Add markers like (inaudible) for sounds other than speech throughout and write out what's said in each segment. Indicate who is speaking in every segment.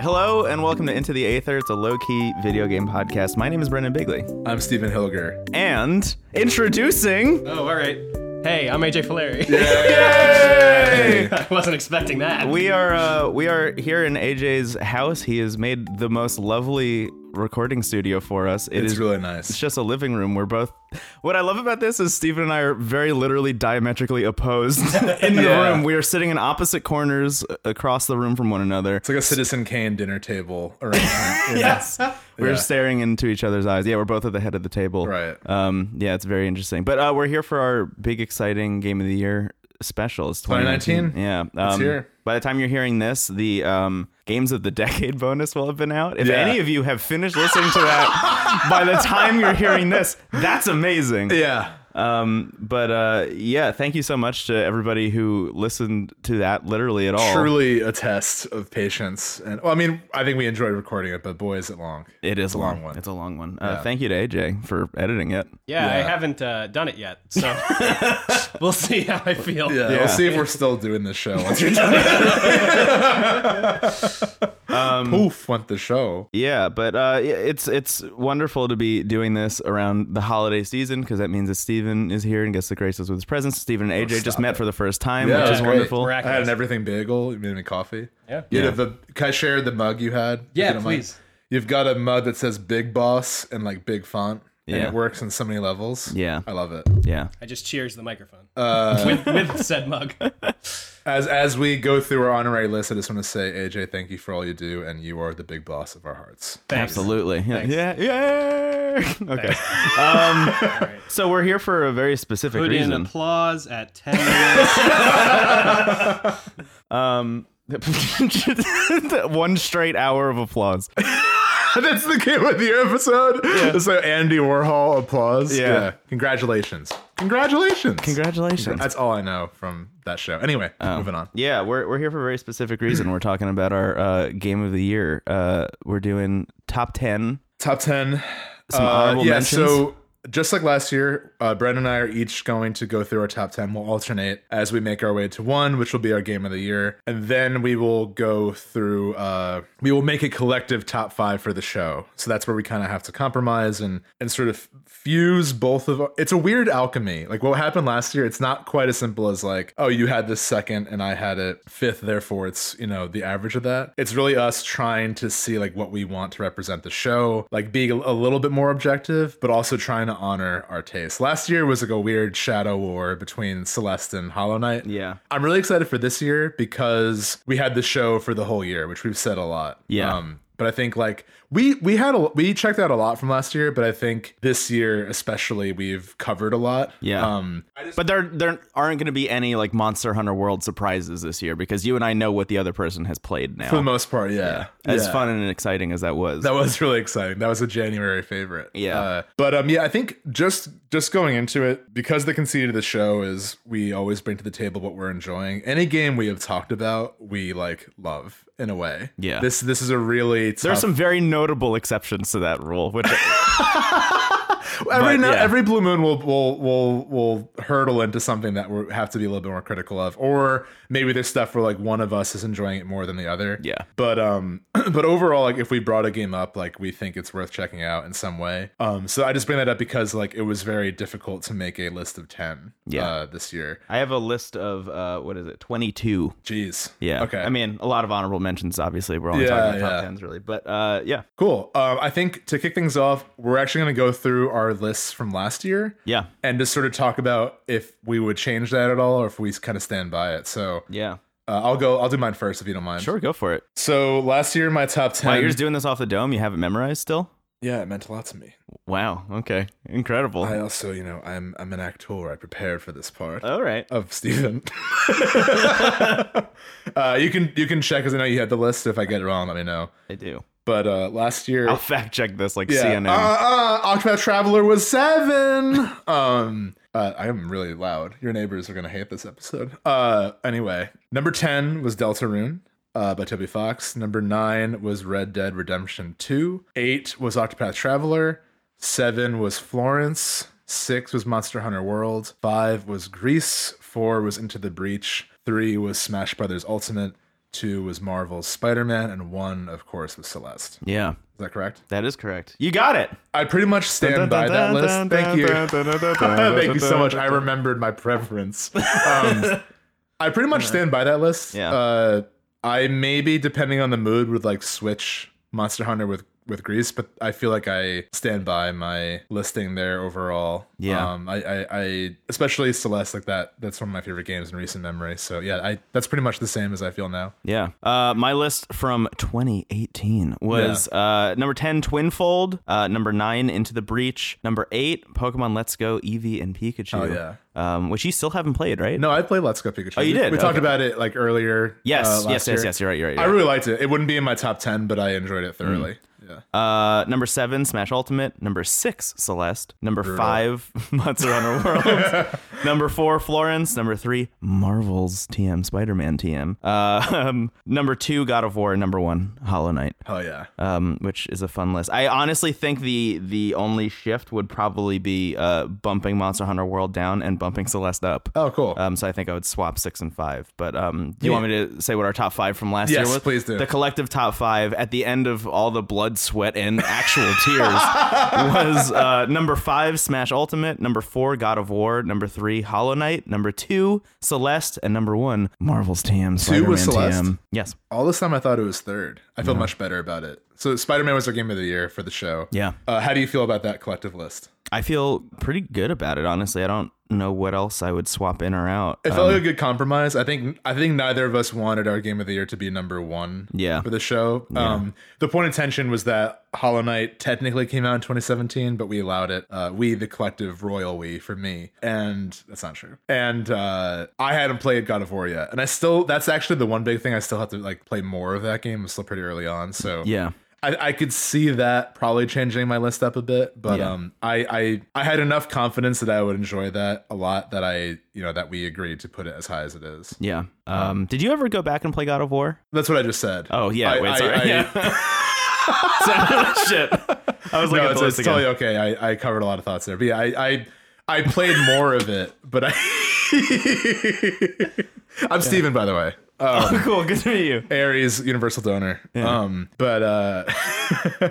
Speaker 1: Hello and welcome to Into the Aether. It's a low-key video game podcast. My name is Brendan Bigley.
Speaker 2: I'm Stephen Hilger.
Speaker 1: And introducing
Speaker 3: Oh, all right. Hey, I'm AJ Fileri. (laughs) I wasn't expecting that. (laughs)
Speaker 1: We are uh, we are here in AJ's house. He has made the most lovely recording studio for us. It
Speaker 2: It's
Speaker 1: is-
Speaker 2: really
Speaker 1: It's
Speaker 2: nice.
Speaker 1: just a living room. We're both. What I love about this is Stephen and I are very literally diametrically opposed in the
Speaker 2: (laughs) Yeah.
Speaker 1: room. We are sitting in opposite corners uh, across the room from one another.
Speaker 2: It's like a Citizen Kane dinner table arrangement.
Speaker 1: (laughs) Yes. We're
Speaker 2: Yeah.
Speaker 1: staring into each other's eyes. Yeah, we're both at the head of the table.
Speaker 2: Right.
Speaker 1: Um, yeah, it's very interesting. But uh, we're here for our big, exciting Game of the Year special. It's 2019.
Speaker 2: 2019?
Speaker 1: Yeah. Um,
Speaker 2: here.
Speaker 1: By the time you're hearing this, the um, Games of the (laughs) Decade bonus will have been out. If
Speaker 2: Yeah.
Speaker 1: any of you have finished listening to
Speaker 2: (laughs)
Speaker 1: that by the time you're hearing this, that's amazing.
Speaker 2: Yeah.
Speaker 1: Um, but uh, yeah, thank you so much to everybody who listened to that literally at all.
Speaker 2: Truly a test of patience. And well, I mean, I think we enjoyed recording it, but boy, is it long.
Speaker 1: It is
Speaker 2: a long one.
Speaker 1: It's a long one. Uh, Thank you to AJ for editing it.
Speaker 3: yeah, I
Speaker 2: Yeah.
Speaker 3: haven't uh, done it yet,
Speaker 1: (laughs)
Speaker 3: so we'll see how I feel.
Speaker 2: Yeah,
Speaker 1: Yeah.
Speaker 2: We'll see if we're still doing this show once
Speaker 1: (laughs)
Speaker 2: you're done. Um, Poof went the show.
Speaker 1: Yeah, but uh, yeah, it's it's wonderful to be doing this around the holiday season because that means that Steven is here and gets the graces with his presence. Steven and AJ just met for the first time,
Speaker 2: Yeah,
Speaker 1: which is
Speaker 2: great.
Speaker 1: wonderful.
Speaker 3: Mirac-
Speaker 2: I had an everything bagel. You made me coffee.
Speaker 3: Yeah.
Speaker 2: You
Speaker 1: Yeah.
Speaker 2: Have the, can I share the mug you had? If
Speaker 3: Yeah,
Speaker 2: you don't mind.
Speaker 3: please.
Speaker 2: You've got a mug that says Big Boss and like big font. And
Speaker 1: Yeah.
Speaker 2: it works in so many levels.
Speaker 1: Yeah.
Speaker 2: I love it.
Speaker 1: Yeah,
Speaker 3: I just cheers the microphone
Speaker 1: Uh,
Speaker 3: (laughs) with, with said mug.
Speaker 2: As as we go through our honorary list, I just want to say, AJ, thank you for all you do, and you are the big boss of our hearts. (laughs)
Speaker 3: Thanks.
Speaker 1: absolutely. Yeah, yeah, yeah. okay. Um,
Speaker 3: All right.
Speaker 1: So we're here for a very specific
Speaker 3: Put in
Speaker 1: reason.
Speaker 3: applause at 10 minutes.
Speaker 1: um, (laughs) one straight hour of applause.
Speaker 2: That's the game of the year episode. So Andy Warhol applause.
Speaker 1: Yeah.
Speaker 2: Congratulations. Congratulations.
Speaker 1: Congratulations.
Speaker 2: That's all I know from that show. Anyway, moving on.
Speaker 1: Yeah, we're we're here for a very specific reason. We're talking about our uh, game of the year. Uh, we're doing top ten.
Speaker 2: Top ten. uh,
Speaker 1: Some honorable
Speaker 2: yeah,
Speaker 1: mentions.
Speaker 2: So just like last year, uh, Brandon and I are each going to go through our top ten. We'll alternate as we make our way to one, which will be our game of the year, and then we will go through. Uh, we will make a collective top five for the show. So that's where we kind of have to compromise and and sort of fuse both of. Our, it's a weird alchemy. Like what happened last year, it's not quite as simple as like, oh, you had this second and I had it fifth, therefore it's you know the average of that. It's really us trying to see like what we want to represent the show, like being a, a little bit more objective, but also trying to honor our taste. Last year was like a weird shadow war between Celeste and Hollow Knight.
Speaker 1: Yeah.
Speaker 2: I'm really excited for this year because we had the show for the whole year, which we've said a lot.
Speaker 1: Yeah.
Speaker 2: Um, but I think like we we had a we checked out a lot from last year, but I think this year especially we've covered a lot.
Speaker 1: Yeah.
Speaker 2: Um,
Speaker 1: But there there aren't going to be any like Monster Hunter World surprises this year because you and I know what the other person has played now.
Speaker 2: for the most part, yeah.
Speaker 1: as
Speaker 2: Yeah.
Speaker 1: fun and exciting as that was.
Speaker 2: That was really exciting. That was a January favorite.
Speaker 1: Yeah.
Speaker 2: Uh, but um, yeah, I think just just going into it, because the conceit of the show is we always bring to the table what we're enjoying. Any game we have talked about, we like love in a way.
Speaker 1: Yeah.
Speaker 2: This this is a really tough
Speaker 1: there are some very notable exceptions to that rule,
Speaker 2: (laughs)
Speaker 1: which
Speaker 2: every
Speaker 1: But,
Speaker 2: now,
Speaker 1: yeah.
Speaker 2: every blue moon will will will will hurdle into something that we have to be a little bit more critical of, or maybe there's stuff where like one of us is enjoying it more than the other.
Speaker 1: Yeah.
Speaker 2: But um, (clears throat) but overall, like if we brought a game up, like we think it's worth checking out in some way. Um, so I just bring that up because like it was very difficult to make a list of ten.
Speaker 1: Yeah.
Speaker 2: Uh, this year.
Speaker 1: I have a list of uh, what is it, twenty two.
Speaker 2: Jeez.
Speaker 1: Yeah.
Speaker 2: Okay.
Speaker 1: I mean, a lot of honorable mentions. Obviously, we're only
Speaker 2: Yeah,
Speaker 1: talking about top
Speaker 2: yeah.
Speaker 1: tens, really. But uh, yeah,
Speaker 2: cool. Um, I think to kick things off, we're actually going to go through our lists from last year.
Speaker 1: yeah,
Speaker 2: And just sort of talk about if we would change that at all, or if we kind of stand by it. So
Speaker 1: yeah.
Speaker 2: Uh, I'll go. I'll do mine first if you don't mind.
Speaker 1: Sure, go for it.
Speaker 2: So last year, my top ten.
Speaker 1: Wow, you're just doing this off the dome. You haven't memorized still.
Speaker 2: yeah, it meant a lot to me.
Speaker 1: Wow. Okay. Incredible.
Speaker 2: I also, you know, I'm I'm an actor. I prepared for this part
Speaker 1: All right.
Speaker 2: of Stephen. (laughs) uh, you can you can check because I know you had the list. If I get it wrong, let me know.
Speaker 1: I do.
Speaker 2: But uh, last year,
Speaker 1: I'll fact check this like
Speaker 2: yeah,
Speaker 1: CNN.
Speaker 2: Uh, uh, Octopath Traveler was seven. um, uh, I am really loud. Your neighbors are gonna hate this episode. Uh, anyway, number ten was Deltarune. uh, by Toby Fox. Number nine was Red Dead Redemption 2. Eight was Octopath Traveler. Seven was Florence. Six was Monster Hunter World. Five was Greece. Four was Into the Breach. Three was Smash Brothers Ultimate. Two was Marvel's Spider Man. And one, of course, was Celeste.
Speaker 1: Yeah,
Speaker 2: Is that correct?
Speaker 1: that is correct. You got it.
Speaker 2: I pretty much stand by that list. Thank you. (laughs) Thank you so much. I remembered
Speaker 1: (laughs)
Speaker 2: my preference. Um, I pretty much stand by that list.
Speaker 1: Yeah.
Speaker 2: Uh, I maybe, depending on the mood, would like switch Monster Hunter with with Grease, but I feel like I stand by my listing there overall.
Speaker 1: Yeah.
Speaker 2: Um, I, I, I especially Celeste like that. That's one of my favorite games in recent memory. So yeah, I that's pretty much the same as I feel now.
Speaker 1: Yeah. Uh, my list from 2018 was uh, number 10, Twinfold. Uh, number 9, Into the Breach. Number 8, Pokemon Let's Go, Eevee and Pikachu.
Speaker 2: Oh, yeah.
Speaker 1: Um, which you still haven't played, right?
Speaker 2: No, I played Let's Go Pikachu. Oh,
Speaker 1: you
Speaker 2: we,
Speaker 1: did?
Speaker 2: We talked
Speaker 1: Okay.
Speaker 2: about it like earlier.
Speaker 1: Yes,
Speaker 2: uh,
Speaker 1: yes, yes,
Speaker 2: last year.
Speaker 1: yes. You're right. You're right.
Speaker 2: I
Speaker 1: you're
Speaker 2: really liked it. It wouldn't be in my top ten, but I enjoyed it thoroughly. Yeah.
Speaker 1: right. uh, number 7, Smash Ultimate. Number 6, Celeste. Number 5, (laughs) Monster
Speaker 2: (laughs)
Speaker 1: Hunter World. number 4, Florence. Number 3, Marvel's TM, Spider Man TM. Uh, (laughs) um, number 2, God of War. Number 1, Hollow Knight.
Speaker 2: Hell yeah.
Speaker 1: um, which is a fun list. I honestly think the the only shift would probably be uh, bumping Monster Hunter World down and bumping Celeste up.
Speaker 2: Oh, cool.
Speaker 1: Um, so I think I would swap six and five. But um, do you want me to say what our top five from last
Speaker 2: Yes,
Speaker 1: year was?
Speaker 2: please do.
Speaker 1: The collective top five at the end of all the blood, sweat, and
Speaker 2: (laughs)
Speaker 1: actual tears was uh, number five, Smash Ultimate. Number four, God of War. Number three, Hollow Knight. Number two, Celeste, and number one, Marvel's TM.
Speaker 2: Two was
Speaker 1: Spider-Man
Speaker 2: Celeste?
Speaker 1: TM. Yes.
Speaker 2: All this time, I thought it was third. I feel much better about it. So, Spider Man was our game of the year for the show.
Speaker 1: Yeah.
Speaker 2: Uh, how do you feel about that collective list?
Speaker 1: I feel pretty good about it, honestly. I don't know what else I would swap in or out.
Speaker 2: It
Speaker 1: Um,
Speaker 2: felt like a good compromise. I think. I think neither of us wanted our game of the year to be number one.
Speaker 1: Yeah.
Speaker 2: For the show. Um, the point of tension was that Hollow Knight technically came out in 2017, but we allowed it. Uh, we, the collective royal we, for me, and that's not true. And uh, I hadn't played God of War yet, and I still. That's actually the one big thing I still have to like play more of that game. I'm still pretty early on, so
Speaker 1: yeah.
Speaker 2: I, I could see that probably changing my list up a bit, but
Speaker 1: Yeah.
Speaker 2: um, I, I I had enough confidence that I would enjoy that a lot that I you know that we agreed to put it as high as it is.
Speaker 1: Yeah. Um, did you ever go back and play God of War?
Speaker 2: That's what I just said.
Speaker 1: Oh, yeah.
Speaker 2: I-
Speaker 1: wait,
Speaker 2: I-
Speaker 1: sorry.
Speaker 2: I-
Speaker 1: (laughs) Yeah. So- shit. I was like,
Speaker 2: no, it's, it's totally okay. I, I covered a lot of thoughts there, but yeah, I I, I played more of it, but I (laughs) I'm Steven, by the way.
Speaker 1: (laughs)
Speaker 2: Um,
Speaker 1: cool. Good for you.
Speaker 2: Aries universal donor. Um, but uh,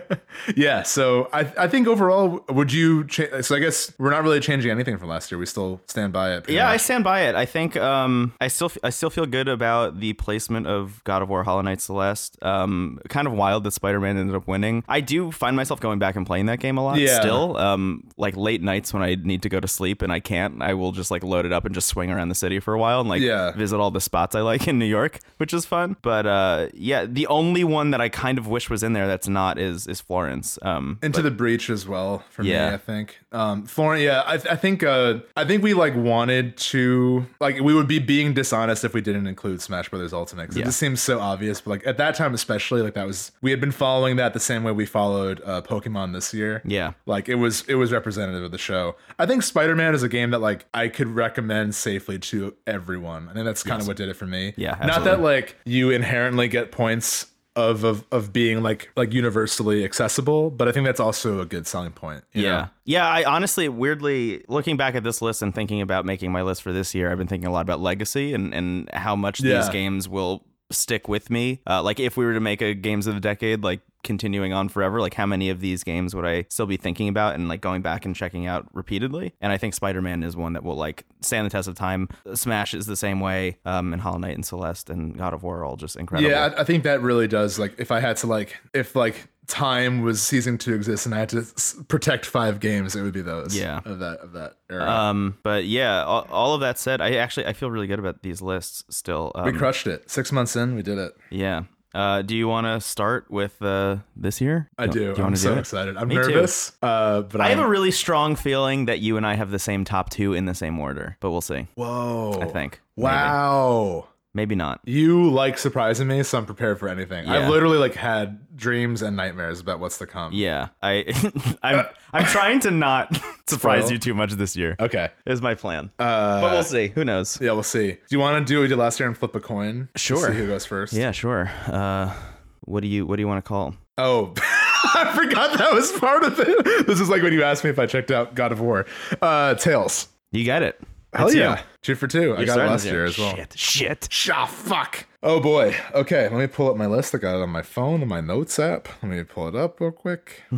Speaker 2: (laughs) yeah. So I I think overall, would you? Cha- so I guess we're not really changing anything from last year. We still stand by it. pretty
Speaker 1: Yeah, I
Speaker 2: much.
Speaker 1: stand by it. I think um, I still I still feel good about the placement of God of War, Hollow Knight, Celeste. Um, kind of wild that Spider Man ended up winning. I do find myself going back and playing that game a lot
Speaker 2: Yeah.
Speaker 1: still. Um, like late nights when I need to go to sleep and I can't, I will just like load it up and just swing around the city for a while and like
Speaker 2: Yeah.
Speaker 1: visit all the spots I like (laughs) in New York, which is fun. But uh, yeah, the only one that I kind of wish was in there that's not is is Florence. Um,
Speaker 2: Into the breach as well for
Speaker 1: Yeah.
Speaker 2: me, I think. Um, Florence, yeah, I, I think uh, I think we like wanted to like we would be being dishonest if we didn't include Smash Brothers Ultimate 'cause
Speaker 1: Yeah.
Speaker 2: it just seems so obvious. But like at that time, especially like that was we had been following that the same way we followed uh, Pokemon this year.
Speaker 1: yeah.
Speaker 2: like it was it was representative of the show i think spider-man is a game that like i could recommend safely to everyone i think that's kind of what did it for me
Speaker 1: Yeah,
Speaker 2: not
Speaker 1: absolutely.
Speaker 2: that like you inherently get points of, of of being like like universally accessible but i think that's also a good selling point you
Speaker 1: Yeah.
Speaker 2: know?
Speaker 1: Yeah, I honestly weirdly looking back at this list and thinking about making my list for this year, I've been thinking a lot about legacy and and how much these
Speaker 2: Yeah.
Speaker 1: games will stick with me. Uh, like if we were to make a games of the decade like continuing on forever, like how many of these games would I still be thinking about and like going back and checking out repeatedly? And I think Spider-Man is one that will like stand the test of time. Smash is the same way. Um and Hollow Knight and Celeste and God of War are all just incredible.
Speaker 2: yeah I, I think that really does like if i had to like if like time was ceasing to exist and i had to s- protect five games it would be those
Speaker 1: Yeah.
Speaker 2: of that of that era
Speaker 1: Um but yeah, all, all of that said, I actually I feel really good about these lists still. Um,
Speaker 2: we crushed it six months in we did it
Speaker 1: Yeah. Uh, do you want to start with uh, this year?
Speaker 2: I do.
Speaker 1: you
Speaker 2: I'm
Speaker 1: wanna
Speaker 2: so
Speaker 1: it?
Speaker 2: excited. I'm
Speaker 1: Me too.
Speaker 2: nervous, uh, but
Speaker 1: I
Speaker 2: I'm,
Speaker 1: have a really strong feeling that you and I have the same top two in the same order, but we'll see.
Speaker 2: Whoa.
Speaker 1: I think.
Speaker 2: Wow.
Speaker 1: Maybe. Maybe not.
Speaker 2: You like surprising me, so I'm prepared for anything.
Speaker 1: Yeah.
Speaker 2: I've literally like had dreams and nightmares about what's to come.
Speaker 1: Yeah, I (laughs)
Speaker 2: Uh,
Speaker 1: I'm I'm trying to
Speaker 2: (laughs)
Speaker 1: not surprise
Speaker 2: Spoil.
Speaker 1: you too much this year.
Speaker 2: Okay.
Speaker 1: Is my plan. Uh, but we'll see. Who knows?
Speaker 2: Yeah, we'll see. Do you want to do what we did last year and flip a coin?
Speaker 1: Sure.
Speaker 2: See who goes first.
Speaker 1: Yeah, sure. Uh, what do you what do you want to call?
Speaker 2: Oh, (laughs) I forgot that was part of it. This is like when you asked me if I checked out God of War. Uh, Tails.
Speaker 1: You got it.
Speaker 2: Hell
Speaker 1: That's you.
Speaker 2: yeah. Two for 2 I
Speaker 1: You're
Speaker 2: got it
Speaker 1: starting
Speaker 2: last
Speaker 1: this
Speaker 2: year as well.
Speaker 1: Shit. Shit.
Speaker 2: Shaw, fuck. Oh boy. Okay, let me pull up my list. I got it on my phone and my notes app. Let me pull it up
Speaker 1: (laughs)
Speaker 2: real quick. (laughs)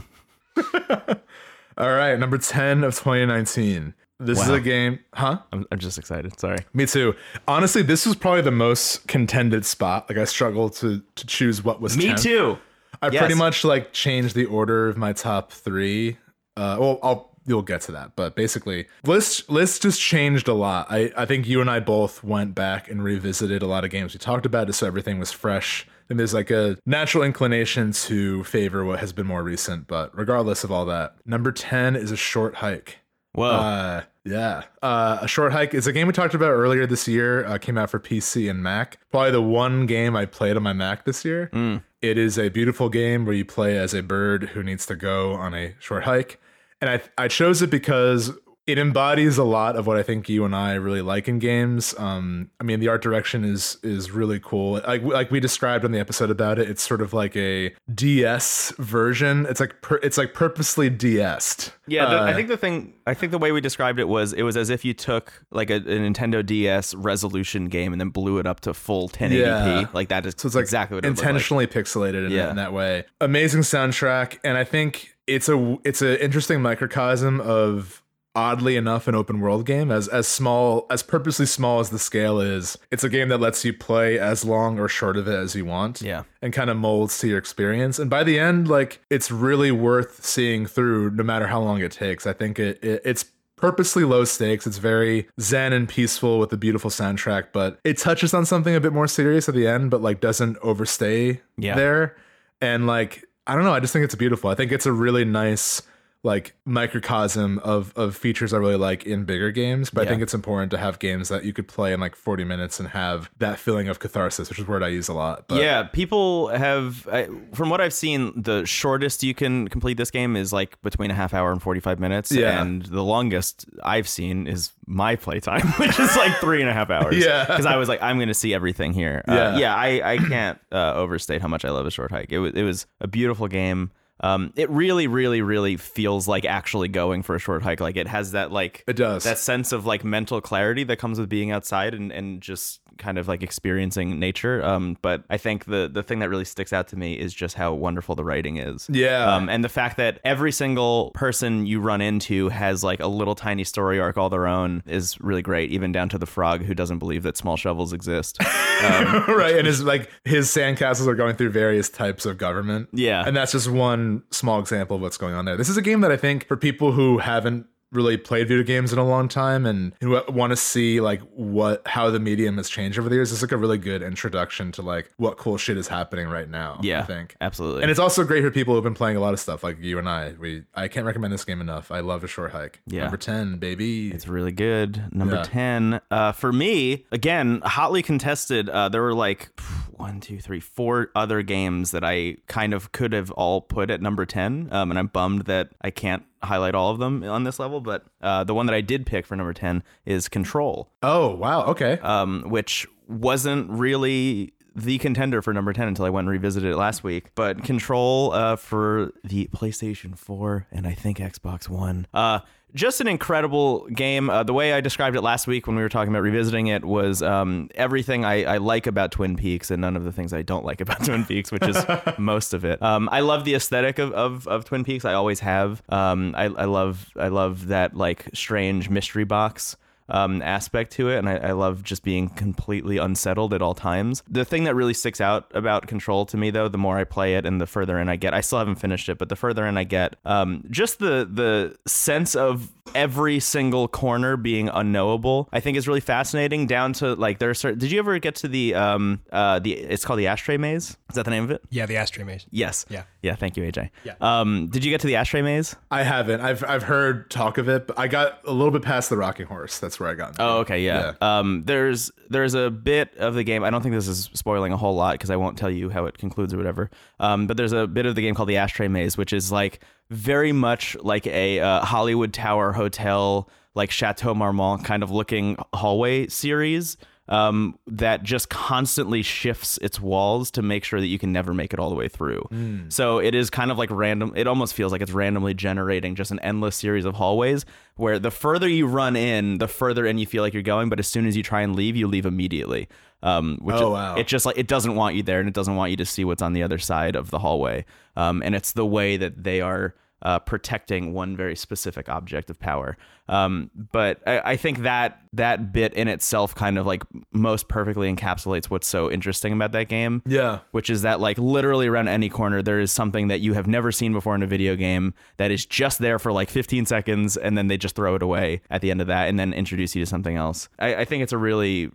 Speaker 2: All right, number 10 of 2019. This is
Speaker 1: Wow.
Speaker 2: a game, huh?
Speaker 1: I'm, I'm just excited. Sorry.
Speaker 2: Me too. Honestly, this was probably the most contended spot. Like I struggled to to choose what was 10th.
Speaker 1: too.
Speaker 2: I
Speaker 1: Yes.
Speaker 2: pretty much like changed the order of my top three. Uh, well, I'll you'll get to that, but basically, list list just changed a lot. I I think you and I both went back and revisited a lot of games we talked about, just so everything was fresh. And there's like a natural inclination to favor what has been more recent, but regardless of all that, number ten is a short hike.
Speaker 1: Whoa.
Speaker 2: Uh, yeah. Uh, a Short Hike is a game we talked about earlier this year. Uh, came out for PC and Mac. Probably the one game I played on my Mac this year.
Speaker 1: Hmm.
Speaker 2: It is a beautiful game where you play as a bird who needs to go on a short hike. And I, I chose it because it embodies a lot of what I think you and I really like in games. Um, I mean, the art direction is is really cool. Like like we described on the episode about it, it's sort of like a DS version. It's like per, it's like purposely DS'd.
Speaker 1: yeah, the, I
Speaker 2: Uh,
Speaker 1: think the thing, I think the way we described it was it was as if you took like a, a Nintendo DS resolution game and then blew it up to full 1080p.
Speaker 2: Yeah.
Speaker 1: Like that is
Speaker 2: So it's like
Speaker 1: exactly what it looked like.
Speaker 2: intentionally pixelated in,
Speaker 1: Yeah.
Speaker 2: in that way. Amazing soundtrack, and I think it's a it's an interesting microcosm of oddly enough an open world game as as small as purposely small as the scale is. It's a game that lets you play as long or short of it as you want
Speaker 1: Yeah.
Speaker 2: and kind of molds to your experience. And by the end, like it's really worth seeing through, no matter how long it takes. I think it, it it's purposely low stakes. It's very zen and peaceful with a beautiful soundtrack, but it touches on something a bit more serious at the end, but like doesn't overstay
Speaker 1: Yeah.
Speaker 2: there. And like I don't know, I just think it's beautiful. I think it's a really nice like microcosm of of features I really like in bigger games, but I
Speaker 1: Yeah.
Speaker 2: think it's important to have games that you could play in like 40 minutes and have that feeling of catharsis, which is a word I use a lot. But
Speaker 1: yeah, people have, I, from what I've seen, the shortest you can complete this game is like between a half hour and 45 minutes.
Speaker 2: Yeah.
Speaker 1: And the longest I've seen is my playtime, (laughs) which is like three and a half hours.
Speaker 2: Yeah.
Speaker 1: Because I was like, I'm going to see everything here. Uh,
Speaker 2: Yeah.
Speaker 1: yeah, I, I can't uh, overstate how much I love a short hike. It was, it was a beautiful game. Um, it really, really, really feels like actually going for a short hike. Like it has that like
Speaker 2: It does.
Speaker 1: that sense of like mental clarity that comes with being outside and, and just kind of like experiencing nature. Um, but I think the the thing that really sticks out to me is just how wonderful the writing is.
Speaker 2: Yeah. (laughs)
Speaker 1: Um, and the fact that every single person you run into has like a little tiny story arc all their own is really great. Even down to the frog who doesn't believe that small shovels
Speaker 2: (laughs)
Speaker 1: exist.
Speaker 2: right. And his like his sandcastles are going through various types of government.
Speaker 1: Yeah.
Speaker 2: And that's just one small example of what's going on there. This is a game that I think for people who haven't really played video games in a long time and who want to see like what how the medium has changed over the years, it's like a really good introduction to like what cool shit is happening right now.
Speaker 1: yeah,
Speaker 2: I think.
Speaker 1: absolutely.
Speaker 2: And it's also great for people who've been playing a lot of stuff like you and I. We I can't recommend this game enough. I love a short hike.
Speaker 1: Yeah.
Speaker 2: Number ten, baby.
Speaker 1: It's really good. Number
Speaker 2: Yeah.
Speaker 1: 10. Uh, for me, again, hotly contested. Uh, there were like pff, one, two, three, four other games that I kind of could have all put at number 10. Um, and I'm bummed that I can't highlight all of them on this level. But uh, the one that I did pick for number 10 is Control,
Speaker 2: oh wow. Okay.
Speaker 1: um, which wasn't really the contender for number 10 until I went and revisited it last week. But Control uh, for the PlayStation 4 and I think Xbox One. Uh, just an incredible game. Uh, the way I described it last week when we were talking about revisiting it was um, everything I, I like about Twin Peaks and none of the things I don't like about (laughs) Twin Peaks, which is most of it. Um, I love the aesthetic of, of, of Twin Peaks. I always have. Um, I, I love I love that like strange mystery box um, aspect to it, and I, I love just being completely unsettled at all times. The thing that really sticks out about Control to me, though, the more I play it and the further in I get, I still haven't finished it, but the further in I get, um, just the the sense of every single corner being unknowable, I think is really fascinating. Down to like there are certain. Did you ever get to the um uh the it's called the ashtray maze? Is that the name of it?
Speaker 3: Yeah, the ashtray maze.
Speaker 1: Yes.
Speaker 3: Yeah.
Speaker 1: Yeah. Thank you, AJ.
Speaker 3: Yeah.
Speaker 1: Um, did you get to the ashtray maze?
Speaker 2: I haven't. I've I've heard talk of it, but I got a little bit past the rocking horse. That's where I got.
Speaker 1: Oh, okay, yeah. Um, there's there's a bit of the game. I don't think this is spoiling a whole lot because I won't tell you how it concludes or whatever. Um, but there's a bit of the game called the Ashtray Maze, which is like very much like a uh, Hollywood Tower Hotel, like Chateau Marmont kind of looking hallway series. Um, that just constantly shifts its walls to make sure that you can never make it all the way through.
Speaker 2: Hmm.
Speaker 1: So it is kind of like random. It almost feels like it's randomly generating just an endless series of hallways where the further you run in, the further in you feel like you're going. But as soon as you try and leave, you leave immediately. Um, which
Speaker 2: Oh,
Speaker 1: is-
Speaker 2: wow.
Speaker 1: it just like it doesn't want you there and it doesn't want you to see what's on the other side of the hallway. Um, and it's the way that they are uh, protecting one very specific object of power. Um, but I, I think that that bit in itself kind of like most perfectly encapsulates what's so interesting about that game
Speaker 2: Yeah.
Speaker 1: which is that like literally around any corner there is something that you have never seen before in a video game that is just there for like 15 seconds and then they just throw it away at the end of that and then introduce you to something else i, I think it's a really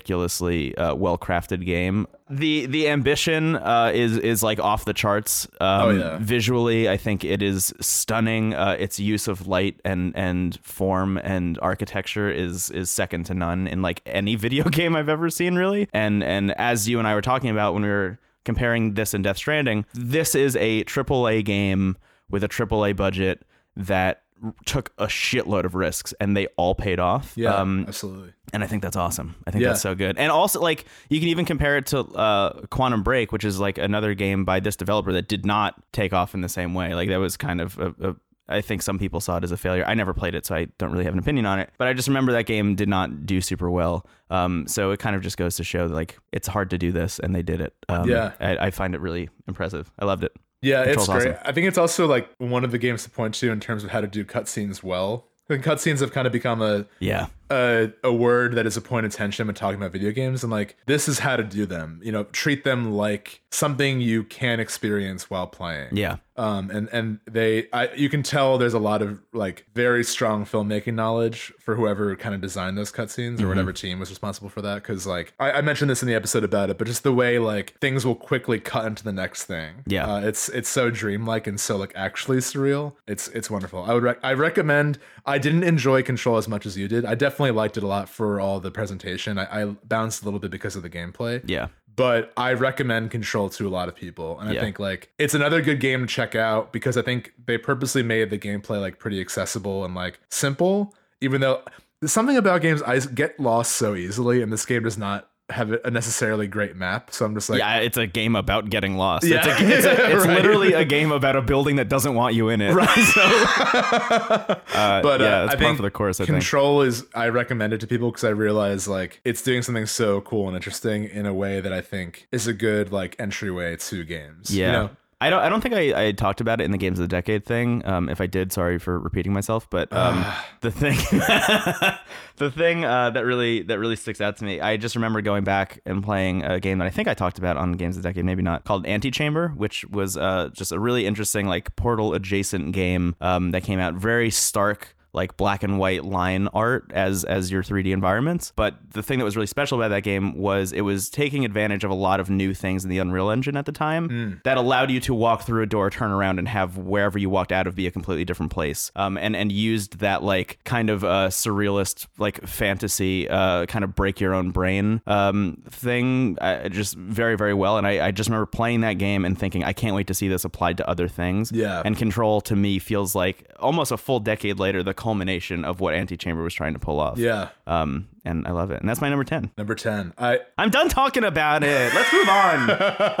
Speaker 1: ridiculously uh, well crafted game the the ambition uh, is is like off the charts um,
Speaker 2: yeah.
Speaker 1: visually i think it is stunning uh, its use of light and and form and architecture is is second to none in like any (laughs) video game i've ever seen really and and as you and i were talking about when we were comparing this and death stranding this is a aaa game with a aaa budget that r- took a shitload of risks and they all paid off Um,
Speaker 2: Yeah. absolutely.
Speaker 1: and I think that's awesome. I think
Speaker 2: Yeah.
Speaker 1: that's so good. And also, like, you can even compare it to uh, Quantum Break, which is like another game by this developer that did not take off in the same way. Like, that was kind of a. a I think some people saw it as a failure. I never played it, so I don't really have an opinion on it. But I just remember that game did not do super well. Um, so it kind of just goes to show, like, it's hard to do this, and they did it. Um,
Speaker 2: Yeah.
Speaker 1: I, I find it really impressive. I loved it.
Speaker 2: Yeah, it's
Speaker 1: Control's
Speaker 2: great.
Speaker 1: awesome.
Speaker 2: I think it's also like one of the games to point to in terms of how to do cutscenes well. I think cutscenes have kind of become a
Speaker 1: Yeah.
Speaker 2: a, a word that is a point of tension when talking about video games and like this is how to do them you know treat them like something you can experience while playing
Speaker 1: Yeah.
Speaker 2: um and and they i you can tell there's a lot of like very strong filmmaking knowledge for whoever kind of designed those cutscenes
Speaker 1: Mm-hmm.
Speaker 2: or whatever team was responsible for that because like I, I mentioned this in the episode about it but just the way like things will quickly cut into the next thing
Speaker 1: Yeah.
Speaker 2: uh, it's it's so dreamlike and so like actually surreal it's it's wonderful i would rec- i recommend i didn't enjoy control as much as you did i definitely liked it a lot for all the presentation i, I bounced a little bit because of the gameplay
Speaker 1: Yeah.
Speaker 2: but I recommend Control to a lot of people, and
Speaker 1: Yeah.
Speaker 2: I think like it's another good game to check out because I think they purposely made the gameplay like pretty accessible and like simple. Even though there's something about games, I get lost so easily, and this game does not have a necessarily great map. So I'm just (laughs) like,
Speaker 1: yeah, it's a game about getting lost. It's,
Speaker 2: Yeah.
Speaker 1: a, it's, a,
Speaker 2: (laughs)
Speaker 1: it's
Speaker 2: Right.
Speaker 1: literally a game about a building that doesn't want you in
Speaker 2: (laughs)
Speaker 1: it. Right. (laughs) uh,
Speaker 2: but
Speaker 1: yeah,
Speaker 2: uh,
Speaker 1: it's
Speaker 2: I
Speaker 1: par
Speaker 2: think
Speaker 1: for the course. I think.
Speaker 2: Control is I recommend it to people because I realize like it's doing something so cool and interesting in a way that I think is a good like entryway to games. you
Speaker 1: Yeah.
Speaker 2: know?
Speaker 1: I don't. I don't think I, I talked about it in the games of the decade thing. Um, if I did, sorry for repeating myself. But um, the thing, (laughs) the thing uh, that really that really sticks out to me, I just remember going back and playing a game that I think I talked about on games of the decade, maybe not, called Antichamber, which was uh, just a really interesting like portal adjacent game um, that came out very stark like black and white line art as as your 3D environments. But the thing that was really special about that game was it was taking advantage of a lot of new things in the Unreal Engine at the time
Speaker 2: Hmm.
Speaker 1: that allowed you to walk through a door, turn around, and have wherever you walked out of be a completely different place. Um, and and used that like kind of uh, surrealist like fantasy uh, kind of break your own brain um, thing uh, just very very well. And I, I just remember playing that game and thinking I can't wait to see this applied to other things.
Speaker 2: Yeah.
Speaker 1: And Control to me feels like almost a full decade later the culmination of what Antichamber was trying to pull off.
Speaker 2: Yeah.
Speaker 1: Um, and I love it. And that's my number 10.
Speaker 2: Number ten. I
Speaker 1: I'm done talking about it. Let's move on.
Speaker 2: (laughs)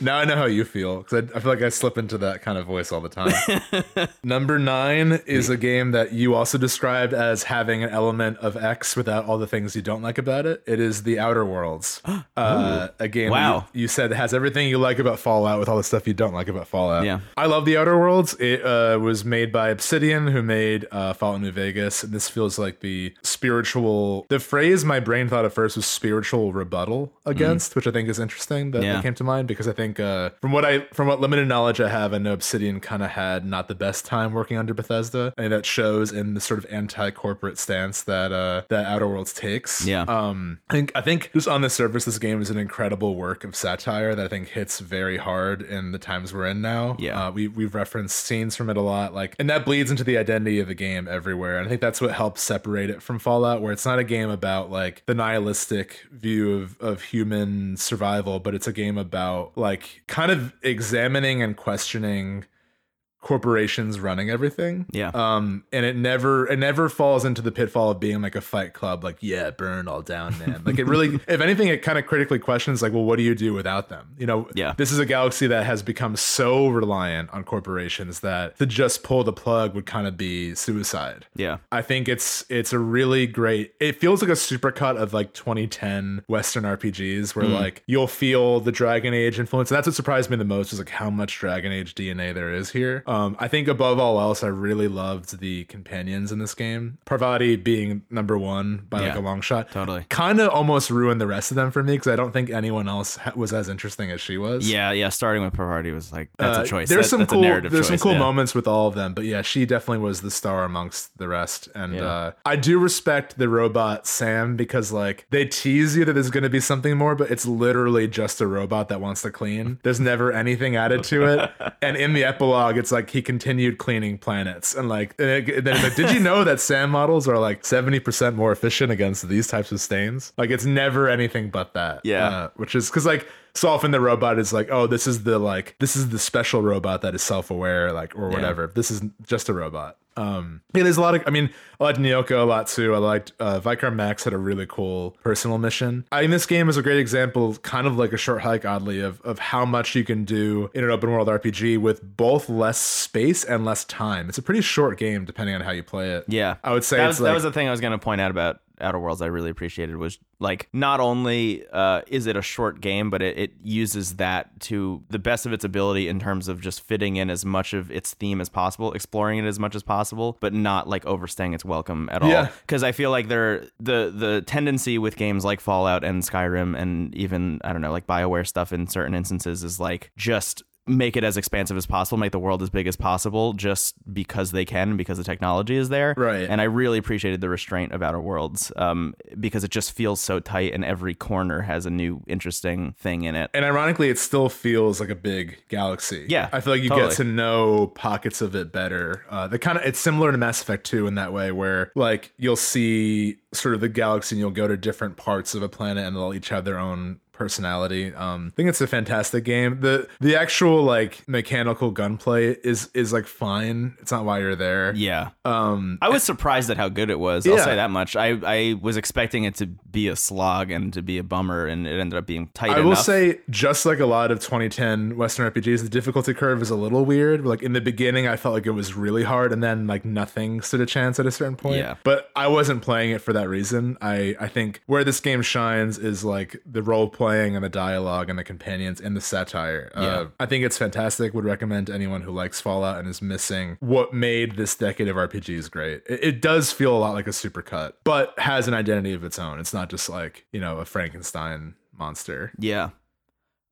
Speaker 2: now I know how you feel because I, I feel like I slip into that kind of voice all the time.
Speaker 1: (laughs)
Speaker 2: Number nine is a game that you also described as having an element of X without all the things you don't like about it. It is The
Speaker 1: (gasps)
Speaker 2: Outer Worlds, uh, a game that
Speaker 1: Oh. Wow.
Speaker 2: you, you said has everything you like about Fallout with all the stuff you don't like about Fallout.
Speaker 1: Yeah.
Speaker 2: I love The Outer Worlds. It uh, was made by Obsidian, who made uh, Fallout New Vegas, and this feels like the spiritual spiritual. The phrase my brain thought at first was spiritual rebuttal against, which I think is interesting that, that
Speaker 1: Mm. Yeah.
Speaker 2: came to mind because I think uh, from what I from what limited knowledge I have, I know Obsidian kind of had not the best time working under Bethesda, and that shows in the sort of anti-corporate stance that uh, that Outer Worlds takes.
Speaker 1: Yeah.
Speaker 2: (laughs) Um, I think I think just on the surface, this game is an incredible work of satire that I think hits very hard in the times we're in now.
Speaker 1: Yeah.
Speaker 2: Uh, we we've referenced scenes from it a lot, like, and that bleeds into the identity of the game everywhere. And I think that's what helps separate it from Fallout, where it's not a game about like the nihilistic view of of human survival, but it's a game about like kind of examining and questioning corporations running everything.
Speaker 1: Yeah.
Speaker 2: Um, and it never it never falls into the pitfall of being like a fight club, like, yeah, burn all
Speaker 1: (laughs)
Speaker 2: down, man. Like it really if anything, it kind of critically questions like, well, what do you do without them? You know,
Speaker 1: Yeah.
Speaker 2: this is a galaxy that has become so reliant on corporations that to just pull the plug would kind of be suicide.
Speaker 1: Yeah.
Speaker 2: I think it's it's a really great. It feels like a supercut of like 2010 Western RPGs,
Speaker 1: Hmm.
Speaker 2: where like you'll feel the Dragon Age influence. And that's what surprised me the most is like how much Dragon Age DNA there is here. Um, I think above all else, I really loved the companions in this game. Parvati being number one by like
Speaker 1: Yeah.
Speaker 2: a long shot,
Speaker 1: Totally.
Speaker 2: Kind of almost ruined the rest of them for me because I don't think anyone else ha- was as interesting as she was.
Speaker 1: Yeah, yeah. Starting with Parvati was like that's
Speaker 2: Uh,
Speaker 1: a choice.
Speaker 2: There's
Speaker 1: That-
Speaker 2: some
Speaker 1: that's
Speaker 2: cool.
Speaker 1: a narrative
Speaker 2: there's
Speaker 1: choice,
Speaker 2: some cool
Speaker 1: yeah.
Speaker 2: moments with all of them, but yeah, she definitely was the star amongst the rest. And
Speaker 1: Yeah.
Speaker 2: uh, I do respect the robot Sam because like they tease you that there's going to be something more, but it's literally just a robot that wants
Speaker 1: (laughs)
Speaker 2: to clean. There's never anything added to it. And in the epilogue, it's like he continued cleaning planets, and like and it- and then it's like, did you know that Sam models are like seventy percent more efficient against these types of stains? Like it's never anything but that.
Speaker 1: Yeah.
Speaker 2: Uh, which is because like so often the robot is like oh this is the like this is the special robot that is self-aware like or whatever this is just a robot um yeah there's a lot of i mean i liked nyoko a lot too i liked uh vicar max had a really cool personal mission i mean this game is a great example kind of like a short hike oddly of of how much you can do in an open world rpg with both less space and less time it's a pretty short game depending on how you play it
Speaker 1: Yeah,
Speaker 2: i would say
Speaker 1: that
Speaker 2: it's
Speaker 1: was,
Speaker 2: like
Speaker 1: that was the thing I was gonna point out about Outer Worlds. I really appreciated was like not only uh, is it a short game, but it, it uses that to the best of its ability in terms of just fitting in as much of its theme as possible, exploring it as much as possible, but not like overstaying its welcome at all.
Speaker 2: Yeah.
Speaker 1: Because I feel like there the the tendency with games like Fallout and Skyrim and even I don't know like Bioware stuff in certain instances is like just make it as expansive as possible, make the world as big as possible, just because they can, because the technology is there.
Speaker 2: Right.
Speaker 1: And I really appreciated the restraint of Outer Worlds, um, because it just feels so tight, and every corner has a new interesting thing in it.
Speaker 2: and ironically, it still feels like a big galaxy.
Speaker 1: Yeah,
Speaker 2: I feel like you
Speaker 1: totally.
Speaker 2: get to know pockets of it better. Uh, the kind of it's similar to Mass Effect Two in that way, where like you'll see sort of the galaxy, and you'll go to different parts of a planet, and they'll each have their own personality. Um, I think it's a fantastic game. the The actual like mechanical gunplay is is like fine. It's not why you're there.
Speaker 1: Yeah.
Speaker 2: Um,
Speaker 1: I was surprised at how good it was. I'll
Speaker 2: Yeah.
Speaker 1: say that much. I, I was expecting it to be a slog and to be a bummer, and it ended up being tight
Speaker 2: I
Speaker 1: enough.
Speaker 2: will say, just like a lot of 2010 Western RPGs, the difficulty curve is a little weird. Like in the beginning, I felt like it was really hard, and then like nothing stood a chance at a certain point.
Speaker 1: Yeah.
Speaker 2: But I wasn't playing it for that reason. I I think where this game shines is like the role playing and the dialogue and the companions and the satire. Uh,
Speaker 1: Yeah.
Speaker 2: I think it's fantastic. Would recommend to anyone who likes Fallout and is missing what made this decade of RPGs great. It, it does feel a lot like a supercut, but has an identity of its own. It's not just like you know a Frankenstein monster.
Speaker 1: Yeah.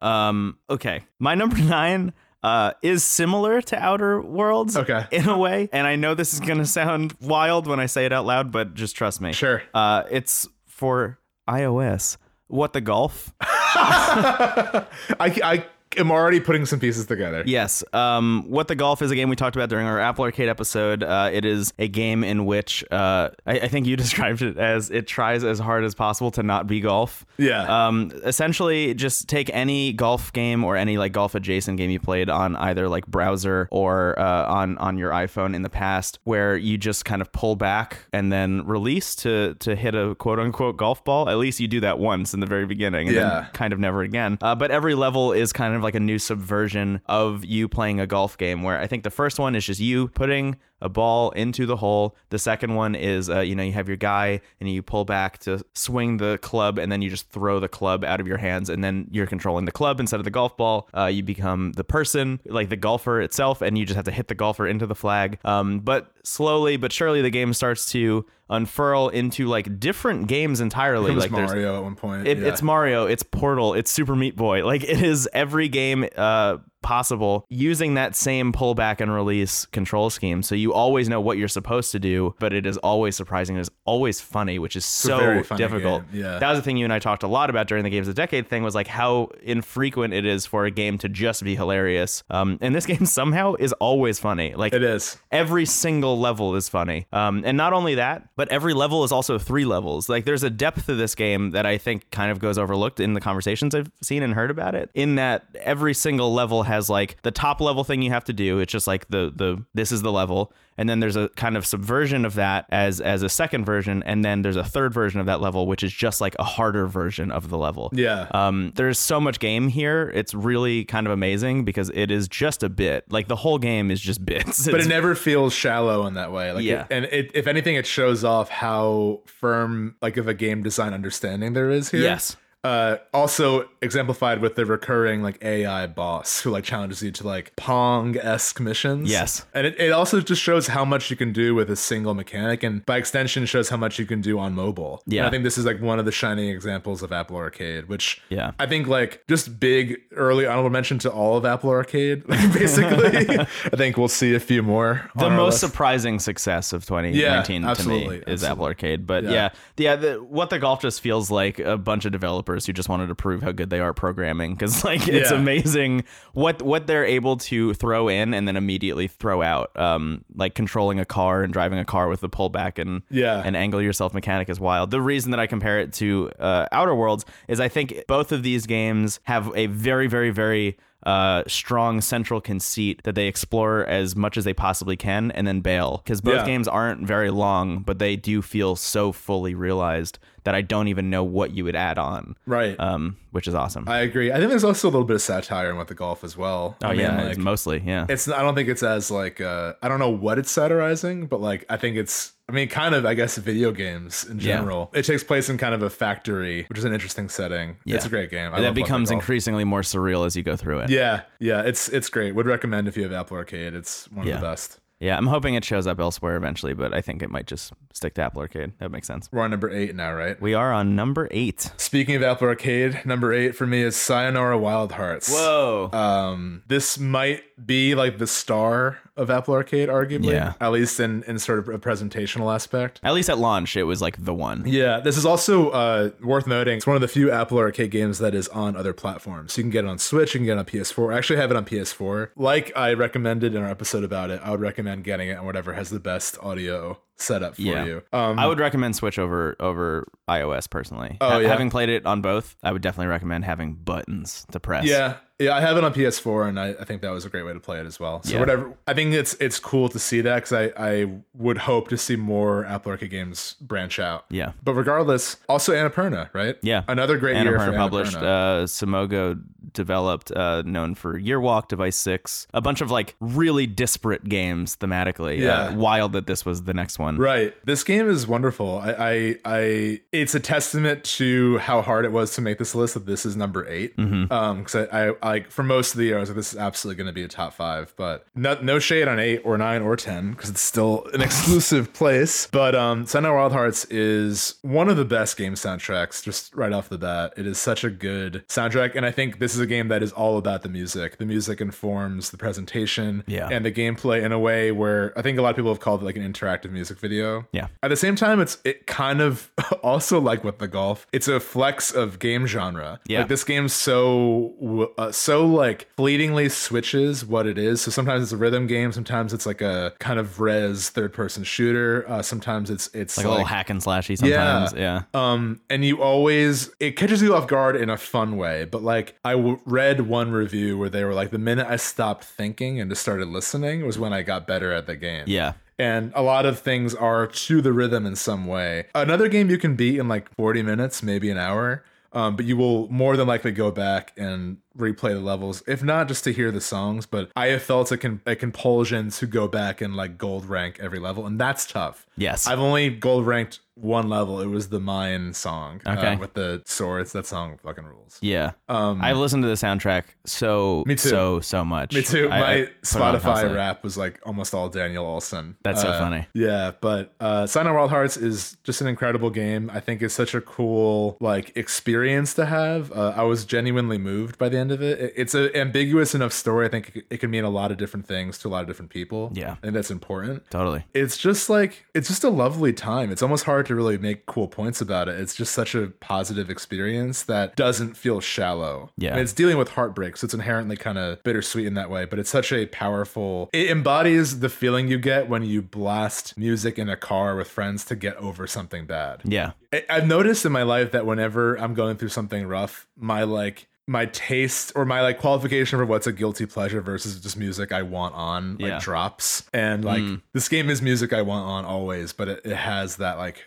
Speaker 1: Um, okay. My number nine uh, is similar to Outer Worlds
Speaker 2: Okay.
Speaker 1: in a way. And I know this is going to sound wild when I say it out loud, but just trust me.
Speaker 2: Sure.
Speaker 1: Uh, it's for iOS. What the Golf?
Speaker 2: I, I am already putting some pieces together.
Speaker 1: Yes. Um, what the Golf is a game we talked about during our Apple Arcade episode. Uh, it is a game in which uh, I, I think you (laughs) described it as it tries as hard as possible to not be golf.
Speaker 2: Yeah.
Speaker 1: Um, essentially, just take any golf game or any like golf adjacent game you played on either like browser or uh, on on your iPhone in the past, where you just kind of pull back and then release to to hit a quote unquote golf ball. At least you do that once in the very beginning. And then
Speaker 2: Yeah.
Speaker 1: kind of never again. Uh, but every level is kind of like a new subversion of you playing a golf game, where I think the first one is just you putting a ball into the hole. The second one is, uh, you know, you have your guy and you pull back to swing the club, and then you just throw the club out of your hands, and then you're controlling the club instead of the golf ball. Uh, you become the person, like the golfer itself, and you just have to hit the golfer into the flag. Um, but slowly but surely, the game starts to unfurl into like different games entirely.
Speaker 2: It was
Speaker 1: like there's-
Speaker 2: Mario at one point.
Speaker 1: it,
Speaker 2: yeah.
Speaker 1: It's Mario. It's Portal. It's Super Meat Boy. Like it is every game uh, possible using that same pullback and release control scheme. So you always know what you're supposed to do, but it is always surprising. It is always funny, which is
Speaker 2: a
Speaker 1: so
Speaker 2: very funny
Speaker 1: difficult.
Speaker 2: game, yeah.
Speaker 1: That was the thing you and I talked a lot about during the games of the decade thing was like how infrequent it is for a game to just be hilarious. Um, and this (laughs) game somehow is always funny. Like
Speaker 2: it is.
Speaker 1: Every single level is funny. Um, and not only that, but every level is also three levels. Like there's a depth to this game that I think kind of goes overlooked in the conversations I've seen and heard about it. In that every single level has like the top level thing you have to do. It's just like the the this is the level. And then there's a kind of subversion of that as as a second version, and then there's a third version of that level, which is just like a harder version of the level.
Speaker 2: Yeah.
Speaker 1: Um, there's so much game here. It's really kind of amazing because it is just a bit. Like the whole game is just bits.
Speaker 2: but
Speaker 1: It's
Speaker 2: it never feels shallow in that way. Like,
Speaker 1: Yeah.
Speaker 2: it- and it, if anything, it shows off how firm, like, of a game design understanding there is here.
Speaker 1: Yes.
Speaker 2: Uh, also exemplified with the recurring like AI boss who like challenges you to like Pong esque missions.
Speaker 1: Yes.
Speaker 2: and it, it also just shows how much you can do with a single mechanic, and by extension, shows how much you can do on mobile. And
Speaker 1: Yeah.
Speaker 2: I think this is like one of the shining examples of Apple Arcade, which
Speaker 1: Yeah.
Speaker 2: I think like just big early honorable mention to all of Apple Arcade. (laughs)
Speaker 1: (laughs)
Speaker 2: like, basically, I think we'll see a few more.
Speaker 1: the
Speaker 2: on our
Speaker 1: most
Speaker 2: list.
Speaker 1: surprising success of 2019
Speaker 2: Yeah,
Speaker 1: to me
Speaker 2: absolutely,
Speaker 1: is Apple
Speaker 2: absolutely.
Speaker 1: Arcade. But yeah,
Speaker 2: Yeah.
Speaker 1: yeah, the, what the golf just feels like a bunch of developers who just wanted to prove how good they are at programming because (laughs) like it's
Speaker 2: Yeah.
Speaker 1: amazing what what they're able to throw in and then immediately throw out. Um, like controlling a car and driving a car with the pullback and
Speaker 2: Yeah.
Speaker 1: and angle yourself mechanic is wild. The reason that I compare it to uh, Outer Worlds is I think both of these games have a very, very, very uh, strong central conceit that they explore as much as they possibly can and then bail. Because both
Speaker 2: Yeah.
Speaker 1: games aren't very long, but they do feel so fully realized that I don't even know what you would add on,
Speaker 2: right.
Speaker 1: um, which is awesome.
Speaker 2: I agree. I think there's also a little bit of satire in what the golf as well.
Speaker 1: oh,
Speaker 2: I mean,
Speaker 1: yeah,
Speaker 2: like,
Speaker 1: it's mostly, yeah.
Speaker 2: it's I don't think it's as like uh I don't know what it's satirizing, but like I think it's I mean kind of I guess video games in
Speaker 1: Yeah.
Speaker 2: general. It takes place in kind of a factory, which is an interesting setting. It's a great game.
Speaker 1: that
Speaker 2: I love Love
Speaker 1: becomes
Speaker 2: Golf.
Speaker 1: increasingly more surreal as you go through it.
Speaker 2: Yeah, yeah, it's it's great. Would recommend if you have Apple Arcade. It's one
Speaker 1: Yeah.
Speaker 2: of the best.
Speaker 1: yeah, I'm hoping it shows up elsewhere eventually, but I think it might just stick to Apple Arcade. That makes sense.
Speaker 2: We're on number eight now, right?
Speaker 1: We are on number eight.
Speaker 2: Speaking of Apple Arcade, number eight for me is Sayonara Wild Hearts.
Speaker 1: Whoa.
Speaker 2: um this might be like the star of apple arcade arguably
Speaker 1: Yeah.
Speaker 2: at least in in sort of a presentational aspect
Speaker 1: At least at launch, it was like the one.
Speaker 2: yeah this is also uh worth noting it's one of the few apple arcade games that is on other platforms you can get it on switch you can get it on ps4 i actually have it on ps4 like i recommended in our episode about it i would recommend getting it on whatever has the best audio setup for
Speaker 1: Yeah.
Speaker 2: you um
Speaker 1: I would recommend Switch over over iOS personally.
Speaker 2: Oh, yeah.
Speaker 1: Having played it on both, I would definitely recommend having buttons to press.
Speaker 2: Yeah, yeah, I have it on PS4, and I, I think that was a great way to play it as well. So
Speaker 1: Yeah.
Speaker 2: whatever, I think it's it's cool to see that because I I would hope to see more Apple Arcade games branch out.
Speaker 1: Yeah.
Speaker 2: but regardless, also Annapurna, right?
Speaker 1: Yeah.
Speaker 2: another great year for
Speaker 1: Annapurna
Speaker 2: Annapurna.
Speaker 1: published, uh, Samogo developed, uh, known for Yearwalk, Device 6, a bunch of like really disparate games thematically. Uh,
Speaker 2: Yeah.
Speaker 1: wild that this was the next one.
Speaker 2: Right. This game is wonderful. I, I, I, it's a testament to how hard it was to make this list that this is number 8 Um, cause I, I, like for most of the year, I was like, this is absolutely going to be a top five, but no, no shade on eight or nine or 10, cause it's still an exclusive place. But, um, Senna Wild Hearts is one of the best game soundtracks just right off the bat. It is such a good soundtrack. And I think this is a game that is all about the music. The music informs the presentation
Speaker 1: Yeah.
Speaker 2: and the gameplay in a way where I think a lot of people have called it like an interactive music video.
Speaker 1: Yeah.
Speaker 2: At the same time, it's it kind of (laughs) also like with the golf, it's a flex of game genre.
Speaker 1: Yeah.
Speaker 2: Like this game's so w- uh, so like fleetingly switches what it is. So sometimes it's a rhythm game, sometimes it's like a kind of res third person shooter. Uh, sometimes it's it's
Speaker 1: Like a little hack and slashy sometimes. Yeah.
Speaker 2: um, and you always it catches you off guard in a fun way. But like I w- read one review where they were like, the minute I stopped thinking and just started listening was when I got better at the game.
Speaker 1: Yeah.
Speaker 2: And a lot of things are to the rhythm in some way. Another game you can beat in like 40 minutes, maybe an hour, um, but you will more than likely go back and replay the levels, if not just to hear the songs. But I have felt a, con- a compulsion to go back and like gold rank every level, and that's tough.
Speaker 1: Yes.
Speaker 2: I've only gold ranked one level. It was the mine song uh,
Speaker 1: Okay.
Speaker 2: with the swords. That song fucking rules.
Speaker 1: yeah.
Speaker 2: Um,
Speaker 1: I've listened to the soundtrack so
Speaker 2: Me too.
Speaker 1: so so much.
Speaker 2: Me too.
Speaker 1: I-
Speaker 2: My
Speaker 1: I put it on
Speaker 2: Spotify
Speaker 1: constantly.
Speaker 2: rap was like almost all Daniel Olsen.
Speaker 1: That's so
Speaker 2: Uh,
Speaker 1: funny.
Speaker 2: Yeah, but uh, Sign on Wild Hearts is just an incredible game. I think it's such a cool like experience to have. Uh, I was genuinely moved by the end of it. It- It's an ambiguous enough story. I think it c- it can mean a lot of different things to a lot of different people.
Speaker 1: Yeah.
Speaker 2: I think that's important.
Speaker 1: Totally.
Speaker 2: It's just like it's just a lovely time. It's almost hard to really make cool points about it. It's just such a positive experience that doesn't feel shallow.
Speaker 1: Yeah.
Speaker 2: And it's dealing with heartbreak, so it's inherently kind of bittersweet in that way, but it's such a powerful it embodies the feeling you get when you blast music in a car with friends to get over something bad.
Speaker 1: Yeah.
Speaker 2: I- I've noticed in my life that whenever I'm going through something rough, my like my taste or my like qualification for what's a guilty pleasure versus just music I want on like
Speaker 1: Yeah. Mm.
Speaker 2: drops. And like this game is music I want on always, but it, it has that like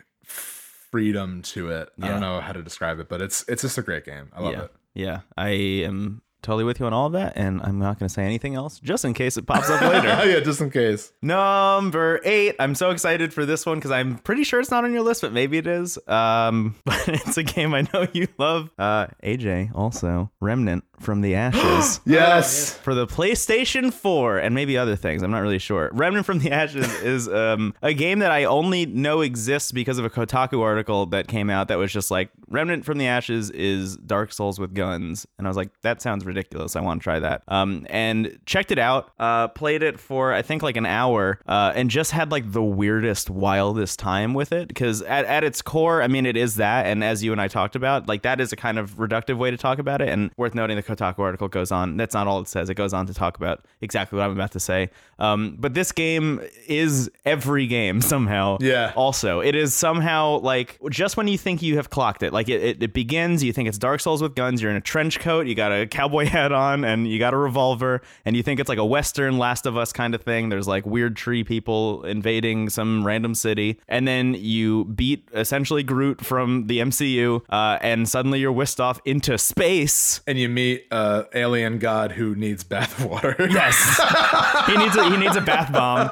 Speaker 2: freedom to it. I
Speaker 1: Yeah.
Speaker 2: don't know how to describe it, but it's it's just a great game. I love
Speaker 1: yeah.
Speaker 2: it. (laughs)
Speaker 1: Yeah. I am totally with you on all of that, and I'm not going to say anything else just in case it pops up
Speaker 2: (laughs)
Speaker 1: later.
Speaker 2: yeah, just in case.
Speaker 1: Number eight. I'm so excited for this one because I'm pretty sure it's not on your list, but maybe it is. Um, (laughs) but it's a game I know you love. Uh, AJ also Remnant from the Ashes.
Speaker 2: Yes.
Speaker 1: for the PlayStation 4 and maybe other things. I'm not really sure. Remnant from the (laughs) Ashes is um, a game that I only know exists because of a Kotaku article that came out that was just like Remnant from the Ashes is Dark Souls with guns, and I was like, that sounds ridiculous. I want to try that. Um, and checked it out. Uh, played it for I think like an hour, uh, and just had like the weirdest, wildest time with it because at at its core, I mean, it is that. And as you and I talked about, like that is a kind of reductive way to talk about it. And worth noting, the Kotaku article goes on. That's not all it says. It goes on to talk about exactly what I'm about to say. Um, but this game is every game (laughs) somehow.
Speaker 2: Yeah.
Speaker 1: Also, it is somehow like just when you think you have clocked it, like it, it, it begins, you think it's Dark Souls with guns, you're in a trench coat, you got a cowboy (laughs) hat on, and you got a revolver, and you think it's like a Western Last of Us kind of thing. There's like weird tree people invading some random city, and then you beat essentially Groot from the MCU, uh, and suddenly you're whisked off into space.
Speaker 2: And you meet uh alien god who needs bath water. (laughs)
Speaker 1: Yes. (laughs) he needs a, he needs a bath bomb.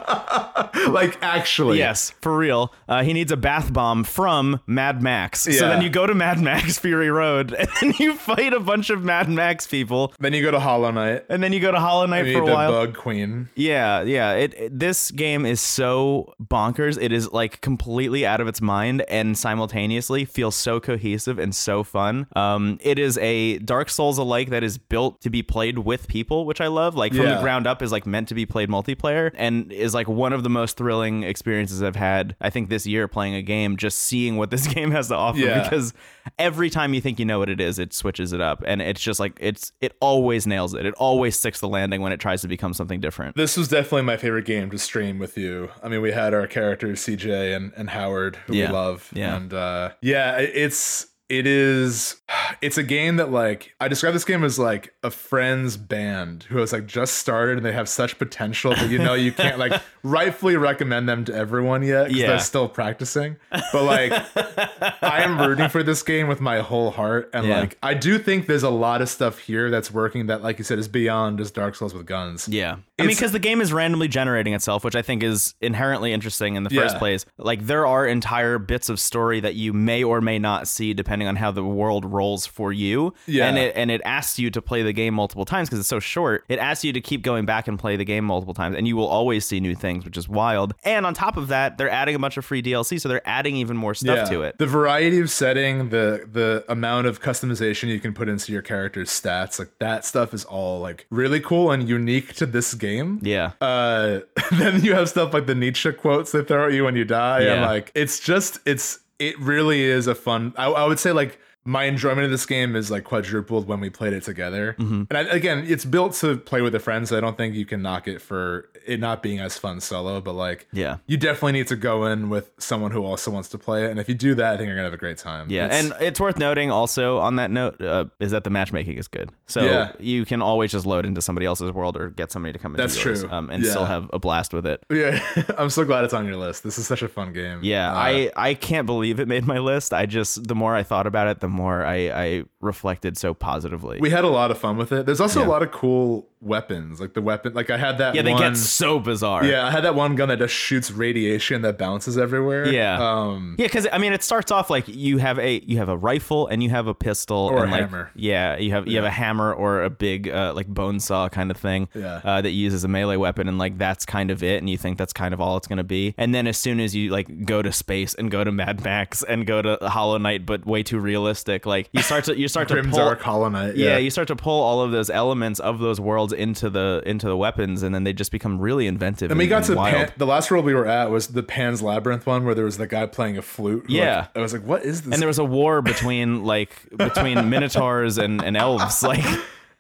Speaker 2: like actually.
Speaker 1: Yes, for real. Uh, he needs a bath bomb from Mad Max. So
Speaker 2: Yeah.
Speaker 1: then you go to Mad Max Fury Road, (laughs) and then you fight a bunch of Mad Max people,
Speaker 2: Then you go to Hollow Knight.
Speaker 1: and then you go to Hollow Knight
Speaker 2: You
Speaker 1: for
Speaker 2: meet
Speaker 1: a
Speaker 2: the
Speaker 1: while.
Speaker 2: bug queen.
Speaker 1: Yeah, yeah. It, it- this game is so bonkers. It is like completely out of its mind, and simultaneously feels so cohesive and so fun. Um, it is a Dark Souls alike that is built to be played with people, which I love. Like from the
Speaker 2: Yeah.
Speaker 1: ground up is like meant to be played multiplayer, and is like one of the most thrilling experiences I've had. I think this year playing a game, just seeing what this (laughs) game has to offer,
Speaker 2: Yeah.
Speaker 1: because every time you think you know what it is, it switches it up, and it's just like it's it always nails it. It always sticks the landing when it tries to become something different.
Speaker 2: This was definitely my favorite game to stream with you. I mean, we had our characters CJ and, and Howard, who
Speaker 1: Yeah.
Speaker 2: we love.
Speaker 1: Yeah.
Speaker 2: And uh yeah, i- it's it is (sighs) it's a game that like I describe this game as like a friend's band who has like just started and they have such potential but you know you
Speaker 1: (laughs)
Speaker 2: can't like rightfully recommend them to everyone yet because
Speaker 1: Yeah.
Speaker 2: they're
Speaker 1: (laughs)
Speaker 2: still practicing. But like I am rooting for this game with my whole heart, and
Speaker 1: Yeah.
Speaker 2: like I do think there's a lot of stuff here that's working that, like you said, is beyond just Dark Souls with guns.
Speaker 1: Yeah. I mean,
Speaker 2: It's-
Speaker 1: because the game is randomly generating itself, which I think is inherently interesting in the first
Speaker 2: Yeah.
Speaker 1: place. Like, there are entire bits of story that you may or may not see depending on how the world rolls for you.
Speaker 2: Yeah.
Speaker 1: And it, and it asks you to play the game multiple times because it's so short. It asks you to keep going back and play the game multiple times, and you will always see new things, which is wild. And on top of that, they're adding a bunch of free DLC, so they're adding even more stuff to it.
Speaker 2: The variety of setting, the the amount of customization you can put into your character's stats, like that stuff is all like really cool and unique to this game.
Speaker 1: yeah.
Speaker 2: Uh, (laughs) then you have stuff like the Nietzsche quotes they throw at you when you die, and
Speaker 1: Yeah.
Speaker 2: like it's just it's it really is a fun. I, I would say like my enjoyment of this game is like quadrupled when we played it together.
Speaker 1: Mm-hmm.
Speaker 2: And I, again, it's built to play with a friend, so I don't think you can knock it for it not being as fun solo. But like,
Speaker 1: Yeah.
Speaker 2: you definitely need to go in with someone who also wants to play it. And if you do that, I think you're gonna have a great time.
Speaker 1: Yeah,
Speaker 2: It's-
Speaker 1: and it's worth noting also on that note uh, is that the matchmaking is good, so
Speaker 2: Yeah.
Speaker 1: you can always just load into somebody else's world or get somebody to come. Into
Speaker 2: That's
Speaker 1: yours,
Speaker 2: true.
Speaker 1: um, and
Speaker 2: Yeah.
Speaker 1: still have a blast with it.
Speaker 2: (laughs) yeah, (laughs) I'm so glad it's on your list. This is such a fun game.
Speaker 1: Yeah,
Speaker 2: Uh,
Speaker 1: I I can't believe it made my list. I just the more I thought about it, the more I, I reflected so positively.
Speaker 2: We had a lot of fun with it. There's also
Speaker 1: Yeah.
Speaker 2: a lot of cool weapons, like the weapon. Like I had that.
Speaker 1: yeah, they
Speaker 2: one,
Speaker 1: get so bizarre.
Speaker 2: Yeah, I had that one gun that just shoots radiation that bounces everywhere.
Speaker 1: Yeah.
Speaker 2: Um.
Speaker 1: Yeah, because I mean, it starts off like you have a you have a rifle and you have a pistol
Speaker 2: Or a
Speaker 1: and like
Speaker 2: hammer.
Speaker 1: yeah, you have you have a hammer or a big uh, like bone saw kind of thing
Speaker 2: Yeah.
Speaker 1: uh, that you use as a melee weapon, and like that's kind of it, and you think that's kind of all it's gonna be. And then as soon as you like go to space and go to Mad Max and go to Hollow Knight, but way too realistic, like you start to you start to pull
Speaker 2: Grimdark Hollow Knight.
Speaker 1: yeah.
Speaker 2: Yeah.
Speaker 1: you start to pull all of those elements of those worlds into the into the weapons, and then they just become really inventive.
Speaker 2: and we got to
Speaker 1: Mm, wild.
Speaker 2: Pan, the last world we were at was the Pan's Labyrinth one where there was the guy playing a flute. who, like-
Speaker 1: Yeah.
Speaker 2: I was like, what is this?
Speaker 1: and there was a war between like
Speaker 2: (laughs)
Speaker 1: between minotaurs and, and elves like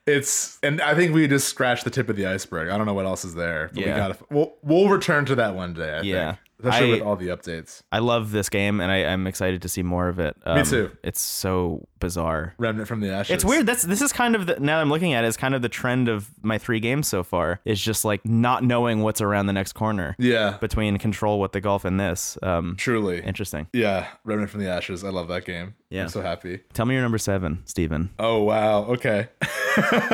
Speaker 2: It's and I think we just scratched the tip of the iceberg. I don't know what else is there. But
Speaker 1: Yeah.
Speaker 2: we gotta we'll we'll return to that one day, I
Speaker 1: Yeah.
Speaker 2: think. Especially
Speaker 1: I-
Speaker 2: with all the updates.
Speaker 1: i love this game and I, i'm excited to see more of it um,
Speaker 2: too.
Speaker 1: it's so bizarre
Speaker 2: Remnant from the Ashes.
Speaker 1: it's weird that's this is kind of the now that i'm looking at it is kind of the trend of my three games so far is just like not knowing what's around the next corner
Speaker 2: Yeah. But
Speaker 1: between control what the golf and this um
Speaker 2: truly.
Speaker 1: interesting
Speaker 2: yeah. Remnant from the Ashes. I love that game.
Speaker 1: Yeah.
Speaker 2: I'm so happy.
Speaker 1: tell me your number seven
Speaker 2: (laughs)
Speaker 1: steven
Speaker 2: Oh wow. Okay.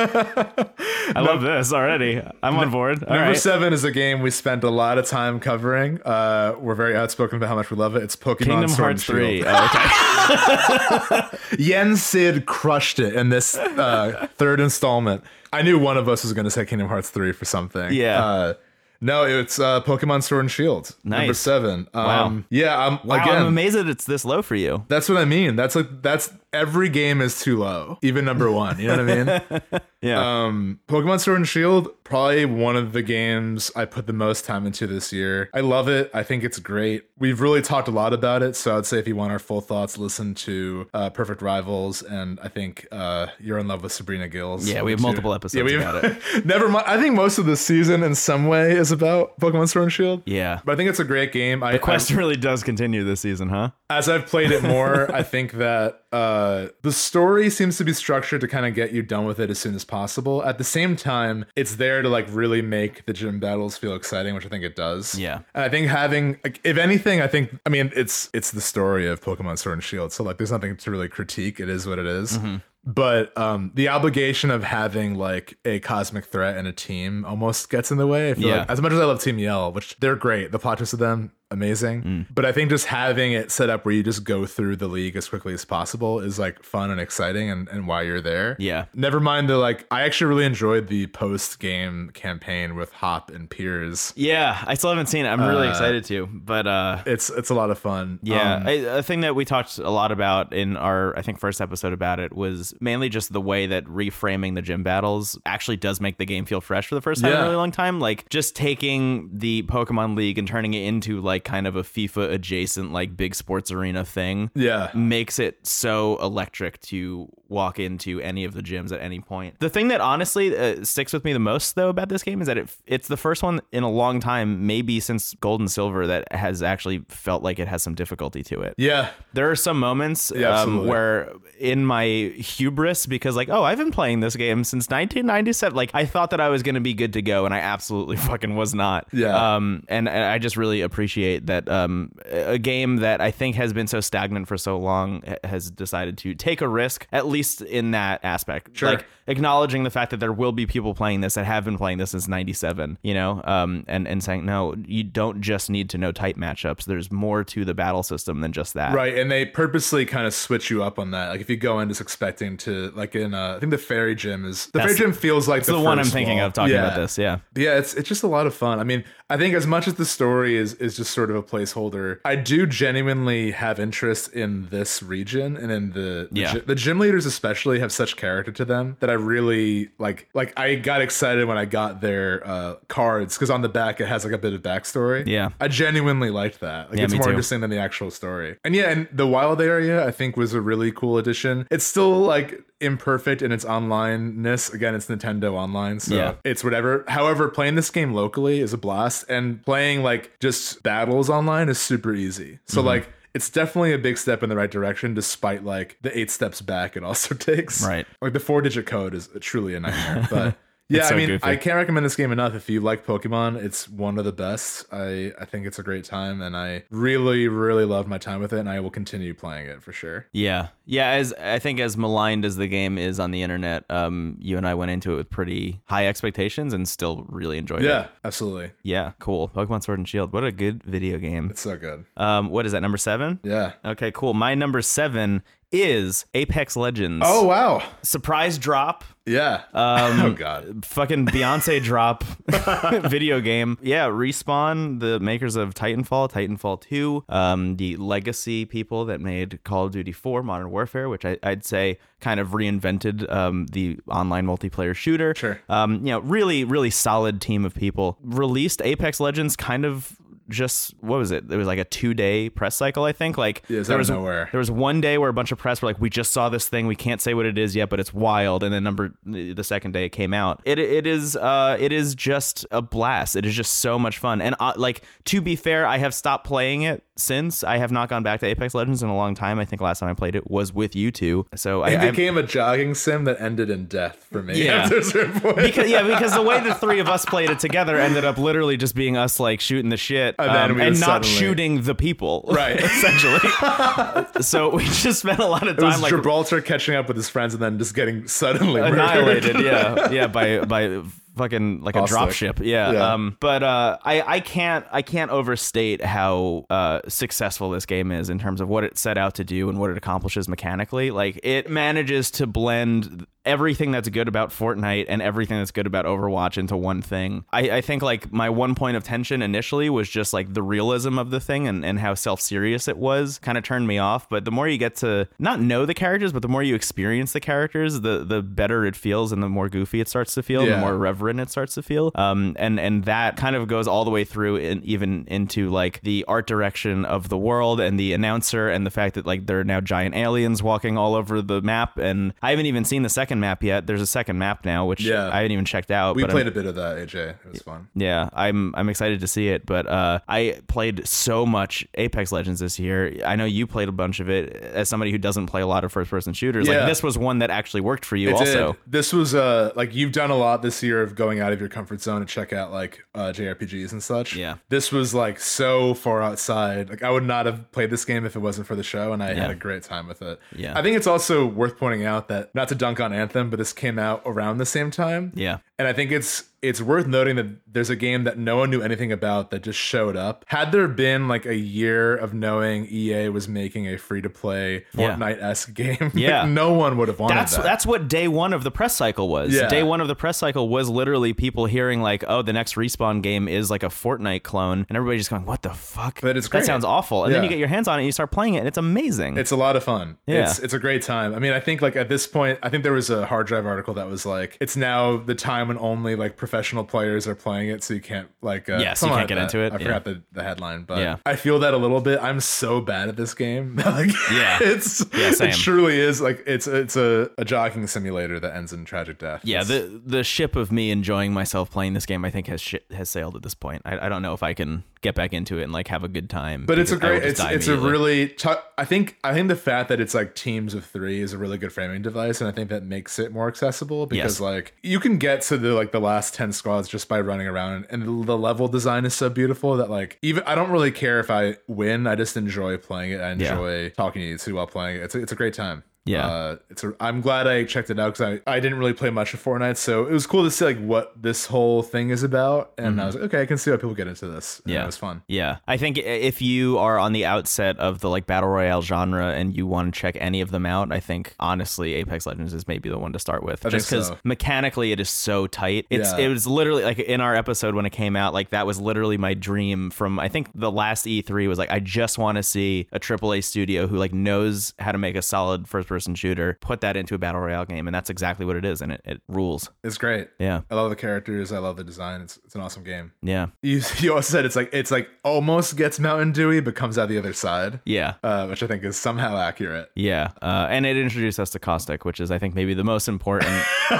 Speaker 1: i love this already i'm on board All
Speaker 2: Number
Speaker 1: right.
Speaker 2: seven is a game we spent a lot of time covering. Uh, we're very outspoken about how much we love it. It's Pokemon
Speaker 1: kingdom Oh,
Speaker 2: Sword
Speaker 1: hearts 3 Oh,
Speaker 2: and Shield.
Speaker 1: okay.
Speaker 2: (laughs) Yen Sid crushed it in this uh, third installment. I knew one of us was going to say Kingdom Hearts 3 for something.
Speaker 1: Yeah.
Speaker 2: Uh, no, it's uh, Pokemon Sword and Shield. Number
Speaker 1: Nice.
Speaker 2: seven. Um,
Speaker 1: Wow.
Speaker 2: Yeah, I'm,
Speaker 1: Wow,
Speaker 2: again,
Speaker 1: i'm amazed that it's this low for you
Speaker 2: that's what I mean. That's like, that's every game is too low, even number one. You know what I
Speaker 1: (laughs)
Speaker 2: mean?
Speaker 1: yeah
Speaker 2: Um, Pokemon Sword and Shield, probably one of the games I put the most time into this year. I love it. I think it's great. We've really talked a lot about it, so I'd say if you want our full thoughts, listen to uh, Perfect Rivals, and I think uh, you're in love with Sabrina Gills.
Speaker 1: Yeah, we have
Speaker 2: Which you-
Speaker 1: multiple episodes
Speaker 2: (laughs)
Speaker 1: about
Speaker 2: it. never mind. I think most of the season, in some way, is about Pokemon Sword and Shield.
Speaker 1: yeah
Speaker 2: But I think it's a great game. I, I
Speaker 1: quest really does continue this season huh
Speaker 2: as I've played it more, I think that uh, the story seems to be structured to kind of get you done with it as soon as possible. At the same time, it's there to like really make the gym battles feel exciting, which I think it does.
Speaker 1: Yeah.
Speaker 2: and I think having, like, if anything, I think I mean it's it's the story of Pokemon Sword and Shield, so like there's nothing to really critique. It is what it is. But um, the obligation of having like a cosmic threat and a team almost gets in the way. I feel
Speaker 1: Yeah.
Speaker 2: like as much as I love Team Yell, which they're great, the plot twists of them amazing.
Speaker 1: Mm.
Speaker 2: But I think just having it set up where you just go through the league as quickly as possible is like fun and exciting, and, and why you're there.
Speaker 1: Yeah.
Speaker 2: Never mind the like. I actually really enjoyed the post game campaign with Hop and Piers.
Speaker 1: Yeah, I still haven't seen it. I'm really excited to. But uh
Speaker 2: It's it's a lot of fun.
Speaker 1: yeah,
Speaker 2: Uh, Um,
Speaker 1: I, a thing that we talked a lot about in our I think first episode about it was mainly just the way that reframing the gym battles actually does make the game feel fresh for the first time in
Speaker 2: Yeah.
Speaker 1: a really long time. Like just taking the Pokemon League and turning it into like kind of a FIFA adjacent like big sports arena thing.
Speaker 2: yeah.
Speaker 1: makes it so electric to walk into any of the gyms at any point. The thing that honestly uh, sticks with me the most though about this game is that it it's the first one in a long time, maybe since Gold and Silver, that has actually felt like it has some difficulty to it.
Speaker 2: Yeah.
Speaker 1: There are some moments
Speaker 2: Yeah,
Speaker 1: um,
Speaker 2: absolutely.
Speaker 1: where, in my hubris, because like, oh, I've been playing this game since 1997. Like, I thought that I was going to be good to go, and I absolutely (laughs) fucking was not.
Speaker 2: Yeah.
Speaker 1: Um, and, and I just really appreciate that um, a game that I think has been so stagnant for so long ha- has decided to take a risk, at least in that aspect.
Speaker 2: Sure.
Speaker 1: Like, acknowledging the fact that there will be people playing this that have been playing this since 97 you know um and and saying no you don't just need to know type matchups there's more to the battle system than just that
Speaker 2: Right, and they purposely kind of switch you up on that. Like if you go in just expecting to, like in uh, I think the fairy gym is the
Speaker 1: That's-
Speaker 2: fairy gym feels like
Speaker 1: it's the, one i'm
Speaker 2: first
Speaker 1: thinking
Speaker 2: wall.
Speaker 1: of talking
Speaker 2: Yeah.
Speaker 1: about this yeah
Speaker 2: Yeah, it's it's just a lot of fun. I mean, I think as much as the story is is just sort of a placeholder, I do genuinely have interest in this region and in the the,
Speaker 1: Yeah.
Speaker 2: gy- the gym leaders especially have such character to them that I really like. Like I got excited when I got their uh, cards because on the back it has like a bit of backstory.
Speaker 1: Yeah.
Speaker 2: I genuinely liked that. Like
Speaker 1: Yeah,
Speaker 2: it's
Speaker 1: me
Speaker 2: more
Speaker 1: too.
Speaker 2: interesting than the actual story. And yeah, and the wild area I think was a really cool addition. It's still like imperfect in its onlineness. Again, it's Nintendo Online, so
Speaker 1: Yeah.
Speaker 2: it's whatever. However, playing this game locally is a blast, and playing like just battles online is super easy. So
Speaker 1: Mm-hmm.
Speaker 2: like. It's definitely a big step in the right direction, despite like the eight steps back it also (laughs) takes.
Speaker 1: Right. (laughs)
Speaker 2: Like the four digit code is truly a nightmare. But Yeah,
Speaker 1: It's so
Speaker 2: I mean,
Speaker 1: goofy.
Speaker 2: I can't recommend this game enough. If you like Pokemon, it's one of the best. I, I think it's a great time, and I really, really love my time with it, and I will continue playing it for sure.
Speaker 1: Yeah, yeah. As I think, as maligned as the game is on the internet, um, you and I went into it with pretty high expectations and still really enjoyed it.
Speaker 2: Yeah, absolutely.
Speaker 1: Yeah, cool. Pokemon Sword and Shield. What a good video game.
Speaker 2: It's so good.
Speaker 1: Um, what is that number seven?
Speaker 2: Yeah.
Speaker 1: Okay, cool. My number seven is Apex Legends.
Speaker 2: Oh wow.
Speaker 1: surprise drop.
Speaker 2: Yeah. (laughs)
Speaker 1: Um,
Speaker 2: oh god.
Speaker 1: fucking Beyonce drop (laughs) video game. Yeah, Respawn, the makers of Titanfall, Titanfall 2, um, the legacy people that made Call of Duty 4, Modern Warfare, which I, I'd say kind of reinvented um, the online multiplayer shooter.
Speaker 2: Sure.
Speaker 1: Um, you know, really, really solid team of people. Released Apex Legends kind of just what was it? It was like a two day press cycle, I think. Like
Speaker 2: Yeah, it's
Speaker 1: there
Speaker 2: out
Speaker 1: was
Speaker 2: of nowhere.
Speaker 1: there was one day where a bunch of press were like, "We just saw this thing. We can't say what it is yet, but it's wild." And then number the second day it came out. It it is uh it is just a blast. It is just so much fun. And uh, like to be fair, I have stopped playing it since. I have not gone back to Apex Legends in a long time. I think last time I played it was with you two. So I,
Speaker 2: It
Speaker 1: I'm-
Speaker 2: became a jogging sim that ended in death for me.
Speaker 1: Yeah.
Speaker 2: After a certain
Speaker 1: (laughs)
Speaker 2: point.
Speaker 1: because yeah, because the way the three of us played it together ended up literally just being us like shooting the shit
Speaker 2: And then
Speaker 1: um,
Speaker 2: we
Speaker 1: and
Speaker 2: would
Speaker 1: not
Speaker 2: suddenly-
Speaker 1: shooting the people, (laughs)
Speaker 2: Right. (laughs)
Speaker 1: essentially. so we just spent a lot of
Speaker 2: it
Speaker 1: time
Speaker 2: was
Speaker 1: like
Speaker 2: Gibraltar catching up with his friends and then just getting suddenly murdered. (laughs)
Speaker 1: annihilated. Yeah, yeah, by by fucking like a
Speaker 2: Caustic.
Speaker 1: dropship. Yeah.
Speaker 2: Yeah.
Speaker 1: Um. But uh, I I can't I can't overstate how uh successful this game is in terms of what it set out to do and what it accomplishes mechanically. Like it manages to blend everything that's good about Fortnite and everything that's good about Overwatch into one thing. I I think like my one point of tension initially was just like the realism of the thing and and how self serious it was kind of turned me off. But the more you get to not know the characters, but the more you experience the characters, the the better it feels and the more goofy it starts to feel,
Speaker 2: Yeah.
Speaker 1: the more reverent it starts to feel. Um, and and that kind of goes all the way through and even into like the art direction of the world and the announcer and the fact that like there are now giant aliens walking all over the map. And I haven't even seen the second map yet. There's a second map now, which
Speaker 2: Yeah.
Speaker 1: I haven't even checked out.
Speaker 2: We
Speaker 1: but um, I'm-
Speaker 2: played a bit of that, AJ. It was fun.
Speaker 1: yeah, I'm I'm excited to see it. But uh, I played so much Apex Legends this year. I know you played a bunch of it. As somebody who doesn't play a lot of first person shooters,
Speaker 2: Yeah.
Speaker 1: like this was one that actually worked for you.
Speaker 2: It
Speaker 1: also,
Speaker 2: did. this was uh like you've done a lot this year of going out of your comfort zone to check out like uh JRPGs and such.
Speaker 1: Yeah.
Speaker 2: This was like so far outside. Like I would not have played this game if it wasn't for the show and I had
Speaker 1: Yeah.
Speaker 2: a great time with it.
Speaker 1: Yeah.
Speaker 2: I think it's also worth pointing out that not to dunk on Anthem, but this came out around the same time.
Speaker 1: yeah,
Speaker 2: And I think it's it's worth noting that there's a game that no one knew anything about that just showed up. Had there been like a year of knowing EA was making a free to play
Speaker 1: Yeah.
Speaker 2: Fortnite esque (laughs) game, like,
Speaker 1: Yeah.
Speaker 2: no one would have wanted
Speaker 1: that's
Speaker 2: that.
Speaker 1: that's what day one of the press cycle was.
Speaker 2: Yeah.
Speaker 1: Day one of the press cycle was literally people hearing like, "Oh, the next respawn game is like a Fortnite clone," and everybody just going, "What the fuck?"
Speaker 2: But it's
Speaker 1: that
Speaker 2: great.
Speaker 1: sounds awful. And then
Speaker 2: Yeah.
Speaker 1: you get your hands on it, and you start playing it, and it's amazing.
Speaker 2: It's a lot of fun.
Speaker 1: Yeah.
Speaker 2: It's it's a great time. I mean, I think like at this point, I think there was a hard drive article that was like, it's now the time when only like professional players are playing it, so you can't like uh,
Speaker 1: Yes, you
Speaker 2: something
Speaker 1: can't
Speaker 2: like
Speaker 1: get
Speaker 2: that.
Speaker 1: into it,
Speaker 2: I
Speaker 1: yeah.
Speaker 2: forgot the, the headline, but
Speaker 1: Yeah.
Speaker 2: I feel that a little bit. I'm so bad at this game. (laughs) like,
Speaker 1: Yeah.
Speaker 2: it's
Speaker 1: Yeah, same.
Speaker 2: it truly is like it's it's a, a jogging simulator that ends in tragic death.
Speaker 1: Yeah,
Speaker 2: It's-
Speaker 1: the the ship of me enjoying myself playing this game, I think has sh- has sailed at this point. I, I don't know if I can get back into it and like have a good time.
Speaker 2: but it's a
Speaker 1: because I will
Speaker 2: great
Speaker 1: just
Speaker 2: it's
Speaker 1: die
Speaker 2: it's a
Speaker 1: immediately.
Speaker 2: really tou- I think I think the fact that it's like teams of three is a really good framing device and i think that makes it more accessible because
Speaker 1: Yes.
Speaker 2: like you can get to the like the last 10 squads just by running around and the, the level design is so beautiful that like even i don't really care if i win i just enjoy playing it
Speaker 1: Yeah.
Speaker 2: i enjoy talking to you too while playing it it's a, it's a great time
Speaker 1: Yeah.
Speaker 2: uh, it's a, I'm glad I checked it out because I, I didn't really play much of Fortnite, so it was cool to see like what this whole thing is about, and I was like, okay, I can see why people get into this. And
Speaker 1: Mm-hmm. Yeah.
Speaker 2: it was fun.
Speaker 1: Yeah, I think i- if you are on the outset of the like battle royale genre and you want to check any of them out, I think honestly, Apex Legends is maybe the one to start with. just
Speaker 2: think
Speaker 1: because
Speaker 2: so.
Speaker 1: mechanically it is so tight. It's
Speaker 2: Yeah.
Speaker 1: it was literally like in our episode when it came out, like that was literally my dream from I think the last E3 was like I just want to see a AAA studio who like knows how to make a solid first person shooter put that into a battle royale game, and that's exactly what it is, and it, it rules.
Speaker 2: It's great.
Speaker 1: Yeah,
Speaker 2: I love the characters. I love the design. It's it's an awesome game.
Speaker 1: yeah,
Speaker 2: You (laughs) you also said it's like it's like almost gets Mountain Dewy, but comes out the other side,
Speaker 1: yeah.
Speaker 2: uh, which I think is somehow accurate.
Speaker 1: Yeah, uh, and it introduced us to caustic, which is, I think, maybe the most
Speaker 2: (laughs)
Speaker 1: important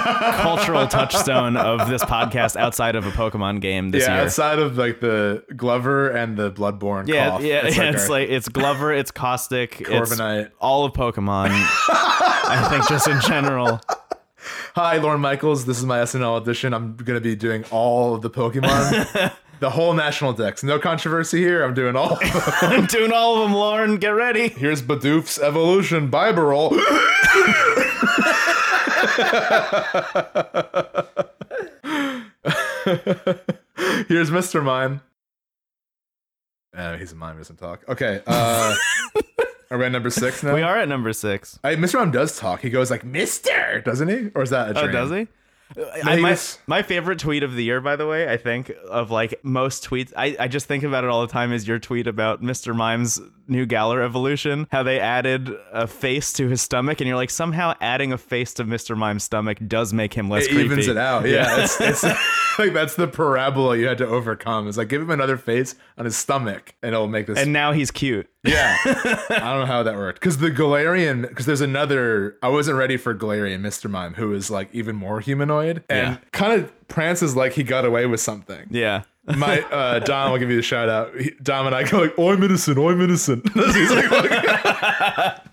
Speaker 1: cultural touchstone of this podcast outside of a Pokemon game this
Speaker 2: yeah,
Speaker 1: year.
Speaker 2: outside of like the Glover and the Bloodborne.
Speaker 1: yeah,
Speaker 2: cough,
Speaker 1: yeah, it's,
Speaker 2: it's like
Speaker 1: it's
Speaker 2: our
Speaker 1: like it's Glover, it's caustic, it's
Speaker 2: (laughs) Corviknight.
Speaker 1: all of Pokemon. I think just in general. (laughs)
Speaker 2: "Hi, Lauren Michaels. This is my SNL audition. I'm gonna be doing all of
Speaker 1: (laughs)
Speaker 2: the Pokemon, the whole national decks. No controversy here. I'm doing all.
Speaker 1: (laughs) I'm doing all of them, Lauren. Get ready.
Speaker 2: Here's Badoof's evolution Bibarol. (laughs) Here's Mr. Mime. Uh, he's a mime. He doesn't talk. Okay.
Speaker 1: (laughs)
Speaker 2: Uh, are we at number six now?
Speaker 1: We are at number six.
Speaker 2: I, Mr. Mom does talk. He goes like Mister, doesn't he? Or is that a
Speaker 1: Oh,
Speaker 2: dream?
Speaker 1: does he?
Speaker 2: he
Speaker 1: I, my,
Speaker 2: was-
Speaker 1: my favorite tweet of the year, by the way, I think of like most tweets. I, I just think about it all the time. Is your tweet about Mr. Mime's new Galar evolution? How they added a face to his stomach, and you're like, somehow adding a face to Mr. Mime's stomach does make him less
Speaker 2: It
Speaker 1: creepy.
Speaker 2: evens it out. Yeah, it's, it's (laughs) like that's the parabola you had to overcome. It's like give him another face on his stomach, and it'll make this.
Speaker 1: And now he's cute.
Speaker 2: yeah, (laughs) I don't know how that worked because the Galarian because there's another. I wasn't ready for Galarian Mr. Mime, who is like even more humanoid and
Speaker 1: Yeah.
Speaker 2: kind of prances like he got away with something.
Speaker 1: Yeah. (laughs)
Speaker 2: My uh, Dom will give you the shout out. He- Dom and I go like, "Oi, innocent, oi, (laughs) innocent." He's like, "What-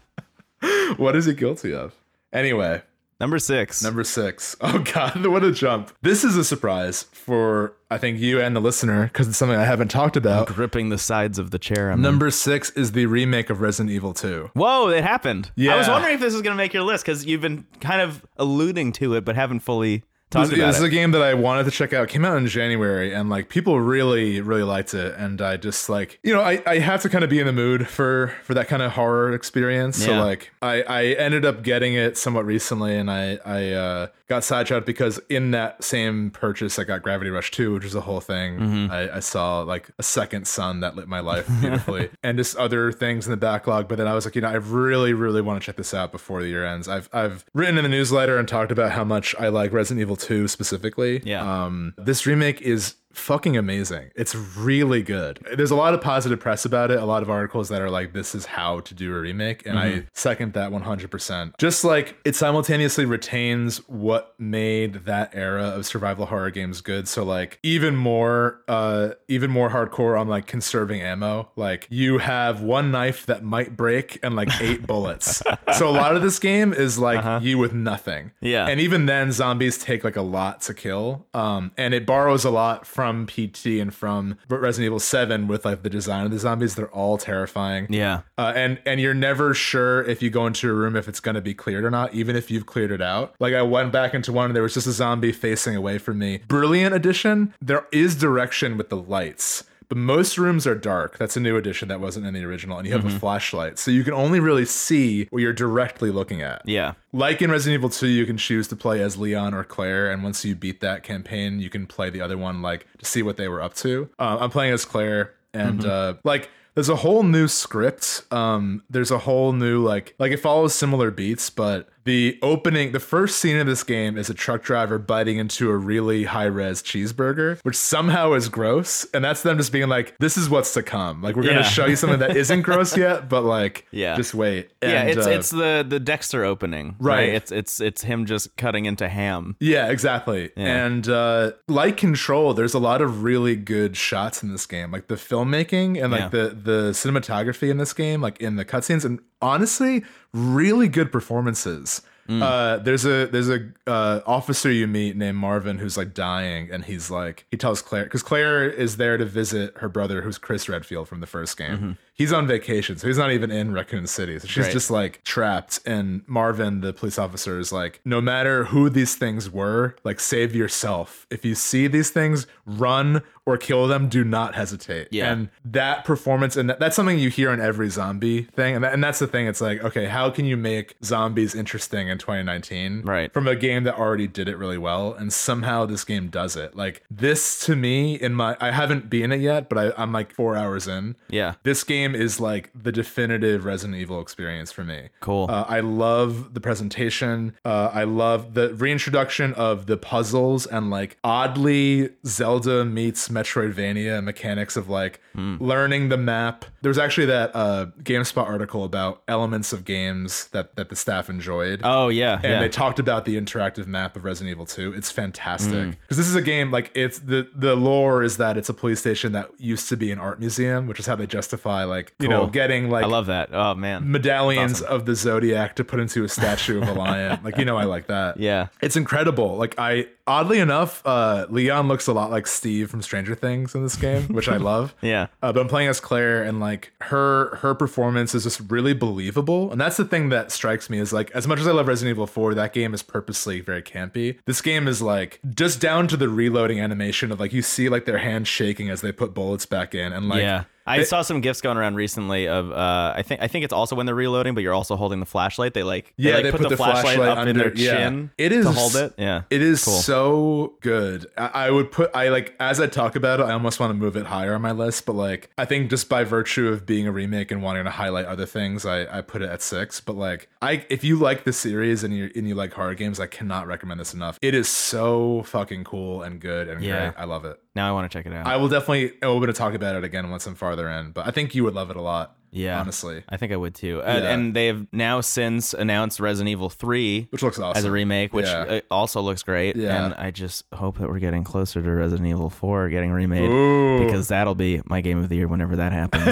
Speaker 2: (laughs) what is he guilty of? Anyway,
Speaker 1: Number six.
Speaker 2: Number six. Oh God, (laughs) what a jump! This is a surprise for I think you and the listener because it's something I haven't talked about.
Speaker 1: gripping the sides of the chair. I'm
Speaker 2: Number six is the remake of Resident Evil Two.
Speaker 1: Whoa, it happened. I was
Speaker 2: Yeah.
Speaker 1: wondering if this was going to make your list because you've been kind of alluding to it, but haven't fully talked
Speaker 2: This,
Speaker 1: about
Speaker 2: this is
Speaker 1: it.
Speaker 2: a game that I wanted to check out. It came out in January, and like people really, really liked it. And I just like, you know, I, I have to kind of be in the mood for for that kind of horror experience. So
Speaker 1: Yeah.
Speaker 2: like, I I ended up getting it somewhat recently, and I I uh, got sidetracked because in that same purchase, I got Gravity Rush Two, which is a whole thing.
Speaker 1: Mm-hmm.
Speaker 2: I, I saw like a second sun that lit
Speaker 1: (laughs)
Speaker 2: my life beautifully, and just other things in the backlog. But then I was like, you know, I really, really want to check this out before the year ends. I've I've written in the newsletter and talked about how much I like Resident Evil Two specifically.
Speaker 1: Yeah.
Speaker 2: Um, this remake is fucking amazing. It's really good. There's a lot of positive press about it, a lot of articles that are like, this is how to do a remake. And
Speaker 1: Mm-hmm.
Speaker 2: I second that 100%. Just like it simultaneously retains what made that era of survival horror games good. So, like, even more, uh, even more hardcore on like conserving ammo. Like, you have one knife that might break and like
Speaker 1: (laughs)
Speaker 2: eight bullets. So, a lot of this game is like you with nothing.
Speaker 1: Uh-huh. Yeah.
Speaker 2: And even then, zombies take like a lot to kill. Um, and it borrows a lot from PT and from Resident Evil 7 with like the design of the zombies. They're all terrifying.
Speaker 1: yeah.
Speaker 2: Uh, and and you're never sure if you go into a room if it's going to be cleared or not, even if you've cleared it out. Like I went back into one and there was just a zombie facing away from me. Brilliant addition. There is direction with the lights. But most rooms are dark. That's a new addition that wasn't in the original. And you have a flashlight. So you can only really see what you're directly looking at.
Speaker 1: Yeah.
Speaker 2: Like in Resident Evil 2, you can choose to play as Leon or Claire, and once you beat that campaign, you can play the other one, like to see what they were up to. Um, I'm playing as Claire, and
Speaker 1: Mm-hmm.
Speaker 2: uh, like there's a whole new script. Um, there's a whole new like like it follows similar beats, but the opening, the first scene of this game is a truck driver biting into a really high res cheeseburger, which somehow is gross, and that's them just being like, "This is what's to come." Like we're
Speaker 1: Yeah.
Speaker 2: gonna show you something that
Speaker 1: (laughs)
Speaker 2: isn't gross yet, but like,
Speaker 1: Yeah.
Speaker 2: just wait.
Speaker 1: Yeah,
Speaker 2: And,
Speaker 1: it's
Speaker 2: uh,
Speaker 1: it's the the Dexter opening, right.
Speaker 2: Right.
Speaker 1: It's it's it's him just cutting into ham.
Speaker 2: Yeah, exactly. And uh, like Control, there's a lot of really good shots in this game, like the filmmaking and like
Speaker 1: Yeah.
Speaker 2: the the cinematography in this game, like in the cutscenes, and honestly, really good performances. Uh, there's a there's a uh, officer you meet named Marvin who's like dying, and he's like he tells Claire because Claire is there to visit her brother who's Chris Redfield from the first game. He's on vacation, so he's not even in Raccoon City. So she's
Speaker 1: Mm-hmm. Right.
Speaker 2: just like trapped. And Marvin, the police officer, is like, no matter who these things were, like save yourself. If you see these things, run or kill them. Do not hesitate.
Speaker 1: Yeah.
Speaker 2: And that performance and that, that's something you hear in every zombie thing and, that, and that's the thing it's like okay how can you make zombies interesting in 2019
Speaker 1: Right.
Speaker 2: from a game that already did it really well and somehow this game does it like this to me in my i haven't been it yet but I, i'm like four hours in
Speaker 1: Yeah.
Speaker 2: this game is like the definitive Resident Evil experience for me.
Speaker 1: Cool.
Speaker 2: Uh, I love the presentation. Uh, I love the reintroduction of the puzzles and like oddly Zelda meets Metroidvania mechanics of like
Speaker 1: Hmm.
Speaker 2: learning the map. There was actually that uh, GameSpot article about elements of games that that the staff enjoyed
Speaker 1: Oh yeah.
Speaker 2: and
Speaker 1: yeah.
Speaker 2: they talked about the interactive map of Resident Evil 2. It's fantastic
Speaker 1: Mm.
Speaker 2: because this is a game like it's the the lore is that it's a police station that used to be an art museum, which is how they justify like you
Speaker 1: Cool.
Speaker 2: know getting like
Speaker 1: I love that. Oh
Speaker 2: Mm.
Speaker 1: man.
Speaker 2: medallions
Speaker 1: That's
Speaker 2: of the zodiac to put into a statue of a lion. like you know, I like that.
Speaker 1: Yeah.
Speaker 2: It's incredible. Like I oddly enough, uh, Leon looks a lot like Steve from Stranger Things in this game, which I love.
Speaker 1: (laughs) Yeah.
Speaker 2: Uh, but I'm playing as Claire, and like her her performance is just really believable, and that's the thing that strikes me is like as much as I love Resident Evil 4, that game is purposely very campy. This game is like just down to the reloading animation of like you see like their hands shaking as they put bullets back in, and like
Speaker 1: yeah. I saw some gifs going around recently of uh, I think I think it's also when they're reloading, but you're also holding the flashlight. They like they,
Speaker 2: yeah,
Speaker 1: like,
Speaker 2: they
Speaker 1: put, the, flashlight, up in their
Speaker 2: yeah.
Speaker 1: chin.
Speaker 2: It is
Speaker 1: to hold it. Yeah,
Speaker 2: It is
Speaker 1: Cool.
Speaker 2: so good. I, I would put I like as I talk about it, I almost want to move it higher on my list, but like I think just by virtue of being a remake and wanting to highlight other things, I, I put it at six. But like I if you like the series and you and you like horror games, I cannot recommend this enough. It is so fucking cool and good and
Speaker 1: Yeah.
Speaker 2: great. I love it.
Speaker 1: now I want to check it out.
Speaker 2: I will definitely open to talk about it again once I'm farther in, but I think you would love it a lot.
Speaker 1: yeah,
Speaker 2: Honestly.
Speaker 1: I think I would too. And,
Speaker 2: Yeah.
Speaker 1: and they've now since announced Resident Evil Three
Speaker 2: Which looks awesome.
Speaker 1: as a remake, which
Speaker 2: Yeah.
Speaker 1: uh, also looks great.
Speaker 2: Yeah.
Speaker 1: And I just hope that we're getting closer to Resident Evil Four getting remade
Speaker 2: Ooh.
Speaker 1: because that'll be my game of the year whenever that (laughs) happens.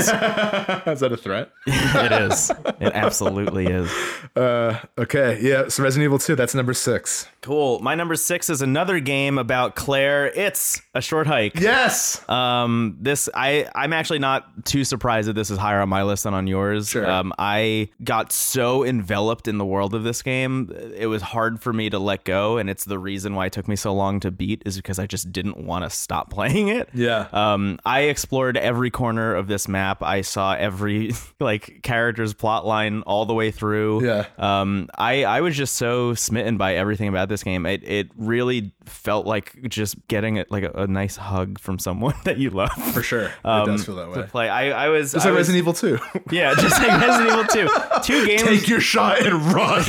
Speaker 2: is that a threat?
Speaker 1: it is. It absolutely is.
Speaker 2: Uh, okay, yeah. So Resident Evil Two, that's number six.
Speaker 1: Cool. My number six is another game about Claire. It's a short hike.
Speaker 2: Yes.
Speaker 1: Um, this I I'm actually not too surprised that this is higher on my list than on yours.
Speaker 2: Sure.
Speaker 1: Um, I got so enveloped in the world of this game, it was hard for me to let go, and it's the reason why it took me so long to beat is because I just didn't want to stop (laughs) playing it.
Speaker 2: Yeah.
Speaker 1: Um, I explored every corner of this map. I saw every (laughs) like character's plot line all the way through.
Speaker 2: Yeah.
Speaker 1: Um, I I was just so smitten by everything about this game. It it really felt like just getting a, like a, a nice hug from someone (laughs) that you love.
Speaker 2: for sure.
Speaker 1: Um,
Speaker 2: it does feel that
Speaker 1: to
Speaker 2: way.
Speaker 1: play. I I was
Speaker 2: It's
Speaker 1: I
Speaker 2: like
Speaker 1: was-
Speaker 2: Resident Evil (laughs) Two.
Speaker 1: (laughs) yeah, just like Resident Evil Two.
Speaker 2: (laughs)
Speaker 1: Two games.
Speaker 2: your shot and run.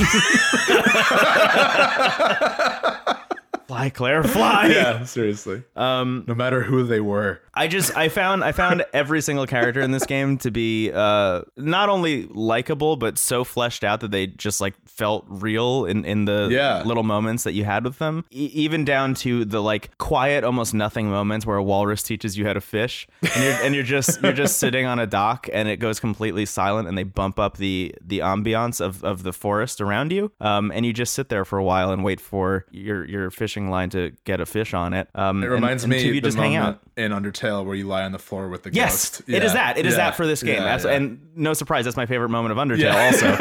Speaker 1: fly, Claire, fly. (laughs)
Speaker 2: (laughs) yeah, seriously. Um, no matter who they were.
Speaker 1: I just I found I
Speaker 2: (laughs)
Speaker 1: found every single character in this game to be uh not only likable but so fleshed out that they just like felt real in in the
Speaker 2: Yeah.
Speaker 1: little moments that you had with them e- even down to the like quiet almost nothing moments where a walrus teaches you how to fish and you're, and you're just you're just sitting on a dock and it goes completely silent and they bump up the the ambiance of of the forest around you um and you just sit there for a while and wait for your your fishing line to get a fish on it um
Speaker 2: It reminds
Speaker 1: and, and
Speaker 2: me
Speaker 1: two,
Speaker 2: of
Speaker 1: you
Speaker 2: the
Speaker 1: just
Speaker 2: moment
Speaker 1: hang out
Speaker 2: in Undertale where you lie on the floor with the
Speaker 1: Yes,
Speaker 2: ghost.
Speaker 1: it is
Speaker 2: Yeah.
Speaker 1: that. It is
Speaker 2: Yeah.
Speaker 1: that for this game.
Speaker 2: Yeah,
Speaker 1: Abso-
Speaker 2: yeah.
Speaker 1: And no surprise, that's my favorite moment of Undertale.
Speaker 2: Yeah. (laughs)
Speaker 1: Also,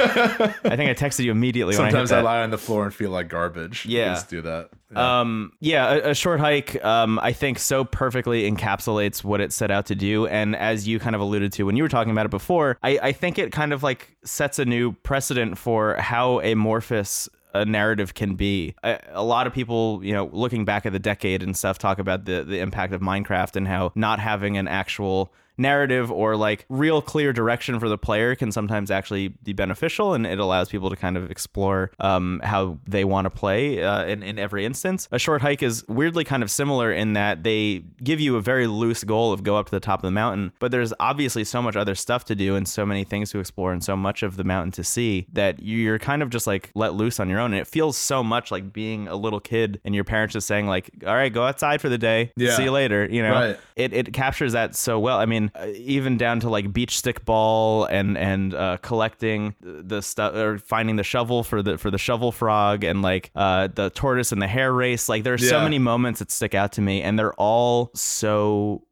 Speaker 1: I think I texted you immediately.
Speaker 2: sometimes
Speaker 1: when
Speaker 2: I,
Speaker 1: I hit that.
Speaker 2: lie on the floor and feel like garbage. You
Speaker 1: Yeah.
Speaker 2: just do that. Yeah.
Speaker 1: Um, yeah, a, a short hike. Um, I think so perfectly encapsulates what it set out to do. And as you kind of alluded to when you were talking about it before, I, I think it kind of like sets a new precedent for how amorphous a narrative can be. A, a lot of people, you know, looking back at the decade and stuff, talk about the the impact of Minecraft and how not having an actual narrative or like real clear direction for the player can sometimes actually be beneficial and it allows people to kind of explore um, how they want to play uh, in, in every instance a short hike is weirdly kind of similar in that they give you a very loose goal of go up to the top of the mountain but there's obviously so much other stuff to do and so many things to explore and so much of the mountain to see that you're kind of just like let loose on your own and it feels so much like being a little kid and your parents just saying like all right go outside for the day
Speaker 2: Yeah.
Speaker 1: see you later you know know?
Speaker 2: Right.
Speaker 1: it it captures that so well i mean uh, even down to like beach stick ball and and uh, collecting the stuff or finding the shovel for the for the shovel frog and like uh the tortoise and the hare race like there's so
Speaker 2: Yeah.
Speaker 1: many moments that stick out to me and they're all so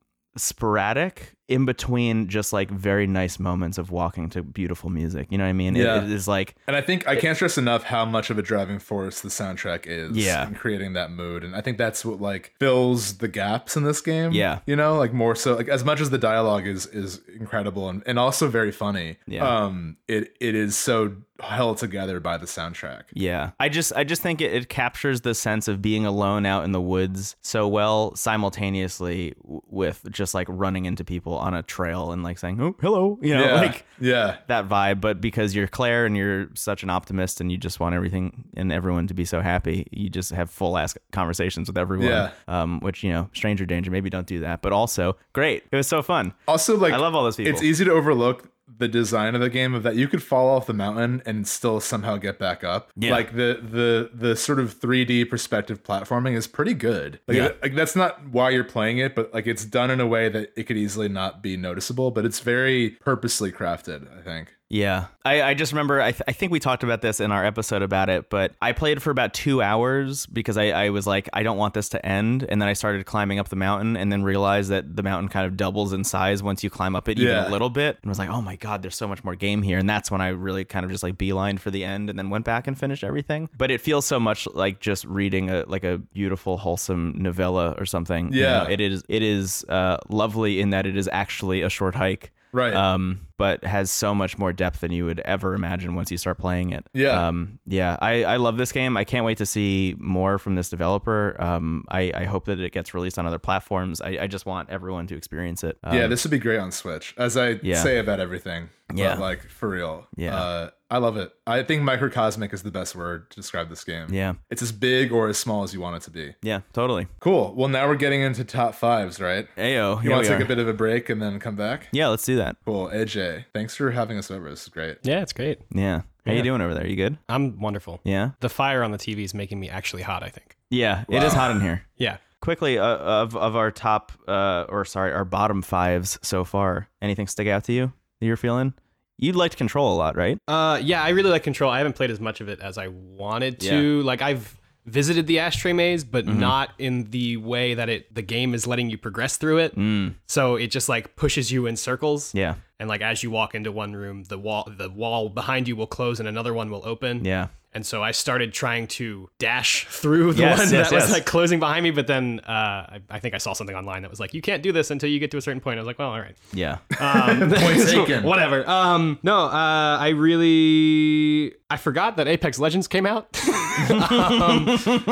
Speaker 1: sporadic in between just like very nice moments of walking to beautiful music you know what i mean It-
Speaker 2: Yeah.
Speaker 1: it is like
Speaker 2: And I think I can't stress enough how much of a driving force the soundtrack is
Speaker 1: Yeah.
Speaker 2: in creating that mood. And I think that's what like fills the gaps in this game.
Speaker 1: Yeah.
Speaker 2: You know, like more so like as much as the dialogue is is incredible and, and also very funny.
Speaker 1: Yeah.
Speaker 2: Um it it is so held together by the soundtrack.
Speaker 1: Yeah. I just I just think it, it captures the sense of being alone out in the woods so well simultaneously w- with just like running into people on a trail and like saying, "Oh, hello." You know,
Speaker 2: Yeah.
Speaker 1: like
Speaker 2: yeah.
Speaker 1: that vibe, but because you're Claire and you're such an optimist and you just want everything and everyone to be so happy, you just have full ass conversations with everyone.
Speaker 2: Yeah.
Speaker 1: Um, which, you know, stranger danger, maybe don't do that. But also, great. It was so fun.
Speaker 2: Also, like
Speaker 1: I love all those people.
Speaker 2: It's easy to overlook the design of the game of that you could fall off the mountain and still somehow get back up.
Speaker 1: Yeah.
Speaker 2: Like the the the sort of 3D perspective platforming is pretty good. Like,
Speaker 1: Yeah.
Speaker 2: like that's not why you're playing it, but like it's done in a way that it could easily not be noticeable, but it's very purposely crafted, I think.
Speaker 1: Yeah. I, I just remember, I, th- I think we talked about this in our episode about it, but I played for about two hours because I, I was like, I don't want this to end. And then I started climbing up the mountain and then realized that the mountain kind of doubles in size once you climb up it even
Speaker 2: Yeah.
Speaker 1: a little bit. And was like, oh my God, there's so much more game here. And that's when I really kind of just like beelined for the end and then went back and finished everything. But it feels so much like just reading a like a beautiful, wholesome novella or something. You
Speaker 2: Yeah.
Speaker 1: know, it is, it is uh, lovely in that it is actually a short hike
Speaker 2: Right.
Speaker 1: um, but has so much more depth than you would ever imagine once you start playing it.
Speaker 2: Yeah.
Speaker 1: um, yeah. I, I love this game. I can't wait to see more from this developer. Um, I, I hope that it gets released on other platforms. I, I just want everyone to experience it. Um,
Speaker 2: yeah, this would be great on Switch, as I
Speaker 1: Yeah.
Speaker 2: say about everything. but,
Speaker 1: Yeah.
Speaker 2: like for real.
Speaker 1: Yeah.
Speaker 2: uh, I love it. I think microcosmic is the best word to describe this game.
Speaker 1: yeah,
Speaker 2: it's as big or as small as you want it to be.
Speaker 1: yeah, totally.
Speaker 2: Cool. Well, now we're getting into top fives, right?
Speaker 1: Ayo,
Speaker 2: You
Speaker 1: here
Speaker 2: want
Speaker 1: we
Speaker 2: to take
Speaker 1: are.
Speaker 2: a bit of a break and then come back?
Speaker 1: yeah, let's do that.
Speaker 2: Cool. AJ, thanks for having us over. This is
Speaker 3: (laughs)
Speaker 2: great.
Speaker 3: Yeah, it's great.
Speaker 1: Yeah. How you
Speaker 3: Yeah.
Speaker 1: doing over there? You good?
Speaker 3: I'm wonderful.
Speaker 1: Yeah.
Speaker 3: The fire on the TV is making me actually hot, I think.
Speaker 1: Yeah. It is hot in here.
Speaker 3: Yeah.
Speaker 1: Quickly, uh, of of our top, uh, or sorry, our bottom fives so far. Anything stick out to you that you're feeling? You liked Control a lot, right?
Speaker 3: Uh, yeah, I really like Control. I haven't played as much of it as I wanted to. Like I've visited the ashtray maze, but
Speaker 1: Mm-hmm.
Speaker 3: not in the way that it the game is letting you progress through it.
Speaker 1: Mm.
Speaker 3: So it just like pushes you in circles,
Speaker 1: Yeah.
Speaker 3: and like as you walk into one room, the wall the wall behind you will close and another one will open.
Speaker 1: Yeah.
Speaker 3: And so I started trying to dash (laughs) through the
Speaker 1: Yes,
Speaker 3: one
Speaker 1: yes,
Speaker 3: that
Speaker 1: yes.
Speaker 3: was like closing behind me, but then uh, I, I think I saw something online that was like, "You can't do this until you get to a certain point." I was like, "Well, all right."
Speaker 1: Yeah.
Speaker 3: Um,
Speaker 2: Point taken.
Speaker 3: Whatever. Um, no, uh, I really I forgot that Apex Legends came out. (laughs)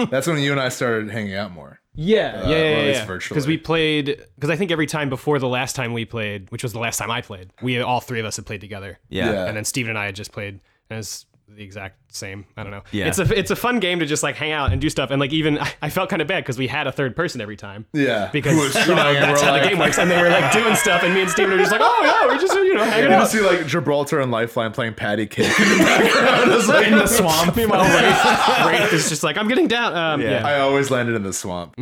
Speaker 2: That's when you and I started hanging out more.
Speaker 3: yeah, yeah,
Speaker 2: or at
Speaker 3: yeah,
Speaker 2: least
Speaker 3: yeah.
Speaker 2: virtually.
Speaker 3: Because we played. Because I think every time before the last time we played, which was the last time I played, we all three of us had played together.
Speaker 1: Yeah.
Speaker 2: Yeah.
Speaker 3: and then Steven and I had just played, and it's the exact same. I don't know.
Speaker 1: Yeah.
Speaker 3: it's a it's a fun game to just like hang out and do stuff, and like even (laughs) I, I felt kind of bad because we had a third person every time.
Speaker 2: Yeah.
Speaker 3: Because
Speaker 2: Who was
Speaker 3: you know
Speaker 2: trying, and
Speaker 3: that's
Speaker 2: we're
Speaker 3: how
Speaker 2: like-
Speaker 3: the game works, and they were like doing stuff, and me and Steven are just like, oh yeah, we're just you know hanging
Speaker 2: You
Speaker 3: out.
Speaker 2: just see like Gibraltar and Lifeline playing patty
Speaker 3: (laughs)
Speaker 2: cake in the background. It's like-
Speaker 3: in the swamp. Meanwhile, (laughs) Wraith, Wraith is just like, I'm getting down. Um, yeah.
Speaker 2: I always landed in the swamp.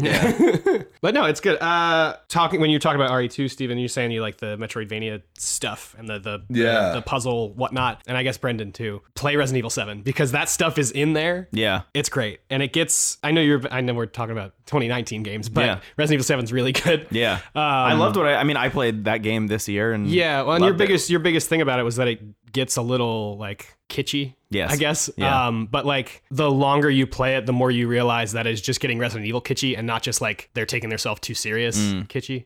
Speaker 3: But no, it's good. Uh, talking when you talk about RE2, Steven, you're saying you like the Metroidvania stuff and the the, the-
Speaker 2: Yeah.
Speaker 3: the puzzle whatnot, and I guess Brendan too. Play Resident Evil Seven because that stuff is in there.
Speaker 1: Yeah.
Speaker 3: It's great, and it gets. I know you're. I know we're talking about 2019 games, but
Speaker 1: Yeah.
Speaker 3: Resident Evil Seven's really (laughs) good.
Speaker 1: Yeah. I loved what I I mean, I played that game this year and
Speaker 3: Um, Yeah, well, and your
Speaker 1: Loved it.
Speaker 3: biggest your biggest thing about it was that it gets a little like kitschy.
Speaker 1: Yes.
Speaker 3: I guess.
Speaker 1: Yeah.
Speaker 3: Um, but like the longer you play it, the more you realize that it's just getting Resident Evil kitschy and not just like they're taking themselves too serious kitschy.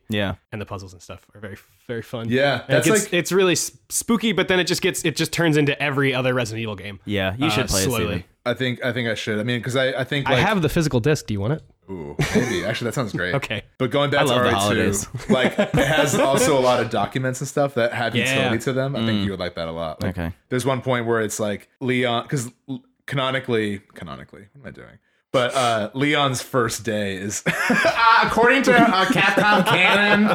Speaker 1: Mm. Yeah.
Speaker 3: And the puzzles and stuff are very very fun.
Speaker 2: Yeah,
Speaker 3: And
Speaker 2: that's
Speaker 3: it gets,
Speaker 2: like-
Speaker 3: it's really s- spooky, but then it just gets it just turns into every other Resident Evil game.
Speaker 1: Yeah. You
Speaker 3: Uh,
Speaker 1: should play
Speaker 3: slowly.
Speaker 1: it. Steven.
Speaker 2: I think I think I should. I mean, because I, I think like
Speaker 3: I have the physical disc. Do you want it?
Speaker 2: Ooh, maybe. Actually, that sounds great.
Speaker 3: Okay.
Speaker 2: But going back to
Speaker 1: love the
Speaker 2: RE2,
Speaker 1: holidays.
Speaker 2: like it has also a lot of documents and stuff that have
Speaker 3: (laughs) Yeah. Mm.
Speaker 2: utility to them. I think you would like that a lot. Like,
Speaker 1: Okay.
Speaker 2: There's one point where it's like Leon, because canonically, canonically, what am I doing? But uh, Leon's first day is, (laughs) Ah, according to uh, Capcom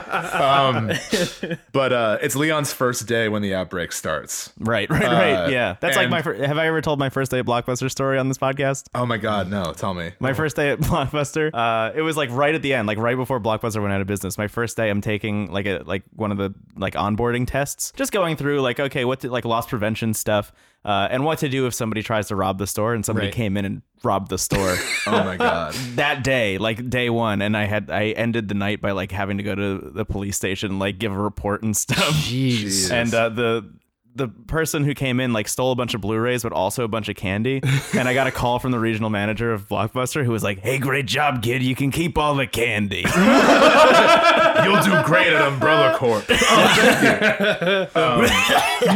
Speaker 2: canon. Um, but uh, it's Leon's first day when the outbreak starts.
Speaker 1: Right, (laughs) right, right.
Speaker 2: Uh,
Speaker 1: yeah. That's like
Speaker 2: and-
Speaker 1: my fir- have I ever told my first day at Blockbuster story on this podcast?
Speaker 2: Oh my God, no! Tell me.
Speaker 1: My first day at (laughs) Blockbuster, uh, it was like right at the end, like right before Blockbuster went out of business. My first day, I'm taking like a like one of the like onboarding tests, just going through like okay, what to, like loss prevention stuff, uh, and what to do if somebody tries to rob the store and somebody
Speaker 3: Right.
Speaker 1: came in and robbed the
Speaker 3: (laughs)
Speaker 1: store.
Speaker 2: Oh my God.
Speaker 1: that day, like day one, and I had I ended the night by like having to go to the police station, like give a report and stuff.
Speaker 3: Jeez.
Speaker 1: And uh, the the person who came in like stole a bunch of Blu-rays, but also a bunch of candy. And I got a call from the regional manager of Blockbuster, who was like, "Hey, great job, kid! You can keep all the candy."
Speaker 2: You'll do great at Umbrella (laughs) Corp. Um,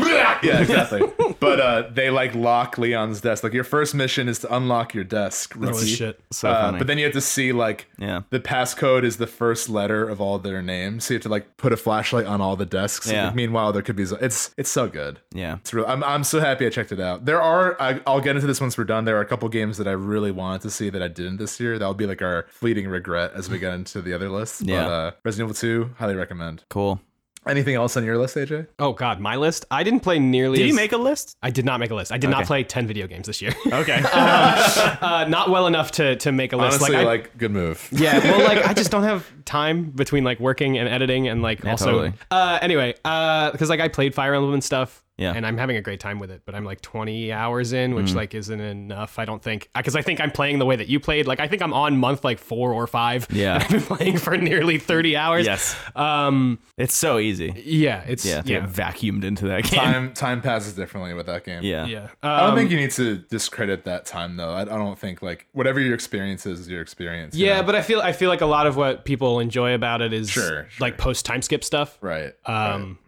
Speaker 2: (laughs) yeah, exactly. But uh, they like lock Leon's desk. Like your first mission is to unlock your desk.
Speaker 3: Holy
Speaker 2: Ritzy.
Speaker 3: shit.
Speaker 1: so
Speaker 2: Uh,
Speaker 1: funny.
Speaker 2: but then you have to see like
Speaker 1: Yeah.
Speaker 2: the passcode is the first letter of all their names. So you have to like put a flashlight on all the desks.
Speaker 1: Yeah.
Speaker 2: Meanwhile, there could be it's it's so good.
Speaker 1: yeah,
Speaker 2: It's real. I'm, I'm so happy I checked it out. There are I, I'll get into this once we're done. There are a couple games that I really wanted to see that I didn't this year. That'll be like our fleeting regret as we get into the other lists.
Speaker 1: Yeah.
Speaker 2: But, uh, Resident Evil 2, highly recommend.
Speaker 1: cool.
Speaker 2: Anything else on your list, AJ?
Speaker 3: Oh God, my list. I didn't play nearly.
Speaker 1: Did you
Speaker 3: as-
Speaker 1: make a list?
Speaker 3: I did not make a list. I did
Speaker 1: Okay.
Speaker 3: not play ten video games this year.
Speaker 1: (laughs)
Speaker 3: (laughs) Um,
Speaker 1: Okay.
Speaker 3: uh, not well enough to to make a list.
Speaker 2: Honestly,
Speaker 3: I-
Speaker 2: like, good move.
Speaker 3: yeah, well, like I just don't have time between like working and editing and
Speaker 1: (laughs)
Speaker 3: like also.
Speaker 1: totally.
Speaker 3: Uh, anyway, because like I played Fire Emblem and stuff.
Speaker 1: Yeah. Mm.
Speaker 3: And I'm having a great time with it, but I'm like 20 hours in, which like isn't enough, I don't think, because I think I'm playing the way that you played. Like I think I'm on month like four or five.
Speaker 1: Yeah.
Speaker 3: (laughs) and I've been playing for nearly 30 hours.
Speaker 1: yes.
Speaker 3: Um.
Speaker 1: It's so easy.
Speaker 3: Yeah. It's
Speaker 1: Yeah.
Speaker 3: yeah.
Speaker 1: to get vacuumed into that game.
Speaker 2: (laughs) Time time passes differently with that game.
Speaker 1: Yeah.
Speaker 3: Yeah.
Speaker 2: I don't
Speaker 3: Um,
Speaker 2: think you need to discredit that time though. I, I don't think like whatever your experience is, your experience. you
Speaker 3: Yeah,
Speaker 2: know?
Speaker 3: but I feel I feel like a lot of what people enjoy about it is
Speaker 2: Sure, sure.
Speaker 3: like post time skip stuff.
Speaker 2: right.
Speaker 3: Um,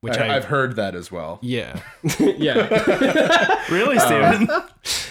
Speaker 3: which
Speaker 2: I,
Speaker 3: I,
Speaker 2: I've heard that as well. (laughs)
Speaker 3: yeah (laughs) yeah
Speaker 1: Really, Steven?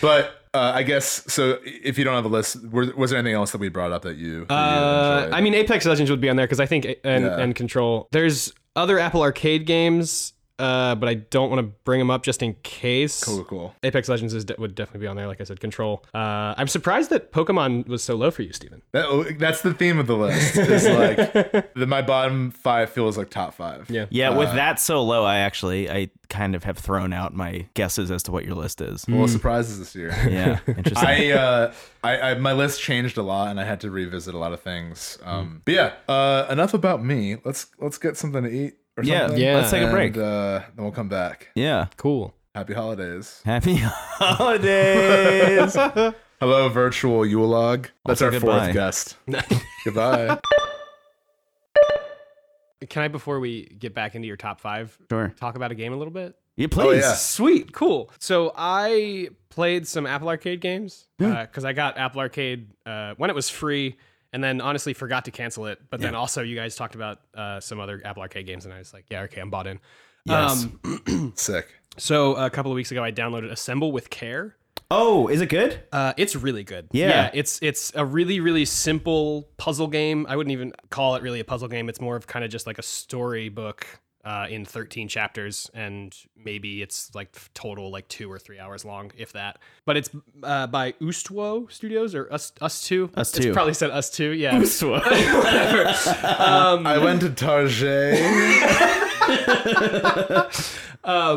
Speaker 2: But uh, I guess so. If you don't have a list, were, was there anything else that we brought up that you? That you
Speaker 3: Uh,
Speaker 2: enjoyed?
Speaker 3: I mean, Apex Legends would be on there because I think and,
Speaker 2: Yeah.
Speaker 3: and Control. There's other Apple Arcade games, uh, but I don't want to bring them up just in case.
Speaker 2: cool, cool.
Speaker 3: Apex Legends is de- would definitely be on there, like I said. Control. Uh, I'm surprised that Pokemon was so low for you, Steven.
Speaker 2: That, oh, that's the theme of the list. Is
Speaker 3: (laughs)
Speaker 2: like the, my bottom five feels like top five.
Speaker 3: Yeah.
Speaker 1: Yeah, with that so low, I actually I kind of have thrown out my guesses as to what your list is.
Speaker 3: Mm.
Speaker 2: Well, surprises this
Speaker 3: (laughs)
Speaker 2: year.
Speaker 1: Yeah, interesting.
Speaker 2: I, uh, I, I, my list changed a lot, and I had to revisit a lot of things. Um, but yeah, uh, enough about me. Let's let's get something to eat. Or
Speaker 1: Yeah,
Speaker 2: something.
Speaker 3: yeah.
Speaker 1: let's take a break.
Speaker 2: And, uh, then we'll come back.
Speaker 1: yeah,
Speaker 3: Cool.
Speaker 2: Happy holidays.
Speaker 1: happy (laughs)
Speaker 3: (laughs)
Speaker 1: holidays.
Speaker 3: Oh,
Speaker 2: Hello, virtual Yulog. That's
Speaker 1: Also
Speaker 2: our
Speaker 1: goodbye.
Speaker 2: fourth guest. goodbye.
Speaker 3: Can I, before we get back into your top five,
Speaker 1: sure.
Speaker 3: talk about a game a little bit?
Speaker 1: You please.
Speaker 2: yeah.
Speaker 3: Sweet, cool. So I played some Apple Arcade games because I got Apple Arcade uh, when it was free, and then honestly forgot to cancel it. But then also you guys talked about uh, some other Apple Arcade games, and I was like, yeah, okay, I'm bought in.
Speaker 1: Yes.
Speaker 3: Um,
Speaker 2: Sick.
Speaker 3: so a couple of weeks ago, I downloaded Assemble with Care.
Speaker 1: Oh, is it good?
Speaker 3: Uh, it's really good.
Speaker 1: Yeah.
Speaker 3: it's it's a really really simple puzzle game. I wouldn't even call it really a puzzle game. It's more of kind of just like a storybook uh, in 13 chapters, and maybe it's like f- total like two or three hours long, if that. But it's uh, by Ustwo Studios or us us two.
Speaker 1: Us
Speaker 3: It's
Speaker 1: Two.
Speaker 3: probably said us two. Yeah. (laughs)
Speaker 1: (laughs)
Speaker 2: I went to Target.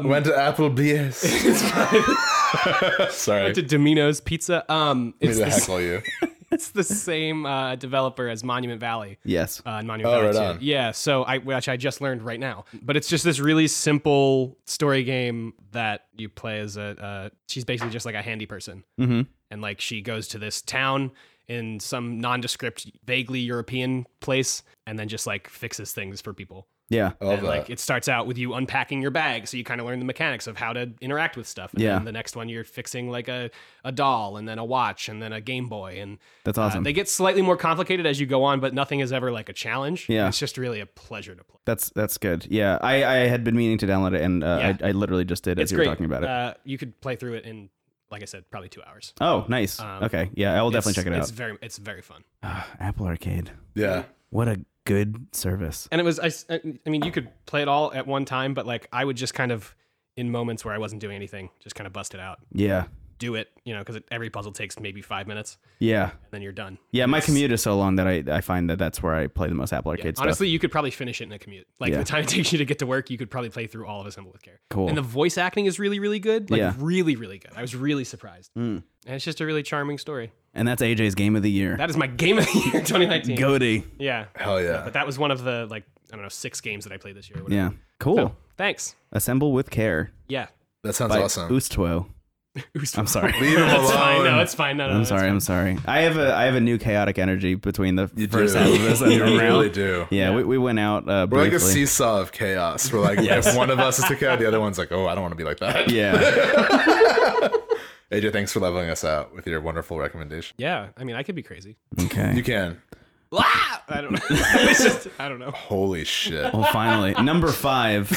Speaker 2: went to Applebee's. (laughs) Sorry.
Speaker 3: to Domino's Pizza. Um,
Speaker 2: I
Speaker 3: it's
Speaker 2: need to
Speaker 3: the, s-
Speaker 2: heckle you.
Speaker 3: it's the same uh, developer as Monument Valley.
Speaker 1: Yes.
Speaker 3: uh, Monument
Speaker 2: Oh,
Speaker 3: Valley
Speaker 2: right
Speaker 3: too.
Speaker 2: on.
Speaker 3: Yeah, so I which I just learned right now, but it's just this really simple story game that you play as a. Uh, she's basically just like a handy person,
Speaker 1: Mhm.
Speaker 3: and like she goes to this town in some nondescript, vaguely European place, and then just like fixes things for people.
Speaker 1: Yeah.
Speaker 2: I love
Speaker 3: And,
Speaker 2: that.
Speaker 3: like it starts out with you unpacking your bag, so you kind of learn the mechanics of how to interact with stuff. And
Speaker 1: Yeah.
Speaker 3: then the next one, you're fixing like a a doll, and then a watch, and then a Game Boy, and
Speaker 1: That's
Speaker 3: uh,
Speaker 1: awesome.
Speaker 3: they get slightly more complicated as you go on, but nothing is ever like a challenge.
Speaker 1: Yeah.
Speaker 3: It's just really a pleasure to play.
Speaker 1: that's that's good. Yeah, I, I had been meaning to download it, and uh, I, I literally just did as
Speaker 3: It's
Speaker 1: you
Speaker 3: great.
Speaker 1: were talking about it.
Speaker 3: Uh, you could play through it in, like I said, probably two hours.
Speaker 1: oh, nice.
Speaker 3: um,
Speaker 1: okay, yeah, I will definitely
Speaker 3: It's-
Speaker 1: check it
Speaker 3: It's
Speaker 1: out.
Speaker 3: very, it's very fun.
Speaker 1: Ah, Apple Arcade.
Speaker 2: yeah.
Speaker 1: What a good service.
Speaker 3: And it was, I, s- I mean, you could play it all at one time, but like I would just kind of, in moments where I wasn't doing anything, just kind of bust it out,
Speaker 1: Yeah.
Speaker 3: do it, you know, because every puzzle takes maybe five minutes,
Speaker 1: Yeah.
Speaker 3: and then you're done.
Speaker 1: Yeah, my commute is so long that I, I find that that's where I play the most Apple Arcade stuff.
Speaker 3: Honestly, you could probably finish it in a commute. Like
Speaker 1: Yeah.
Speaker 3: the time it takes you to get to work, you could probably play through all of Assemble with Care.
Speaker 1: Cool.
Speaker 3: And the voice acting is really, really good. Like
Speaker 1: Yeah.
Speaker 3: really, really good. I was really surprised.
Speaker 1: Mm.
Speaker 3: And it's just a really charming story.
Speaker 1: and that's AJ's game of the year.
Speaker 3: That is my game of the
Speaker 1: (laughs)
Speaker 3: year 2019.
Speaker 1: Goody.
Speaker 3: Yeah.
Speaker 2: Hell yeah.
Speaker 3: But that was one of the like I don't know six games that I played this year. Or whatever.
Speaker 1: Yeah. Cool.
Speaker 3: So, thanks.
Speaker 1: Assemble with care.
Speaker 3: Yeah. (laughs)
Speaker 2: That sounds
Speaker 1: By
Speaker 2: awesome.
Speaker 1: Ustwo. I'm
Speaker 2: (laughs)
Speaker 1: sorry. (laughs)
Speaker 2: Leave him
Speaker 3: (laughs) That's fine.
Speaker 2: alone.
Speaker 3: No, it's fine. No, no,
Speaker 1: I'm
Speaker 3: that's
Speaker 1: sorry.
Speaker 3: fine.
Speaker 1: I'm sorry. I have a I have a new chaotic energy between the
Speaker 2: you
Speaker 1: first
Speaker 2: do.
Speaker 1: half (laughs)
Speaker 2: (laughs)
Speaker 1: of this and
Speaker 2: you
Speaker 1: the round.
Speaker 2: really do.
Speaker 1: Yeah, We, we went out uh,
Speaker 2: We're
Speaker 1: briefly.
Speaker 2: like a seesaw of chaos. We're like, if one of us is took out, the other one's like, oh, I don't want to be like
Speaker 1: (laughs)
Speaker 2: that. (laughs)
Speaker 1: yeah.
Speaker 2: AJ, thanks for leveling us out with your wonderful recommendation.
Speaker 3: (laughs) Yeah. I mean, I could
Speaker 1: (laughs)
Speaker 3: be crazy.
Speaker 2: You
Speaker 1: Okay.
Speaker 2: can.
Speaker 3: Ah! I don't know. (laughs) it's just I don't know.
Speaker 2: Holy shit.
Speaker 1: Well,
Speaker 2: (laughs)
Speaker 1: finally, number five.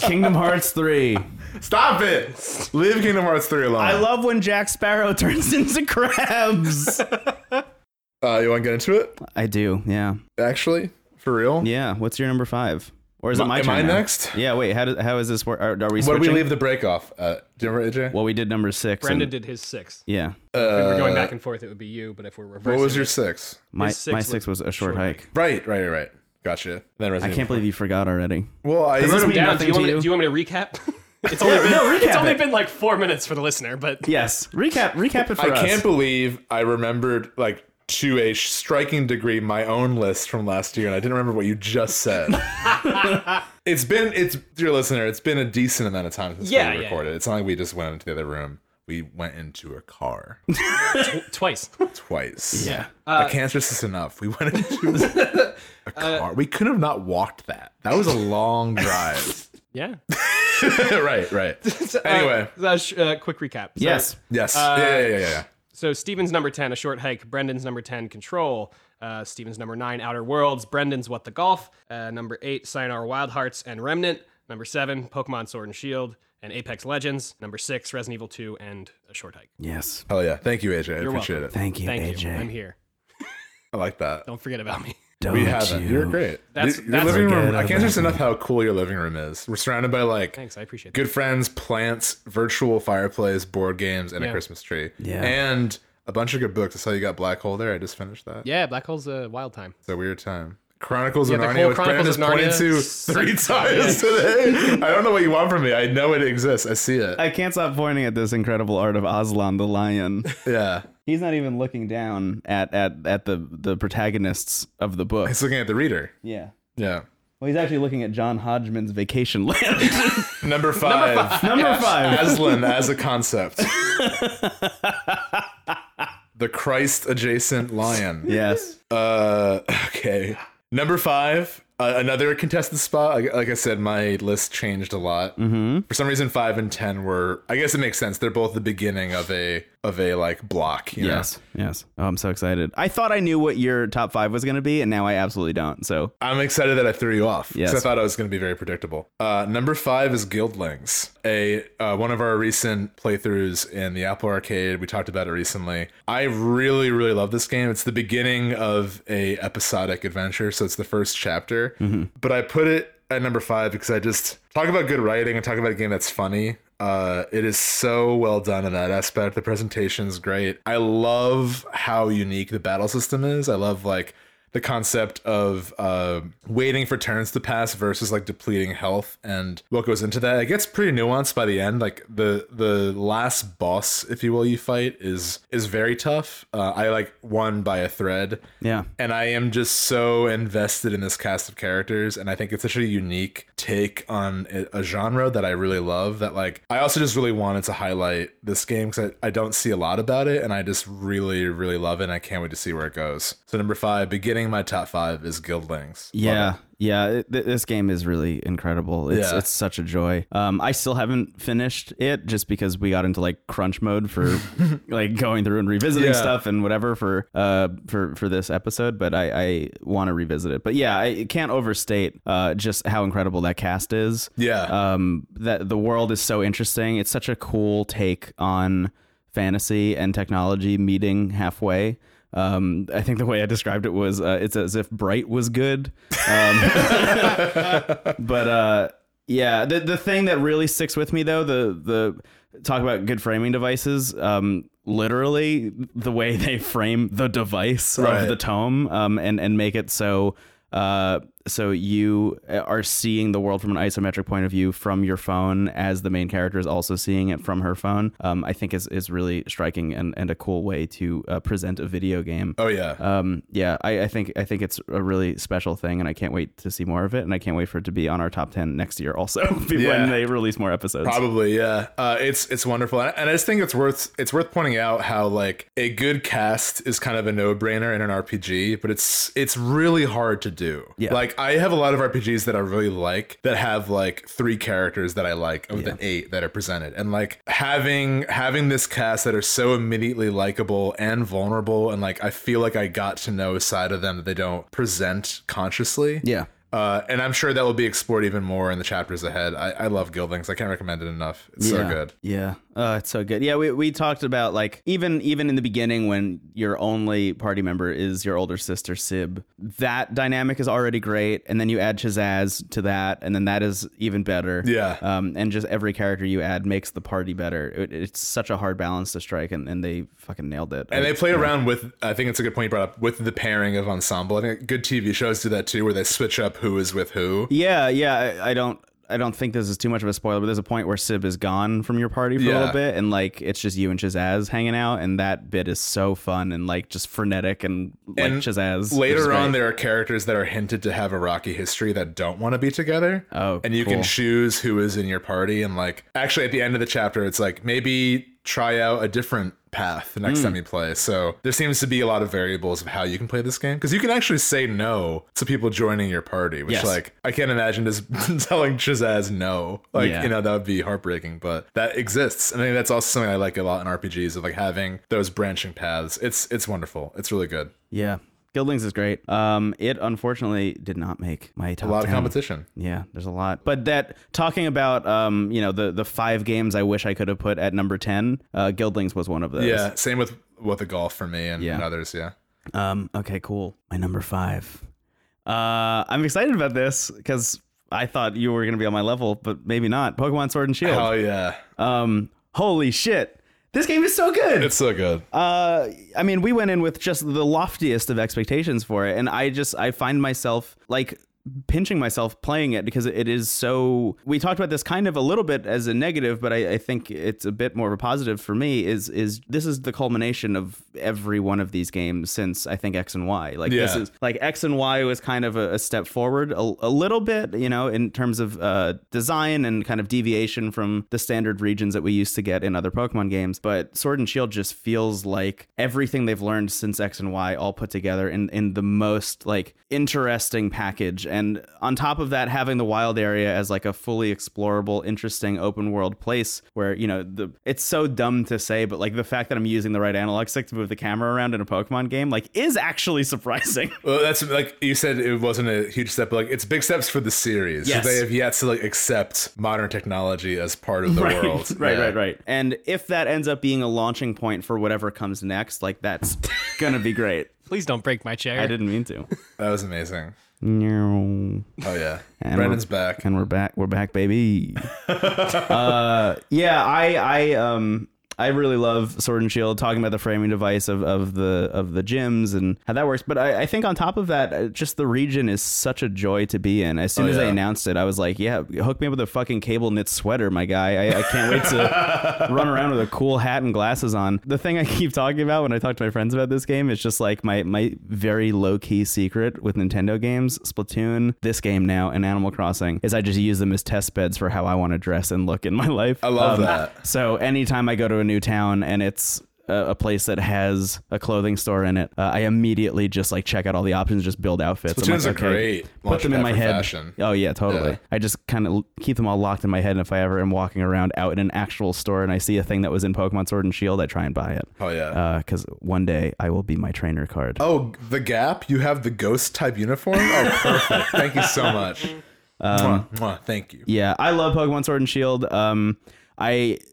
Speaker 1: Kingdom Hearts three.
Speaker 2: Stop it. Leave Kingdom Hearts 3 alone.
Speaker 1: I love when Jack Sparrow (laughs) turns into crabs.
Speaker 2: uh, you want to get into it?
Speaker 1: I do. Yeah.
Speaker 2: Actually? For real?
Speaker 1: Yeah. What's your number five? Or is it
Speaker 2: Am-
Speaker 1: my
Speaker 2: am
Speaker 1: turn
Speaker 2: I
Speaker 1: now?
Speaker 2: next?
Speaker 1: Yeah. Wait. How, do, how is this work? Are, are we
Speaker 2: What
Speaker 1: switching?
Speaker 2: did we leave the break off? Uh, do you remember, AJ?
Speaker 1: Well, we did number six.
Speaker 3: Brendan
Speaker 1: and-
Speaker 3: did his six.
Speaker 1: Yeah.
Speaker 3: If we we're going back and forth. It would be you, but if we're reversing,
Speaker 2: Uh, What was
Speaker 3: it-
Speaker 2: your six?
Speaker 1: My
Speaker 3: His six
Speaker 1: my
Speaker 3: was
Speaker 1: six was a short,
Speaker 3: short
Speaker 1: hike.
Speaker 3: hike.
Speaker 2: Right, right, right, right. Gotcha. Then
Speaker 1: I
Speaker 2: Resident
Speaker 1: can't believe you forgot already.
Speaker 2: Well, I,
Speaker 1: Does this
Speaker 3: Put 'em
Speaker 1: mean
Speaker 3: down. Do
Speaker 1: nothing
Speaker 3: you,
Speaker 1: to
Speaker 3: want me,
Speaker 1: you?
Speaker 3: do you want me to
Speaker 1: (laughs)
Speaker 3: recap? (laughs) It's only, been,
Speaker 1: no,
Speaker 3: it's
Speaker 1: recap
Speaker 3: only
Speaker 1: it.
Speaker 3: been like four minutes for the listener, but
Speaker 1: Yes. Recap. Recap it for
Speaker 2: I
Speaker 1: us.
Speaker 2: can't believe I remembered like to a striking degree my own list from last year, and I didn't remember what you just said. it's been it's dear listener, it's been a decent amount of time since
Speaker 3: Yeah,
Speaker 2: we
Speaker 3: yeah,
Speaker 2: recorded. It's not like we just went into the other room. We went into a car
Speaker 1: (laughs)
Speaker 3: tw- twice.
Speaker 2: twice.
Speaker 1: Yeah.
Speaker 2: I can't stress this enough. We went into a car. we could have not walked that. That was a long drive.
Speaker 3: Yeah.
Speaker 2: right, right. Anyway,
Speaker 3: Uh, uh, sh- uh, quick recap. So-
Speaker 1: yes.
Speaker 2: yes, yeah, yeah, yeah, yeah.
Speaker 3: So Steven's number 10, A Short Hike. Brendan's number 10, Control. Uh, Steven's number 9, Outer Worlds. Brendan's What the Golf. Uh, number 8, Sayonara Wild Hearts and Remnant. Number 7, Pokemon Sword and Shield and Apex Legends. Number 6, Resident Evil 2 and A Short Hike.
Speaker 1: Yes.
Speaker 2: Hell yeah! Thank you, AJ. I appreciate it.
Speaker 1: Thank you,
Speaker 3: Thank you. I'm
Speaker 1: AJ.
Speaker 3: here.
Speaker 2: I like that.
Speaker 3: Don't forget about me. (laughs)
Speaker 1: Don't
Speaker 2: We haven't.
Speaker 1: you.
Speaker 2: You. are great.
Speaker 3: That's-
Speaker 2: your
Speaker 3: that's-
Speaker 2: living room.
Speaker 1: Forget
Speaker 2: I can't stress
Speaker 1: about
Speaker 2: enough how cool your living room is. We're surrounded by like
Speaker 3: Thanks. I appreciate it.
Speaker 2: good friends, plants, virtual fireplace, board games, and a
Speaker 3: Yeah.
Speaker 2: Christmas tree.
Speaker 1: Yeah.
Speaker 2: And a bunch of good books. I saw you got Black Hole there. I just finished that.
Speaker 3: Yeah, Black Hole's a wild time.
Speaker 2: It's a weird time. Chronicles of
Speaker 3: the
Speaker 2: Narnia,
Speaker 3: whole
Speaker 2: which Brandon has
Speaker 3: Chronicles of
Speaker 2: pointed
Speaker 3: Narnia
Speaker 2: to (laughs)
Speaker 3: sucks.
Speaker 2: three times today. I don't know what you want from me. I know it exists. I see it.
Speaker 1: I can't stop pointing at this incredible art of Aslan the
Speaker 3: (laughs)
Speaker 1: lion.
Speaker 2: yeah.
Speaker 1: He's not even looking down at at at the the protagonists of the book.
Speaker 2: He's looking at the reader.
Speaker 1: Yeah.
Speaker 2: Yeah.
Speaker 1: Well, he's actually looking at John Hodgman's Vacation
Speaker 3: (laughs)
Speaker 1: Land.
Speaker 2: Number
Speaker 1: (laughs)
Speaker 2: five.
Speaker 1: Number five.
Speaker 2: Aslan as a concept. the Christ adjacent lion.
Speaker 1: yes.
Speaker 2: Uh, okay. Number five, uh, another contested spot. Like, like I said, my list changed a lot. Mm-hmm. For some reason, five and ten were. I guess it makes sense. They're both the beginning of a of a like block. You
Speaker 1: Yes. Yes. Oh, I'm so excited. I thought I knew what your top five was going to be, and now I absolutely don't. So
Speaker 2: Know? I'm excited that I threw you off because
Speaker 1: Yes.
Speaker 2: I thought I was going to be very predictable. Uh, number five is Guildlings, a uh, one of our recent playthroughs in the Apple Arcade. We talked about it recently. I really really love this game. It's the beginning of a episodic adventure, so it's the first chapter. but I put it at number five because I just talk about good writing and talk about a game that's funny. Uh, it is so well done in that aspect. The presentation is great. I love how unique the battle system is. I love like the concept of uh, waiting for turns to pass versus like depleting health and what goes into that. It gets pretty nuanced by the end. Like the the last boss, if you will, you fight is is very tough. Uh, I like won by a thread
Speaker 1: yeah.
Speaker 2: and I am just so invested in this cast of characters, and I think it's such a unique take on a- a genre that I really love. That like I also just really wanted to highlight this game because I, I don't see a lot about it, and I just really really love it. and I can't wait to see where it goes. So number five, beginning my top five is Guildlings.
Speaker 1: Yeah, yeah. It, th- this game is really incredible. It's
Speaker 2: Yeah.
Speaker 1: it's such a joy. Um, I still haven't finished it just because we got into like crunch mode
Speaker 2: (laughs)
Speaker 1: for like going through and revisiting
Speaker 2: Yeah.
Speaker 1: stuff and whatever for uh for for this episode. But I I want to revisit it. But yeah, I it can't overstate uh just how incredible that cast is.
Speaker 2: Yeah.
Speaker 1: Um, that the world is so interesting. It's such a cool take on fantasy and technology meeting halfway. Um, I think the way I described it was uh, it's as if Bright was good. but uh yeah the the thing that really sticks with me though the the talk about good framing devices um literally the way (laughs) they frame the device
Speaker 2: Right.
Speaker 1: of the tome um and and make it so uh, so you are seeing the world from an isometric point of view from your phone, as the main character is also seeing it from her phone. Um, I think is is really striking and, and a cool way to uh, present a video game
Speaker 2: Oh yeah.
Speaker 1: um, yeah, I, I think I think it's a really special thing, and I can't wait to see more of it, and I can't wait for it to be on our top ten next year also (laughs)
Speaker 2: Yeah.
Speaker 1: when they release more episodes.
Speaker 2: Probably, yeah. Uh, it's it's wonderful, and, and I just think it's worth it's worth pointing out how like a good cast is kind of a no brainer in an RPG, but it's it's really hard to do.
Speaker 1: Yeah.
Speaker 2: Like I have a lot of RPGs that I really like that have like three characters that I like of the eight that are presented, and like having having this cast that are so immediately likable and vulnerable, and like I feel like I got to know a side of them that they don't present consciously
Speaker 1: Yeah,
Speaker 2: Uh, and I'm sure that will be explored even more in the chapters ahead. I, I love Guildings. I can't recommend it enough. It's so
Speaker 1: Yeah.
Speaker 2: good.
Speaker 1: Yeah. Uh, it's so good. Yeah, we, we talked about like even even in the beginning when your only party member is your older sister Sib, that dynamic is already great, and then you add Chazaz to that, and then that is even better.
Speaker 2: Yeah.
Speaker 1: Um, and just every character you add makes the party better. It, it's such a hard balance to strike, and, and they fucking nailed it.
Speaker 2: And they play around with, I think it's a good point you brought up, with the pairing of ensemble. I think good TV shows do that too, where they switch up who is with who.
Speaker 1: Yeah, yeah. I, I don't. I don't think this is too much of a spoiler, but there's a point where Sib is gone from your party for a
Speaker 2: Yeah.
Speaker 1: little bit, and like it's just you and Chazaz hanging out, and that bit is so fun and like just frenetic and like
Speaker 2: And
Speaker 1: Chazaz. which is
Speaker 2: Later
Speaker 1: great.
Speaker 2: on, there are characters that are hinted to have a rocky history that don't want to be together.
Speaker 1: Oh,
Speaker 2: and you
Speaker 1: cool.
Speaker 2: can choose who is in your party. And like, actually, at the end of the chapter, it's like maybe try out a different path the next
Speaker 1: Hmm.
Speaker 2: time you play. So there seems to be a lot of variables of how you can play this game because you can actually say no to people joining your party, which
Speaker 1: Yes.
Speaker 2: like I can't imagine just (laughs) telling Chazaz no. Like
Speaker 1: Yeah.
Speaker 2: you know that would be heartbreaking, but that exists. And I think that's also something I like a lot in RPGs of like having those branching paths. It's it's wonderful. It's really good.
Speaker 1: yeah, Guildings is great. Um, it unfortunately did not make my top.
Speaker 2: A lot of
Speaker 1: 10.
Speaker 2: competition.
Speaker 1: Yeah, there's a lot. But that talking about um, you know, the the five games I wish I could have put at number ten, uh, Guildlings was one of those.
Speaker 2: Yeah, same with with the golf for me and,
Speaker 1: Yeah.
Speaker 2: and others. Yeah,
Speaker 1: Um, okay, cool. My number five. Uh, I'm excited about this because I thought you were going to be on my level, but maybe not. Pokemon Sword and Shield.
Speaker 2: oh yeah,
Speaker 1: Um, holy shit. This game is so good.
Speaker 2: it's so good.
Speaker 1: Uh, I mean, we went in with just the loftiest of expectations for it, and I just I find myself like pinching myself playing it because it is so. We talked about this kind of a little bit as a negative, but I, I think it's a bit more of a positive for me. Is is this is the culmination of every one of these games since I think X and Y. Like this
Speaker 2: Yeah.
Speaker 1: is like X and Y was kind of a, a step forward a, a little bit, you know, in terms of uh, design and kind of deviation from the standard regions that we used to get in other Pokemon games. But Sword and Shield just feels like everything they've learned since X and Y all put together in, in the most like interesting package. And on top of that, having the wild area as like a fully explorable, interesting open world place where, you know, the it's so dumb to say, but like the fact that I'm using the right analog stick to move the camera around in a Pokemon game, like is actually (laughs) surprising.
Speaker 2: Well, that's like you said, it wasn't a huge step. But, like it's big steps for the series.
Speaker 1: Yes.
Speaker 2: They have yet to like accept modern technology as part of the
Speaker 1: right,
Speaker 2: world.
Speaker 1: (laughs) Right,
Speaker 2: Yeah.
Speaker 1: right, right. And if that ends up being a launching point for whatever comes next, like that's (laughs) gonna be great.
Speaker 3: Please don't break my chair.
Speaker 1: I didn't mean to.
Speaker 2: That was amazing.
Speaker 1: No.
Speaker 2: Oh yeah,
Speaker 1: And
Speaker 2: Brandon's
Speaker 1: we're-
Speaker 2: back.
Speaker 1: And we're back. We're back,
Speaker 2: (laughs)
Speaker 1: baby. uh, yeah, I, I, um, I really love Sword and Shield. Talking about the framing device of, of the of the gyms and how that works, but I, I think on top of that, uh, just the region is such a joy to be in. As soon as they
Speaker 2: Oh, yeah.
Speaker 1: announced it, I was like, "Yeah, hook me up with a fucking cable knit sweater, my guy. I, I can't wait
Speaker 2: (laughs)
Speaker 1: to run around with a cool hat and glasses on." The thing I keep talking about when I talk to my friends about this game is just like my my very low key secret with Nintendo games, Splatoon, this game now, and Animal Crossing is I just use them as test beds for how I want to dress and look in my life. Um,
Speaker 2: I love that.
Speaker 1: So anytime I go to a new town and it's a, a place that has a clothing store in it, uh, I immediately just like check out all the options, just build outfits. I'm
Speaker 2: Splatoon's
Speaker 1: like,
Speaker 2: a great
Speaker 1: Put them
Speaker 2: launchpad
Speaker 1: in my
Speaker 2: for
Speaker 1: head.
Speaker 2: fashion.
Speaker 1: Oh yeah, totally.
Speaker 2: Yeah.
Speaker 1: I just kind of keep them all locked in my head, and if I ever am walking around out in an actual store and I see a thing that was in Pokemon Sword and Shield, I try and buy it.
Speaker 2: Oh yeah.
Speaker 1: Because one day I will be my trainer card.
Speaker 2: oh, the Gap. You have the ghost type uniform. Oh, perfect. Thank you so
Speaker 1: (laughs)
Speaker 2: much.
Speaker 1: Um,
Speaker 2: Mwah, mwah. Thank you.
Speaker 1: Yeah, I love Pokemon Sword and Shield. Um, I (sighs)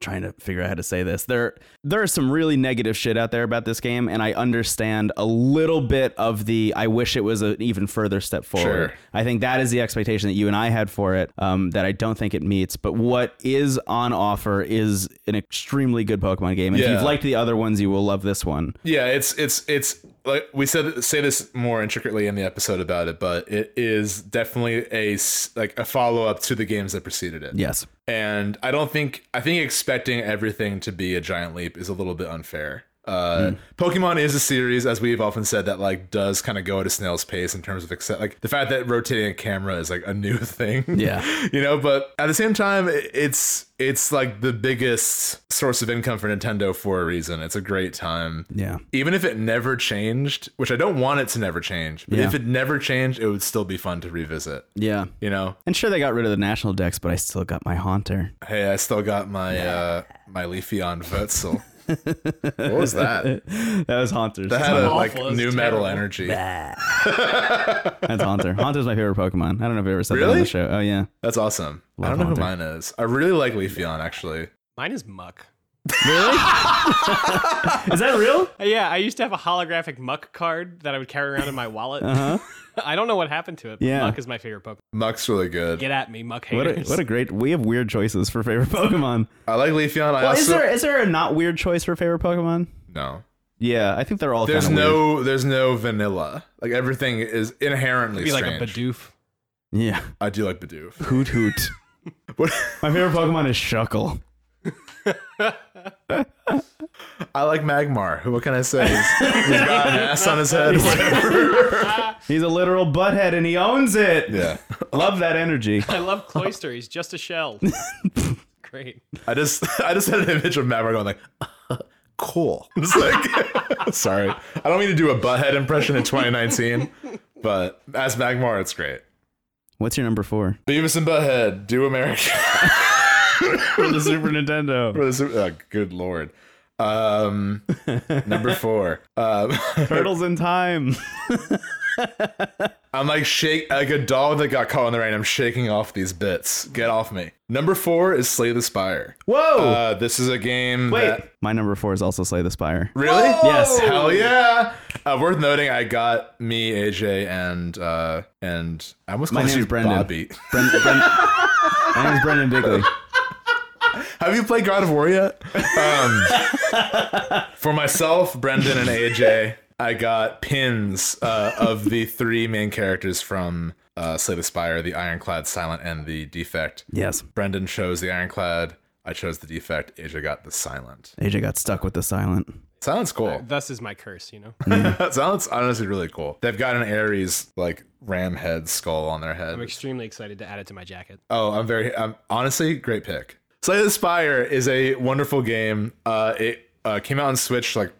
Speaker 1: trying to figure out how to say this. There, there is some really negative shit out there about this game, and I understand a little bit of the. I wish it was an even further step forward.
Speaker 2: Sure.
Speaker 1: I think that is the expectation that you and I had for it. Um, that I don't think it meets. But what is on offer is an extremely good Pokemon game. And If
Speaker 2: Yeah.
Speaker 1: you've liked the other ones, you will love this one.
Speaker 2: Yeah, it's it's it's like we said say this more intricately in the episode about it, but it is definitely a s- like a follow up to the games that preceded it.
Speaker 1: Yes.
Speaker 2: And I don't think I think expecting everything to be a giant leap is a little bit unfair. Uh, Pokemon is a series, as we've often said, that like does kind of go at a snail's pace in terms of accept like the fact that rotating a camera is like a new (laughs) thing.
Speaker 1: Yeah.
Speaker 2: you know, but at the same time, i- it's it's like the biggest source of income for Nintendo for a reason. It's a great time
Speaker 1: Yeah.
Speaker 2: even if it never changed, which I don't want it to never change, but
Speaker 1: Yeah.
Speaker 2: if it never changed, it would still be fun to revisit.
Speaker 1: Yeah.
Speaker 2: You know,
Speaker 1: And sure, they got rid of the national decks, but I still got my Haunter.
Speaker 2: hey, I still got my uh my Leafeon Wurzel.
Speaker 1: what
Speaker 2: was that?
Speaker 1: (laughs) That was Haunter's.
Speaker 2: That had a
Speaker 3: awful.
Speaker 2: like
Speaker 3: It was
Speaker 2: new metal
Speaker 3: terrible.
Speaker 2: energy.
Speaker 1: That's Haunter. (laughs) Haunter's my favorite Pokemon. I don't know if I ever said that on
Speaker 2: Really?
Speaker 1: the show. Oh yeah,
Speaker 2: (laughs) That's awesome. I
Speaker 1: Love
Speaker 2: don't know who
Speaker 1: Haunter.
Speaker 2: mine is. I really like Leafeon actually.
Speaker 3: Mine is Muck.
Speaker 1: really? (laughs) Is that real?
Speaker 3: Uh, Yeah, I used to have a holographic Muck card that I would carry around in my wallet.
Speaker 1: Uh huh.
Speaker 3: (laughs) I don't know what happened to it. but
Speaker 1: Yeah.
Speaker 3: Muck is my favorite Pokemon.
Speaker 2: Muck's really good.
Speaker 3: Get at me, Muck
Speaker 1: What a,
Speaker 3: haters.
Speaker 1: what a great. We have weird choices for favorite Pokemon.
Speaker 2: I like Leafeon.
Speaker 1: (laughs)
Speaker 2: I
Speaker 1: Well,
Speaker 2: also
Speaker 1: is there is there a not weird choice for favorite Pokemon?
Speaker 2: no.
Speaker 1: Yeah, I think they're all.
Speaker 2: There's
Speaker 1: kinda weird.
Speaker 2: no there's no vanilla. Like everything is inherently
Speaker 3: be like
Speaker 2: strange.
Speaker 3: a Bidoof.
Speaker 1: Yeah,
Speaker 2: I do like Bidoof. (laughs)
Speaker 1: hoot hoot.
Speaker 2: What-
Speaker 1: (laughs) My favorite Pokemon is Shuckle.
Speaker 2: I like Magmar. Who- What can I say? He's, he's got an ass on his head.
Speaker 1: He's a literal butthead and he owns it.
Speaker 2: yeah.
Speaker 1: Love that energy.
Speaker 3: I love Cloyster. He's just
Speaker 1: (laughs)
Speaker 3: a shell. Great.
Speaker 2: I just I just had an image of Maverick going like (laughs) cool. It's like (laughs) sorry. I don't mean to do a butthead impression in 2019, but as Magmar, it's great.
Speaker 1: What's your number four?
Speaker 2: Beavis and Butthead, do America.
Speaker 1: (laughs)
Speaker 2: (laughs)
Speaker 1: For the Super Nintendo.
Speaker 2: For the Super- oh, good lord. Um, number four. Um,
Speaker 1: (laughs)
Speaker 2: (laughs)
Speaker 1: Turtles in Time.
Speaker 2: I'm like shake like a dog that got caught in the rain. I'm shaking off these bits. Get off me. Number four is Slay the Spire.
Speaker 1: Whoa!
Speaker 2: Uh, this is a game.
Speaker 1: Wait.
Speaker 2: that-
Speaker 1: My number four is also Slay the Spire.
Speaker 2: really?
Speaker 1: Yes.
Speaker 2: Hell yeah! Uh, worth noting, I got me, AJ, and uh, and I almost
Speaker 1: My
Speaker 2: called
Speaker 1: name's
Speaker 2: you
Speaker 1: Brendan.
Speaker 2: Bobby.
Speaker 1: Bren, Bren, (laughs) my name's Brendan Bigley.
Speaker 2: Have you played God of War yet? Um,
Speaker 1: (laughs)
Speaker 2: for myself, Brendan and AJ, I got pins uh, of the three main characters from uh, Slay the Spire, the Ironclad, Silent, and the Defect.
Speaker 1: Yes.
Speaker 2: Brendan chose the Ironclad. I chose the Defect. AJ got the Silent.
Speaker 1: AJ got stuck with the silent.
Speaker 2: Silent's cool.
Speaker 3: Thus is my curse, you
Speaker 1: (laughs)
Speaker 3: know?
Speaker 2: (laughs) Silent's honestly really cool. They've got an Ares like ram head skull on their head.
Speaker 3: I'm extremely excited to add it to my jacket.
Speaker 2: Oh, I'm very. I'm honestly great pick. Slay the Spire is a wonderful game. Uh, it uh, came out on Switch like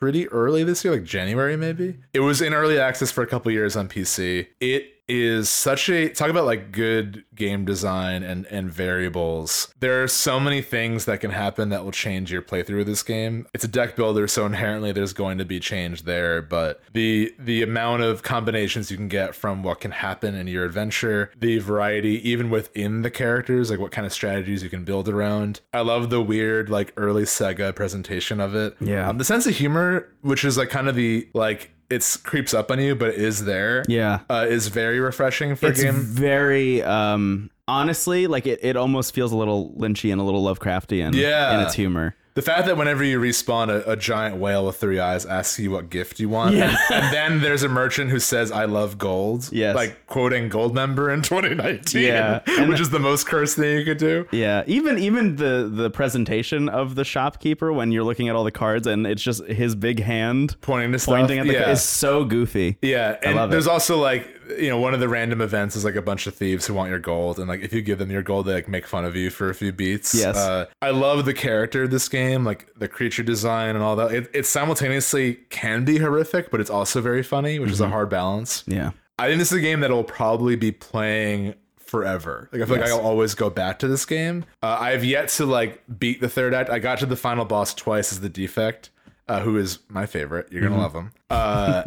Speaker 2: pretty early this year, like January maybe. It was in early access for a couple years on PC. It is such a talk about like good game design and and variables. There are so many things that can happen that will change your playthrough of this game. It's a deck builder, so inherently there's going to be change there, but the the amount of combinations you can get from what can happen in your adventure, the variety even within the characters, like what kind of strategies you can build around. I love the weird like early Sega presentation of it.
Speaker 1: Yeah.
Speaker 2: Um, the sense of humor, which is like kind of the like it's creeps up on you, but it is there.
Speaker 1: Yeah.
Speaker 2: Uh, is very refreshing for
Speaker 1: It's
Speaker 2: a game.
Speaker 1: very um honestly, like it, it almost feels a little lynchy and a little Lovecraftian
Speaker 2: Yeah.
Speaker 1: in its humor.
Speaker 2: The fact that whenever you respawn, a, a giant whale with three eyes asks you what gift you want,
Speaker 1: Yeah.
Speaker 2: and, and then there's a merchant who says, "I love gold,"
Speaker 1: Yes.
Speaker 2: like quoting Goldmember in (laughs) 2019,
Speaker 1: Yeah. And-
Speaker 2: which is the most cursed thing you could do.
Speaker 1: Yeah, even even the the presentation of the shopkeeper when you're looking at all the cards and it's just his big hand
Speaker 2: Pointing to stuff.
Speaker 1: pointing at the
Speaker 2: yeah.
Speaker 1: ca- is so goofy.
Speaker 2: Yeah, and
Speaker 1: love it.
Speaker 2: there's also like you know one of the random events is like a bunch of thieves who want your gold, and like if you give them your gold, they like make fun of you for a few beats.
Speaker 1: Yes.
Speaker 2: uh, I love the character of this game, like the creature design and all that. It, it simultaneously can be horrific, but it's also very funny, which is
Speaker 1: Mm-hmm.
Speaker 2: a hard balance.
Speaker 1: Yeah.
Speaker 2: I think this is a game that I'll probably be playing forever. Like I feel like I'll always go back to this game. Uh, I've yet to like beat the third act. I got to the final boss twice as the defect, uh, who is my favorite. You're gonna love him. Uh,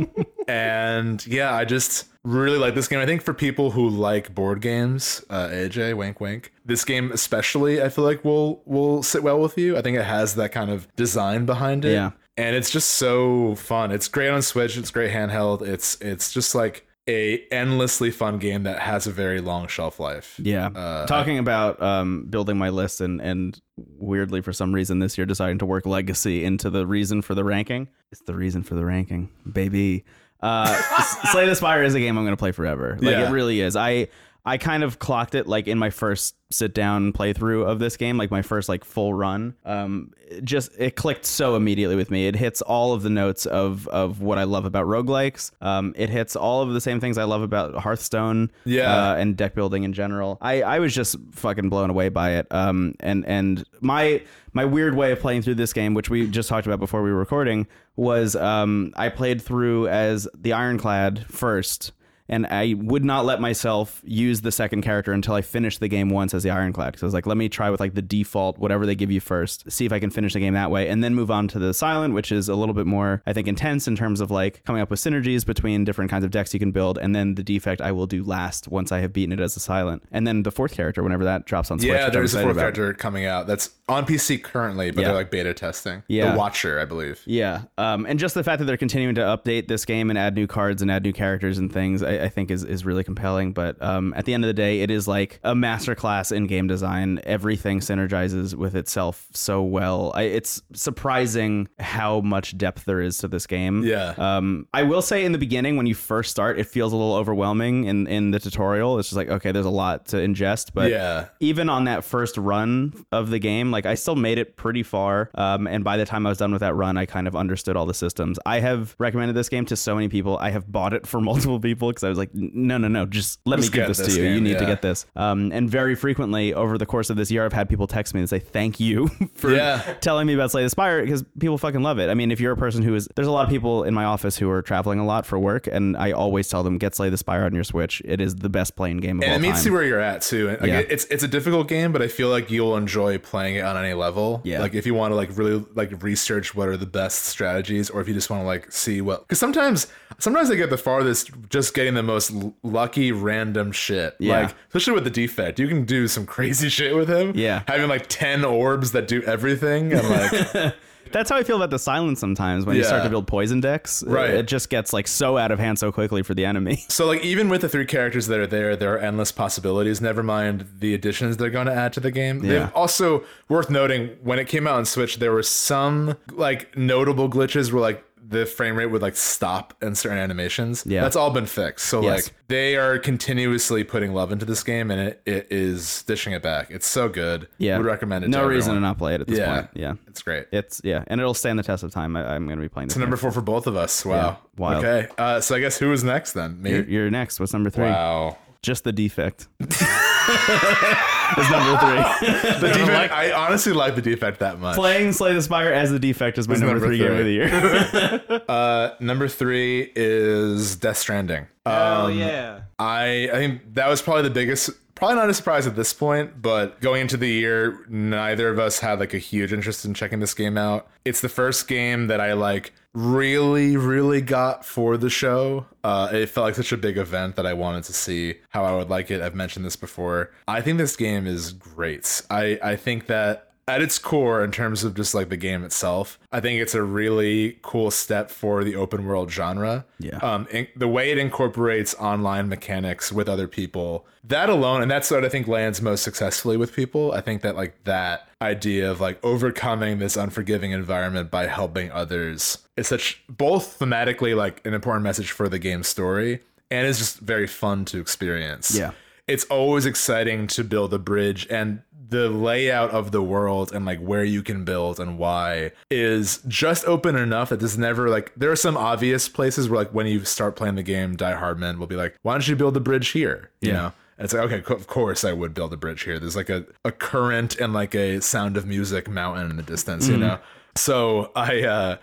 Speaker 2: and yeah, I just really like this game. I think for people who like board games, uh, AJ, wink, wink. This game especially, I feel like will will sit well with you. I think it has that kind of design behind it
Speaker 1: Yeah.
Speaker 2: and it's just so fun. It's great on Switch. It's great handheld. It's it's just like a endlessly fun game that has a very long shelf life.
Speaker 1: Yeah.
Speaker 2: Uh,
Speaker 1: Talking about um, building my list and, and weirdly for some reason this year deciding to work legacy into the reason for the ranking. It's the reason for the ranking, baby. Uh, (laughs) S- Slay the Spire is a game I'm going to play forever. Like
Speaker 2: Yeah.
Speaker 1: it really is. I I kind of clocked it like in my first sit down playthrough of this game, like my first like full run. Um, it just it clicked so immediately with me. It hits all of the notes of of what I love about roguelikes. Um, it hits all of the same things I love about Hearthstone
Speaker 2: Yeah.
Speaker 1: uh, and deck building in general. I, I was just fucking blown away by it. Um, and and my my weird way of playing through this game, which we just talked about before we were recording, was um, I played through as the Ironclad first, and I would not let myself use the second character until I finished the game once as the Ironclad. Because I was like, let me try with like the default, whatever they give you first, see if I can finish the game that way, and then move on to the Silent, which is a little bit more, I think, intense in terms of like coming up with synergies between different kinds of decks you can build, and then the Defect I will do last once I have beaten it as a Silent, and then the fourth character whenever that drops on Switch. which
Speaker 2: Yeah,
Speaker 1: I'm
Speaker 2: there's a
Speaker 1: excited
Speaker 2: fourth
Speaker 1: about.
Speaker 2: character coming out that's on PC currently, but
Speaker 1: Yeah.
Speaker 2: they're like beta testing.
Speaker 1: Yeah.
Speaker 2: The Watcher, I believe.
Speaker 1: Yeah, um, and just the fact that they're continuing to update this game and add new cards and add new characters and things, I, I think is is really compelling. But um, at the end of the day, it is like a masterclass in game design. Everything synergizes with itself so well. I, it's surprising how much depth there is to this game.
Speaker 2: Yeah.
Speaker 1: Um, I will say in the beginning when you first start, it feels a little overwhelming in in the tutorial. It's just like okay, there's a lot to ingest, but
Speaker 2: yeah.
Speaker 1: even on that first run of the game, like I still made it pretty far. Um, and by the time I was done with that run, I kind of understood all the systems. I have recommended this game to so many people. I have bought it for (laughs) multiple people because I was like, no, no, no, just let
Speaker 2: Just
Speaker 1: me give
Speaker 2: get
Speaker 1: this,
Speaker 2: this
Speaker 1: to you.
Speaker 2: game,
Speaker 1: you need to
Speaker 2: yeah.
Speaker 1: get this. Um, and very frequently over the course of this year, I've had people text me and say, thank you (laughs) for
Speaker 2: Yeah.
Speaker 1: telling me about Slay the Spire because people fucking love it. I mean, if you're a person who is, there's a lot of people in my office who are traveling a lot for work, and I always tell them, get Slay the Spire on your Switch. It is the best playing game of all
Speaker 2: And it
Speaker 1: time.
Speaker 2: meets you where you're at too. And like,
Speaker 1: Yeah.
Speaker 2: it's it's a difficult game, but I feel like you'll enjoy playing it on any level.
Speaker 1: Yeah.
Speaker 2: Like if you want to like really like research what are the best strategies, or if you just want to like see what because sometimes sometimes I get the farthest just getting the most l- lucky random shit.
Speaker 1: Yeah.
Speaker 2: Like especially with the defect, you can do some crazy (laughs) shit with him.
Speaker 1: Yeah.
Speaker 2: Having like ten orbs that do everything and like
Speaker 1: That's how I feel about the silence sometimes when you start
Speaker 2: Yeah.
Speaker 1: to build poison decks. it-
Speaker 2: Right.
Speaker 1: It, just gets like so out of hand so quickly for the enemy. (laughs)
Speaker 2: So like even with the three characters that are there, there are endless possibilities. Never mind the additions they're going to add to the game.
Speaker 1: Yeah.
Speaker 2: They've also worth noting when it came out on Switch, there were some like notable glitches where like the frame rate would like stop in certain animations.
Speaker 1: Yeah.
Speaker 2: that's all been fixed. So
Speaker 1: Yes.
Speaker 2: like they are continuously putting love into this game, and it, it is dishing it back. It's so good.
Speaker 1: Yeah.
Speaker 2: would recommend it.
Speaker 1: No
Speaker 2: to
Speaker 1: reason
Speaker 2: everyone.
Speaker 1: to not play it at this
Speaker 2: Yeah.
Speaker 1: point. Yeah.
Speaker 2: It's great.
Speaker 1: It's yeah, and it'll stand the test of time. I, I'm going to be playing this.
Speaker 2: It's number four for both of us. Wow.
Speaker 1: Wild.
Speaker 2: Okay. Uh, so I guess who was next then? Me.
Speaker 1: game. You're, you're next. What's number three?
Speaker 2: wow.
Speaker 1: Just the
Speaker 2: (laughs)
Speaker 1: defect. is number three.
Speaker 2: The defect, I honestly like the defect that much.
Speaker 1: Playing Slay the Spire as the defect is my number,
Speaker 2: number
Speaker 1: three, game
Speaker 2: three.
Speaker 1: of the
Speaker 2: (laughs)
Speaker 1: year.
Speaker 2: Number three is Death Stranding. Uh,
Speaker 4: Oh
Speaker 1: Um,
Speaker 4: yeah.
Speaker 2: I I think that was probably the biggest, probably not a surprise at this point, but going into the year, neither of us had like a huge interest in checking this game out. It's the first game that I like really, really got for the show. Uh, it felt like such a big event that I wanted to see how I would like it. I've mentioned this before. I think this game is great. I I think that at its core in terms of just like the game itself i think it's a really cool step for the open world genre
Speaker 1: Yeah.
Speaker 2: um in, the way it incorporates online mechanics with other people that alone and that's what i think lands most successfully with people i think that like that idea of like overcoming this unforgiving environment by helping others is such both thematically like an important message for the game's story and is just very fun to experience
Speaker 1: Yeah.
Speaker 2: it's always exciting to build a bridge and the layout of the world and like where you can build and why is just open enough that there's never like there are some obvious places where like when you start playing the game die hardman will be like why don't you build the bridge here you know and it's like okay co- of course i would build a bridge here there's like a, a current and like a sound of music mountain in the distance you know so i uh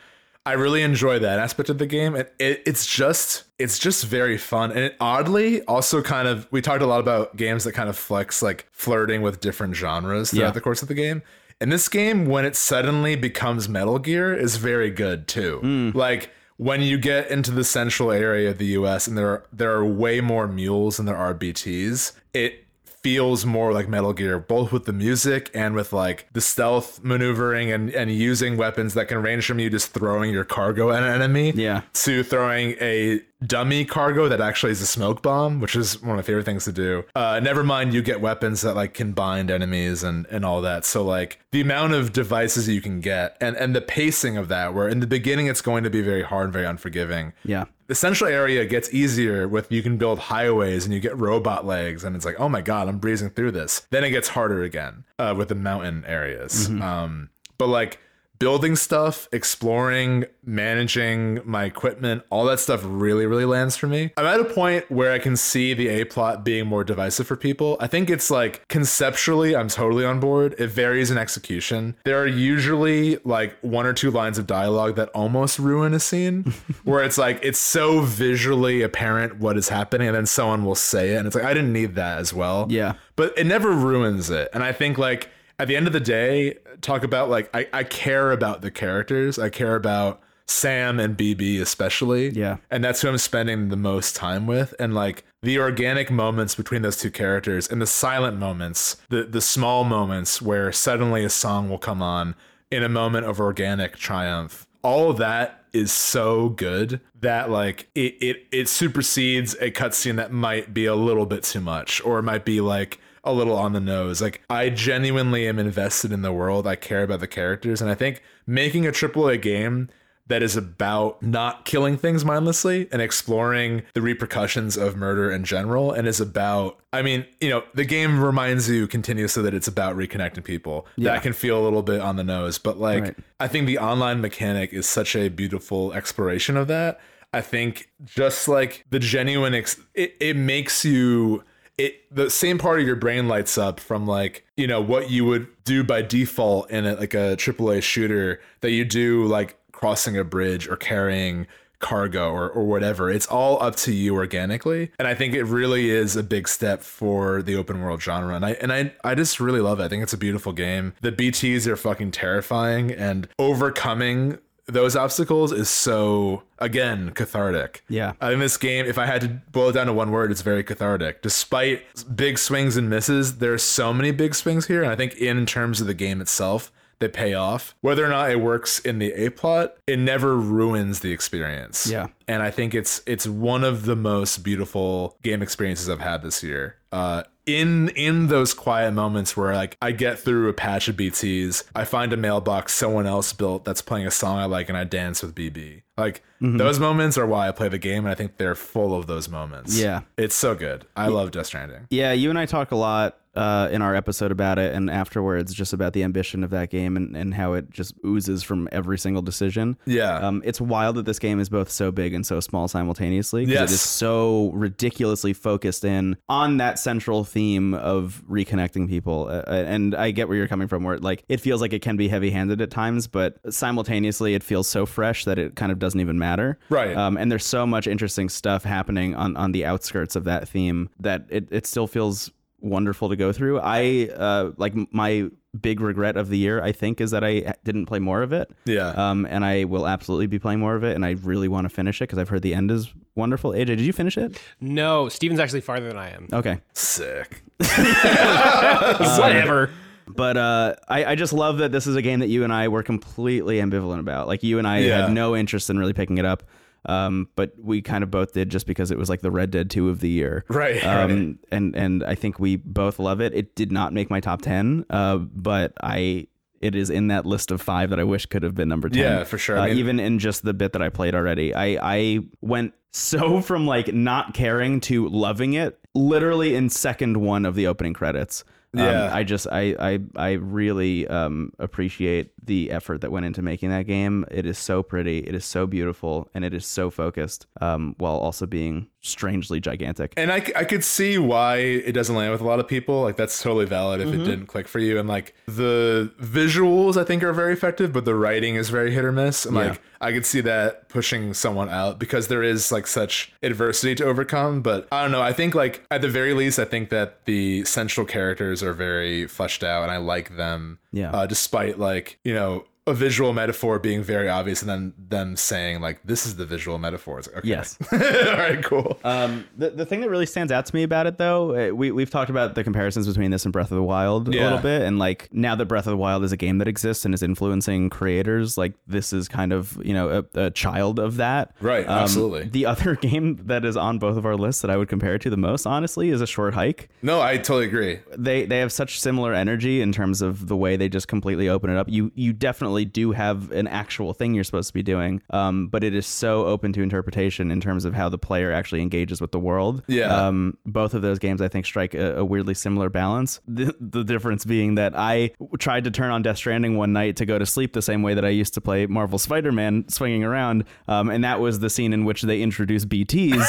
Speaker 2: I really enjoy that aspect of the game. It, it it's just it's just very fun, and it oddly also kind of we talked a lot about games that kind of flex like flirting with different genres throughout
Speaker 1: Yeah.
Speaker 2: the course of the game. And this game, when it suddenly becomes Metal Gear, is very good too. Like when you get into the central area of the U.S. and there are, there are way more mules than there are BTS. It feels more like Metal Gear, both with the music and with like the stealth maneuvering and, and using weapons that can range from you just throwing your cargo at an enemy
Speaker 1: Yeah.
Speaker 2: to throwing a dummy cargo that actually is a smoke bomb, which is one of my favorite things to do. Uh, never mind, you get weapons that like can bind enemies and and all that. So like the amount of devices you can get and and the pacing of that, where in the beginning it's going to be very hard and very unforgiving
Speaker 1: Yeah.
Speaker 2: the central area gets easier with you can build highways and you get robot legs and it's like oh my god i'm breezing through this then it gets harder again uh, with the mountain areas um, but like building stuff, exploring, managing my equipment, all that stuff really, really lands for me. I'm at a point where I can see the A plot being more divisive for people. I think it's like conceptually, I'm totally on board. It varies in execution. There are usually like one or two lines of dialogue that almost ruin a scene
Speaker 1: (laughs)
Speaker 2: where it's like, it's so visually apparent what is happening, and then someone will say it. And it's like, I didn't need that as well
Speaker 1: Yeah.
Speaker 2: but it never ruins it. And I think like at the end of the day, talk about like I, I care about the characters. I care about Sam and BB especially.
Speaker 1: Yeah.
Speaker 2: And that's who I'm spending the most time with. And like the organic moments between those two characters and the silent moments, the the small moments where suddenly a song will come on in a moment of organic triumph. All of that is so good that like it it, it supersedes a cutscene that might be a little bit too much or it might be like a little on the nose. Like I genuinely am invested in the world. I care about the characters, and I think making a AAA game that is about not killing things mindlessly and exploring the repercussions of murder in general and is about I mean, you know, the game reminds you continuously that it's about reconnecting people.
Speaker 1: Yeah.
Speaker 2: That can feel a little bit on the nose, but like
Speaker 1: Right.
Speaker 2: I think the online mechanic is such a beautiful exploration of that. I think just like the genuine ex- it, it makes you it the same part of your brain lights up from like you know what you would do by default in it like a AAA shooter that you do like crossing a bridge or carrying cargo or, or whatever it's all up to you organically and i think it really is a big step for the open world genre and i and i i just really love it i think it's a beautiful game the bts are fucking terrifying and overcoming those obstacles is so again cathartic
Speaker 1: Yeah.
Speaker 2: I think this game, if I had to boil it down to one word, it's very cathartic. Despite big swings and misses, there are so many big swings here, and I think in terms of the game itself, they pay off. Whether or not it works in the A plot, it never ruins the experience.
Speaker 1: Yeah.
Speaker 2: and I think it's it's one of the most beautiful game experiences I've had this year. Uh, in in those quiet moments where like I get through a patch of BTS, I find a mailbox someone else built that's playing a song I like, and I dance with BB. Like
Speaker 1: Mm-hmm.
Speaker 2: those moments are why I play the game, and I think they're full of those moments.
Speaker 1: Yeah.
Speaker 2: it's so good. I love Death Stranding.
Speaker 1: Yeah, you and I talk a lot uh, in our episode about it and afterwards just about the ambition of that game and, and how it just oozes from every single decision.
Speaker 2: Yeah,
Speaker 1: Um, it's wild that this game is both so big and so small simultaneously. 'cause
Speaker 2: Yes.
Speaker 1: It is so ridiculously focused in on that central theme of reconnecting people. Uh, and I get where you're coming from, where it, like it feels like it can be heavy handed at times, but simultaneously it feels so fresh that it kind of doesn't even matter.
Speaker 2: Right.
Speaker 1: Um, and there's so much interesting stuff happening on, on the outskirts of that theme that it, it still feels wonderful to go through. I uh, like my big regret of the year, I think, is that I uh, didn't play more of it.
Speaker 2: yeah.
Speaker 1: Um, and I will absolutely be playing more of it, and I really want to finish it because I've heard the end is wonderful. AJ, did you finish it?
Speaker 3: No, Steven's actually farther than I am.
Speaker 1: Okay, (laughs)
Speaker 2: Sick. (laughs)
Speaker 1: Oh,
Speaker 3: Whatever.
Speaker 1: but uh, I, I just love that this is a game that you and I were completely ambivalent about. Like you and I
Speaker 2: Yeah.
Speaker 1: had no interest in really picking it up, um, but we kind of both did just because it was like the Red Dead Two of the year,
Speaker 2: Right,
Speaker 1: Um, and and I think we both love it. It did not make my top ten, uh, but I. It is in that list of five that I wish could have been number ten.
Speaker 2: Yeah, for sure. I
Speaker 1: Uh,
Speaker 2: mean-
Speaker 1: even in just the bit that I played already, I I went so (laughs) from like not caring to loving it, literally in second one of the opening credits. Um,
Speaker 2: Yeah.
Speaker 1: I just I I I really um, appreciate the effort that went into making that game. It is so pretty, it is so beautiful, and it is so focused, um, while also being strangely gigantic.
Speaker 2: And I, c- I could see why it doesn't land with a lot of people. Like, that's totally valid if
Speaker 1: Mm-hmm.
Speaker 2: it didn't click for you. And, like, the visuals, I think, are very effective, but the writing is very hit or miss. And, like, I could see that pushing someone out because there is, like, such adversity to overcome. But I don't know. I think, like, at the very least, I think that the central characters are very fleshed out and I like them.
Speaker 1: Yeah.
Speaker 2: Uh, despite, like, you know, a visual metaphor being very obvious and then them saying, like, this is the visual metaphor. It's like, okay.
Speaker 1: Yes.
Speaker 2: (laughs) All right, cool.
Speaker 1: Um, the, the thing that really stands out to me about it, though, uh, we, we've talked about the comparisons between this and Breath of the Wild a
Speaker 2: Yeah.
Speaker 1: little bit. And like now that Breath of the Wild is a game that exists and is influencing creators, like this is kind of, you know, a, a child of that. Um,
Speaker 2: Right, absolutely.
Speaker 1: The (laughs) other game that is on both of our lists that I would compare it to the most, honestly, is A Short Hike
Speaker 2: No, I totally agree.
Speaker 1: they they have such similar energy in terms of the way they just completely open it up. You you definitely definitely do have an actual thing you're supposed to be doing, um, but it is so open to interpretation in terms of how the player actually engages with the world.
Speaker 2: Yeah.
Speaker 1: Um, both of those games, I think, strike a, a weirdly similar balance. The, the difference being that I tried to turn on Death Stranding one night to go to sleep the same way that I used to play Marvel Spider Man swinging around, um, and that was the scene in which they introduced BTs.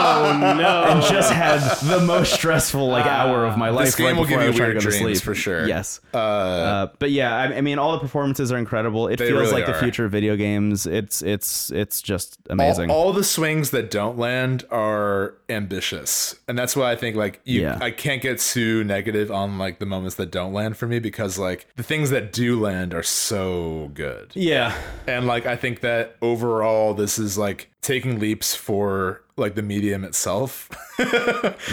Speaker 1: and just had the most stressful like hour of my life.
Speaker 2: This game
Speaker 1: right
Speaker 2: will
Speaker 1: before
Speaker 2: give
Speaker 1: I
Speaker 2: you
Speaker 1: was trying
Speaker 2: weird
Speaker 1: to go to
Speaker 2: dreams
Speaker 1: sleep.
Speaker 2: for sure.
Speaker 1: Yes. Uh, but yeah, I, I mean, all the performances are incredible. It feels
Speaker 2: really
Speaker 1: like
Speaker 2: are.
Speaker 1: the future of video games. It's it's it's just amazing.
Speaker 2: All, all the swings that don't land are ambitious, and that's why I think like you,
Speaker 1: Yeah.
Speaker 2: I can't get too negative on like the moments that don't land for me because like the things that do land are so good,
Speaker 1: yeah.
Speaker 2: and like I think that overall this is like taking leaps for like the medium itself. (laughs)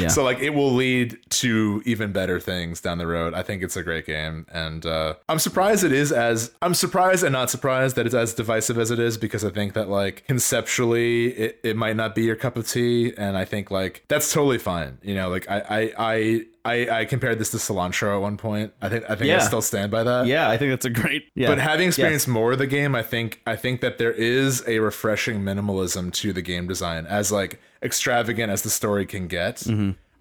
Speaker 2: So like it will lead to even better things down the road. I think it's a great game, and uh, I'm surprised it is as I'm surprised and not surprised that it's as divisive as it is because I think that like conceptually it, it might not be your cup of tea, and I think like that's totally fine. You know, like I I I. I, I compared this to cilantro at one point. I think I think I
Speaker 1: Yeah.
Speaker 2: still stand by that.
Speaker 1: Yeah, I think that's a great. Yeah.
Speaker 2: But having experienced more of the game, I think I think that there is a refreshing minimalism to the game design, as like extravagant as the story can get.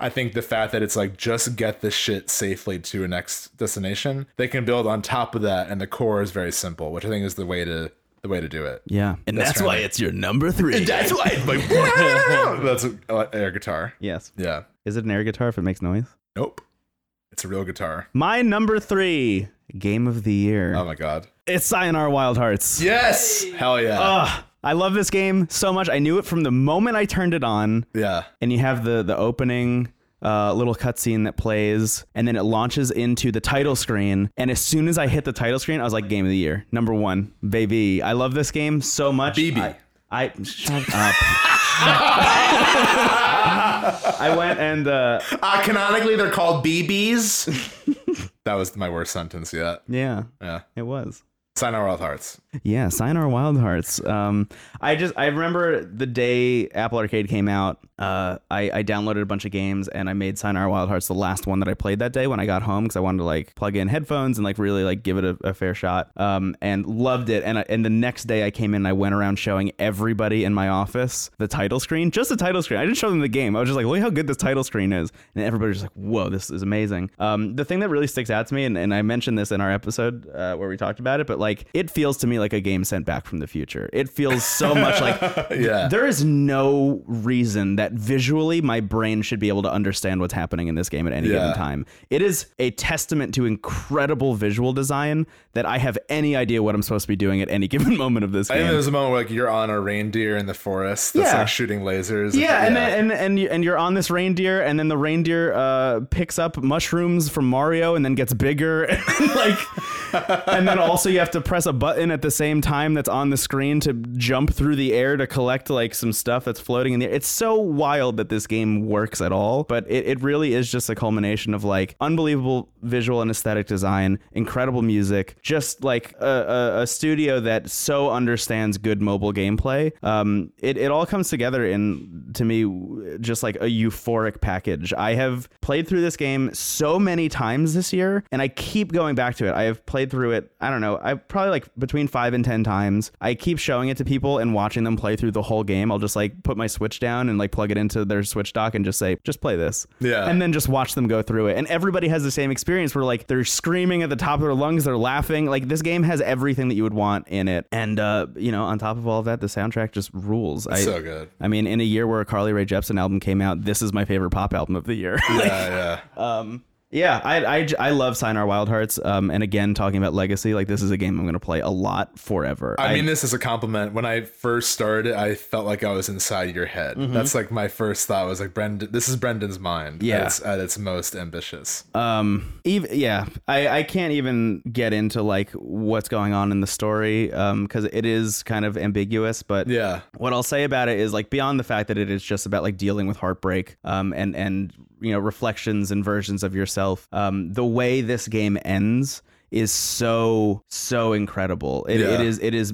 Speaker 2: I think the fact that it's like just get this shit safely to a next destination, they can build on top of that, and the core is very simple, which I think is the way to the way to do it.
Speaker 1: yeah, and that's, why it's your number
Speaker 2: (laughs)
Speaker 1: three.
Speaker 2: That's why it's like wow! (laughs) that's uh, air guitar.
Speaker 1: yes.
Speaker 2: Yeah.
Speaker 1: Is it an air guitar if it makes noise?
Speaker 2: Nope. It's a real guitar.
Speaker 1: My number three game of the year.
Speaker 2: Oh my god.
Speaker 1: It's Sayonara Wild Hearts.
Speaker 2: Yes. Hell yeah.
Speaker 1: Ugh, I love this game so much. I knew it from the moment I turned it on.
Speaker 2: yeah.
Speaker 1: and you have the the opening uh, little cutscene that plays, and then it launches into the title screen. And as soon as I hit the title screen, I was like, "Game of the year, number one, baby!" I love this game so much.
Speaker 2: BB.
Speaker 1: I, I shut up. (laughs) I went and uh,
Speaker 2: Uh, canonically, they're called BBs.
Speaker 1: (laughs)
Speaker 2: that was my worst sentence yet.
Speaker 1: yeah,
Speaker 2: Yeah.
Speaker 1: it was.
Speaker 2: Sign our
Speaker 1: (laughs)
Speaker 2: Wild Hearts.
Speaker 1: Yeah, sign our Wild Hearts. Um, I just I remember the day Apple Arcade came out. Uh, I I downloaded a bunch of games and I made Sign Our Wild Hearts the last one that I played that day when I got home because I wanted to like plug in headphones and like really like give it a, a fair shot. Um, and loved it. And I, and the next day I came in and I went around showing everybody in my office the title screen, just the title screen. I didn't show them the game. I was just like, look how good this title screen is, and everybody was just like, whoa, this is amazing. Um, the thing that really sticks out to me, and, and I mentioned this in our episode uh, where we talked about it, but like it feels to me like a game sent back from the future. It feels so much like
Speaker 2: (laughs) Yeah.
Speaker 1: there is no reason that visually my brain should be able to understand what's happening in this game at any
Speaker 2: Yeah.
Speaker 1: given time. It is a testament to incredible visual design that I have any idea what I'm supposed to be doing at any (laughs) given moment of this
Speaker 2: I think there
Speaker 1: game.
Speaker 2: was a moment where like you're on a reindeer in the forest that's
Speaker 1: Yeah.
Speaker 2: like shooting lasers.
Speaker 1: Yeah, and then, and and you, and you're on this reindeer, and then the reindeer uh, picks up mushrooms from Mario, and then gets bigger, (laughs) and like, (laughs) and then also you have to press a button at the same time that's on the screen to jump through the air to collect like some stuff that's floating in the air. It's so wild that this game works at all, but it, it really is just a culmination of like unbelievable visual and aesthetic design, incredible music, just like a, a, a studio that so understands good mobile gameplay. Um, it, it all comes together in, to me, w- just like a euphoric package. I have played through this game so many times this year, and I keep going back to it. I have played through it, I don't know, I probably like between five and 10 times. I keep showing it to people and watching them play through the whole game. I'll just like put my Switch down and like plug it into their Switch dock and just say, just play this.
Speaker 2: Yeah.
Speaker 1: And then just watch them go through it. And everybody has the same experience where like they're screaming at the top of their lungs, they're laughing. Like this game has everything that you would want in it. And, uh, you know, on top of all of that, the soundtrack just rules. I,
Speaker 2: so good.
Speaker 1: I mean, in a year where a Carly Rae Jepsen album came out, this is my favorite pop album of the year. (laughs)
Speaker 2: Yeah, Uh, yeah.
Speaker 1: yeah, I, I, I love Sign Our Wild Hearts. Um, and again, talking about legacy, like this is a game I'm going to play a lot forever.
Speaker 2: I mean, this is a compliment. When I first started, I felt like I was inside your head.
Speaker 1: Mm-hmm.
Speaker 2: That's like my first thought was like, Brendan, this is Brendan's mind.
Speaker 1: Yeah.
Speaker 2: At its, at its most ambitious.
Speaker 1: um even yeah i i can't even get into like what's going on in the story um because it is kind of ambiguous but
Speaker 2: yeah.
Speaker 1: what i'll say about it is like beyond the fact that it is just about like dealing with heartbreak um and and you know reflections and versions of yourself um the way this game ends is so so incredible. It,
Speaker 2: Yeah.
Speaker 1: it is it is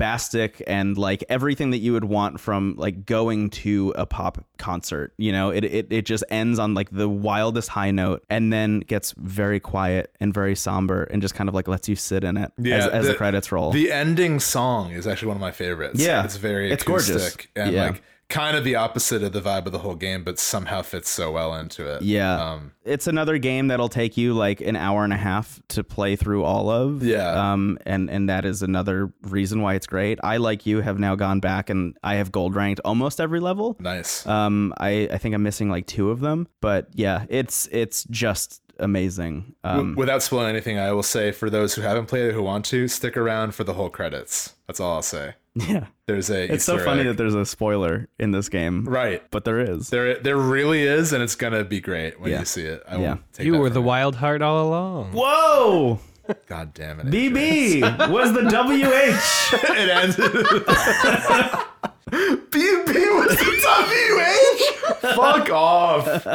Speaker 1: bombastic and like everything that you would want from like going to a pop concert. You know, it it it just ends on like the wildest high note and then gets very quiet and very somber and just kind of like lets you sit in it
Speaker 2: Yeah,
Speaker 1: as, as the,
Speaker 2: the-
Speaker 1: credits roll.
Speaker 2: The ending song is actually one of my favorites.
Speaker 1: Yeah.
Speaker 2: it's very
Speaker 1: It's
Speaker 2: acoustic
Speaker 1: gorgeous.
Speaker 2: and
Speaker 1: Yeah.
Speaker 2: like kind of the opposite of the vibe of the whole game, but somehow fits so well into it.
Speaker 1: yeah.
Speaker 2: Um,
Speaker 1: it's another game that'll take you like an hour and a half to play through all of.
Speaker 2: Yeah.
Speaker 1: Um, and and that is another reason why it's great. I like you have now gone back and I have gold ranked almost every level.
Speaker 2: nice.
Speaker 1: Um, I I think I'm missing like two of them, but yeah, it's it's just amazing. Um,
Speaker 2: W- Without spoiling anything, I will say for those who haven't played it who want to, stick around for the whole credits. That's all I'll say.
Speaker 1: (laughs) yeah,
Speaker 2: There's a
Speaker 1: it's so
Speaker 2: Easter
Speaker 1: funny
Speaker 2: egg.
Speaker 1: that there's a spoiler in this game,
Speaker 2: right
Speaker 1: but there is.
Speaker 2: there there really is, and it's gonna be great when
Speaker 1: Yeah.
Speaker 2: you see it. I
Speaker 1: Yeah.
Speaker 2: won't take
Speaker 4: You
Speaker 2: that
Speaker 4: were
Speaker 2: from
Speaker 4: the
Speaker 2: you.
Speaker 4: wild heart all along.
Speaker 2: (laughs)
Speaker 1: Whoa,
Speaker 2: God damn it, Andrew.
Speaker 1: BB was the (laughs) WH.
Speaker 2: (laughs) it ends. BB was the WH. Fuck off.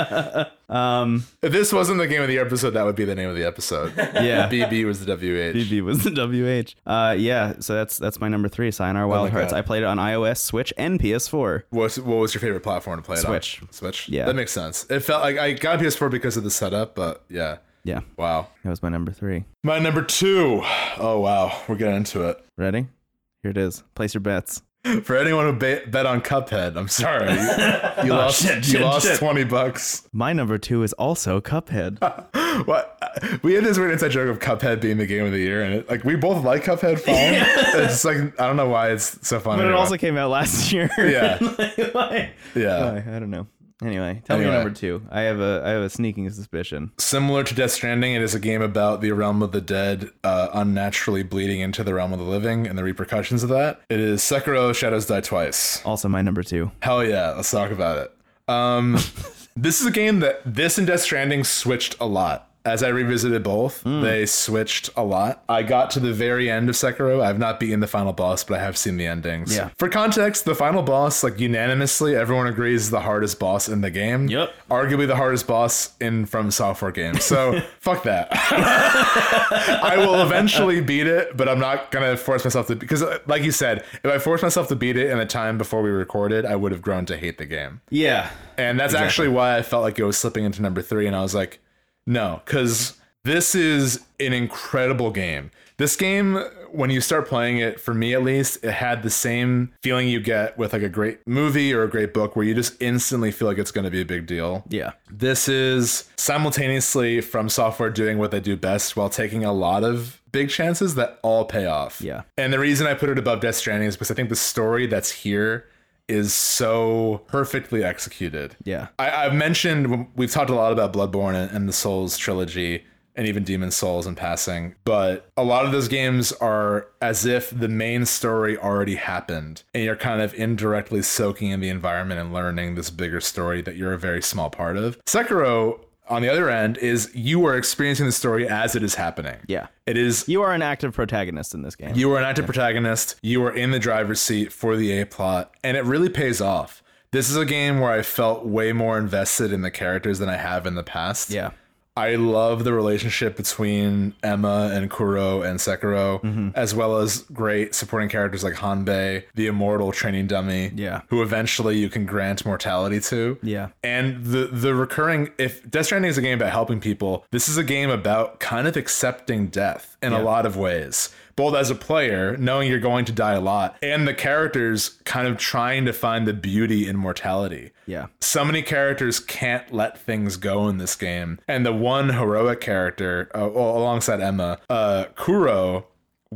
Speaker 2: Um,
Speaker 1: Um,
Speaker 2: if this wasn't the game of the episode, that would be the name of the
Speaker 1: (laughs)
Speaker 2: episode.
Speaker 1: Yeah.
Speaker 2: BB was the WH.
Speaker 1: BB was the WH. Uh, yeah, so that's that's my number three. Sayonara Wild
Speaker 2: Oh my
Speaker 1: Hearts.
Speaker 2: God.
Speaker 1: I played it on iOS, Switch, and PS4.
Speaker 2: What's, what was your favorite platform to play it
Speaker 1: Switch.
Speaker 2: on? Switch.
Speaker 1: Yeah.
Speaker 2: that makes sense. It felt like I got a PS4 because of the setup, but yeah,
Speaker 1: Yeah,
Speaker 2: wow.
Speaker 1: that was my number three.
Speaker 2: My number two. Oh wow, we're getting into it.
Speaker 1: Ready? Here it is. Place your bets.
Speaker 2: For anyone who ba- bet on Cuphead,
Speaker 1: (laughs)
Speaker 2: I'm sorry, you, you
Speaker 1: Oh,
Speaker 2: lost. you lost twenty bucks.
Speaker 1: My number two is also Cuphead.
Speaker 2: Uh, What we had this weird inside joke of Cuphead being the game of the year, and it, like we both like Cuphead fine.
Speaker 1: (laughs)
Speaker 2: It's like I don't know why it's so funny.
Speaker 1: but it also came out last (laughs) year.
Speaker 2: Yeah.
Speaker 1: Like, why?
Speaker 2: Yeah.
Speaker 1: Why? I don't know. Anyway, tell me
Speaker 2: Anyway.
Speaker 1: your number two. I have a I have a sneaking suspicion.
Speaker 2: similar to Death Stranding, it is a game about the realm of the dead uh, unnaturally bleeding into the realm of the living and the repercussions of that. It is Sekiro: Shadows Die Twice.
Speaker 1: Also, my number two.
Speaker 2: Hell yeah, let's talk about it.
Speaker 1: (laughs)
Speaker 2: Um, this is a game that this and Death Stranding switched a lot. As I revisited both,
Speaker 1: Hmm.
Speaker 2: they switched a lot. I got to the very end of Sekiro. I've not beaten the final boss, but I have seen the endings.
Speaker 1: Yeah.
Speaker 2: For context, the final boss, like unanimously, everyone agrees is the hardest boss in the game.
Speaker 1: Yep.
Speaker 2: Arguably the hardest boss in from software games.
Speaker 1: (laughs)
Speaker 2: So fuck that. I will eventually beat it, but I'm not gonna force myself to because, uh, like you said, if I forced myself to beat it in the time before we recorded, I would have grown to hate the game,
Speaker 1: Yeah.
Speaker 2: and that's actually why I felt like it was slipping into number three, and I was like, no, because this is an incredible game. This game, when you start playing it, for me at least, it had the same feeling you get with like a great movie or a great book, where you just instantly feel like it's going to be a big deal.
Speaker 1: Yeah.
Speaker 2: This is simultaneously from software doing what they do best while taking a lot of big chances that all pay off.
Speaker 1: Yeah.
Speaker 2: And the reason I put it above Death Stranding is because I think the story that's here is so perfectly executed.
Speaker 1: Yeah.
Speaker 2: I, I've mentioned we've talked a lot about Bloodborne and, and the Souls trilogy, and even Demon Souls in passing. But a lot of those games are as if the main story already happened, and you're kind of indirectly soaking in the environment and learning this bigger story that you're a very small part of. Sekiro, on the other end, is you are experiencing the story as it is happening.
Speaker 1: Yeah.
Speaker 2: It is
Speaker 1: You are an active protagonist in this game.
Speaker 2: you are an active protagonist. You are in the driver's seat for the A plot, and it really pays off. This is a game where I felt way more invested in the characters than I have in the past.
Speaker 1: yeah.
Speaker 2: I love the relationship between Emma and Kuro and Sekiro,
Speaker 1: Mm-hmm.
Speaker 2: as well as great supporting characters like Hanbei, the immortal training dummy,
Speaker 1: Yeah.
Speaker 2: who eventually you can grant mortality to.
Speaker 1: Yeah.
Speaker 2: And the the recurring if Death Stranding is a game about helping people, this is a game about kind of accepting death in a lot of ways. Both as a player, knowing you're going to die a lot, and the characters kind of trying to find the beauty in mortality
Speaker 1: Yeah.
Speaker 2: so many characters can't let things go in this game and the one heroic character uh, well, alongside emma uh, kuro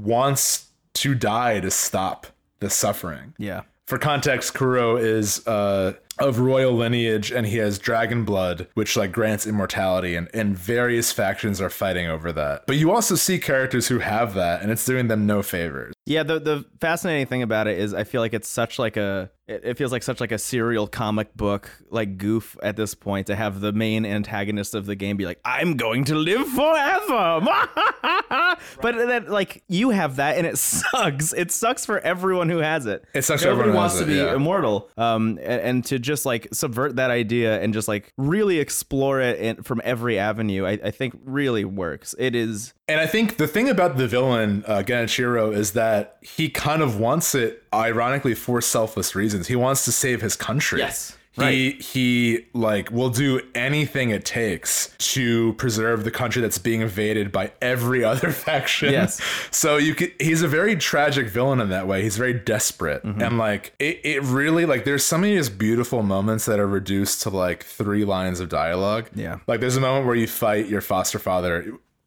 Speaker 2: wants to die to stop the suffering
Speaker 1: Yeah.
Speaker 2: for context kuro is uh, of royal lineage and he has dragon blood which like grants immortality and, and various factions are fighting over that but you also see characters who have that and it's doing them no favors
Speaker 1: Yeah, the the fascinating thing about it is I feel like it's such like a it, it feels like such like a serial comic book like goof at this point to have the main antagonist of the game be like I'm going to live forever. (laughs) but then like you have that and it (laughs) sucks. It sucks for everyone who has it.
Speaker 2: It sucks for
Speaker 1: Nobody
Speaker 2: everyone who
Speaker 1: wants
Speaker 2: has
Speaker 1: to
Speaker 2: it,
Speaker 1: be
Speaker 2: yeah.
Speaker 1: immortal. Um and, and to just like subvert that idea and just like really explore it in, from every avenue, I, I think really works. It is
Speaker 2: And I think the thing about the villain, uh, Genichiro, is that he kind of wants it, ironically, for selfless reasons. He wants to save his country.
Speaker 1: Yes,
Speaker 2: He, he like will do anything it takes to preserve the country that's being invaded by every (laughs) other faction.
Speaker 1: Yes.
Speaker 2: So you could he's a very tragic villain in that way. He's very desperate.
Speaker 1: Mm-hmm.
Speaker 2: And like it, it really like there's so many just beautiful moments that are reduced to like three lines of dialogue.
Speaker 1: Yeah.
Speaker 2: Like there's a moment where you fight your foster father.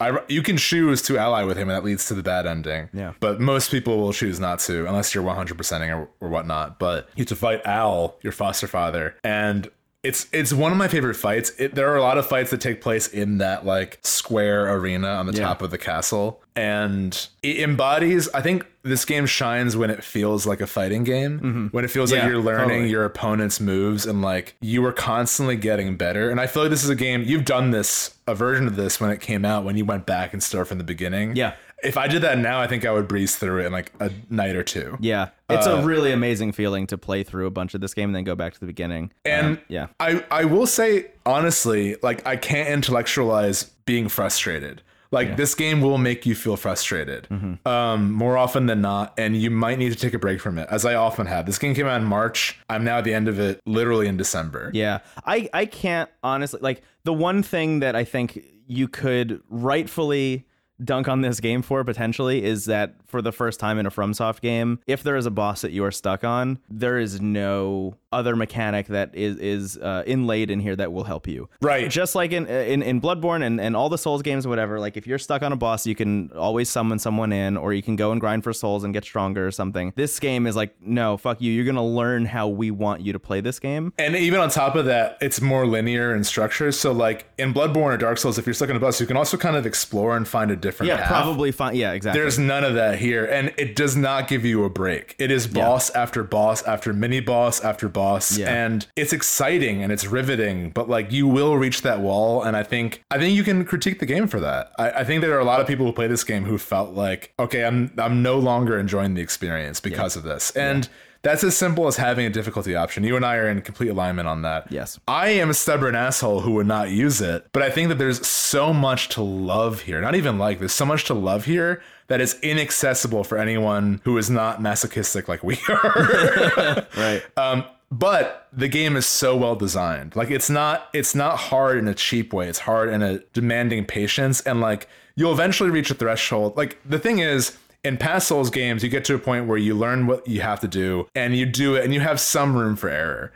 Speaker 2: I, you can choose to ally with him, and that leads to the bad ending.
Speaker 1: Yeah.
Speaker 2: But most people will choose not to, unless you're 100%ing or, or whatnot. But you have to fight Al, your foster father, and it's it's one of my favorite fights. It, there are a lot of fights that take place in that like square arena on the top of the castle, and it embodies. I think this game shines when it feels like a fighting game, when it feels
Speaker 1: Mm-hmm. Yeah,
Speaker 2: like you're learning
Speaker 1: totally.
Speaker 2: your opponent's moves, and like you are constantly getting better. And I feel like this is a game you've done this a version of this when it came out when you went back and started from the beginning
Speaker 1: Yeah.
Speaker 2: if I did that now, I think I would breeze through it in like a night or two.
Speaker 1: yeah, it's a really amazing feeling to play through a bunch of this game and then go back to the beginning.
Speaker 2: And
Speaker 1: yeah.
Speaker 2: I, I will say honestly, like I can't intellectualize being frustrated. Like this game will make you feel frustrated
Speaker 1: Mm-hmm.
Speaker 2: um, more often than not, and you might need to take a break from it, as I often have. This game came out in March. I'm now at the end of it, literally in December.
Speaker 1: Yeah. I I can't honestly like the one thing that I think you could rightfully dunk on this game for potentially is that for the first time in a FromSoft game, if there is a boss that you are stuck on, there is no other mechanic that is is uh, inlaid in here that will help you.
Speaker 2: Right.
Speaker 1: Just like in in, in Bloodborne and, and all the Souls games, whatever, like if you're stuck on a boss, you can always summon someone in, or you can go and grind for souls and get stronger or something. This game is like, no, fuck you. You're gonna learn how we want you to play this game.
Speaker 2: And even on top of that, it's more linear in structure. So, like in Bloodborne or Dark Souls, if you're stuck in a bus, you can also kind of explore and find a different
Speaker 1: Yeah,
Speaker 2: path.
Speaker 1: probably fine. Yeah, exactly.
Speaker 2: There's none of that here, and it does not give you a break. It is boss after boss after mini boss after boss,
Speaker 1: Yeah.
Speaker 2: and it's exciting and it's riveting. But like, you will reach that wall, and I think I think you can critique the game for that. I, I think there are a lot of people who play this game who felt like, okay, I'm I'm no longer enjoying the experience because of this, and. That's as simple as having a difficulty option. You and I are in complete alignment on that.
Speaker 1: Yes.
Speaker 2: I am a stubborn asshole who would not use it, but I think that there's so much to love here. Not even like, there's so much to love here that is inaccessible for anyone who is not masochistic like we (laughs) are.
Speaker 1: right.
Speaker 2: um, but the game is so well designed. Like it's not it's not hard in a cheap way. It's hard in a demanding patience and like you'll eventually reach a threshold. Like the thing is in past Souls games, you get to a point where you learn what you have to do and you do it and you have some room for error.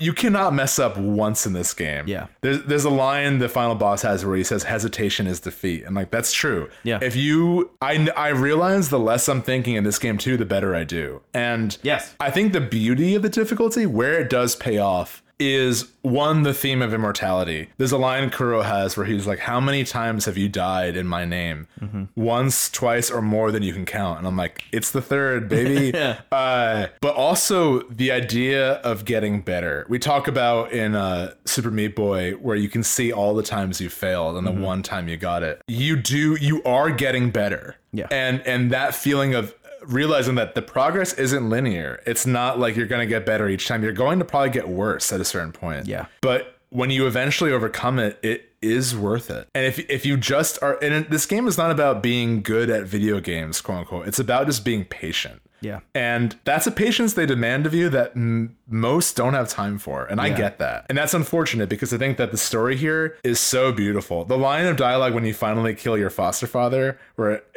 Speaker 2: You cannot mess up once in this game.
Speaker 1: Mm-hmm. Yeah.
Speaker 2: There's there's a line the final boss has where he says hesitation is defeat. And like that's true.
Speaker 1: Yeah.
Speaker 2: If you I I realize the less I'm thinking in this game too, the better I do. And
Speaker 1: Yes.
Speaker 2: I think the beauty of the difficulty, where it does pay off, is one, the theme of immortality. There's a line Kuro has where he's like, How many times have you died in my name?
Speaker 1: Mm-hmm.
Speaker 2: Once, twice, or more than you can count. And I'm like, It's
Speaker 1: (laughs)
Speaker 2: the third, baby. uh, but also the idea of getting better. We talk about in uh, Super Meat Boy where you can see all the times you failed
Speaker 1: Mm-hmm.
Speaker 2: and the one time you got it. You do, you are getting better.
Speaker 1: Yeah.
Speaker 2: And, and that feeling of, realizing that the progress isn't linear. It's not like you're going to get better each time. You're going to probably get worse at a certain point.
Speaker 1: Yeah.
Speaker 2: But when you eventually overcome it, it is worth it. And if if you just are and it- this game is not about being good at video games, quote unquote. It's about just being patient.
Speaker 1: Yeah.
Speaker 2: And that's a patience they demand of you that m- most don't have time for. And I get that. And that's unfortunate because I think that the story here is so beautiful. The line of dialogue when you finally kill your foster father, where (laughs)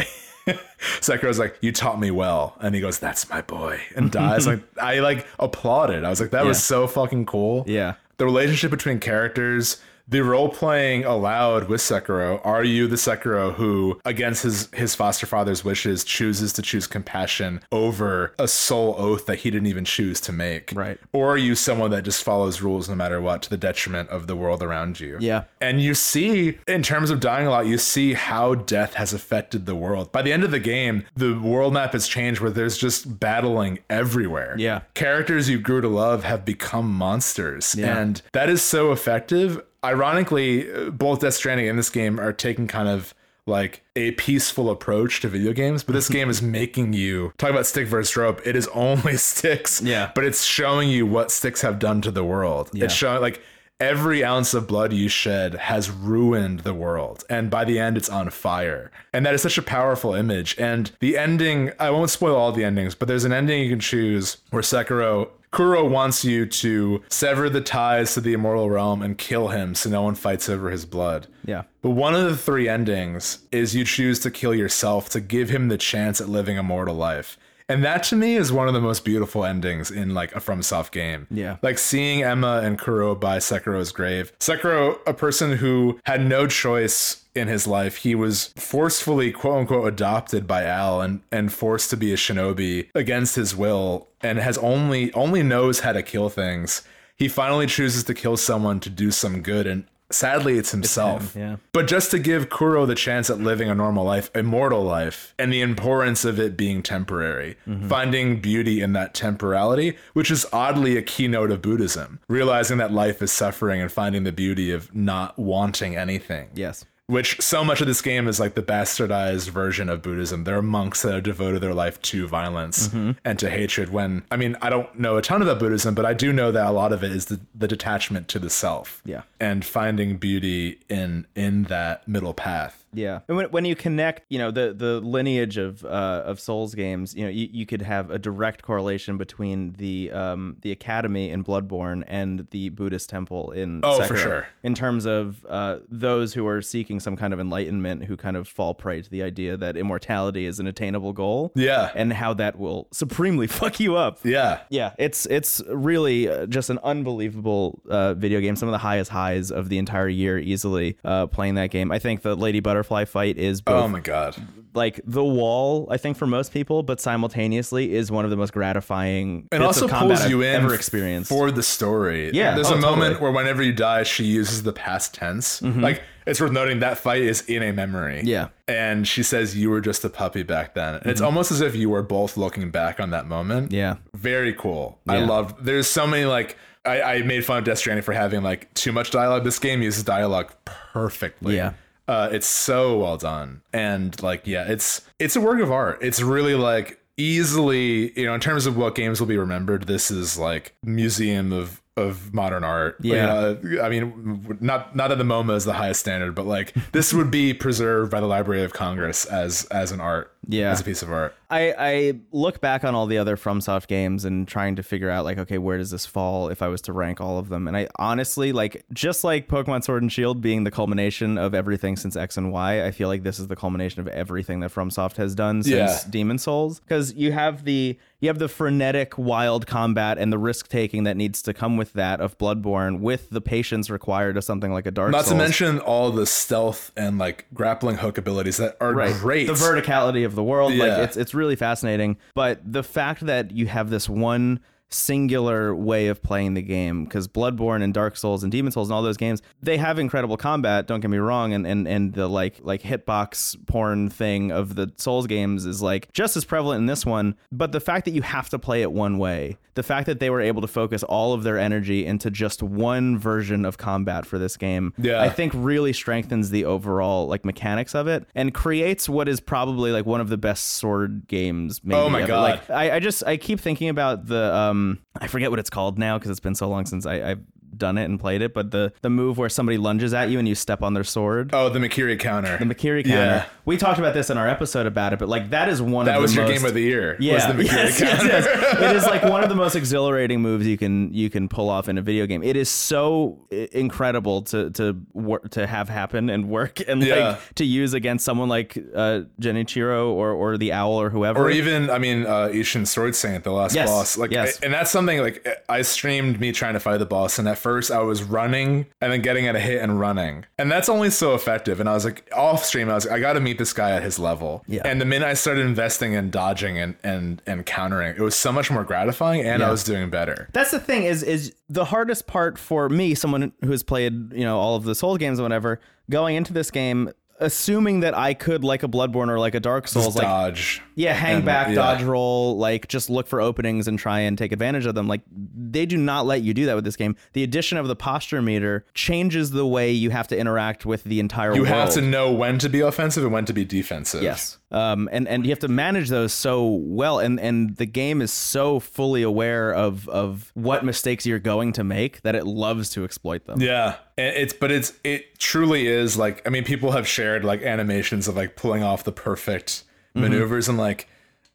Speaker 2: Sekiro's like, You taught me well. And he goes, That's my boy. And dies. like, I like applauded. I was like, That was so fucking cool
Speaker 1: Yeah.
Speaker 2: the relationship between characters, the role playing allowed with Sekiro. Are you the Sekiro who, against his his foster father's wishes, chooses to choose compassion over a soul oath that he didn't even choose to make?
Speaker 1: Right.
Speaker 2: Or are you someone that just follows rules no matter what to the detriment of the world around you?
Speaker 1: Yeah.
Speaker 2: And you see, in terms of dying a lot, you see how death has affected the world. By the end of the game, the world map has changed where there's just battling everywhere.
Speaker 1: Yeah.
Speaker 2: Characters you grew to love have become monsters.
Speaker 1: Yeah.
Speaker 2: And that is so effective. Ironically, both Death Stranding and this game are taking kind of like a peaceful approach to video games,
Speaker 1: (laughs)
Speaker 2: but this game is making you talk about stick versus rope. It is (laughs) only sticks,
Speaker 1: Yeah.
Speaker 2: but it's showing you what sticks have done to the world.
Speaker 1: Yeah.
Speaker 2: It's showing like every ounce of blood you shed has ruined the world, and by the end, it's on fire. And that is such a powerful image. And the ending, I won't spoil all the endings, but there's an ending you can choose where Sekiro. Kuro wants you to sever the ties to the immortal realm and kill him so no one fights over his blood.
Speaker 1: Yeah.
Speaker 2: But one of the three endings is you choose to kill yourself to give him the chance at living a mortal life. And that to me is one of the most beautiful endings in like a FromSoft game.
Speaker 1: Yeah.
Speaker 2: Like seeing Emma and Kuro by Sekiro's grave. Sekiro, a person who had no choice in his life, he was forcefully quote unquote adopted by Al and, and forced to be a shinobi against his will and has only only knows how to kill things. He finally chooses to kill someone to do some good and sadly it's himself.
Speaker 1: Yeah.
Speaker 2: But just to give Kuro the chance at living a normal life, a mortal life, and the importance of it being temporary, finding beauty in that temporality, which is oddly a keynote of Buddhism, realizing that life is suffering and finding the beauty of not wanting anything.
Speaker 1: Yes.
Speaker 2: Which so much of this game is like the bastardized version of Buddhism. There are monks that have devoted their life to violence
Speaker 1: Mm-hmm.
Speaker 2: and to hatred. When, I mean, I don't know a ton about Buddhism, but I do know that a lot of it is the, the detachment to the self
Speaker 1: Yeah.
Speaker 2: and finding beauty in in that middle path.
Speaker 1: Yeah, and when, when you connect, you know, the the lineage of uh, of Souls games, you know, you, you could have a direct correlation between the um, the academy in Bloodborne and the Buddhist temple in
Speaker 2: Oh, for
Speaker 1: Sekiro,
Speaker 2: sure.
Speaker 1: in terms of uh, those who are seeking some kind of enlightenment, who kind of fall prey to the idea that immortality is an attainable goal,
Speaker 2: Yeah.
Speaker 1: and how that will supremely (laughs) fuck you up.
Speaker 2: Yeah.
Speaker 1: Yeah, it's it's really uh, just an unbelievable uh, video game. Some of the highest highs of the entire year, easily uh, playing that game. I think the Lady Butterfly fight is both
Speaker 2: Oh my god.
Speaker 1: like the wall. I think for most people, but simultaneously is one of the most gratifying
Speaker 2: And
Speaker 1: bits
Speaker 2: also
Speaker 1: of combat
Speaker 2: pulls you
Speaker 1: I've
Speaker 2: in
Speaker 1: ever experienced.
Speaker 2: for the story.
Speaker 1: Yeah.
Speaker 2: There's
Speaker 1: Oh,
Speaker 2: a moment
Speaker 1: totally. Mm-hmm.
Speaker 2: where whenever you die, she uses the past tense. Like it's worth noting that fight is in a memory.
Speaker 1: Yeah. Mm-hmm.
Speaker 2: And she says you were just a puppy back then. And it's almost as if you were both looking back on that moment.
Speaker 1: yeah,
Speaker 2: Very cool. I
Speaker 1: Yeah.
Speaker 2: loved there's so many like I, I made fun of Death Stranding for having like too much dialogue. This game uses dialogue perfectly.
Speaker 1: Yeah.
Speaker 2: Uh, it's so well done. And like, yeah, it's it's a work of art. It's really like easily, you know, in terms of what games will be remembered, this is like museum of of modern art. You
Speaker 1: Yeah.
Speaker 2: know, I mean, not not that the MoMA is the highest standard, but like this would be preserved by the Library of Congress as as an art.
Speaker 1: Yeah.
Speaker 2: As a piece of art.
Speaker 1: I, I look back on all the other FromSoft games and trying to figure out like, okay, where does this fall if I was to rank all of them? And I honestly like just like Pokemon Sword and Shield being the culmination of everything since X and Y, I feel like this is the culmination of everything that FromSoft has done since
Speaker 2: Yeah.
Speaker 1: Demon Souls. Because you have the you have the frenetic wild combat and the risk taking that needs to come with that of Bloodborne with the patience required of something like a Dark
Speaker 2: Not
Speaker 1: Souls.
Speaker 2: to mention all the stealth and like grappling hook abilities that are
Speaker 1: right.
Speaker 2: great.
Speaker 1: The verticality of the world, like
Speaker 2: Yeah.
Speaker 1: it's it's really fascinating. But the fact that you have this one singular way of playing the game, because Bloodborne and Dark Souls and Demon Souls and all those games, they have incredible combat. Don't get me wrong, and and and the like like hitbox porn thing of the Souls games is like just as prevalent in this one. But the fact that you have to play it one way, the fact that they were able to focus all of their energy into just one version of combat for this game,
Speaker 2: Yeah.
Speaker 1: I think think really strengthens the overall like mechanics of it and creates what is probably like one of the best sword games maybe
Speaker 2: Oh my
Speaker 1: ever.
Speaker 2: God.
Speaker 1: like I, I just i keep thinking about the um i forget what it's called now because it's been so long since I, i've done it and played it but the the move where somebody lunges at you and you step on their sword
Speaker 2: Oh, the Makiri counter.
Speaker 1: the Makiri counter
Speaker 2: Yeah.
Speaker 1: we talked about this in our episode about it but like that is one
Speaker 2: that
Speaker 1: of
Speaker 2: was
Speaker 1: the
Speaker 2: your
Speaker 1: most,
Speaker 2: game of the year. was
Speaker 1: yeah,
Speaker 2: the
Speaker 1: (laughs)
Speaker 2: Makiri
Speaker 1: yes, yes,
Speaker 2: counter.
Speaker 1: yes. it is like one of the
Speaker 2: (laughs)
Speaker 1: most exhilarating moves you can you can pull off in a video game. It is so i- incredible to to work to have happen and work and
Speaker 2: Yeah.
Speaker 1: like to use against someone like uh, Genichiro or or the Owl or whoever.
Speaker 2: Or even, I mean, uh, Ishin Sword Saint, the last
Speaker 1: Yes,
Speaker 2: boss. Like,
Speaker 1: yes.
Speaker 2: I- and that's something like I streamed me trying to fight the boss, and at first I was running and then getting at a hit and running, and that's only so effective. And I was like, off stream, I was like, I got to meet this guy at his level.
Speaker 1: Yeah.
Speaker 2: And the minute I started investing in dodging and and and countering, it was so much more gratifying, and
Speaker 1: Yeah.
Speaker 2: I was doing better.
Speaker 1: That's the thing is is the hardest part for me, someone who has played you know all of the Souls games and whatever, going into this game. assuming that I could, like a Bloodborne or like a Dark Souls,
Speaker 2: Just
Speaker 1: like
Speaker 2: dodge.
Speaker 1: yeah, hang
Speaker 2: And,
Speaker 1: back,
Speaker 2: yeah.
Speaker 1: dodge roll, like just look for openings and try and take advantage of them. Like they do not let you do that with this game. The addition of the posture meter changes the way you have to interact with the entire
Speaker 2: You
Speaker 1: world.
Speaker 2: have to know when to be offensive and when to be defensive.
Speaker 1: Yes. Um, and, and you have to manage those so well. And, and the game is so fully aware of, of what mistakes you're going to make that it loves to exploit them.
Speaker 2: Yeah. And it's but it's it truly is like I mean people have shared like animations of like pulling off the perfect
Speaker 1: Mm-hmm.
Speaker 2: maneuvers and like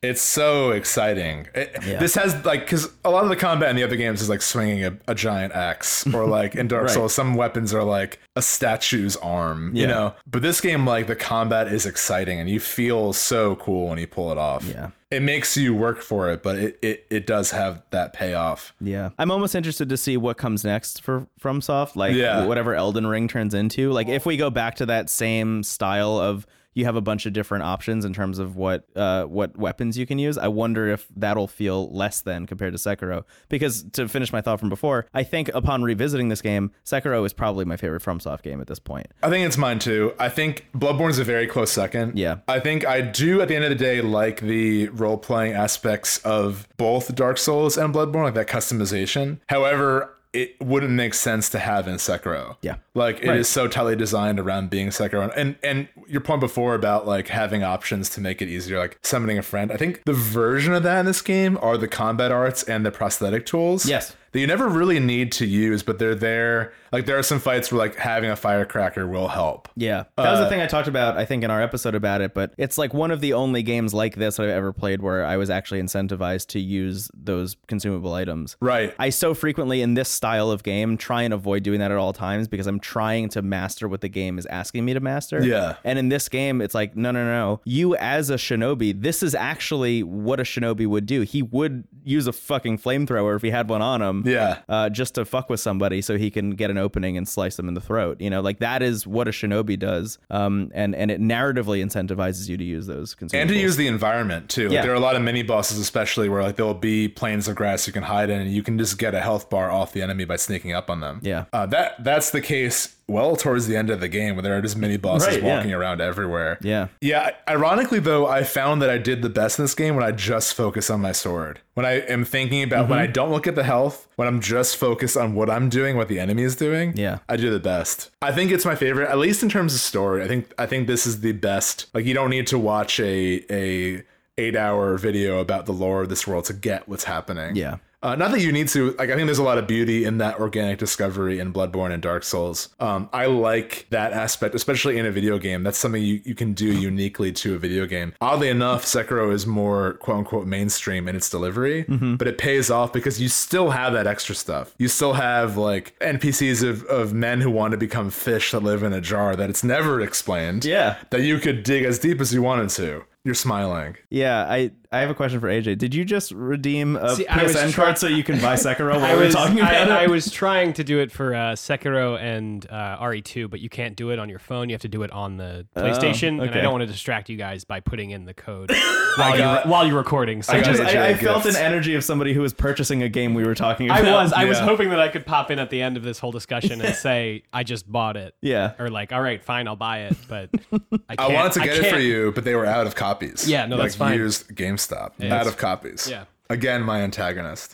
Speaker 2: it's so exciting. It, This has like because a lot of the combat in the other games is like swinging a, a giant
Speaker 1: (laughs)
Speaker 2: axe or like in Dark Souls some weapons are like a statue's arm, you
Speaker 1: Yeah.
Speaker 2: know. But this game like the combat is exciting and you feel so cool when you pull it off.
Speaker 1: Yeah.
Speaker 2: It makes you work for it, but it, it, it does have that payoff.
Speaker 1: Yeah, I'm almost interested to see what comes next for FromSoft, like
Speaker 2: Yeah.
Speaker 1: whatever Elden Ring turns into. Like if we go back to that same style of you have a bunch of different options in terms of what uh, what weapons you can use. I wonder if that'll feel less than compared to Sekiro. Because to finish my thought from before, I think upon revisiting this game, Sekiro is probably my favorite FromSoft game at this point.
Speaker 2: I think it's mine too. I think Bloodborne's a very close second.
Speaker 1: Yeah.
Speaker 2: I think I do at the end of the day like the role playing aspects of both Dark Souls and Bloodborne, like that customization. However, it wouldn't make sense to have in Sekiro.
Speaker 1: Yeah.
Speaker 2: Like it is so tightly designed around being Sekiro. And, and and your point before about like having options to make it easier, like summoning a friend. I think the version of that in this game are the combat arts and the prosthetic tools
Speaker 1: Yes.
Speaker 2: that you never really need to use, but they're there. Like there are some fights where like having a firecracker will help.
Speaker 1: Yeah. Uh, That was the thing I talked about, I think, in our episode about it, but it's like one of the only games like this I've ever played where I was actually incentivized to use those consumable items.
Speaker 2: Right.
Speaker 1: I so frequently in this style of game try and avoid doing that at all times because I'm trying to master what the game is asking me to master.
Speaker 2: Yeah.
Speaker 1: And in this game, it's like, no, no, no. You as a shinobi, this is actually what a shinobi would do. He would use a fucking flamethrower if he had one on him.
Speaker 2: Yeah.
Speaker 1: Uh, just to fuck with somebody so he can get an opening and slice them in the throat. You know, like that is what a shinobi does. Um, and and it narratively incentivizes you to use those.
Speaker 2: And to
Speaker 1: consumables.
Speaker 2: use the environment too. Like,
Speaker 1: Yeah.
Speaker 2: there are a lot of mini bosses, especially where like there'll be planes of grass you can hide in, and you can just get a health bar off the enemy by sneaking up on them.
Speaker 1: Yeah.
Speaker 2: Uh, that that's the case well towards the end of the game where there are just mini bosses
Speaker 1: Right, yeah.
Speaker 2: walking around everywhere.
Speaker 1: Yeah.
Speaker 2: Yeah, ironically though, I found that I did the best in this game when I just focus on my sword. When I am thinking about
Speaker 1: Mm-hmm.
Speaker 2: when I don't look at the health, when I'm just focused on what I'm doing, what the enemy is doing.
Speaker 1: Yeah.
Speaker 2: I do the best. I think it's my favorite, at least in terms of story. I think I think this is the best. Like you don't need to watch a a eight hour video about the lore of this world to get what's happening.
Speaker 1: Yeah.
Speaker 2: Uh, not that you need to. Like, I think there's a lot of beauty in that organic discovery in Bloodborne and Dark Souls. Um, I like that aspect, especially in a video game. That's something you, you can do uniquely to a video game. Oddly enough, Sekiro is more quote unquote mainstream in its delivery, but it pays off because you still have that extra stuff. You still have like NPCs of, of men who want to become fish that live in a jar that it's never explained.
Speaker 1: Yeah.
Speaker 2: That you could dig as deep as you wanted to. You're smiling.
Speaker 1: Yeah, I I have a question for AJ. Did you just redeem a
Speaker 3: See, I was
Speaker 1: PSN
Speaker 3: try-
Speaker 1: card so you can buy Sekiro while
Speaker 3: (laughs) I
Speaker 1: we're
Speaker 3: was,
Speaker 1: talking about it? (laughs)
Speaker 3: I, I was trying to do it for uh, Sekiro and uh, RE2, but you can't do it on your phone. You have to do it on the
Speaker 2: Oh,
Speaker 3: PlayStation, and
Speaker 1: okay.
Speaker 3: I don't want to distract you guys by putting in
Speaker 2: (laughs)
Speaker 3: the code while, you're, while you're recording. So
Speaker 2: I
Speaker 1: Just-
Speaker 2: got
Speaker 1: I, I
Speaker 2: AJ
Speaker 1: felt an
Speaker 2: gifts.
Speaker 1: energy of somebody who was purchasing a game we were talking
Speaker 2: (laughs)
Speaker 3: I
Speaker 1: about.
Speaker 3: was I was
Speaker 2: Yeah.
Speaker 3: hoping that I could pop in at the end of this whole discussion
Speaker 2: (laughs)
Speaker 3: and say I just bought it.
Speaker 1: Yeah.
Speaker 3: Or like, all right, fine, I'll buy it,
Speaker 2: (laughs)
Speaker 3: but I,
Speaker 2: I
Speaker 3: can't,
Speaker 2: wanted to get it for
Speaker 3: can't-
Speaker 2: you, but they were out of copies.
Speaker 3: Yeah, no,
Speaker 2: like
Speaker 3: that's fine.
Speaker 2: Used GameStop, out of copies.
Speaker 3: yeah.
Speaker 2: Again, my antagonist.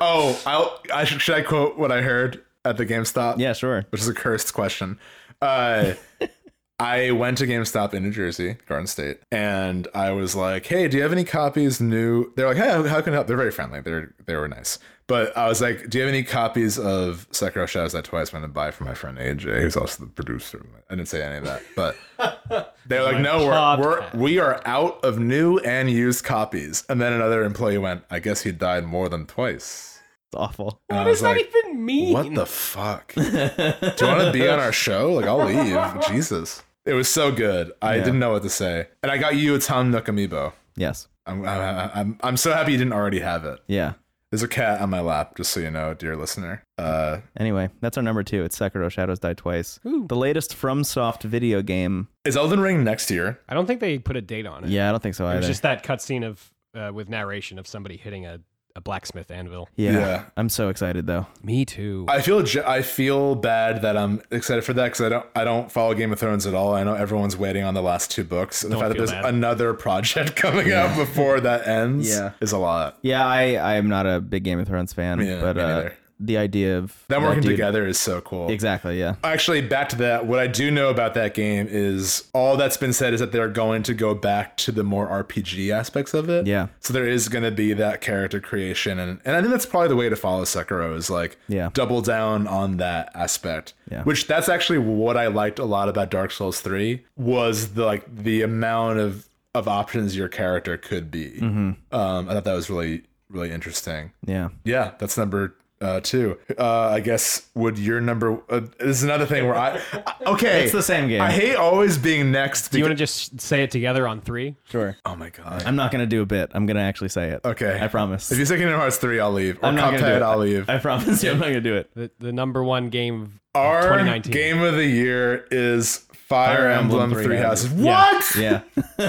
Speaker 2: oh, I'll, I should, should I quote what I heard at the GameStop?
Speaker 1: Yeah, sure.
Speaker 2: Which is a cursed question. Uh, I went to GameStop in New Jersey, Garden State, and I was like, "Hey, do you have any copies new?" They're like, "Hey, how how can I help?" They're very friendly. They're they were nice, but I was like, "Do you have any copies of Sekiro Shadows That Twice Went to Buy for my friend AJ, who's also the producer?" I didn't say any of that, but they're like, "No, we're, we're we are out of new and used copies." And then another employee went, "I guess he died more than twice."
Speaker 1: It's awful.
Speaker 2: And I
Speaker 3: What does
Speaker 2: was
Speaker 3: that
Speaker 2: like,
Speaker 3: even mean?
Speaker 2: what the fuck? Do you want to be on our show? Like, I'll leave. Jesus. It was so good. I didn't know what to say. And I got you a Tom Nook amiibo.
Speaker 1: Yes.
Speaker 2: I'm, I'm, I'm, I'm so happy you didn't already have it.
Speaker 1: Yeah.
Speaker 2: There's a cat on my lap, just so you know, dear listener. Uh,
Speaker 1: Anyway, that's our number two. It's Sekiro Shadows Die Twice. The latest FromSoft video game.
Speaker 2: is Elden Ring next year?
Speaker 3: I don't think they put a date on it.
Speaker 1: Yeah, I don't think so
Speaker 3: It
Speaker 1: either.
Speaker 3: was just that cutscene of uh, with narration of somebody hitting a, a blacksmith anvil.
Speaker 1: Yeah.
Speaker 2: Yeah.
Speaker 1: I'm so excited though.
Speaker 3: Me too.
Speaker 2: I feel ju- I feel bad that I'm excited for that because I don't I don't follow Game of Thrones at all. I know everyone's waiting on the last two books, and the
Speaker 3: Don't
Speaker 2: fact that
Speaker 3: feel
Speaker 2: there's
Speaker 3: bad.
Speaker 2: another project (laughs) coming out before that ends
Speaker 1: Yeah.
Speaker 2: is a lot.
Speaker 1: Yeah, I I am not a big Game of Thrones fan,
Speaker 2: Yeah,
Speaker 1: but
Speaker 2: me
Speaker 1: uh,
Speaker 2: neither.
Speaker 1: the idea of
Speaker 2: Them
Speaker 1: that
Speaker 2: working
Speaker 1: dude-
Speaker 2: together is so cool.
Speaker 1: Exactly. Yeah.
Speaker 2: Actually, back to that. What I do know about that game is all that's been said is that they're going to go back to the more RPG aspects of it.
Speaker 1: Yeah.
Speaker 2: So there is going to be that character creation, and, and I think that's probably the way to follow Sekiro is like
Speaker 1: Yeah.
Speaker 2: double down on that aspect.
Speaker 1: Yeah.
Speaker 2: Which that's actually what I liked a lot about Dark Souls Three was the like the amount of of options your character could be.
Speaker 1: Mm-hmm.
Speaker 2: Um, I thought that was really really interesting.
Speaker 1: Yeah.
Speaker 2: Yeah, that's number uh, two. Uh, I guess would your number? Uh, this is another thing where I (laughs) okay,
Speaker 1: It's the same game.
Speaker 2: I hate always being next.
Speaker 3: Do you
Speaker 2: becau-
Speaker 3: want to just say it together on three?
Speaker 1: sure.
Speaker 2: oh my god.
Speaker 1: I'm not gonna do a bit. I'm gonna actually say it.
Speaker 2: okay,
Speaker 1: I promise.
Speaker 2: If you say Kingdom Hearts three, I'll leave. Or
Speaker 1: I'm not gonna do
Speaker 2: Cuphead,
Speaker 1: it.
Speaker 2: I'll leave.
Speaker 1: I promise you, I'm not gonna do it.
Speaker 3: The, the number one game of
Speaker 2: Our
Speaker 3: 2019.
Speaker 2: game of the year is Fire,
Speaker 1: Fire
Speaker 2: Emblem,
Speaker 1: Emblem
Speaker 2: Three,
Speaker 1: Three
Speaker 2: Houses.
Speaker 1: Houses. Yeah.
Speaker 2: What?
Speaker 1: Yeah. (laughs)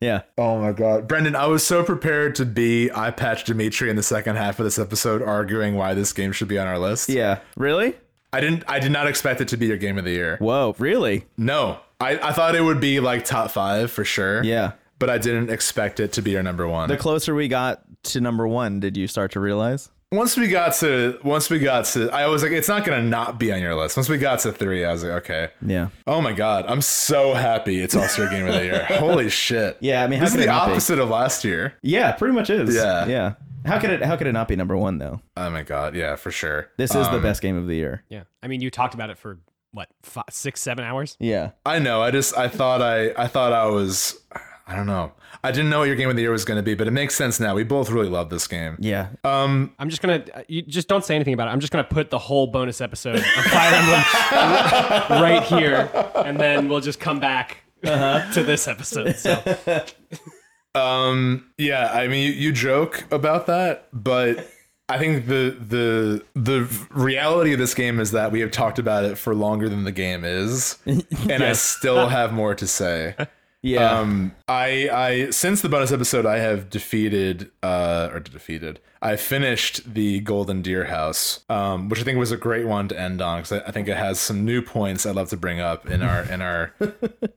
Speaker 1: yeah.
Speaker 2: Oh my god, Brendan! I was so prepared to be eye patch Dimitri in the second half of this episode, arguing why this game should be on our list.
Speaker 1: Yeah. Really?
Speaker 2: I didn't. I did not expect it to be your game of the year.
Speaker 1: Whoa. Really?
Speaker 2: No, I, I thought it would be like top five for sure.
Speaker 1: Yeah.
Speaker 2: but I didn't expect it to be our number one.
Speaker 1: The closer we got to number one, did you start to realize?
Speaker 2: once we got to, once we got to, I was like, it's not gonna not be on your list. Once we got to three, I was like, okay.
Speaker 1: Yeah.
Speaker 2: Oh my god, I'm so happy it's also your game of the
Speaker 1: (laughs)
Speaker 2: year. Holy shit.
Speaker 1: Yeah, I mean, how
Speaker 2: this is
Speaker 1: could it
Speaker 2: the
Speaker 1: not be?
Speaker 2: opposite of last year.
Speaker 1: Yeah, pretty much is.
Speaker 2: Yeah.
Speaker 1: Yeah. How could it how could it not be number one though?
Speaker 2: Oh my god, yeah, for sure. Uh,
Speaker 1: This is the best game of the year.
Speaker 3: Yeah. I mean, you talked about it for what, five, six, seven hours?
Speaker 1: Yeah.
Speaker 2: I know. I just, I thought I, I thought I was, I don't know. I didn't know what your game of the year was gonna be, but it makes sense now. We both really love this game.
Speaker 1: Yeah.
Speaker 2: Um,
Speaker 3: I'm just going to, you just don't say anything about it. I'm just going to put the whole bonus episode of Fire Emblem (laughs) right here, and then we'll just come back
Speaker 1: Uh-huh.
Speaker 3: to this episode. So
Speaker 2: Um. Yeah. I mean, you, you joke about that, but I think the the the reality of this game is that we have talked about it for longer than the game is, and I still have more to say.
Speaker 1: Yeah.
Speaker 2: Um. I I since the bonus episode, I have defeated uh or defeated. I finished the Golden Deer House, um, which I think was a great one to end on because I, I think it has some new points I'd love to bring up in our
Speaker 1: (laughs)
Speaker 2: in our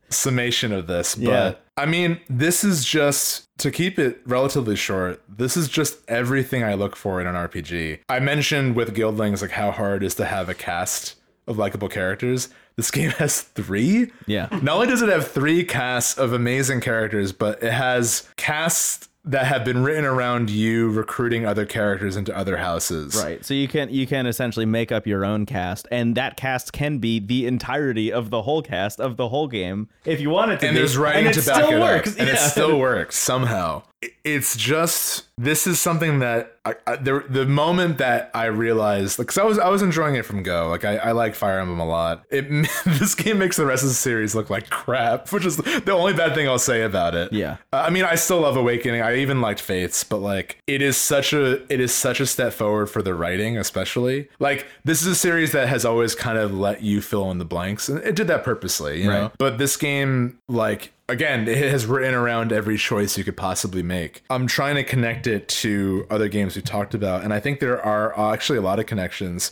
Speaker 2: summation of this. But
Speaker 1: Yeah.
Speaker 2: I mean, this is just to keep it relatively short. This is just everything I look for in an RPG. I mentioned with Guildlings like how hard it is to have a cast of likable characters. This (laughs) game has three.
Speaker 1: Yeah.
Speaker 2: Not only does it have three casts of amazing characters, but it has casts that have been written around you recruiting other characters into other houses.
Speaker 1: right. So you can you can essentially make up your own cast, and that cast can be the entirety of the whole cast of the whole game if you want it to
Speaker 2: and
Speaker 1: be.
Speaker 2: there's writing
Speaker 1: and
Speaker 2: to
Speaker 1: it
Speaker 2: back
Speaker 1: still
Speaker 2: it
Speaker 1: works.
Speaker 2: up, and
Speaker 1: yeah.
Speaker 2: it
Speaker 1: (laughs)
Speaker 2: still works somehow. I- It's just this is something that I, I, the the moment that I realized, because I was I was enjoying it from go, like I, I like Fire Emblem a lot. It (laughs) this game makes the rest of the series look like crap, (laughs) which is the only bad thing I'll say about it.
Speaker 1: Yeah.
Speaker 2: Uh, I mean, I still love Awakening. I even liked Fates, but like it is such a it is such a step forward for the writing, especially. Like this is a series that has always kind of let you fill in the blanks, and it did that purposely, you know.
Speaker 1: Right.
Speaker 2: But this game, like again, it has written around every choice you could possibly make. I'm trying to connect it to other games we talked about, and I think there are uh, actually a lot of connections.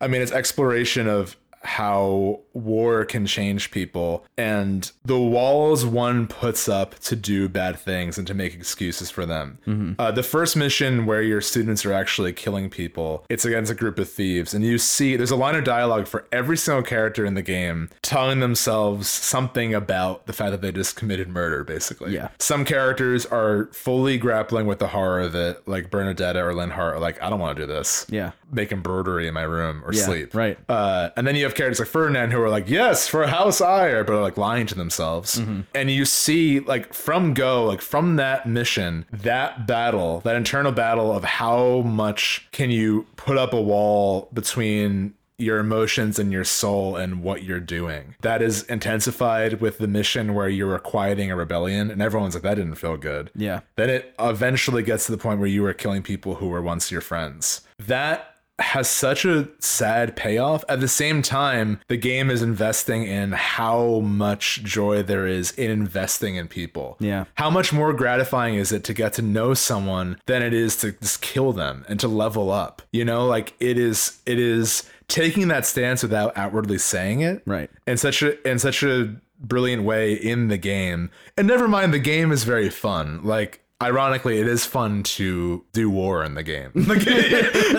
Speaker 2: I mean, it's exploration of how war can change people and the walls one puts up to do bad things and to make excuses for them. Uh, the first mission where your students are actually killing people, it's against a group of thieves, and you see there's a line of dialogue for every single character in the game telling themselves something about the fact that they just committed murder, basically.
Speaker 1: Yeah.
Speaker 2: Some characters are fully grappling with the horror of it, like Bernadetta or Lynn Hart, are like, I don't want to do this
Speaker 1: Yeah.
Speaker 2: make embroidery in my room or
Speaker 1: Yeah,
Speaker 2: sleep.
Speaker 1: right.
Speaker 2: Uh, and then you have characters like Ferdinand who are like, yes, for house ire, but are like lying to themselves.
Speaker 1: Mm-hmm.
Speaker 2: And you see, like, from go, like, from that mission, that battle, that internal battle of how much can you put up a wall between your emotions and your soul and what you're doing. That is intensified with the mission where you're quieting a rebellion, and everyone's like, that didn't feel good
Speaker 1: Yeah.
Speaker 2: then it eventually gets to the point where you are killing people who were once your friends. That has such a sad payoff. At the same time, the game is investing in how much joy there is in investing in people.
Speaker 1: Yeah.
Speaker 2: How much more gratifying is it to get to know someone than it is to just kill them and to level up? You know, like it is it is taking that stance without outwardly saying it.
Speaker 1: Right.
Speaker 2: In such a in such a brilliant way in the game. And never mind the game is very fun. Like ironically it is fun to do war in the game. (laughs) Like,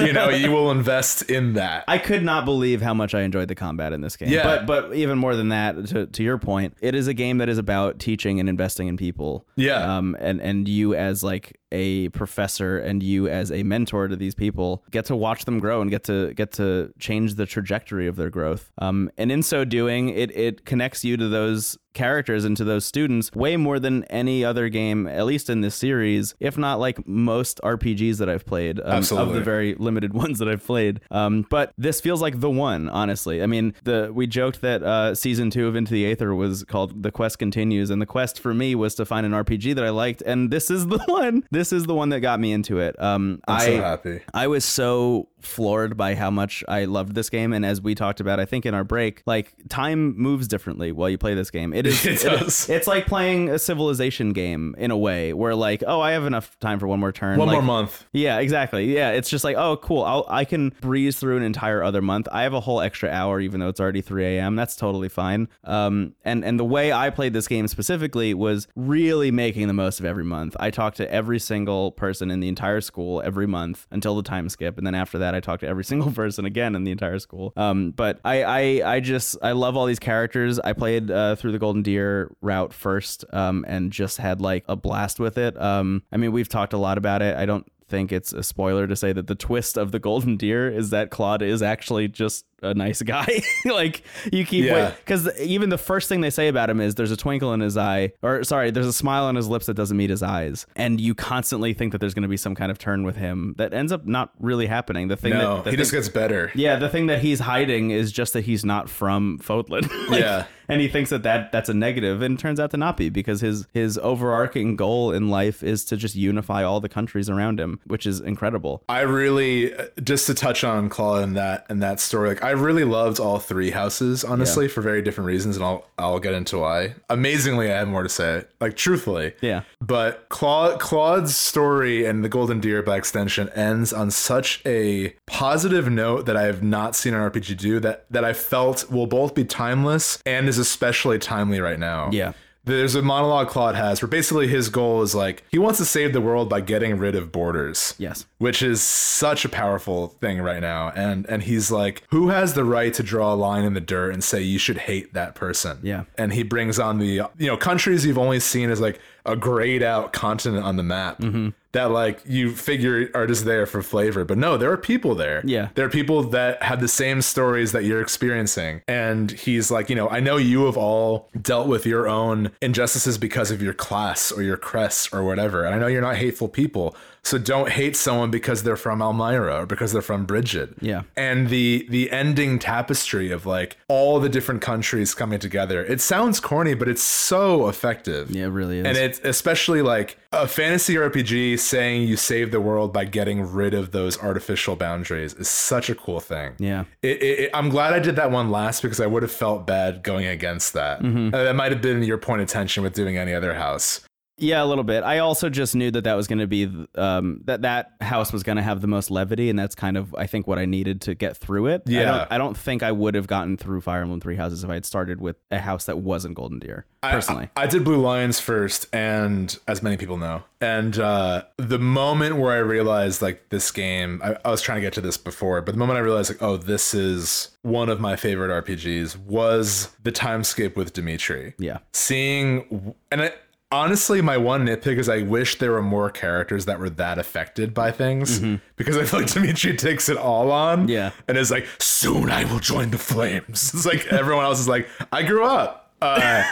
Speaker 2: you know, you will invest in that.
Speaker 1: I could not believe how much I enjoyed the combat in this game.
Speaker 2: Yeah.
Speaker 1: But but even more than that, to, to your point, it is a game that is about teaching and investing in people.
Speaker 2: Yeah.
Speaker 1: Um and, and you as like a professor and you as a mentor to these people get to watch them grow and get to get to change the trajectory of their growth. Um and in so doing, it it connects you to those characters and to those students way more than any other game, at least in this series, if not like most RPGs that I've played. um, Of
Speaker 2: Absolutely.
Speaker 1: the very limited (laughs) ones that I've played. Um, but this feels like the one, honestly. I mean, the we joked that uh, season two of Into the Aether was called The Quest Continues, and the quest for me was to find an RPG that I liked, and this is (laughs) the one. This is the one that got me into it. Um,
Speaker 2: I'm
Speaker 1: I-
Speaker 2: so happy.
Speaker 1: I was so floored by how much I loved this game, and as we talked about, I think in our break, like time moves differently while you play this game.
Speaker 2: (laughs)
Speaker 1: It is,
Speaker 2: It does.
Speaker 1: it's like playing a civilization game in a way where, like, oh, I have enough time for one more turn,
Speaker 2: One
Speaker 1: like,
Speaker 2: more month.
Speaker 1: yeah, exactly. Yeah, it's just like, oh, cool. I'll, I can breeze through an entire other month. I have a whole extra hour, even though it's already 3 a.m. That's totally fine. Um, and and the way I played this game specifically was really making the most of every month. I talked to every single person in the entire school every month until the time skip, and then after that, I talked to every (laughs) single person again in the entire school. Um, but I I, I just I love all these characters. I played uh, through the Golden Deer route first, um, and just had like a blast with it. Um, I mean, we've talked a lot about it. I don't think it's a spoiler to say that the twist of the golden deer is that Claude is actually just a nice guy. (laughs) like you keep
Speaker 2: Yeah.
Speaker 1: because even the first thing they say about him is there's a twinkle in his eye, or sorry, there's a smile on his lips that doesn't meet his eyes, and you constantly think that there's going to be some kind of turn with him that ends up not really happening. The thing
Speaker 2: No,
Speaker 1: that the
Speaker 2: he just
Speaker 1: thing-
Speaker 2: gets better.
Speaker 1: yeah, the thing that he's hiding is just that he's not from Fodlin. (laughs) Like,
Speaker 2: Yeah.
Speaker 1: and he thinks that, that that's a negative, and it turns out to not be because his his overarching goal in life is to just unify all the countries around him, which is incredible.
Speaker 2: I really uh, just to touch on Claw and that and that story. Like I really loved all three houses, honestly, for very different reasons, and I'll I'll get into why. Amazingly, I have more to say. Like truthfully,
Speaker 1: Yeah,
Speaker 2: But Claude, Claude's story and the Golden Deer by extension ends on such a positive note that I have not seen an RPG do that that I felt will both be timeless and is especially timely right now.
Speaker 1: Yeah.
Speaker 2: There's a monologue Claude has where basically his goal is like he wants to save the world by getting rid of borders
Speaker 1: yes,
Speaker 2: which is such a powerful thing right now and and he's like who has the right to draw a line in the dirt and say you should hate that person
Speaker 1: Yeah.
Speaker 2: and he brings on the you know countries you've only seen as like a grayed out continent on the map
Speaker 1: Mm-hmm.
Speaker 2: that like you figure are just there for flavor but no there are people there
Speaker 1: Yeah.
Speaker 2: there are people that have the same stories that you're experiencing. And he's like, you know, I know you have all dealt with your own injustices because of your class or your crest or whatever. And I know you're not hateful people. So don't hate someone because they're from Elmira or because they're from Bridget.
Speaker 1: Yeah.
Speaker 2: And the the ending tapestry of like all the different countries coming together. It sounds corny, but it's so effective.
Speaker 1: yeah, it really is.
Speaker 2: And it's especially like a fantasy RPG saying you save the world by getting rid of those artificial boundaries is such a cool thing.
Speaker 1: yeah,
Speaker 2: It, it, it- I'm glad I did that one last because I would have felt bad going against that. Uh, that might have been your point of tension with doing any other house.
Speaker 1: yeah, a little bit. I also just knew that that was going to be th- um, that that house was going to have the most levity, and that's kind of I think what I needed to get through it. I
Speaker 2: Yeah.
Speaker 1: don't, I don't think I would have gotten through Fire Emblem Three Houses if I had started with a house that wasn't Golden Deer.
Speaker 2: I-
Speaker 1: Personally,
Speaker 2: I, I did Blue Lions first, and as many people know, and uh, the moment where I realized like this game, I, I was trying to get to this before, but the moment I realized like, oh, this is one of my favorite RPGs was the timescape with Dimitri.
Speaker 1: yeah,
Speaker 2: seeing and I, honestly my one nitpick is i wish there were more characters that were that affected by things
Speaker 1: Mm-hmm.
Speaker 2: because i feel like dimitri takes it all on
Speaker 1: Yeah.
Speaker 2: and is like soon i will join the flames it's like everyone else is like i grew up
Speaker 1: (laughs)
Speaker 2: uh,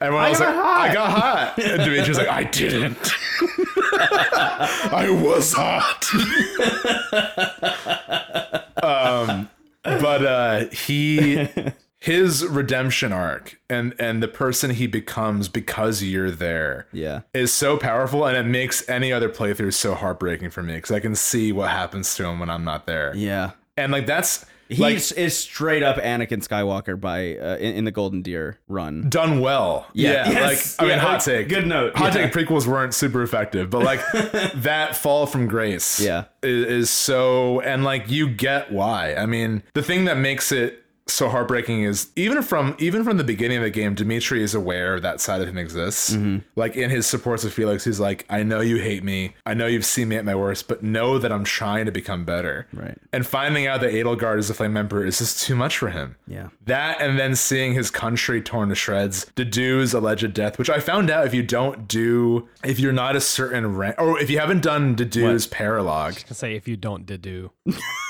Speaker 2: everyone else is like
Speaker 1: got hot."
Speaker 2: i
Speaker 1: (laughs)
Speaker 2: got hot and dimitri's like i didn't i was hot
Speaker 1: (laughs)
Speaker 2: (laughs) um but uh he his redemption arc and and the person he becomes because you're there
Speaker 1: Yeah.
Speaker 2: is so powerful and it makes any other playthrough so heartbreaking for me because I can see what happens to him when I'm not there.
Speaker 1: Yeah.
Speaker 2: And like that's
Speaker 1: He
Speaker 2: like
Speaker 1: s- is straight up Anakin Skywalker by uh, in, in the Golden Deer run.
Speaker 2: done well.
Speaker 1: Yeah.
Speaker 2: Yeah.
Speaker 1: Yes.
Speaker 2: Like I mean
Speaker 1: Yeah.
Speaker 2: hot take.
Speaker 1: Good note.
Speaker 2: Hot
Speaker 1: Yeah.
Speaker 2: take prequels weren't super effective,
Speaker 1: (laughs)
Speaker 2: but like that fall from grace
Speaker 1: Yeah.
Speaker 2: is, is so and like you get why. I mean, the thing that makes it so heartbreaking is even from even from the beginning of the game, Dimitri is aware that side of him exists.
Speaker 1: Mm-hmm.
Speaker 2: Like in his supports of Felix, he's like, I know you hate me. I know you've seen me at my worst, but know that I'm trying to become better.
Speaker 1: Right.
Speaker 2: And finding out that Adelgard is a flame emperor is just too much for him.
Speaker 1: Yeah.
Speaker 2: That and then seeing his country torn to shreds, Dedu's alleged death, which I found out if you don't do, if you're not a certain rank, or if you haven't done Dedu's paralogue.
Speaker 3: can say if you don't do.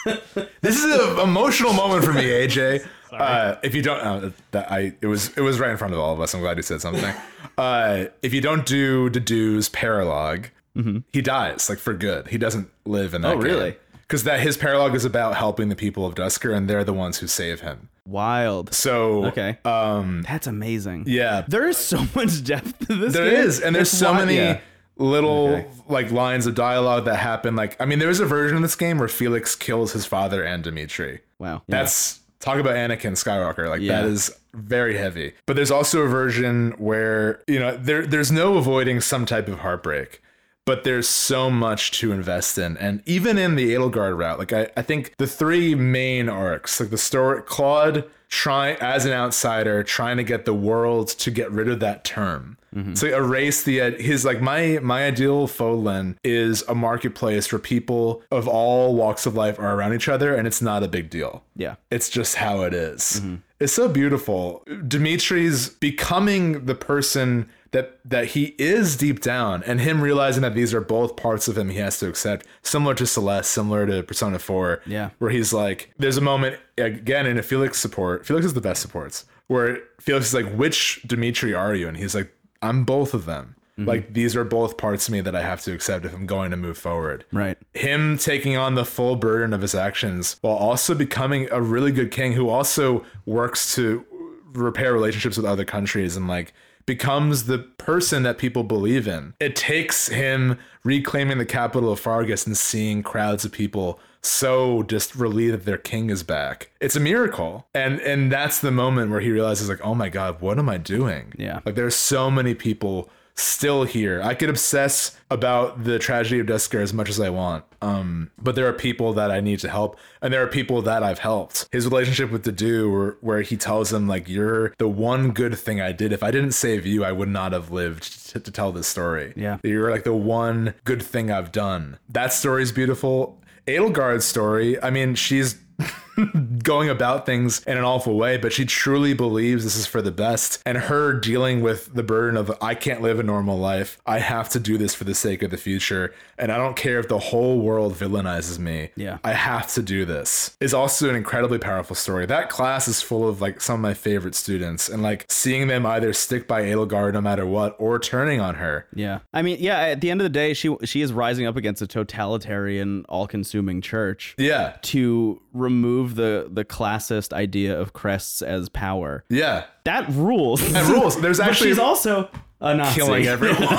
Speaker 2: This
Speaker 1: (laughs)
Speaker 2: is an emotional moment for me, AJ. Uh, if you don't, uh, that I it was it was right in front of all of us. I'm glad you
Speaker 1: (laughs)
Speaker 2: said something. Uh, if you don't do Dedu's paralogue, he dies like for good. He doesn't live in that.
Speaker 1: Mm-hmm. Oh, really?
Speaker 2: Because that his paralogue is about helping the people of Dusker, and they're the ones who save him.
Speaker 1: Wild.
Speaker 2: So
Speaker 1: Okay. Um. That's amazing.
Speaker 2: yeah,
Speaker 1: There is so (laughs) much depth to this.
Speaker 2: There is,
Speaker 1: game.
Speaker 2: and there's
Speaker 1: It's
Speaker 2: so
Speaker 1: wild.
Speaker 2: many
Speaker 1: Yeah.
Speaker 2: little like lines of dialogue that happen. Like, I mean, there is a version of this game where Felix kills his father and Dimitri.
Speaker 1: Wow. Yeah.
Speaker 2: That's talk about Anakin Skywalker. Like
Speaker 1: Yeah.
Speaker 2: that is very heavy. But there's also a version where you know there there's no avoiding some type of heartbreak. But there's so much to invest in. And even in the Edelgard route, like I, I think the three main arcs, like the story Claude trying as an outsider, trying to get the world to get rid of that term.
Speaker 1: Mm-hmm.
Speaker 2: So erase the uh, his like my my ideal Folan is a marketplace where people of all walks of life are around each other and it's not a big deal
Speaker 1: yeah.
Speaker 2: it's just how it is. It's so beautiful. Dimitri's becoming the person that that he is deep down, and him realizing that these are both parts of him he has to accept, similar to Celeste, similar to Persona Four.
Speaker 1: Yeah.
Speaker 2: where he's like, there's a moment again in a Felix support. Felix is the best supports. Where Felix is like, which Dimitri are you? And he's like, I'm both of them. Like these are both parts of me that I have to accept if I'm going to move forward
Speaker 1: Right.
Speaker 2: him taking on the full burden of his actions while also becoming a really good king who also works to repair relationships with other countries and like becomes the person that people believe in. It takes him reclaiming the capital of Fargus and seeing crowds of people so just relieved that their king is back. It's a miracle. And and that's the moment where he realizes like, "Oh my god, what am I doing?"
Speaker 1: Yeah.
Speaker 2: Like there's so many people still here. I could obsess about the tragedy of Dusker as much as I want. Um, but there are people that I need to help, and there are people that I've helped. His relationship with Dadu, where, where he tells him like, "You're the one good thing I did. If I didn't save you, I would not have lived to, to tell this story.
Speaker 1: Yeah.
Speaker 2: you're like the one good thing I've done. That story's beautiful. Adelgard's story. I mean, she's going about things in an awful way, but she truly believes this is for the best. And her dealing with the burden of, I can't live a normal life. I have to do this for the sake of the future. And I don't care if the whole world villainizes me.
Speaker 1: Yeah.
Speaker 2: I have to do this is also an incredibly powerful story. That class is full of like some of my favorite students and like seeing them either stick by Adelgard no matter what or turning on her.
Speaker 1: Yeah. I mean, yeah. At the end of the day, she she is rising up against a totalitarian, all-consuming church.
Speaker 2: Yeah.
Speaker 1: to remove the the classist idea of crests as power.
Speaker 2: Yeah.
Speaker 1: That rules.
Speaker 2: That rules.
Speaker 1: (laughs)
Speaker 2: There's
Speaker 1: But
Speaker 2: actually-
Speaker 1: she's also a Nazi. (laughs) Uh,
Speaker 2: killing everyone.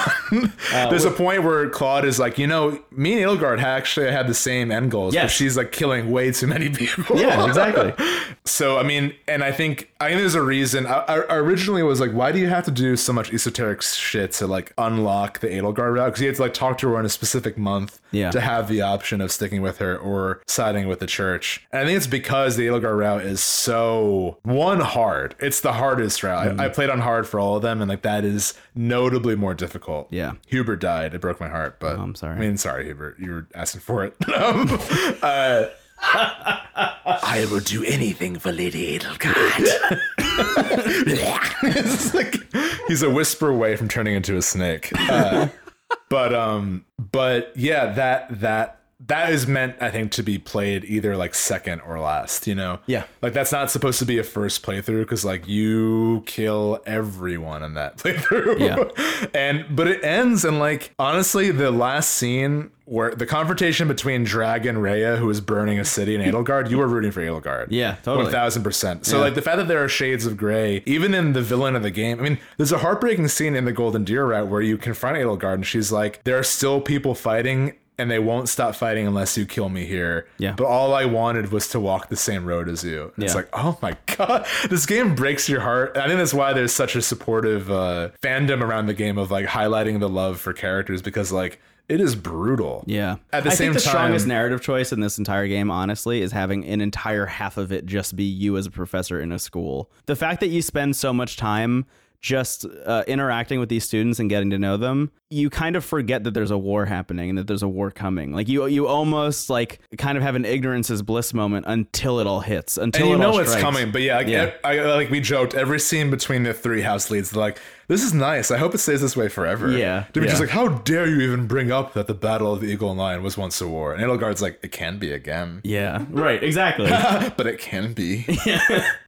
Speaker 2: There's a point where Claude is like, you know, me and Ilgard actually had the same end goals,
Speaker 1: Yes.
Speaker 2: but she's like killing way too many (laughs) people.
Speaker 1: Yeah, exactly.
Speaker 2: (laughs) so I mean, and I think I think there's a reason. I, I I originally was like, why do you have to do so much esoteric shit to like unlock the Edelgard route? Because you had to like talk to her in a specific month
Speaker 1: Yeah.
Speaker 2: to have the option of sticking with her or siding with the church. And I think it's because the Edelgard route is so one hard. It's the hardest route. I, I
Speaker 1: Mm.
Speaker 2: played on hard for all of them, and like that is notably more difficult.
Speaker 1: Yeah. Oh,
Speaker 2: Hubert died. It broke my heart, but
Speaker 1: I'm sorry.
Speaker 2: I mean, sorry, Hubert. You were asking for it. um, uh, I will do anything for Lady (laughs) Edelgard.
Speaker 1: (laughs)
Speaker 2: It's like- he's a whisper
Speaker 1: (laughs)
Speaker 2: away from turning into a snake. Uh, but um, but yeah, that that that is meant, I think, to be played either like second or last, you know?
Speaker 1: Yeah.
Speaker 2: Like that's not supposed to be a first playthrough because like you kill everyone in that (laughs) playthrough.
Speaker 1: Yeah.
Speaker 2: (laughs) and but it ends and like honestly, the last scene where the confrontation between Drag and Rhea, who is burning a city in
Speaker 1: (laughs)
Speaker 2: Adelgard, you were rooting for Adelgard.
Speaker 1: Yeah, totally.
Speaker 2: One thousand percent. So
Speaker 1: Yeah.
Speaker 2: like the fact that there are shades of gray, even in the villain of the game. I mean, there's a heartbreaking scene in the Golden Deer route where you confront Adelgard and she's like, "There are still people fighting." And they won't stop fighting unless you kill me here.
Speaker 1: Yeah.
Speaker 2: But all I wanted was to walk the same road as you. And It's
Speaker 1: Yeah.
Speaker 2: like, oh my (laughs) god, this game breaks your heart. I think that's why there's such a supportive uh, fandom around the game of like highlighting the love for characters because like it is brutal.
Speaker 1: Yeah.
Speaker 2: At the
Speaker 1: I
Speaker 2: same
Speaker 1: think the
Speaker 2: time-
Speaker 1: strongest narrative choice in this entire game, honestly, is having an entire half of it just be you as a professor in a school. The fact that you spend so much time just uh, interacting with these students and getting to know them, you kind of forget that there's a war happening and that there's a war coming. Like you, you almost like kind of have an ignorance is bliss moment until it all hits. Until
Speaker 2: And you
Speaker 1: it all
Speaker 2: know it's
Speaker 1: strikes.
Speaker 2: coming, but yeah, like,
Speaker 1: Yeah.
Speaker 2: I, I- like we joked, every scene between the three house leads, they're like, "This is nice. I hope it stays this way forever."
Speaker 1: Yeah,
Speaker 2: to be just
Speaker 1: yeah.
Speaker 2: like, "How dare you even bring up that the Battle of the Eagle and Lion was once a war?" And Edelgard's like, "It can be again,
Speaker 1: Yeah. Right. Exactly.
Speaker 2: (laughs) but it can
Speaker 1: (laughs)
Speaker 2: be."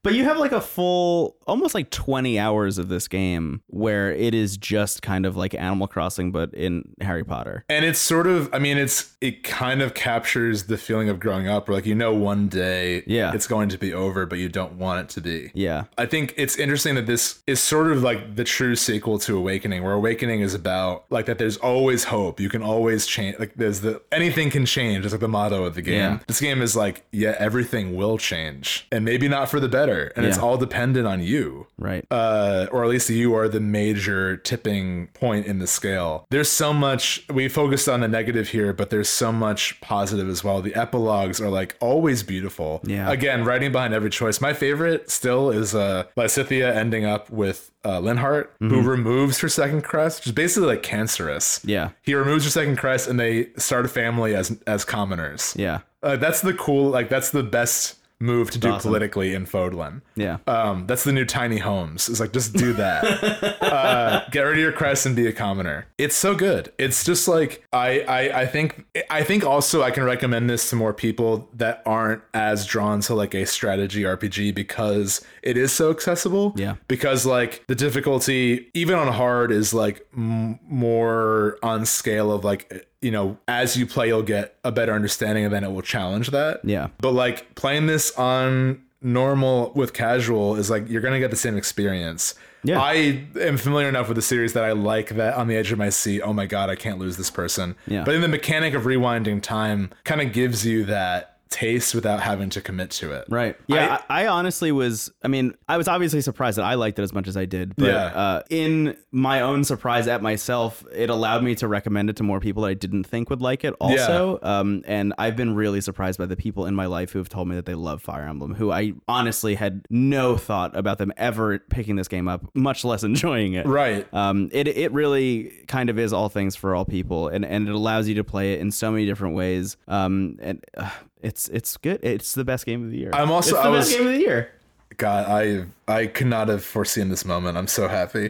Speaker 1: But you have like a full, almost like 20 hours of this game where it is just kind of like Animal Crossing, but in Harry Potter.
Speaker 2: And it's sort of, I mean, it's it kind of captures the feeling of growing up, where like you know one day,
Speaker 1: Yeah.
Speaker 2: it's going to be over, but you don't want it to be.
Speaker 1: Yeah.
Speaker 2: I think it's interesting that this is sort of like the true sequel to Awakening, where Awakening is about like that there's always hope. You can always change. Like there's the anything can change. It's like the motto of the game.
Speaker 1: Yeah.
Speaker 2: This game is like, yeah, everything will change, and maybe not for the better, and it's
Speaker 1: Yeah.
Speaker 2: all dependent on you
Speaker 1: Right.
Speaker 2: uh, or at least you are the major tipping point in the scale. There's so much we focused on the negative here, but there's so much positive as well. The epilogues are like always beautiful.
Speaker 1: Yeah.
Speaker 2: Again, writing behind every choice. My favorite still is uh, Lysithia ending up with uh, Linhart, who removes her second crest, which is basically like cancerous.
Speaker 1: Mm-hmm. yeah.
Speaker 2: He removes her second crest, and they start a family as as commoners.
Speaker 1: Yeah.
Speaker 2: Uh, that's the cool. Like that's the best move to do
Speaker 1: awesome.
Speaker 2: politically in Fodlan.
Speaker 1: Yeah.
Speaker 2: Um, that's the new tiny homes. It's like just
Speaker 1: (laughs)
Speaker 2: do that. uh, get rid of your crest and be a commoner. It's so good. It's just like I, I I think I think also I can recommend this to more people that aren't as drawn to like a strategy RPG because it is so accessible.
Speaker 1: Yeah.
Speaker 2: Because like the difficulty even on hard is like m- more on scale of like you know as you play you'll get a better understanding and then it will challenge that.
Speaker 1: Yeah.
Speaker 2: But like playing this on normal with casual is like you're gonna get the same experience.
Speaker 1: Yeah.
Speaker 2: I am familiar enough with the series that I like that on the edge of my seat. Oh my god, I can't lose this person.
Speaker 1: Yeah.
Speaker 2: But then the mechanic of rewinding time kind of gives you that taste without having to commit to it.
Speaker 1: Right. Yeah. I, I honestly was, I mean, I was obviously surprised that I liked it as much as I did. But
Speaker 2: Yeah.
Speaker 1: uh, in my own surprise at myself, it allowed me to recommend it to more people that I didn't think would like it also. Um, and I've been really surprised by the people in my life who have told me that they love Fire Emblem, who I honestly had no thought about them ever picking this game up, much less enjoying it.
Speaker 2: Right.
Speaker 1: Um, it it really kind of is all things for all people, and, and it allows you to play it in so many different ways. Um, and uh, it's it's good. It's the best game of the year.
Speaker 2: I'm also-
Speaker 1: it's the
Speaker 2: I
Speaker 1: best
Speaker 2: was-
Speaker 1: game of the year.
Speaker 2: God, I I could not have foreseen this moment. I'm so happy.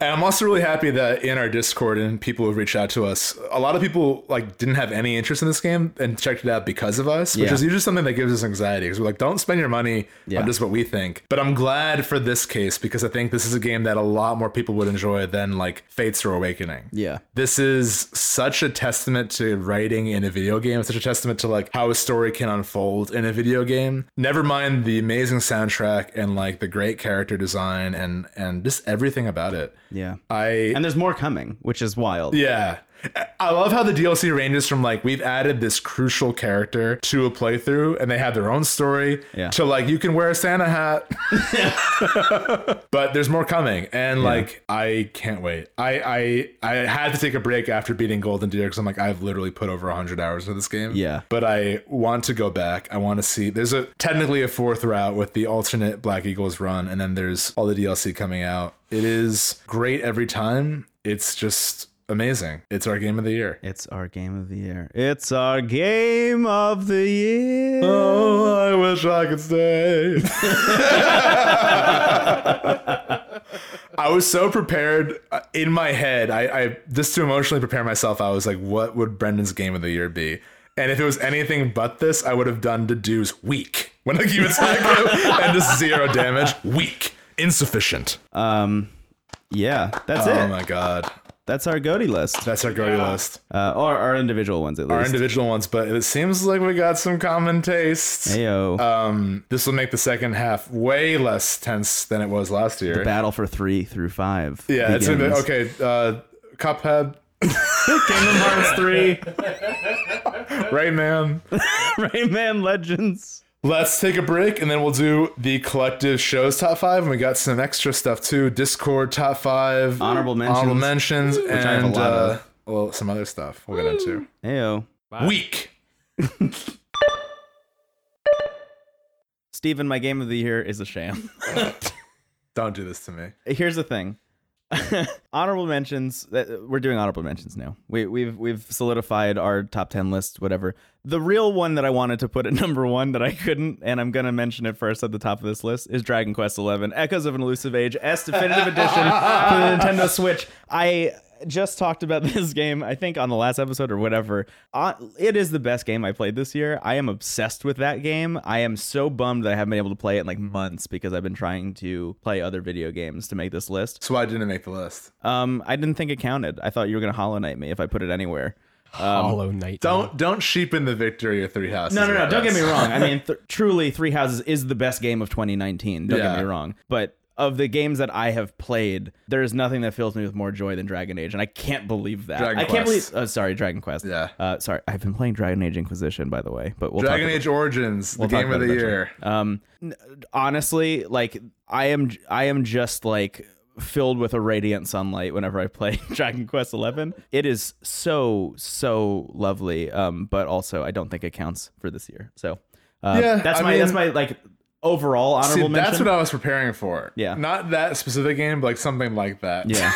Speaker 2: And I'm also really happy that in our Discord and people who reached out to us, a lot of people like didn't have any interest in this game and checked it out because of us, which
Speaker 1: Yeah.
Speaker 2: is usually something that gives us anxiety because we're like, don't spend your money
Speaker 1: Yeah.
Speaker 2: on just what we think. But I'm glad for this case because I think this is a game that a lot more people would enjoy than like Fates or Awakening
Speaker 1: Yeah.
Speaker 2: this is such a testament to writing in a video game It's such a testament to like how a story can unfold in a video game never mind the amazing soundtrack and like the great character design and and just everything about it
Speaker 1: Yeah.
Speaker 2: i
Speaker 1: Uh, And there's more coming, which is wild.
Speaker 2: yeah i love how the dlc ranges from like we've added this crucial character to a playthrough and they have their own story
Speaker 1: Yeah.
Speaker 2: to like you can wear a santa hat but there's more coming and like i can't wait i i i had to take a break after beating golden deer because i'm like i've literally put over 100 hours into this game
Speaker 1: Yeah.
Speaker 2: but i want to go back i want to see there's a technically a fourth route with the alternate black eagles run and then there's all the dlc coming out it is great every time it's just amazing it's our game of the year
Speaker 1: It's our game of the year. It's our game of the year.
Speaker 2: oh i wish i could stay I was so prepared uh, in my head. I, I just to emotionally prepare myself. I was like, "What would Brendan's game of the year be?" And if it was anything but this, I would have done to do's weak. When I give attack go (laughs) and just zero damage, weak, insufficient.
Speaker 1: Um, yeah, that's
Speaker 2: oh
Speaker 1: it.
Speaker 2: my god,
Speaker 1: That's our goatee list,
Speaker 2: that's our Gordy list.
Speaker 1: uh, or our individual ones at
Speaker 2: Our
Speaker 1: least.
Speaker 2: individual ones, but it seems like we got some common tastes.
Speaker 1: Ayo,
Speaker 2: Um, this will make the second half way less tense than it was last year.
Speaker 1: battle for three through five.
Speaker 2: Yeah, it's a bit,
Speaker 1: begins.
Speaker 2: okay. Uh, Cuphead, (laughs) Kingdom Hearts (laughs) three, Rayman.
Speaker 1: (laughs) Rayman Legends.
Speaker 2: Let's take a break and then we'll do the collective shows top five. And we got some extra stuff too Discord top five,
Speaker 1: Honorable mentions.
Speaker 2: honorable mentions
Speaker 1: I have a
Speaker 2: and
Speaker 1: lot
Speaker 2: uh,
Speaker 1: of.
Speaker 2: well, some other stuff we'll get into.
Speaker 1: Ayo,
Speaker 2: Week.
Speaker 1: Steven, my game of the year is a (laughs) sham.
Speaker 2: Don't do this to me.
Speaker 1: Here's the thing. honorable mentions. that- We're doing honorable mentions now. We, we've we've solidified our top ten list. Whatever. The real one that I wanted to put at (laughs) number one that I couldn't, and I'm gonna mention it first at the top of this list is Dragon Quest XI: Echoes of an Elusive Age S Definitive Edition for the Nintendo Switch. I just talked about (laughs) this game. I think on the last episode or whatever. Uh, it is the best game I played this year. I am obsessed with that game. I am so bummed that I haven't been able to play it in like months because I've been trying to play other video games to make this list.
Speaker 2: So I didn't make the list.
Speaker 1: Um, I didn't think it counted. I thought you were gonna hollow knight me if I put it anywhere.
Speaker 3: Hollow Knight.
Speaker 2: Don't don't sheepen the victory of three houses.
Speaker 1: No, no, no.
Speaker 2: with
Speaker 1: Don't
Speaker 2: us.
Speaker 1: get me wrong. I (laughs) mean, th- truly, Three Houses is the best game of 2019. Don't
Speaker 2: Yeah.
Speaker 1: get me wrong. But of the games that I have played, there is nothing that fills me with more joy than Dragon Age, and I can't believe that.
Speaker 2: Dragon
Speaker 1: I can't
Speaker 2: Quest.
Speaker 1: believe. Oh, sorry, Dragon Quest.
Speaker 2: Yeah.
Speaker 1: Uh, sorry, I've been playing Dragon Age Inquisition, by the way. But we'll
Speaker 2: Dragon
Speaker 1: talk
Speaker 2: Age Origins, the
Speaker 1: talk
Speaker 2: game of
Speaker 1: about
Speaker 2: the
Speaker 1: it eventually.
Speaker 2: year.
Speaker 1: Um, n- honestly, like I am, I am just like filled with a radiant sunlight whenever I play (laughs) Dragon Quest Eleven. It is so so lovely. Um, but also I don't think it counts for this year. So, uh,
Speaker 2: Yeah,
Speaker 1: that's
Speaker 2: I
Speaker 1: my that's
Speaker 2: mean-
Speaker 1: my like overall
Speaker 2: See,
Speaker 1: honorable
Speaker 2: that's
Speaker 1: mention.
Speaker 2: what I was preparing for.
Speaker 1: Yeah.
Speaker 2: Not that specific game, but like something like that.
Speaker 1: yeah,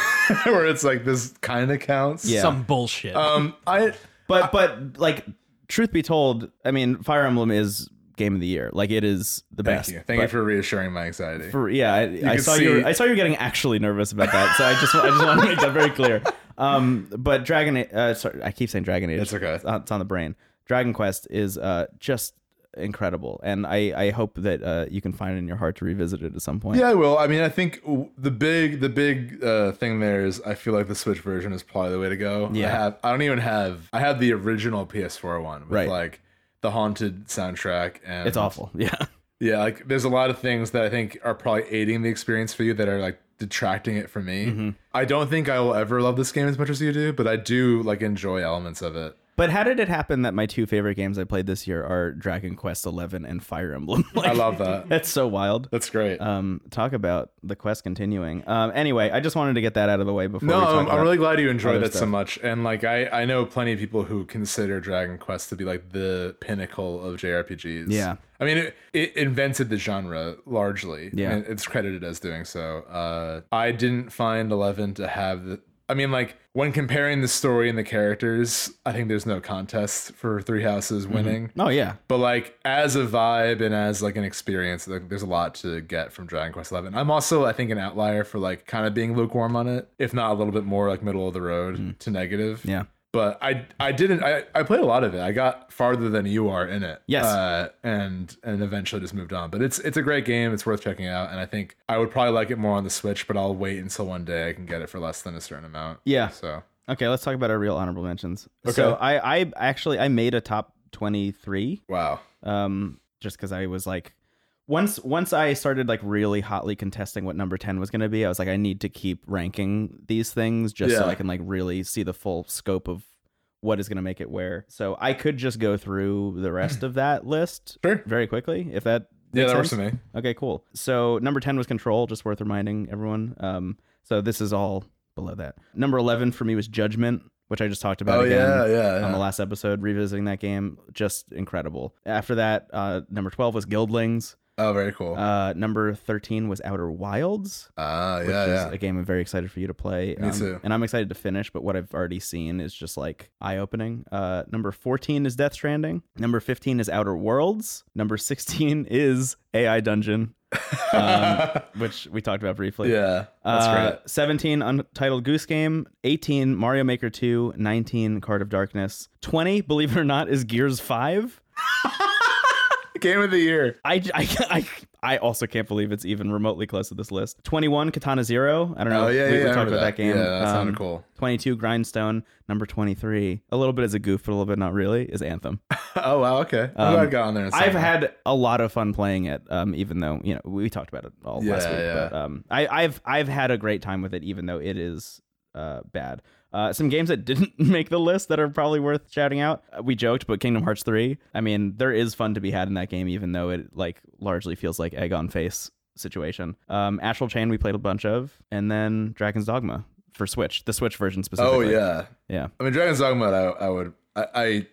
Speaker 2: (laughs) Where it's like this kind of counts.
Speaker 1: Yeah.
Speaker 3: Some bullshit.
Speaker 2: Um, I
Speaker 1: but but like truth be told, I mean Fire Emblem is game of the year. Like it is the
Speaker 2: thank
Speaker 1: best.
Speaker 2: you. Thank you
Speaker 1: but-
Speaker 2: for reassuring my anxiety.
Speaker 1: For- yeah, I, I
Speaker 2: can
Speaker 1: saw you.
Speaker 2: see-
Speaker 1: Were, I saw you were getting actually nervous about that, so I just I just want to make that very clear. Um, but Dragon, A- uh, sorry, I keep saying Dragon Age.
Speaker 2: It's okay.
Speaker 1: It's on, it's on the brain. Dragon Quest is uh just incredible, and I I hope that uh you can find it in your heart to revisit it at some point.
Speaker 2: Yeah, I will. I mean, I think w- the big the big uh, thing there is I feel like the Switch version is probably the way to go. I
Speaker 1: Yeah.
Speaker 2: have I don't even have I have the original PS4 one with
Speaker 1: Right.
Speaker 2: like the haunted soundtrack and
Speaker 1: it's awful. Yeah,
Speaker 2: Yeah, like there's a lot of things that I think are probably aiding the experience for you that are like detracting it from me. I don't think I will ever love this game as much as you do, but I do like enjoy elements of it.
Speaker 1: but how did it happen that my two favorite games I played this year are Dragon Quest Eleven and Fire Emblem? (laughs)
Speaker 2: I
Speaker 1: Like,
Speaker 2: love that.
Speaker 1: that's so wild.
Speaker 2: That's great.
Speaker 1: Um, talk about the quest continuing. Um, anyway, I just wanted to get that out of the way before.
Speaker 2: No,
Speaker 1: we talk
Speaker 2: I'm,
Speaker 1: about
Speaker 2: I'm really glad you enjoyed
Speaker 1: other
Speaker 2: it so
Speaker 1: stuff.
Speaker 2: much. And like I, I know plenty of people who consider Dragon Quest to be like the pinnacle of JRPGs.
Speaker 1: Yeah.
Speaker 2: I mean it, it invented the genre largely.
Speaker 1: Yeah.
Speaker 2: And it's credited as doing so. Uh I didn't find Eleven to have the I mean, like when comparing the story and the characters, I think there's no contest for Three Houses winning.
Speaker 1: Oh yeah,
Speaker 2: But like as a vibe and as like an experience, like there's a lot to get from Dragon Quest Eleven. I'm also I think an outlier for like kind of being lukewarm on it, if not a little bit more like middle of the road to negative.
Speaker 1: Hmm. yeah.
Speaker 2: But I I didn't I, I played a lot of it. I got farther than you are in it.
Speaker 1: Yes.
Speaker 2: Uh, and and eventually just moved on. But it's it's a great game. It's worth checking out. And I think I would probably like it more on the Switch, but I'll wait until one day I can get it for less than a certain amount.
Speaker 1: Yeah.
Speaker 2: So
Speaker 1: Okay, let's talk about our real honorable mentions. So
Speaker 2: Okay.
Speaker 1: I, I actually I made a top twenty three,
Speaker 2: wow.
Speaker 1: um, just because I was like, once once I started like really hotly contesting what number ten was gonna be, I was like, I need to keep ranking these things just so
Speaker 2: Yeah.
Speaker 1: I can like really see the full scope of what is gonna make it where. So I could just go through the
Speaker 2: (clears throat)
Speaker 1: rest of that list
Speaker 2: Sure.
Speaker 1: very quickly if that
Speaker 2: Yeah,
Speaker 1: makes
Speaker 2: that works
Speaker 1: sense.
Speaker 2: for me.
Speaker 1: Okay, cool. So number ten was Control. Just worth reminding everyone. Um, so this is all below that. Number eleven for me was Judgment, which I just talked about.
Speaker 2: Oh
Speaker 1: again
Speaker 2: yeah, yeah.
Speaker 1: On the
Speaker 2: yeah.
Speaker 1: last episode, revisiting that game, just incredible. After that, uh, number twelve was Guildlings.
Speaker 2: Oh, very cool.
Speaker 1: Uh, number thirteen was Outer Wilds,
Speaker 2: Ah,
Speaker 1: which
Speaker 2: yeah,
Speaker 1: is
Speaker 2: yeah.
Speaker 1: a game I'm very excited for you to play. Um,
Speaker 2: Me too.
Speaker 1: And I'm excited to finish, but what I've already seen is just like eye opening. Uh, number fourteen is Death Stranding. Number fifteen is Outer Worlds. Number sixteen is AI Dungeon.
Speaker 2: (laughs)
Speaker 1: um, which we talked about briefly.
Speaker 2: yeah, that's
Speaker 1: Uh,
Speaker 2: great.
Speaker 1: 17 Untitled Goose Game, 18 Mario Maker 2, 19 Card of Darkness, 20, believe it or not, is Gears 5.
Speaker 2: Game of the year.
Speaker 1: I, I, I, I also can't believe it's even remotely close to this list. 21 Katana Zero. I don't know.
Speaker 2: Oh yeah,
Speaker 1: we, we
Speaker 2: yeah, I
Speaker 1: talked
Speaker 2: remember
Speaker 1: about that, game.
Speaker 2: Yeah, that sounded
Speaker 1: Um,
Speaker 2: cool.
Speaker 1: 22 Grindstone, number 23. A little bit as a goof, but a little bit not really, is Anthem.
Speaker 2: Oh wow, okay. I'm glad I got on there. and saw
Speaker 1: um, I've
Speaker 2: that.
Speaker 1: had a lot of fun playing it, um, even though you know we talked about it all last
Speaker 2: Yeah,
Speaker 1: week.
Speaker 2: yeah.
Speaker 1: But um, I, I've I've had a great time with it, even though it is uh, bad. Uh, some games that (laughs) didn't make the list that are probably worth shouting out. Uh, We joked, but Kingdom Hearts three. I mean, there is fun to be had in that game, even though it like largely feels like egg on face situation. Um, Astral Chain we played a bunch of, and then Dragon's Dogma for Switch, the Switch version
Speaker 2: Oh
Speaker 1: specifically.
Speaker 2: yeah,
Speaker 1: yeah,
Speaker 2: I mean, Dragon's Dogma. I, I would. I, I.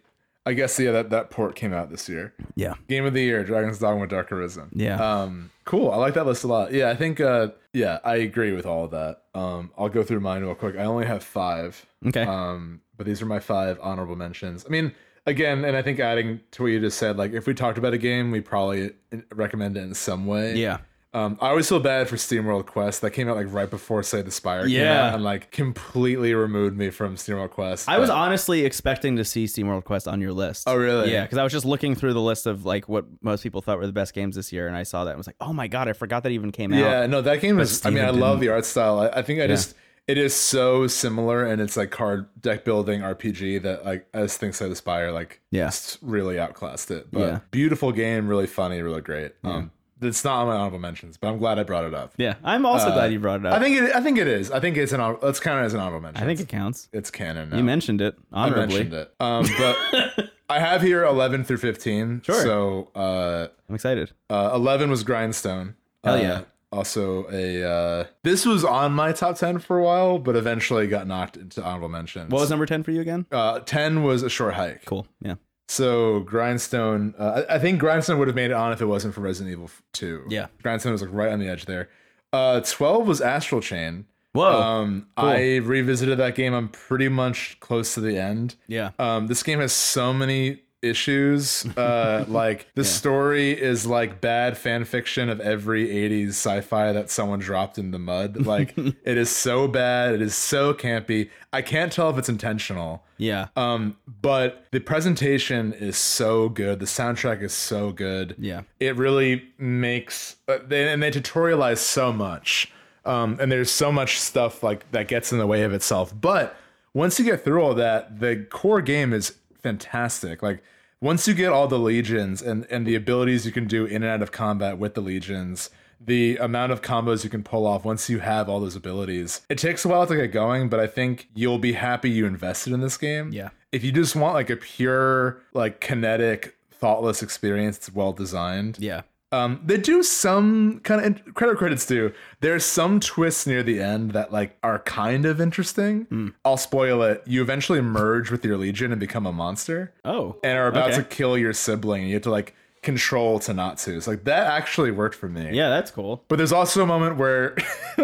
Speaker 2: I guess yeah. That that port came out this year.
Speaker 1: yeah,
Speaker 2: Game of the year, Dragon's Dogma: Dark Arisen.
Speaker 1: yeah.
Speaker 2: Um, cool. I like that list a lot. Yeah, I think. Uh, yeah, I agree with all of that. Um, I'll go through mine real quick. I only have five.
Speaker 1: okay.
Speaker 2: Um, but these are my five honorable mentions. I mean, again, and I think adding to what you just said, like if we talked about a game, we probably uh, recommend it in some way.
Speaker 1: yeah.
Speaker 2: Um, I always feel bad for SteamWorld Quest that came out like right before Say the Spire came
Speaker 1: Yeah.
Speaker 2: out and like completely removed me from SteamWorld Quest.
Speaker 1: I was
Speaker 2: but-
Speaker 1: honestly expecting to see SteamWorld Quest on your list.
Speaker 2: Oh, really?
Speaker 1: Yeah, because I was just looking through the list of like what most people thought were the best games this year, and I saw that and was like, oh my god, I forgot that even came
Speaker 2: Yeah,
Speaker 1: out.
Speaker 2: no, that game is. I mean, I
Speaker 1: Steven
Speaker 2: love the art style. I, I think I just it is so similar, and it's like card deck building RPG that like as things said, Aspire like
Speaker 1: Yeah.
Speaker 2: s- really outclassed it. But
Speaker 1: Yeah.
Speaker 2: beautiful game, really funny, really great. Um, it's not on my honorable mentions, but I'm glad I brought it up.
Speaker 1: Yeah, I'm also glad you brought it up.
Speaker 2: Uh, I think it. I think it is. I think it's an. honor- Let's count it as an honorable mention.
Speaker 1: I think it counts.
Speaker 2: it's canon. Now.
Speaker 1: You mentioned it
Speaker 2: I
Speaker 1: honorably.
Speaker 2: mentioned it. Um, but I have here 11 through 15.
Speaker 1: Sure.
Speaker 2: So uh,
Speaker 1: I'm excited.
Speaker 2: uh, Eleven was Grindstone.
Speaker 1: Hell
Speaker 2: Uh,
Speaker 1: yeah.
Speaker 2: also a uh, this was on my top ten for a while, but eventually got knocked into honorable mentions.
Speaker 1: What was number ten for you again?
Speaker 2: uh, ten was a short hike.
Speaker 1: Cool. Yeah.
Speaker 2: So Grindstone, uh, I I think Grindstone would have made it on if it wasn't for Resident Evil Two.
Speaker 1: Yeah.
Speaker 2: Grindstone was like right on the edge there. Uh, Twelve was Astral Chain.
Speaker 1: Whoa.
Speaker 2: um, I revisited that game. I'm pretty much close to the end.
Speaker 1: yeah.
Speaker 2: Um, this game has so many issues. Uh, like the story is like bad fan fiction of every 80s sci-fi that someone dropped in the mud. Like it is so bad. It is so campy. I can't tell if it's intentional.
Speaker 1: Yeah.
Speaker 2: Um, but the presentation is so good. The soundtrack is so good
Speaker 1: yeah.
Speaker 2: it really makes uh, they, and they tutorialize so much um, and there's so much stuff like that gets in the way of itself but once you get through all that the core game is fantastic like once you get all the legions and and the abilities you can do in and out of combat with the legions the amount of combos you can pull off once you have all those abilities it takes a while to get going but i think you'll be happy you invested in this game
Speaker 1: Yeah.
Speaker 2: if you just want like a pure like kinetic thoughtless experience it's well designed
Speaker 1: Yeah.
Speaker 2: um they do some kind of and credit credits do there's some twists near the end that like are kind of interesting
Speaker 1: Hmm.
Speaker 2: i'll spoil it you eventually merge with your legion and become a monster
Speaker 1: Oh.
Speaker 2: and are about
Speaker 1: Okay.
Speaker 2: to kill your sibling you have to like control to not to so like that actually worked for me
Speaker 1: Yeah, that's cool.
Speaker 2: but there's also a moment where (laughs)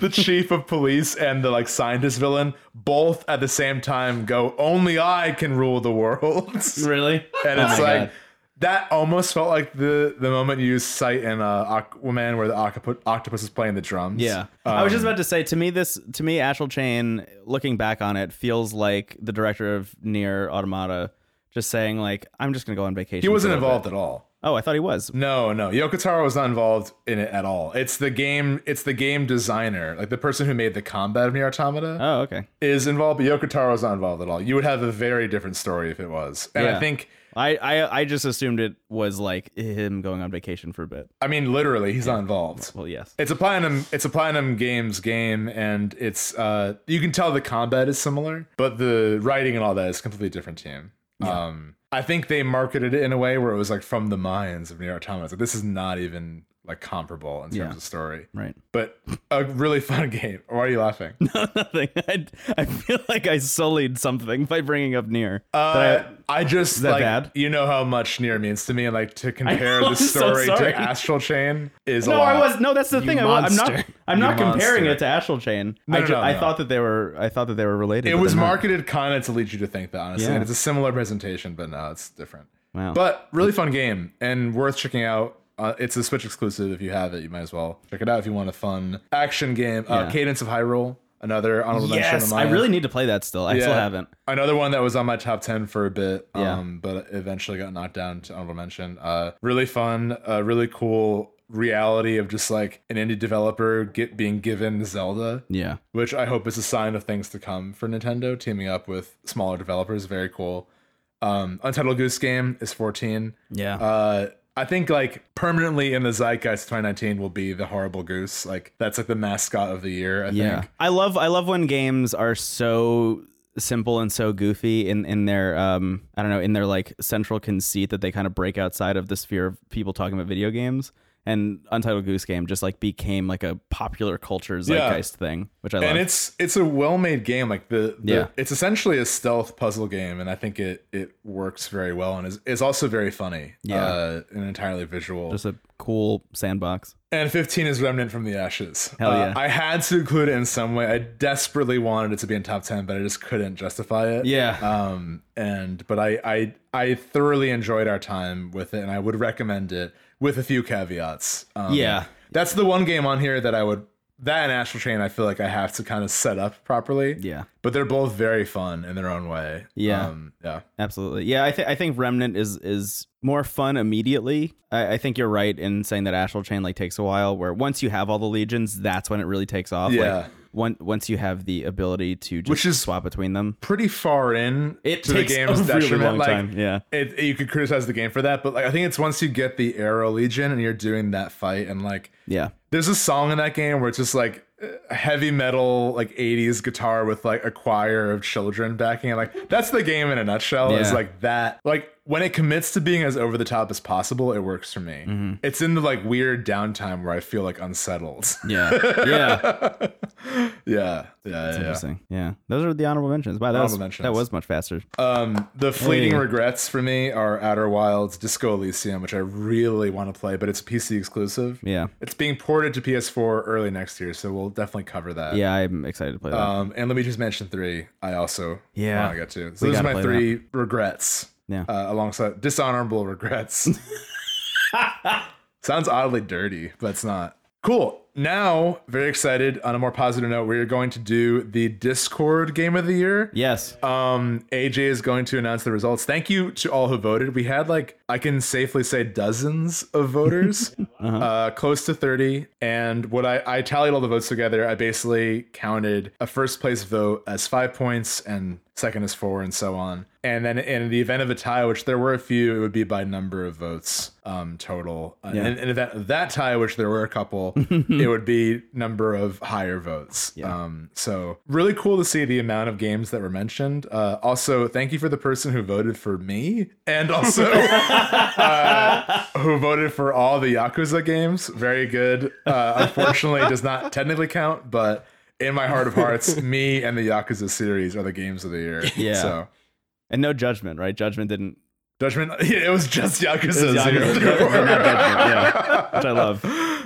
Speaker 2: the chief of police and the like scientist villain both at the same time go, "Only I can rule the world," (laughs) and it's
Speaker 1: Really?
Speaker 2: like.
Speaker 1: Oh God.
Speaker 2: That almost felt like the the moment you cite in uh, Aquaman where the octopus, octopus is playing the drums.
Speaker 1: Yeah,
Speaker 2: Um,
Speaker 1: I was just about to say. To me, this to me, Astral Chain. Looking back on it, feels like the director of Near Automata just saying like, "I'm just gonna go on vacation."
Speaker 2: he wasn't
Speaker 1: for a little
Speaker 2: involved at all.
Speaker 1: bit." Oh, I thought he was.
Speaker 2: No, no, Yokotaro was not involved in it at all. It's the game. It's the game designer, like the person who made the combat of Nier Automata.
Speaker 1: Oh, okay.
Speaker 2: is involved, but Yokotaro's not involved at all. You would have a very different story if it was. And
Speaker 1: Yeah.
Speaker 2: I think,
Speaker 1: I, I I just assumed it was like him going on vacation for a bit.
Speaker 2: I mean, literally, he's not involved.
Speaker 1: Well, yes.
Speaker 2: It's a Platinum, it's a Platinum Games game, and it's uh, you can tell the combat is similar, but the writing and all that is a completely different team. Um, I think they marketed it in a way where it was like from the minds of Nier Automata. It's Like, this is not even like comparable in terms
Speaker 1: Yeah.
Speaker 2: of story,
Speaker 1: Right. (laughs)
Speaker 2: but a really (laughs) fun game. Why are you laughing?
Speaker 1: Nothing. I, I feel like I sullied something by bringing up Near.
Speaker 2: Uh, I, just
Speaker 1: that
Speaker 2: like
Speaker 1: bad?
Speaker 2: you know how much near means to me, and
Speaker 1: (laughs)
Speaker 2: like to compare
Speaker 1: know,
Speaker 2: the
Speaker 1: I'm so
Speaker 2: story
Speaker 1: sorry.
Speaker 2: to Astral Chain is
Speaker 1: no,
Speaker 2: a lot.
Speaker 1: I was no. That's the thing. I, wa- I'm not.
Speaker 3: monster.
Speaker 1: I'm not
Speaker 2: You
Speaker 1: comparing
Speaker 2: monster.
Speaker 1: it to Astral Chain. I,
Speaker 2: no,
Speaker 1: ju-
Speaker 2: no,
Speaker 1: I
Speaker 2: no.
Speaker 1: thought that they were. I thought that they were related.
Speaker 2: It
Speaker 1: but
Speaker 2: was
Speaker 1: they're not.
Speaker 2: marketed kind of to lead you to think that honestly,
Speaker 1: Yeah.
Speaker 2: and it's a similar presentation, but no, it's different.
Speaker 1: Wow.
Speaker 2: But really fun game and worth checking out. Uh, it's a Switch exclusive. If you have it, you might as well check it out if you want a fun action game. Uh,
Speaker 1: Yeah.
Speaker 2: Cadence of Hyrule, another honorable mention of
Speaker 1: Yes, I
Speaker 2: mine.
Speaker 1: really need to play that still. I still
Speaker 2: Yeah.
Speaker 1: haven't.
Speaker 2: Another one that was on my top 10 for a bit,
Speaker 1: Yeah.
Speaker 2: um, but eventually got knocked down to honorable mention. Uh, really fun, uh, really cool reality of just like an indie developer get being given Zelda,
Speaker 1: Yeah.
Speaker 2: which I hope is a sign of things to come for Nintendo, teaming up with smaller developers. Very cool. Um, Untitled Goose Game is 14.
Speaker 1: Yeah.
Speaker 2: Uh, I think like permanently in the zeitgeist 2019 will be the horrible goose. Like that's like the mascot of the year, I
Speaker 1: yeah.
Speaker 2: think.
Speaker 1: I love I love when games are so simple and so goofy in in their um I don't know, in their like central conceit that they kind of break outside of the sphere of people talking about video games. And Untitled Goose Game just like became like a popular culture zeitgeist thing, which I love.
Speaker 2: and it's it's a well-made game like the, the
Speaker 1: Yeah.
Speaker 2: it's essentially a stealth puzzle game and i think it it works very well and is, is also very funny
Speaker 1: Yeah.
Speaker 2: uh, and entirely visual
Speaker 1: just a cool sandbox.
Speaker 2: and 15 is remnant from the ashes
Speaker 1: Hell
Speaker 2: Uh,
Speaker 1: yeah.
Speaker 2: i had to include it in some way i desperately wanted it to be in top 10 but i just couldn't justify it
Speaker 1: Yeah.
Speaker 2: um and but i i i thoroughly enjoyed our time with it and i would recommend it with a few caveats um,
Speaker 1: Yeah.
Speaker 2: that's the one game on here that i would that and astral chain i feel like i have to kind of set up properly
Speaker 1: yeah.
Speaker 2: but they're both very fun in their own way
Speaker 1: Yeah.
Speaker 2: um, yeah
Speaker 1: Absolutely. Yeah, I, th- I think Remnant is is more fun immediately. I, I think you're right in saying that Astral Chain like takes a while. Where once you have all the legions, that's when it really takes off.
Speaker 2: Yeah.
Speaker 1: Like, one, once you have the ability to just
Speaker 2: Which is-
Speaker 1: swap between them,
Speaker 2: pretty far in
Speaker 1: it
Speaker 2: to
Speaker 1: takes
Speaker 2: the game's
Speaker 1: a really
Speaker 2: detriment
Speaker 1: long
Speaker 2: like
Speaker 1: time. Yeah.
Speaker 2: it, you could criticize the game for that but like i think it's once you get the arrow legion and you're doing that fight and like (laughs)
Speaker 1: Yeah.
Speaker 2: there's a song in that game where it's just like uh, heavy metal like 80s guitar with like a choir of children backing it like that's the game in a nutshell is
Speaker 1: Yeah.
Speaker 2: like that like when it commits to being as over the top as possible it works for me
Speaker 1: Mm-hmm.
Speaker 2: it's in the like weird downtime where i feel like unsettled (laughs)
Speaker 1: Yeah. Yeah.
Speaker 2: yeah yeah
Speaker 1: That's
Speaker 2: yeah
Speaker 1: interesting. Yeah. Those are the honorable mentions. Wow, that was,
Speaker 2: Honorable mentions.
Speaker 1: that was much faster.
Speaker 2: um the fleeting
Speaker 1: Hey.
Speaker 2: regrets for me are outer wilds disco elysium which i really want to play but it's pc exclusive
Speaker 1: Yeah.
Speaker 2: it's being ported to ps4 early next year so we'll definitely cover that
Speaker 1: Yeah, I'm excited to play that.
Speaker 2: Um, and Luigi's Mansion Three, I also
Speaker 1: Yeah.
Speaker 2: want to get to. So those are
Speaker 1: gotta
Speaker 2: my
Speaker 1: play
Speaker 2: three regrets.
Speaker 1: Yeah.
Speaker 2: Uh, alongside
Speaker 1: (laughs)
Speaker 2: dishonorable regrets. Sounds oddly dirty, but it's not. Cool. Now, very excited. On a more positive note, we're going to do the Discord Game of the Year.
Speaker 1: yes.
Speaker 2: Um, AJ is going to announce the results. Thank you to all who voted. We had like I can safely say dozens of voters, uh close to thirty. And what I I tallied all the votes together. I basically counted a first place vote as five points, and second is four, and so on. And then in the event of a tie, which there were a few, it would be by number of votes um total. Uh, And in event of that tie, which there were a couple, it would be number of higher votes. Um, so really cool to see the amount of games that were mentioned. Uh, also, thank you for the person who voted for me, and also uh, who voted for all the Yakuza games. Very good. Uh, unfortunately, it does not technically count, but in my heart of hearts, me and the Yakuza series are the games of the year.
Speaker 1: Yeah.
Speaker 2: So
Speaker 1: and no judgment, right? Judgment
Speaker 2: (laughs)
Speaker 1: didn't.
Speaker 2: judgment. It was just
Speaker 1: Yakuza, (laughs)
Speaker 2: Yakuza, zero.
Speaker 1: but-
Speaker 2: through
Speaker 1: but
Speaker 2: four. (laughs)
Speaker 1: not judgment, yeah. Which I love.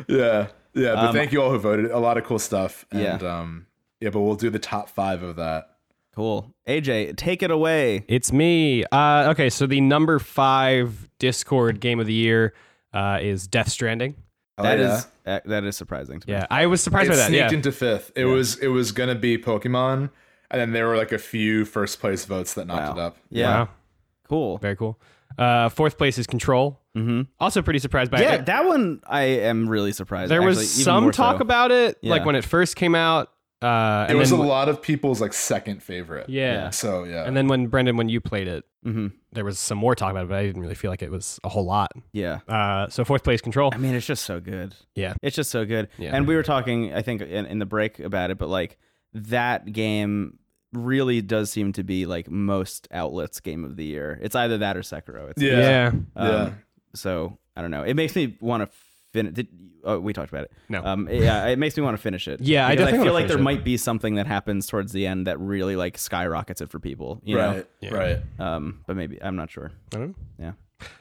Speaker 2: yeah yeah but
Speaker 1: Um,
Speaker 2: thank you all who voted a lot of cool stuff and
Speaker 1: Yeah.
Speaker 2: um yeah but we'll do the top five of that
Speaker 1: Cool. AJ, take it away.
Speaker 3: It's me. Uh, okay, so the number five Discord game of the year uh, is Death Stranding.
Speaker 1: That
Speaker 2: Oh, yeah.
Speaker 1: is uh, that is surprising to me.
Speaker 3: Yeah, I was surprised
Speaker 2: it
Speaker 3: by that.
Speaker 2: sneaked
Speaker 3: Yeah.
Speaker 2: into fifth it was it was gonna be pokemon and then there were like a few first place votes that knocked it
Speaker 1: Wow.
Speaker 2: up
Speaker 1: Yeah.
Speaker 3: Wow,
Speaker 1: Cool.
Speaker 3: very cool. Uh, fourth place is Control.
Speaker 1: Mm-hmm.
Speaker 3: Also, pretty surprised by
Speaker 1: Yeah,
Speaker 3: it.
Speaker 1: that one I am really surprised.
Speaker 3: There
Speaker 1: actually,
Speaker 3: was
Speaker 1: even
Speaker 3: some
Speaker 1: more
Speaker 3: talk
Speaker 1: so.
Speaker 3: about it, like
Speaker 1: Yeah.
Speaker 3: when it first came out. Uh,
Speaker 2: it
Speaker 3: and
Speaker 2: was a
Speaker 3: then,
Speaker 2: lot of people's like second favorite
Speaker 3: Yeah.
Speaker 2: so yeah
Speaker 3: And then when Brendan, when you played it,
Speaker 1: Mhm.
Speaker 3: there was some more talk about it, but I didn't really feel like it was a whole lot.
Speaker 1: Yeah,
Speaker 3: Uh, so fourth place Control.
Speaker 1: I mean it's just so good.
Speaker 3: Yeah.
Speaker 1: it's just so good.
Speaker 3: Yeah.
Speaker 1: And we were talking, I think, in, in the break about it, but like that game really does seem to be like most outlets game of the year. It's either that or Sekiro. It's,
Speaker 2: yeah
Speaker 3: yeah.
Speaker 2: Yeah.
Speaker 1: Um, So I don't know. It makes me want to finish. Did, oh, we talked about it.
Speaker 3: No.
Speaker 1: Um. Yeah. It makes me want to finish it.
Speaker 3: Yeah, I
Speaker 1: Because
Speaker 3: definitely
Speaker 1: feel
Speaker 3: wanna
Speaker 1: like there
Speaker 3: finish it.
Speaker 1: might be something that happens towards the end that really like skyrockets it for people. You
Speaker 2: right
Speaker 3: Yeah.
Speaker 2: right
Speaker 1: Know? Um. But maybe I'm not sure.
Speaker 3: I don't know.
Speaker 1: Yeah.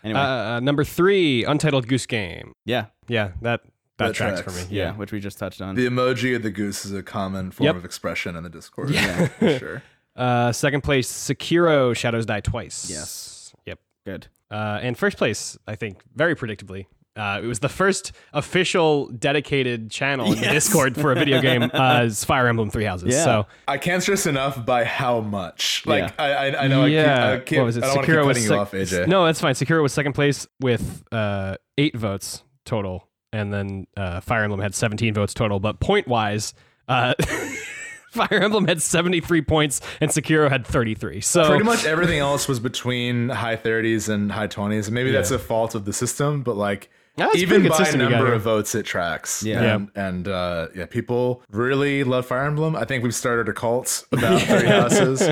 Speaker 1: Anyway.
Speaker 3: Uh, uh, number three, Untitled Goose Game.
Speaker 1: yeah.
Speaker 3: Yeah, that that,
Speaker 2: That
Speaker 3: tracks,
Speaker 2: tracks.
Speaker 3: for me.
Speaker 1: yeah. Which we just touched on.
Speaker 2: the emoji of the goose is a common form
Speaker 3: Yep.
Speaker 2: of expression in the discord
Speaker 1: (laughs)
Speaker 2: yeah, for sure
Speaker 3: Uh, second place, Sekiro: Shadows Die Twice.
Speaker 1: Yes.
Speaker 3: Yep.
Speaker 1: Good.
Speaker 3: Uh, and first place, I think, very predictably, Uh, it was the first official dedicated channel in the
Speaker 1: Yes.
Speaker 3: Discord for a
Speaker 2: (laughs)
Speaker 3: video game uh, is Fire Emblem Three Houses.
Speaker 1: Yeah.
Speaker 3: So
Speaker 2: I can't stress enough by how much. Like
Speaker 1: Yeah.
Speaker 2: I, I, I know.
Speaker 3: yeah,
Speaker 2: I keep, I keep,
Speaker 3: what was it?
Speaker 2: I don't wanna
Speaker 3: Sekiro
Speaker 2: keep
Speaker 3: was
Speaker 2: cutting
Speaker 3: sec-
Speaker 2: you off, AJ.
Speaker 3: No, that's fine. Sekiro was second place with uh, eight votes total, and then uh, Fire Emblem had seventeen votes total. But point wise, uh, (laughs) Fire Emblem had seventy three points, and Sekiro had thirty three. So
Speaker 2: Pretty much everything else was between high 30s and high 20s. Maybe that's a fault of the system, but like
Speaker 3: Yeah, it's
Speaker 2: even
Speaker 3: pretty
Speaker 2: by
Speaker 3: consistent we got
Speaker 2: number
Speaker 3: here.
Speaker 2: of votes, it tracks.
Speaker 1: Yeah.
Speaker 2: and, and uh, yeah, people really love Fire Emblem. I think we've started a cult about Three
Speaker 3: (laughs)
Speaker 2: Houses,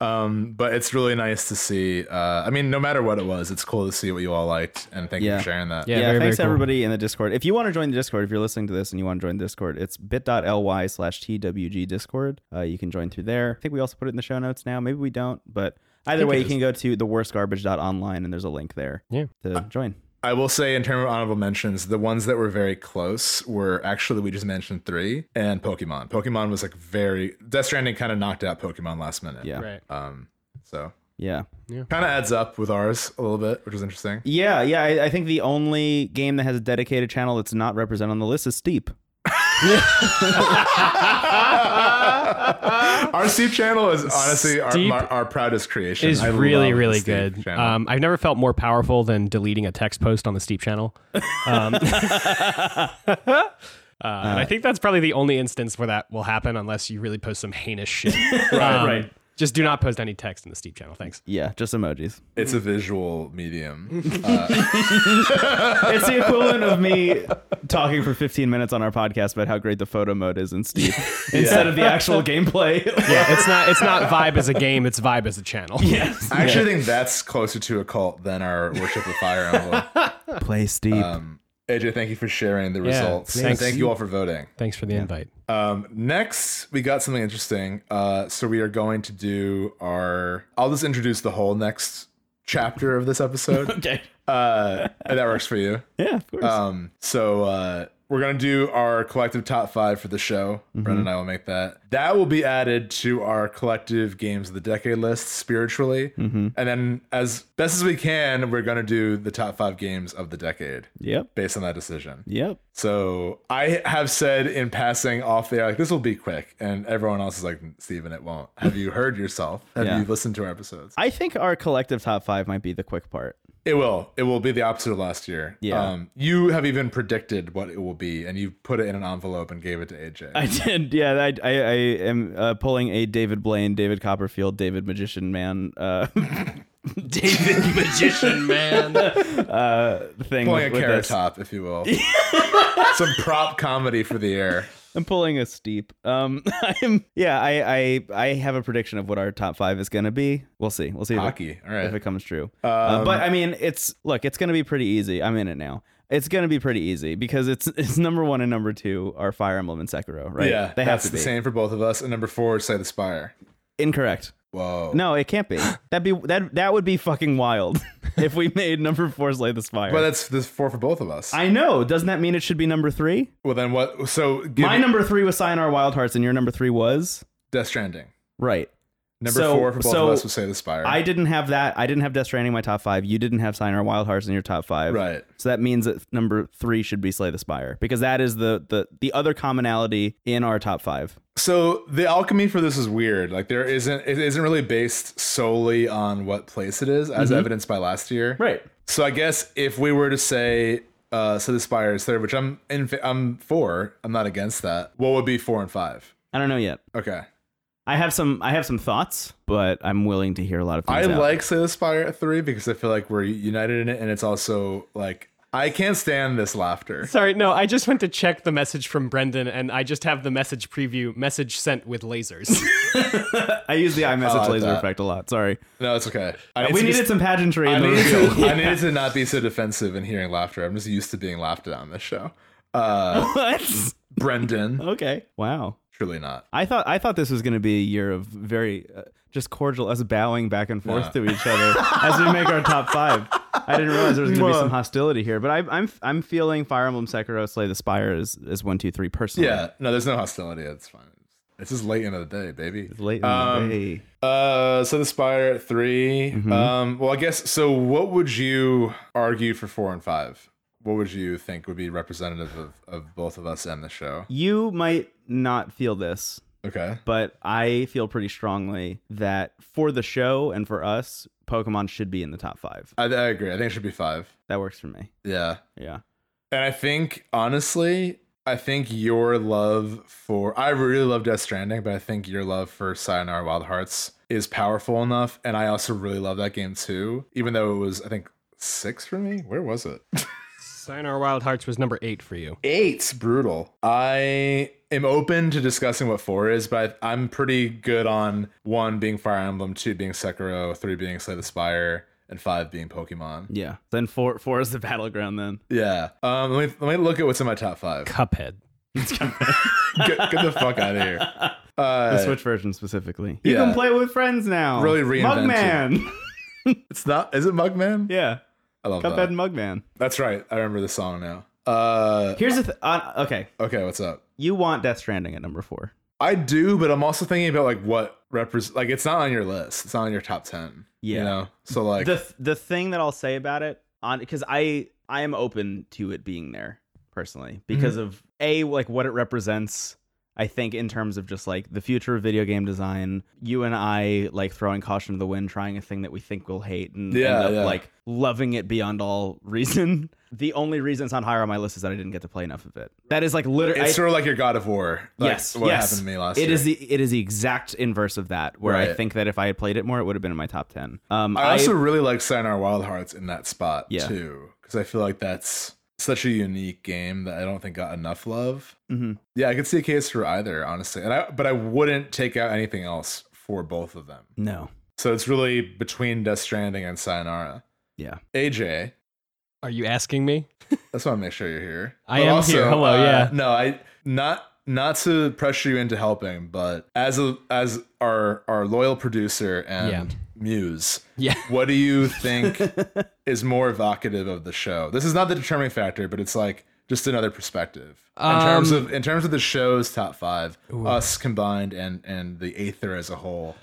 Speaker 2: um, but it's really nice to see. Uh, I mean, no matter what it was, it's cool to see what you all liked, and thank you
Speaker 1: Yeah.
Speaker 2: for sharing that.
Speaker 3: Yeah,
Speaker 1: Yeah,
Speaker 3: very, very
Speaker 1: thanks
Speaker 3: cool.
Speaker 1: everybody in the Discord. If you want to join the Discord, if you're listening to this and you want to join the Discord, it's bit.ly slash TWG Discord. Uh, you can join through there. I think we also put it in the show notes now. Maybe we don't, but either way, you can go to theworstgarbage.online and there's a link there
Speaker 3: Yeah.
Speaker 1: to join.
Speaker 2: I will say, in terms of honorable mentions, the ones that were very close were actually we just mentioned three and Pokemon. Pokemon was like very Death Stranding kind of knocked out Pokemon last minute.
Speaker 1: Yeah.
Speaker 3: right.
Speaker 2: Um. So
Speaker 1: Yeah.
Speaker 2: kind of adds up with ours a little bit, which is interesting.
Speaker 1: Yeah. Yeah. I, I think the only game that has a dedicated channel that's not represented on the list is Steep.
Speaker 2: our Steep channel is honestly our,
Speaker 3: Steep
Speaker 2: our, our proudest creation.
Speaker 3: Is
Speaker 2: I
Speaker 3: really
Speaker 2: love the
Speaker 3: really
Speaker 2: Steep
Speaker 3: good.
Speaker 2: channel.
Speaker 3: Um, I've never felt more powerful than deleting a text post on the Steep channel. Um, (laughs) Uh, and I think that's probably the only instance where that will happen, unless you really post some heinous shit. (laughs) right,
Speaker 1: right.
Speaker 3: Just do not post any text in the Steep channel. Thanks.
Speaker 1: Yeah. Just emojis.
Speaker 2: it's a visual medium.
Speaker 1: it's the equivalent of me talking for 15 minutes on our podcast about how great the photo mode is in (laughs) Steep instead of the actual gameplay.
Speaker 3: (laughs) Yeah, it's not it's not vibe as a game. It's vibe as a channel. Yeah.
Speaker 2: I actually think that's closer to a cult than our worship of Fire
Speaker 3: (laughs)
Speaker 2: Emblem.
Speaker 1: (laughs) Play Steep.
Speaker 2: Um, AJ, thank you for sharing the results. And
Speaker 3: thanks.
Speaker 2: thank you all for voting.
Speaker 3: (laughs) Thanks for the (laughs) invite.
Speaker 2: Um, next, we got something interesting. Uh, so we are going to do our. I'll just introduce the whole next chapter of this episode.
Speaker 3: (laughs)
Speaker 1: okay.
Speaker 2: uh, if that works for you.
Speaker 1: Yeah, of course.
Speaker 2: Um, so uh, we're gonna do our collective top five for the show. Brendan and I will make that. That will be added to our collective games of the decade list spiritually, and then as best as we can, we're gonna do the top five games of the decade
Speaker 1: yep.
Speaker 2: based on that decision.
Speaker 1: Yep.
Speaker 2: So I have said in passing off the air, like this will be quick, and everyone else is like, Steven, it won't. Have you heard yourself? Have
Speaker 1: Yeah.
Speaker 2: you listened to our episodes?
Speaker 1: I think our collective top five might be the quick part. (laughs)
Speaker 2: It will. It will be the opposite of last year.
Speaker 1: Yeah.
Speaker 2: Um, you have even predicted what it will be, and you put it in an envelope and gave it to AJ.
Speaker 1: I did. Yeah, I, I, I am uh, pulling a David Blaine, David Copperfield, David Magician Man uh, (laughs)
Speaker 3: David Magician Man.
Speaker 1: thing.
Speaker 2: (laughs) Pulling a
Speaker 1: with
Speaker 2: carrot
Speaker 1: this.
Speaker 2: top, if you
Speaker 1: (laughs)
Speaker 2: will. Some prop comedy for the air.
Speaker 1: I'm pulling a steep. Um, (laughs) I'm, yeah, I, I, I have a prediction of what our top five is going to be. We'll see. We'll see. if it-
Speaker 2: Hockey. All
Speaker 1: if
Speaker 2: right.
Speaker 1: it comes true.
Speaker 2: Um,
Speaker 1: Uh, but I mean, it's look, it's going to be pretty easy. I'm in it now. It's going to be pretty easy because it's (laughs) it's number one and number two are Fire Emblem and Sekiro, right?
Speaker 2: Yeah.
Speaker 1: they have
Speaker 2: that's
Speaker 1: to
Speaker 2: the
Speaker 1: be
Speaker 2: same for both of us. And number four is Slay the Spire.
Speaker 1: incorrect.
Speaker 2: Whoa.
Speaker 1: No, it can't
Speaker 2: (laughs)
Speaker 1: be. That'd be that that would be fucking wild if we made number four Slay the Spire.
Speaker 2: But that's this four for both of us.
Speaker 1: I know. Doesn't that mean it should be number three?
Speaker 2: well, then what? So give
Speaker 1: My
Speaker 2: me
Speaker 1: number three was Sayonara Wild Hearts, and your number three was
Speaker 2: Death Stranding.
Speaker 1: right.
Speaker 2: Number
Speaker 1: So-
Speaker 2: four for both
Speaker 1: so
Speaker 2: of us was Slay the Spire.
Speaker 1: I didn't have that. I didn't have Death Stranding in my top five. You didn't have Signer Wild Hearts in your top five.
Speaker 2: Right.
Speaker 1: So that means that number three should be Slay the Spire because that is the the the other commonality in our top five.
Speaker 2: So the alchemy for this is weird. Like there isn't it isn't really based solely on what place it is, as evidenced by last year.
Speaker 1: Right.
Speaker 2: So I guess if we were to say uh so the spire is third, which I'm in fa- I'm for, I'm not against that. What would be four and five?
Speaker 1: I don't know yet.
Speaker 2: Okay.
Speaker 1: I have some I have some thoughts, but I'm willing to hear a lot of
Speaker 2: I
Speaker 1: things. out.
Speaker 2: like Say the Spire at three because I feel like we're united in it and it's also like I can't stand this laughter.
Speaker 3: (laughs) Sorry, no. I just went to check the message from Brendan, and I just have the message preview message sent with (laughs) lasers.
Speaker 1: I use the iMessage
Speaker 2: like
Speaker 1: laser
Speaker 2: that.
Speaker 1: effect a lot. Sorry.
Speaker 2: No, it's okay. I need
Speaker 1: we
Speaker 2: to be-
Speaker 1: needed some pageantry
Speaker 2: I
Speaker 1: in the
Speaker 2: needed,
Speaker 1: reveal.
Speaker 2: to, I needed to not be so defensive in hearing laughter. I'm just used to being laughed at on this show. (laughs) Uh,
Speaker 1: (laughs) What?
Speaker 2: Brendan,
Speaker 1: Okay. Wow.
Speaker 2: truly not.
Speaker 1: I thought I thought this was going to be a year of very uh, just cordial us bowing back and forth to each other as we make our top five. I didn't realize there was going to be some hostility here, but I, I'm I'm feeling Fire Emblem Sekiro Slay the Spire is, is one two three personally.
Speaker 2: Yeah, no, there's no hostility. It's fine. It's just late into the day, baby. It's
Speaker 1: late in
Speaker 2: um,
Speaker 1: the day. Mm-hmm.
Speaker 2: Uh, so the Spire at 3 Um, well, I guess. So, what would you argue for four and five? what would you think would be representative of, of both of us and the show?
Speaker 1: You might not feel this,
Speaker 2: Okay.
Speaker 1: but I feel pretty strongly that for the show and for us, Pokemon should be in the top five.
Speaker 2: I, I agree. I think it should be five.
Speaker 1: That works for me.
Speaker 2: Yeah.
Speaker 1: Yeah.
Speaker 2: And I think honestly, I think your love for I really love Death Stranding, but I think your love for Sayonara Wild Hearts is powerful enough. And I also really love that game too, even though it was I think six for me. Where was it? (laughs)
Speaker 3: Sayonara Wild Hearts was number eight for you.
Speaker 2: Eight's brutal. I am open to discussing what four is, but I'm pretty good on one being Fire Emblem, two being Sekiro, three being Slay the Spire, and five being Pokemon.
Speaker 1: Yeah. Then four four is the battleground then.
Speaker 2: Yeah. Um, let me let me look at what's in my top five.
Speaker 3: Cuphead.
Speaker 2: get, get the fuck out of here. Uh,
Speaker 1: The Switch version specifically. You
Speaker 2: yeah.
Speaker 1: can play with friends now.
Speaker 2: Really reinvented.
Speaker 1: Mugman. (laughs)
Speaker 2: It's not. Is it Mugman?
Speaker 1: yeah.
Speaker 2: I love
Speaker 1: Cuphead
Speaker 2: that.
Speaker 1: and Mugman.
Speaker 2: That's right. I remember the song now. Uh,
Speaker 1: Here's the th- uh, okay.
Speaker 2: okay, what's up?
Speaker 1: You want Death Stranding at number four.
Speaker 2: I do, but I'm also thinking about like what represent. Like, it's not on your list. It's not on your top ten.
Speaker 1: Yeah.
Speaker 2: You know. So like,
Speaker 1: the th- the thing that I'll say about it on because I I am open to it being there
Speaker 2: Mm-hmm.
Speaker 1: personally because of a like what it represents. I think in terms of just like the future of video game design, you and I like throwing caution to the wind, trying a thing that we think we'll hate and
Speaker 2: Yeah,
Speaker 1: end up
Speaker 2: yeah.
Speaker 1: like loving it beyond all (laughs) reason. The only reason it's not higher on my list is that I didn't get to play enough of it. That is like literally
Speaker 2: it's sort of like your God of War. Like,
Speaker 1: yes,
Speaker 2: What
Speaker 1: yes.
Speaker 2: happened to me last
Speaker 1: It
Speaker 2: year?
Speaker 1: is the it is the exact inverse of that. Where I
Speaker 2: Right.
Speaker 1: think that if I had played it more, it would have been in my top ten. Um,
Speaker 2: I also really like Sayonara Wild Hearts in that spot
Speaker 1: Yeah.
Speaker 2: too, because I feel like that's such a unique game that I don't think got enough love.
Speaker 1: Mhm.
Speaker 2: Yeah, I could see a case for either, honestly, and I but I wouldn't take out anything else for both of them.
Speaker 1: no,
Speaker 2: So it's really between Death Stranding and Sayonara.
Speaker 1: yeah.
Speaker 2: AJ,
Speaker 3: Are you asking me?
Speaker 2: that's why I make sure you're here. uh,
Speaker 3: I am here. Hello, yeah.
Speaker 2: No, I not not to pressure you into helping, but as a as our our loyal producer and
Speaker 3: Yeah.
Speaker 2: muse, (laughs)
Speaker 3: Yeah.
Speaker 2: what do you
Speaker 3: (laughs)
Speaker 2: think is more evocative of the show? This is not the determining factor, but it's like just another perspective in terms
Speaker 3: Um,
Speaker 2: of in terms of the show's top five, us combined and and the Aether as a whole.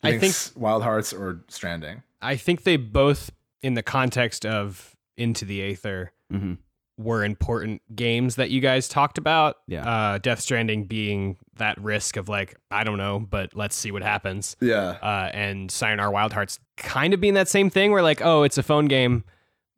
Speaker 2: Do you
Speaker 3: I think-
Speaker 2: s- Wild Hearts or Stranding.
Speaker 3: I think they both, in the context of Into the Aether,
Speaker 1: Mm-hmm.
Speaker 3: were important games that you guys talked about.
Speaker 1: Yeah.
Speaker 3: Uh, Death Stranding being that risk of like, I don't know, but let's see what happens.
Speaker 2: Yeah.
Speaker 3: Uh, and Sayonara Wild Hearts kind of being that same thing where like, oh, it's a phone game.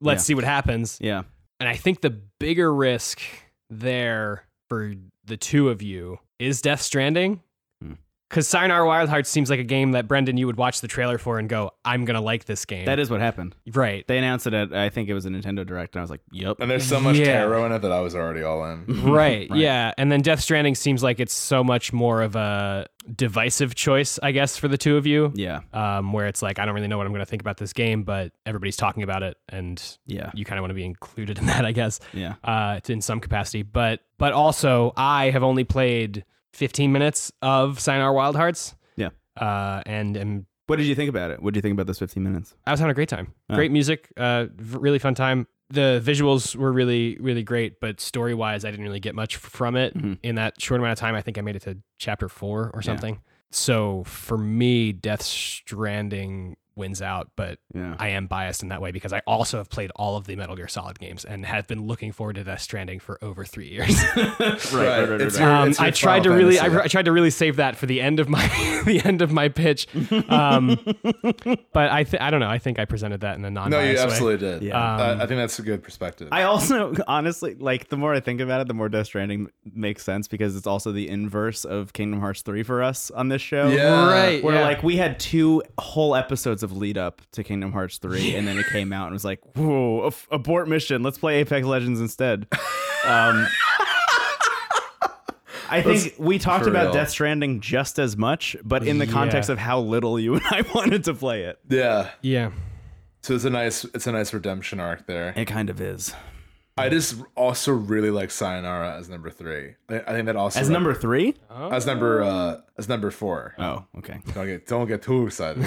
Speaker 3: Let's
Speaker 1: Yeah.
Speaker 3: see what happens.
Speaker 1: Yeah.
Speaker 3: And I think the bigger risk there for the two of you is Death Stranding.
Speaker 1: Hmm.
Speaker 3: Because Sayonara Wild Hearts seems like a game that Brendan, you would watch the trailer for and go, I'm going to like this
Speaker 1: (laughs)
Speaker 3: game.
Speaker 1: That is what happened.
Speaker 3: right.
Speaker 1: They announced it at I think it was a Nintendo Direct, and I was like, "Yep."
Speaker 2: And there's so much
Speaker 3: Yeah.
Speaker 2: tarot in it that I was already all (laughs) in.
Speaker 1: (laughs)
Speaker 3: right,
Speaker 1: Right.
Speaker 3: yeah and then death stranding seems like it's so much more of a divisive choice i guess for the two of you
Speaker 1: Yeah.
Speaker 3: um, where it's like i don't really know what i'm going to think about this game but everybody's talking about it and
Speaker 1: Yeah.
Speaker 3: you kind of want to be included in that i guess
Speaker 1: Yeah.
Speaker 3: uh, in some capacity but but also i have only played 15 minutes of Sayonara wild hearts
Speaker 1: Yeah.
Speaker 3: uh, and am
Speaker 1: What did you think about it? What did you think about those 15 minutes?
Speaker 3: I was having a great time.
Speaker 1: Oh.
Speaker 3: Great music, uh, v- really fun time. The visuals were really, really great, but story wise, I didn't really get much f- from it
Speaker 1: Mhm.
Speaker 3: in that short amount of time. I think I made it to chapter four or
Speaker 1: Yeah.
Speaker 3: something. So for me, Death Stranding wins out, but
Speaker 1: Yeah.
Speaker 3: I am biased in that way because I also have played all of the Metal Gear Solid games and have been looking forward to Death Stranding for over three years.
Speaker 2: Right, right,
Speaker 1: It's
Speaker 2: right.
Speaker 1: your-
Speaker 3: Um,
Speaker 2: it's your
Speaker 3: I tried to
Speaker 2: Final
Speaker 3: really, I,
Speaker 2: Fantasy.
Speaker 3: I tried to really save that for the end of my, (laughs) the end of my pitch.
Speaker 2: (laughs)
Speaker 3: Um, but I, th- I don't know. I think I presented that in a non.
Speaker 2: No, you absolutely did.
Speaker 1: Yeah.
Speaker 2: Uh, I think that's a good perspective.
Speaker 1: I also (laughs) honestly like the more I think about it, the more Death Stranding makes sense because it's also the inverse of Kingdom Hearts 3 for us on this show.
Speaker 2: Yeah. Right,
Speaker 1: Where like we had two whole episodes of lead up to Kingdom Hearts 3 and then it came out and was like, "Whoa, af- abort mission. Let's play Apex Legends instead." Um I think we talked
Speaker 2: for
Speaker 1: about
Speaker 2: real.
Speaker 1: Death Stranding just as much, but in the context
Speaker 3: Yeah.
Speaker 1: of how little you and I (laughs) wanted to play it.
Speaker 2: yeah.
Speaker 3: yeah,
Speaker 2: So it's a nice it's a nice redemption arc there.
Speaker 1: It kind of is.
Speaker 2: I just also really like Sayonara as number three. I, I think that also
Speaker 1: As number 3?
Speaker 2: as number uh as number four.
Speaker 1: Oh, okay.
Speaker 2: Don't get don't get too excited.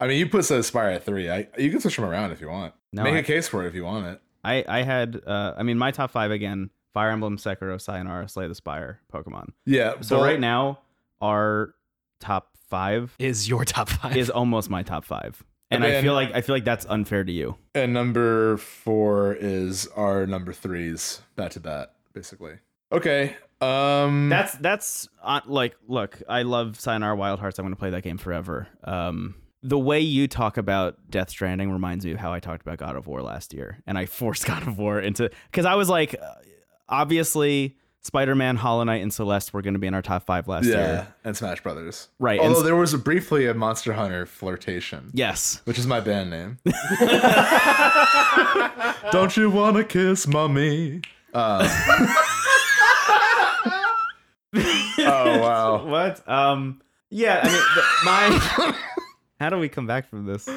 Speaker 2: I mean, you put Set Aspire at three. I, you can switch them around if you want.
Speaker 1: No,
Speaker 2: Make
Speaker 1: I-
Speaker 2: a case for it if you want it.
Speaker 1: I I had uh I mean my top 5 again, Fire Emblem, Sekiro, Sayonara, Slay the Spire, Pokemon.
Speaker 2: Yeah.
Speaker 1: So
Speaker 2: but-
Speaker 1: right now our top 5
Speaker 3: is your top five?
Speaker 1: is almost my top five. And I
Speaker 2: then-
Speaker 1: feel like I feel like that's unfair to you.
Speaker 2: And number four is our number threes back to bat, basically. Okay. Um
Speaker 1: That's that's uh, like look, I love Sayonara Wild Hearts. I'm going to play that game forever. Um the way you talk about Death Stranding reminds me of how I talked about God of War last year, and I (laughs) forced God of War into cuz I was like uh, obviously Spider-Man, Hollow Knight and Celeste were going to be in our top 5 last
Speaker 2: yeah,
Speaker 1: year.
Speaker 2: and Smash Brothers.
Speaker 1: Right, and
Speaker 2: Although
Speaker 1: s-
Speaker 2: there was a briefly a Monster Hunter flirtation.
Speaker 1: Yes.
Speaker 2: Which is my band
Speaker 1: (laughs)
Speaker 2: name. Don't you wanna kiss mommy? Um,
Speaker 1: (laughs)
Speaker 2: Uh, oh wow.
Speaker 1: What? Um yeah, I mean th- (laughs) my How do we come back from this?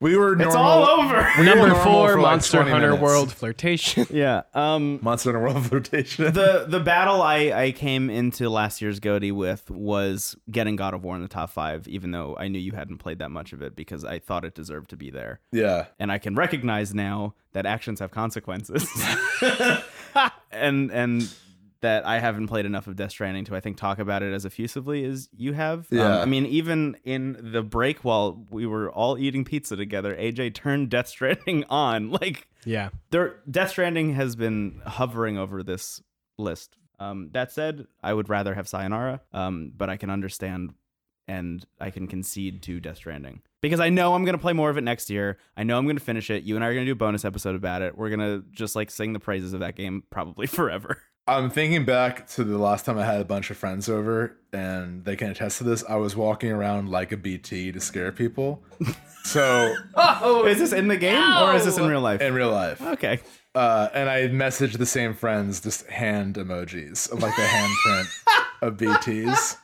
Speaker 2: We were normal.
Speaker 1: It's all over.
Speaker 2: we were
Speaker 3: (laughs) Number
Speaker 2: normal
Speaker 3: four,
Speaker 2: for like
Speaker 3: Monster
Speaker 2: 20
Speaker 3: Hunter
Speaker 2: minutes.
Speaker 3: World flirtation. (laughs)
Speaker 1: Yeah. Um
Speaker 2: Monster Hunter World (laughs) flirtation.
Speaker 1: the the battle I, I came into last year's Goatee with was getting God of War in the top five, even though I knew you hadn't played that much of it because I thought it deserved to be there.
Speaker 2: yeah.
Speaker 1: And I can recognize now that actions have consequences. and and that I haven't played enough of Death Stranding to I think talk about it as effusively as you have. Um,
Speaker 2: Yeah.
Speaker 1: I mean, even in the break while we were all eating pizza together, AJ turned Death Stranding (laughs) on. Like
Speaker 3: yeah.
Speaker 1: there Death Stranding has been hovering over this list. Um, that said, I would rather have Sayonara, um, but I can understand and I can concede to Death Stranding because I know I'm going to play more of it next year. I know I'm going to finish it. You and I are going to do a bonus episode about it. We're going to just like sing the praises of that game probably (laughs) forever.
Speaker 2: I'm thinking back to the last time I had a bunch of friends over, and they can attest to this. I was walking around like a BT to scare (laughs) people. So
Speaker 1: Oh, is this in the game or is this in real life?
Speaker 2: in real life,
Speaker 1: Okay.
Speaker 2: uh, and I messaged the same friends just hand emojis of like the handprint of BTS.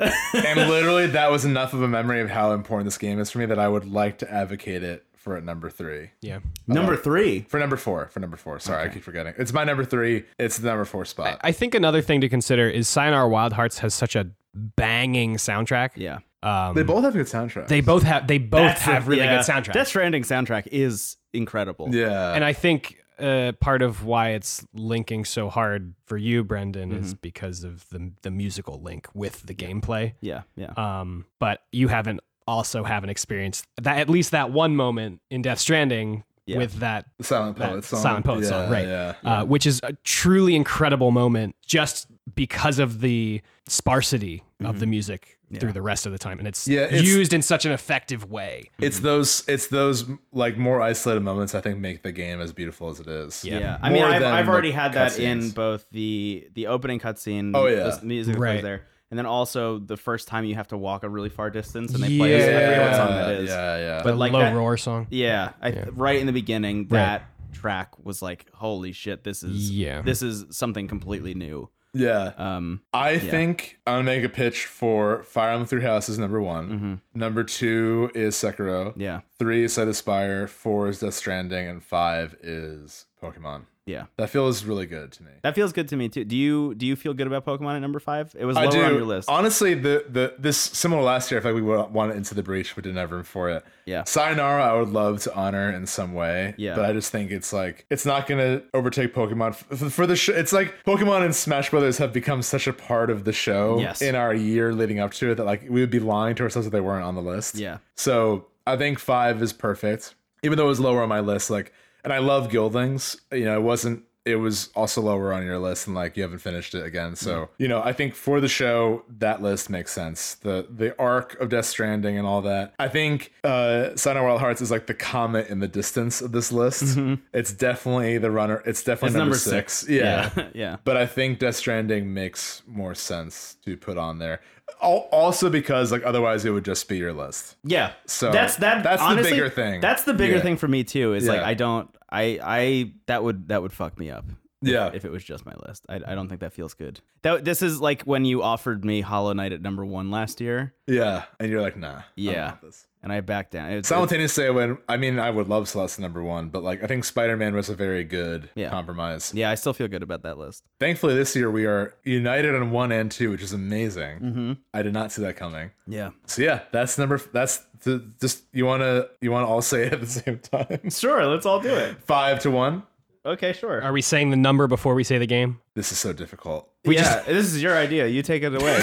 Speaker 2: and literally, that was enough of a memory of how important this game is for me that I would like to advocate it for at number three.
Speaker 3: Yeah.
Speaker 1: Number three.
Speaker 2: For number four, for number four. Sorry, I keep forgetting. It's my number three. It's the number four spot.
Speaker 3: I think another thing to consider is Sayonara Wild Hearts has such a banging soundtrack.
Speaker 1: Yeah.
Speaker 3: Um,
Speaker 2: they both have good soundtracks.
Speaker 3: they both have they both
Speaker 1: That's
Speaker 3: have
Speaker 1: a-
Speaker 3: really
Speaker 1: yeah.
Speaker 3: good soundtracks.
Speaker 1: Death Stranding soundtrack is incredible.
Speaker 2: yeah.
Speaker 3: and I think uh, part of why it's linking so hard for you, Brendan, is
Speaker 2: Mm-hmm.
Speaker 3: because of the the musical link with the gameplay.
Speaker 1: Yeah. Yeah.
Speaker 3: Um, but you haven't also haven't experienced that at least that one moment in Death Stranding
Speaker 1: Yeah.
Speaker 3: with that
Speaker 2: The Silent
Speaker 3: that
Speaker 2: Poet song.
Speaker 3: Silent Poet
Speaker 2: yeah,
Speaker 3: song, right.
Speaker 2: Yeah.
Speaker 3: uh, which is a truly incredible moment just because of the sparsity of the music through the rest of the time and it's,
Speaker 2: Mm-hmm. Yeah, it's-
Speaker 3: used in such an effective way
Speaker 2: It's those it's those like more isolated moments I think make the game as beautiful as it is.
Speaker 1: Yeah,
Speaker 3: Yeah.
Speaker 1: I mean,
Speaker 2: More
Speaker 1: I've,
Speaker 2: than
Speaker 1: I've
Speaker 2: the
Speaker 1: already had that in
Speaker 2: cutscenes.
Speaker 1: both the the opening cutscene.
Speaker 2: Oh,
Speaker 1: the
Speaker 2: yeah.
Speaker 1: s- music that plays
Speaker 3: Right.
Speaker 1: there, and then also the first time you have to walk a really far distance, and they play. this- I forget what song that is. Yeah,
Speaker 2: Yeah, yeah.
Speaker 1: But
Speaker 3: the
Speaker 1: like
Speaker 3: low
Speaker 1: that-
Speaker 3: roar song
Speaker 1: I, right in the beginning, that track was like, "Holy shit, this is
Speaker 3: Yeah.
Speaker 1: this is something completely new."
Speaker 2: yeah.
Speaker 1: Um,
Speaker 2: I think I'm gonna make a pitch for Fire Emblem Three Houses number one. Number two is Sekiro.
Speaker 1: Mm-hmm. yeah,
Speaker 2: Three is Slay the Spire. Four is Death Stranding, and five is Pokemon.
Speaker 1: yeah,
Speaker 2: That feels really good to me.
Speaker 1: that feels good to me too. Do you do you feel good about Pokemon at number five? It was lower
Speaker 2: I do.
Speaker 1: on your list.
Speaker 2: Honestly, the the this similar last year, I feel like we wa- wanted into the breach, but didn't have room for it.
Speaker 1: Yeah.
Speaker 2: Sayonara, I would love to honor in some way.
Speaker 1: Yeah.
Speaker 2: but I just think it's like it's not gonna overtake Pokemon for, for the show. It's like Pokemon and Smash Brothers have become such a part of the show
Speaker 1: Yes.
Speaker 2: in our year leading up to it that like we would be lying to ourselves if they weren't on the list.
Speaker 1: Yeah.
Speaker 2: So I think five is perfect, even though it was lower on my list. Like, and I love Guildings. You know, it wasn't. It was also lower on your list, and like you haven't finished it again. So you know, I think for the show, that list makes sense. The the arc of Death Stranding and all that. I think uh Sign of Wild Hearts is like the comet in the distance of this list. It's definitely the runner. It's definitely
Speaker 1: It's
Speaker 2: number,
Speaker 1: number
Speaker 2: six. yeah.
Speaker 1: yeah, (laughs) yeah.
Speaker 2: (laughs) But I think Death Stranding makes more sense to put on there. Al- Also because like otherwise it would just be your list.
Speaker 1: Yeah.
Speaker 2: So,
Speaker 1: that's that.
Speaker 2: that's the
Speaker 1: honestly,
Speaker 2: bigger thing.
Speaker 1: That's the bigger
Speaker 2: Yeah.
Speaker 1: thing for me too. Is like
Speaker 2: Yeah.
Speaker 1: I don't. I I that would that would fuck me up. if-
Speaker 2: Yeah.
Speaker 1: If it was just my list, I, I don't think that feels good. That this is like when you offered me Hollow Knight at number one last year,
Speaker 2: Yeah. And you're like, nah. I don't
Speaker 1: Yeah.
Speaker 2: want this.
Speaker 1: and I backed down. It's, it's-
Speaker 2: Simultaneously, when I mean, I would love Celeste number one, but like, I think Spider Man was a very good
Speaker 1: Yeah.
Speaker 2: compromise.
Speaker 1: yeah, I still feel good about that list.
Speaker 2: Thankfully, this year we are united on one and two, which is amazing.
Speaker 1: Mm-hmm.
Speaker 2: I did not see that coming.
Speaker 1: Yeah.
Speaker 2: So yeah, that's number. f- That's the, just you want to you want to all say it at the (laughs) same time.
Speaker 1: Sure. Let's all do it.
Speaker 2: Five to one.
Speaker 1: Okay. Sure.
Speaker 3: are we saying the number before we say the game
Speaker 2: This is so difficult. (laughs)
Speaker 1: yeah. this is your idea. You take it away.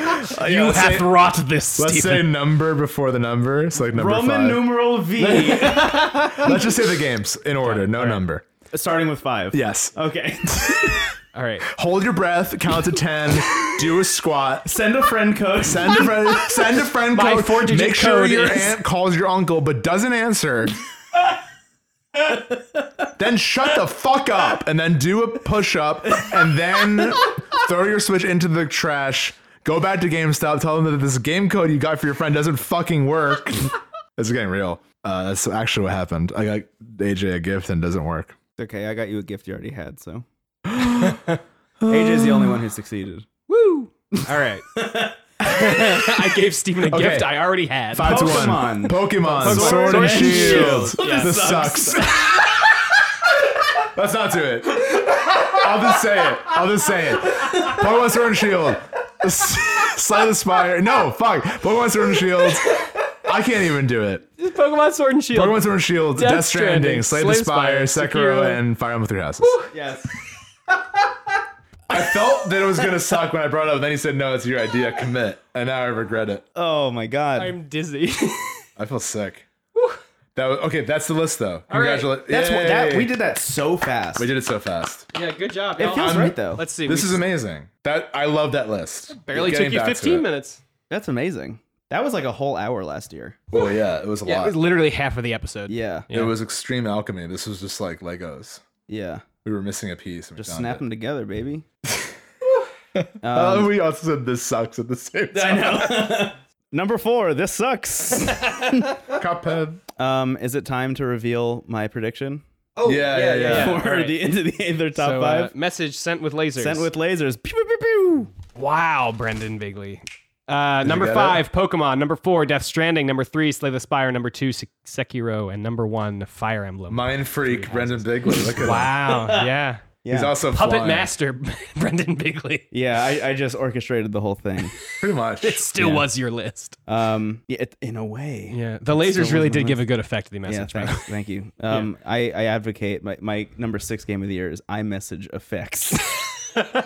Speaker 2: Uh, yeah,
Speaker 3: you
Speaker 2: let's
Speaker 3: hath
Speaker 2: say-
Speaker 3: wrought this,
Speaker 2: Let's say
Speaker 3: Stephen.
Speaker 2: number before the number. So like number
Speaker 1: Roman
Speaker 2: five.
Speaker 1: numeral V,
Speaker 2: (laughs) Let's just say the games
Speaker 1: (laughs)
Speaker 2: in order, no number.
Speaker 1: starting with five.
Speaker 2: Yes.
Speaker 1: Okay. (laughs)
Speaker 3: All right. (laughs)
Speaker 2: Hold your breath. Count to ten. do a squat.
Speaker 1: Send a friend code.
Speaker 2: Send a
Speaker 3: (laughs)
Speaker 2: friend. Send a friend
Speaker 3: My
Speaker 2: code.
Speaker 3: four-digit
Speaker 2: Make sure
Speaker 3: code
Speaker 2: your
Speaker 3: is-
Speaker 2: aunt calls your uncle but doesn't
Speaker 3: (laughs)
Speaker 2: answer. then shut the fuck up and then do a push up and then throw your switch into the trash. Go back to GameStop. Tell them that this game code you got for your friend doesn't fucking
Speaker 3: (laughs)
Speaker 2: work. this is getting real. Uh, that's actually what happened. I got AJ a gift and it doesn't work.
Speaker 1: Okay, I got you a gift you already had, (laughs) so. AJ's the only one who succeeded. Woo!
Speaker 3: All right. I gave Stephen a
Speaker 2: Okay.
Speaker 3: gift I already had.
Speaker 2: Five
Speaker 1: Pokemon.
Speaker 2: to one. Pokemon.
Speaker 1: Pokemon.
Speaker 2: Sword, and Shield.
Speaker 3: Yeah.
Speaker 2: This sucks. (laughs) Let's not do it. I'll just say it. I'll just say it. Pokemon Sword and Shield. S- Slay the Spire. No, fuck. Pokemon Sword and Shield. I can't even do it.
Speaker 3: Pokemon Sword and Shield.
Speaker 2: Pokemon Sword and Shield, Death,
Speaker 3: Death
Speaker 2: Stranding,
Speaker 3: Stranding,
Speaker 2: Slay the
Speaker 3: Slay the
Speaker 2: Spire,
Speaker 3: Spire,
Speaker 2: Sekiro,
Speaker 3: Sekiro.
Speaker 2: and Fire Emblem Three Houses.
Speaker 1: Yes.
Speaker 2: I felt that it was gonna suck when I brought it up. Then he said, "No, it's your idea. Commit." And now I regret it.
Speaker 1: Oh my god.
Speaker 3: I'm dizzy. (laughs)
Speaker 2: I feel sick. That was, okay, that's the list though.
Speaker 3: right.
Speaker 2: Congratulations.
Speaker 1: That's what that we did that so fast.
Speaker 2: We did it so fast.
Speaker 3: yeah, good job.
Speaker 1: It feels
Speaker 2: I'm-
Speaker 1: right though.
Speaker 3: Let's see.
Speaker 2: This
Speaker 3: we
Speaker 2: is amazing. That I love that list.
Speaker 3: barely
Speaker 2: Getting
Speaker 3: took you
Speaker 2: back to
Speaker 3: 15
Speaker 2: it.
Speaker 3: minutes.
Speaker 1: That's amazing. That was like a whole hour last year.
Speaker 2: Well, yeah, it was a
Speaker 3: Yeah, it
Speaker 2: lot.
Speaker 3: was literally half of the episode.
Speaker 1: Yeah.
Speaker 2: It was extreme alchemy. This was just like Legos.
Speaker 1: Yeah.
Speaker 2: We were missing a piece. And we
Speaker 1: Just
Speaker 2: found
Speaker 1: snap
Speaker 2: it.
Speaker 1: them together, baby.
Speaker 2: Oh, we also said this sucks at the
Speaker 3: (laughs)
Speaker 2: same time.
Speaker 1: Number four, this sucks.
Speaker 2: Cuphead.
Speaker 1: um, is it time to reveal my prediction
Speaker 3: Oh,
Speaker 2: Yeah, yeah, yeah.
Speaker 1: for
Speaker 3: (laughs) All right.
Speaker 1: the into the other top
Speaker 3: So, uh,
Speaker 1: five?
Speaker 3: message sent with lasers.
Speaker 1: Sent with lasers. Pew, pew, pew, pew.
Speaker 3: Wow, Brendan Bigley. Uh, number
Speaker 2: get
Speaker 3: five, Pokemon. Number four, Death Stranding. Number three, Slay the Spire. Number two, Se- Sekiro. And number one, Fire Emblem.
Speaker 2: Mind freak Brendan Bigley. Look at wow.
Speaker 3: wow. yeah.
Speaker 1: Yeah.
Speaker 2: He's also
Speaker 3: Puppet
Speaker 2: flying.
Speaker 3: Master, (laughs) Brendan Bigley.
Speaker 1: yeah, I, I just orchestrated the whole thing.
Speaker 2: Pretty much.
Speaker 3: It still was your list.
Speaker 1: Um, yeah, it, in a way.
Speaker 3: Yeah. The lasers
Speaker 1: still
Speaker 3: really
Speaker 1: wasn't
Speaker 3: did
Speaker 1: my
Speaker 3: give a good effect to the message.
Speaker 1: thank,
Speaker 3: by the
Speaker 1: thank you. Um, I, I advocate my, my number six game of the year is iMessage Effects.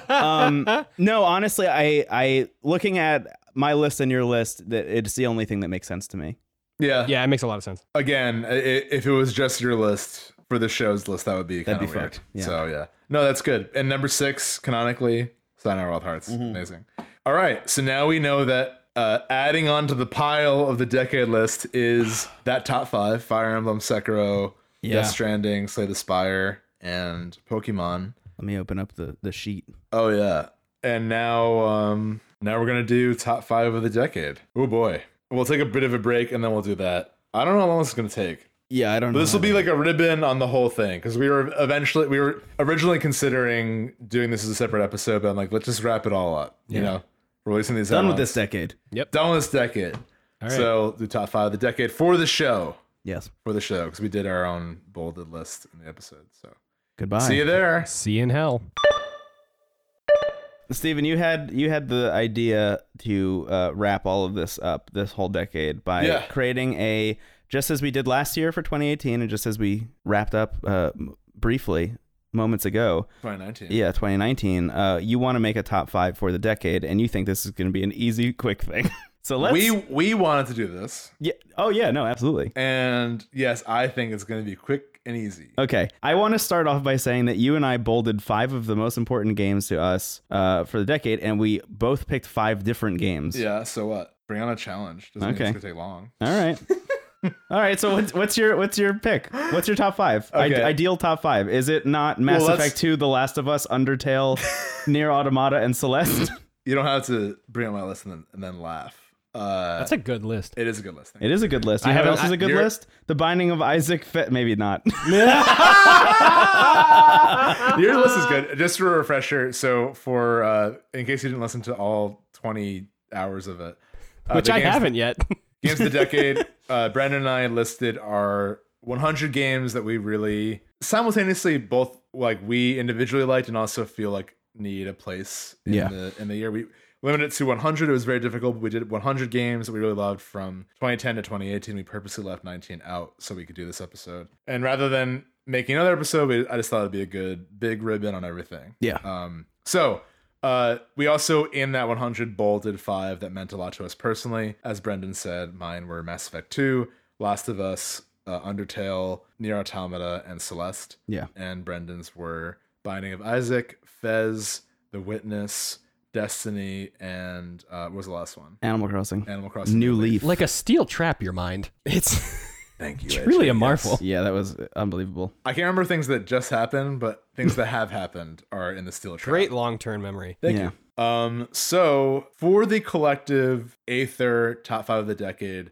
Speaker 1: um, no, honestly, I I looking at my list and your list, that it's the only thing that makes sense to me.
Speaker 2: Yeah.
Speaker 3: way. yeah, it makes a lot of sense.
Speaker 2: Again, i- i- if it was just your list for the show's list, that would be kind
Speaker 1: be
Speaker 2: of weird.
Speaker 1: fucked, yeah.
Speaker 2: So yeah. No, that's good. And number six, canonically, Sign Wild Hearts.
Speaker 1: Mm-hmm.
Speaker 2: Amazing. All right. So now we know that uh, adding on to the pile of the decade list
Speaker 1: (sighs)
Speaker 2: is that top five: Fire Emblem, Sekiro,
Speaker 1: Yeah.
Speaker 2: Death Stranding, Slay the Spire, and Pokemon.
Speaker 1: Let me open up the the sheet.
Speaker 2: Oh yeah. And now um now we're gonna do top five of the decade. Oh boy. We'll take a bit of a break and then we'll do that. I don't know how long this is gonna take.
Speaker 1: Yeah, I don't.
Speaker 2: But
Speaker 1: know.
Speaker 2: this will be like a ribbon on the whole thing because we were eventually we were originally considering doing this as a separate episode, but I'm like, let's just wrap it all up. You know, releasing these
Speaker 1: done with
Speaker 2: headlines.
Speaker 1: this decade.
Speaker 2: Done with this decade.
Speaker 3: right.
Speaker 2: So the top five of the decade for the show
Speaker 1: Yes.
Speaker 2: for the show because we did our own bolded list in the episode. So
Speaker 1: Goodbye.
Speaker 2: see you there.
Speaker 3: See you in hell.
Speaker 1: Steven, you had you had the idea to uh, wrap all of this up, this whole decade, by
Speaker 2: Yeah.
Speaker 1: creating a just as we did last year for 2018, and just as we wrapped up uh, m- briefly moments ago.
Speaker 2: 2019.
Speaker 1: Yeah, 2019. Uh, you want to make a top five for the decade, and you think this is going to be an easy, quick thing. (laughs) So let's.
Speaker 2: We we wanted to do this.
Speaker 1: yeah, oh yeah, no, absolutely.
Speaker 2: And yes, I think it's going to be quick and easy.
Speaker 1: Okay, I want to start off by saying that you and I bolded five of the most important games to us uh, for the decade, and we both picked five different games.
Speaker 2: Yeah. So what? Bring on a challenge. Doesn't mean
Speaker 1: Okay.
Speaker 2: it's gonna take long.
Speaker 1: All right. (laughs) All right. So what's, what's your what's your pick? What's your top five? I-
Speaker 2: Okay.
Speaker 1: ideal top five. Is it not Mass
Speaker 2: Well, let's-
Speaker 1: Effect Two, The Last of Us,
Speaker 2: (laughs)
Speaker 1: Undertale, Near Automata, and Celeste?
Speaker 2: You don't have to bring on my list and then, and then laugh. Uh,
Speaker 3: That's a good list.
Speaker 2: it is a good list.
Speaker 1: It is a good list. You
Speaker 3: I
Speaker 1: know what
Speaker 3: haven't-
Speaker 1: else is a good
Speaker 2: you're-
Speaker 1: list? The Binding of Isaac. Fe- Maybe not.
Speaker 2: Your list is good. Just for a refresher, so for uh, in case you didn't listen to all twenty hours of it, uh,
Speaker 3: Which
Speaker 2: the
Speaker 3: I
Speaker 2: games-
Speaker 3: haven't yet.
Speaker 2: games of the decade. Uh, Brandon and I listed our 100 games that we really simultaneously both like we individually liked and also feel like need a place in
Speaker 1: Yeah.
Speaker 2: the in the year. We limited it to 100. It was very difficult. but We did 100 games that we really loved from 2010 to 2018. We purposely left 19 out so we could do this episode. And rather than making another episode, we, I just thought it'd be a good big ribbon on everything.
Speaker 1: Yeah.
Speaker 2: Um. So Uh, we also in that 100 bowl did five that meant a lot to us personally. As Brendan said, mine were Mass Effect 2, Last of Us, uh, Undertale, Near Automata, and Celeste.
Speaker 1: Yeah.
Speaker 2: And Brendan's were Binding of Isaac, Fez, The Witness, Destiny, and uh, what was the last one?
Speaker 1: (laughs) Animal Crossing.
Speaker 2: Animal Crossing.
Speaker 1: New Leaf.
Speaker 3: (laughs) Like a steel trap, your mind. It's (laughs)
Speaker 2: Thank you.
Speaker 3: it's
Speaker 2: Ed.
Speaker 3: really a
Speaker 2: Yes.
Speaker 3: marvel.
Speaker 1: Yeah, that was unbelievable.
Speaker 2: I can't remember things that just happened, but things that have happened are in the
Speaker 3: (laughs)
Speaker 2: steel trap.
Speaker 3: Great long term memory.
Speaker 2: Thank
Speaker 1: Yeah.
Speaker 2: you. Um, so for the collective Aether top five of the decade,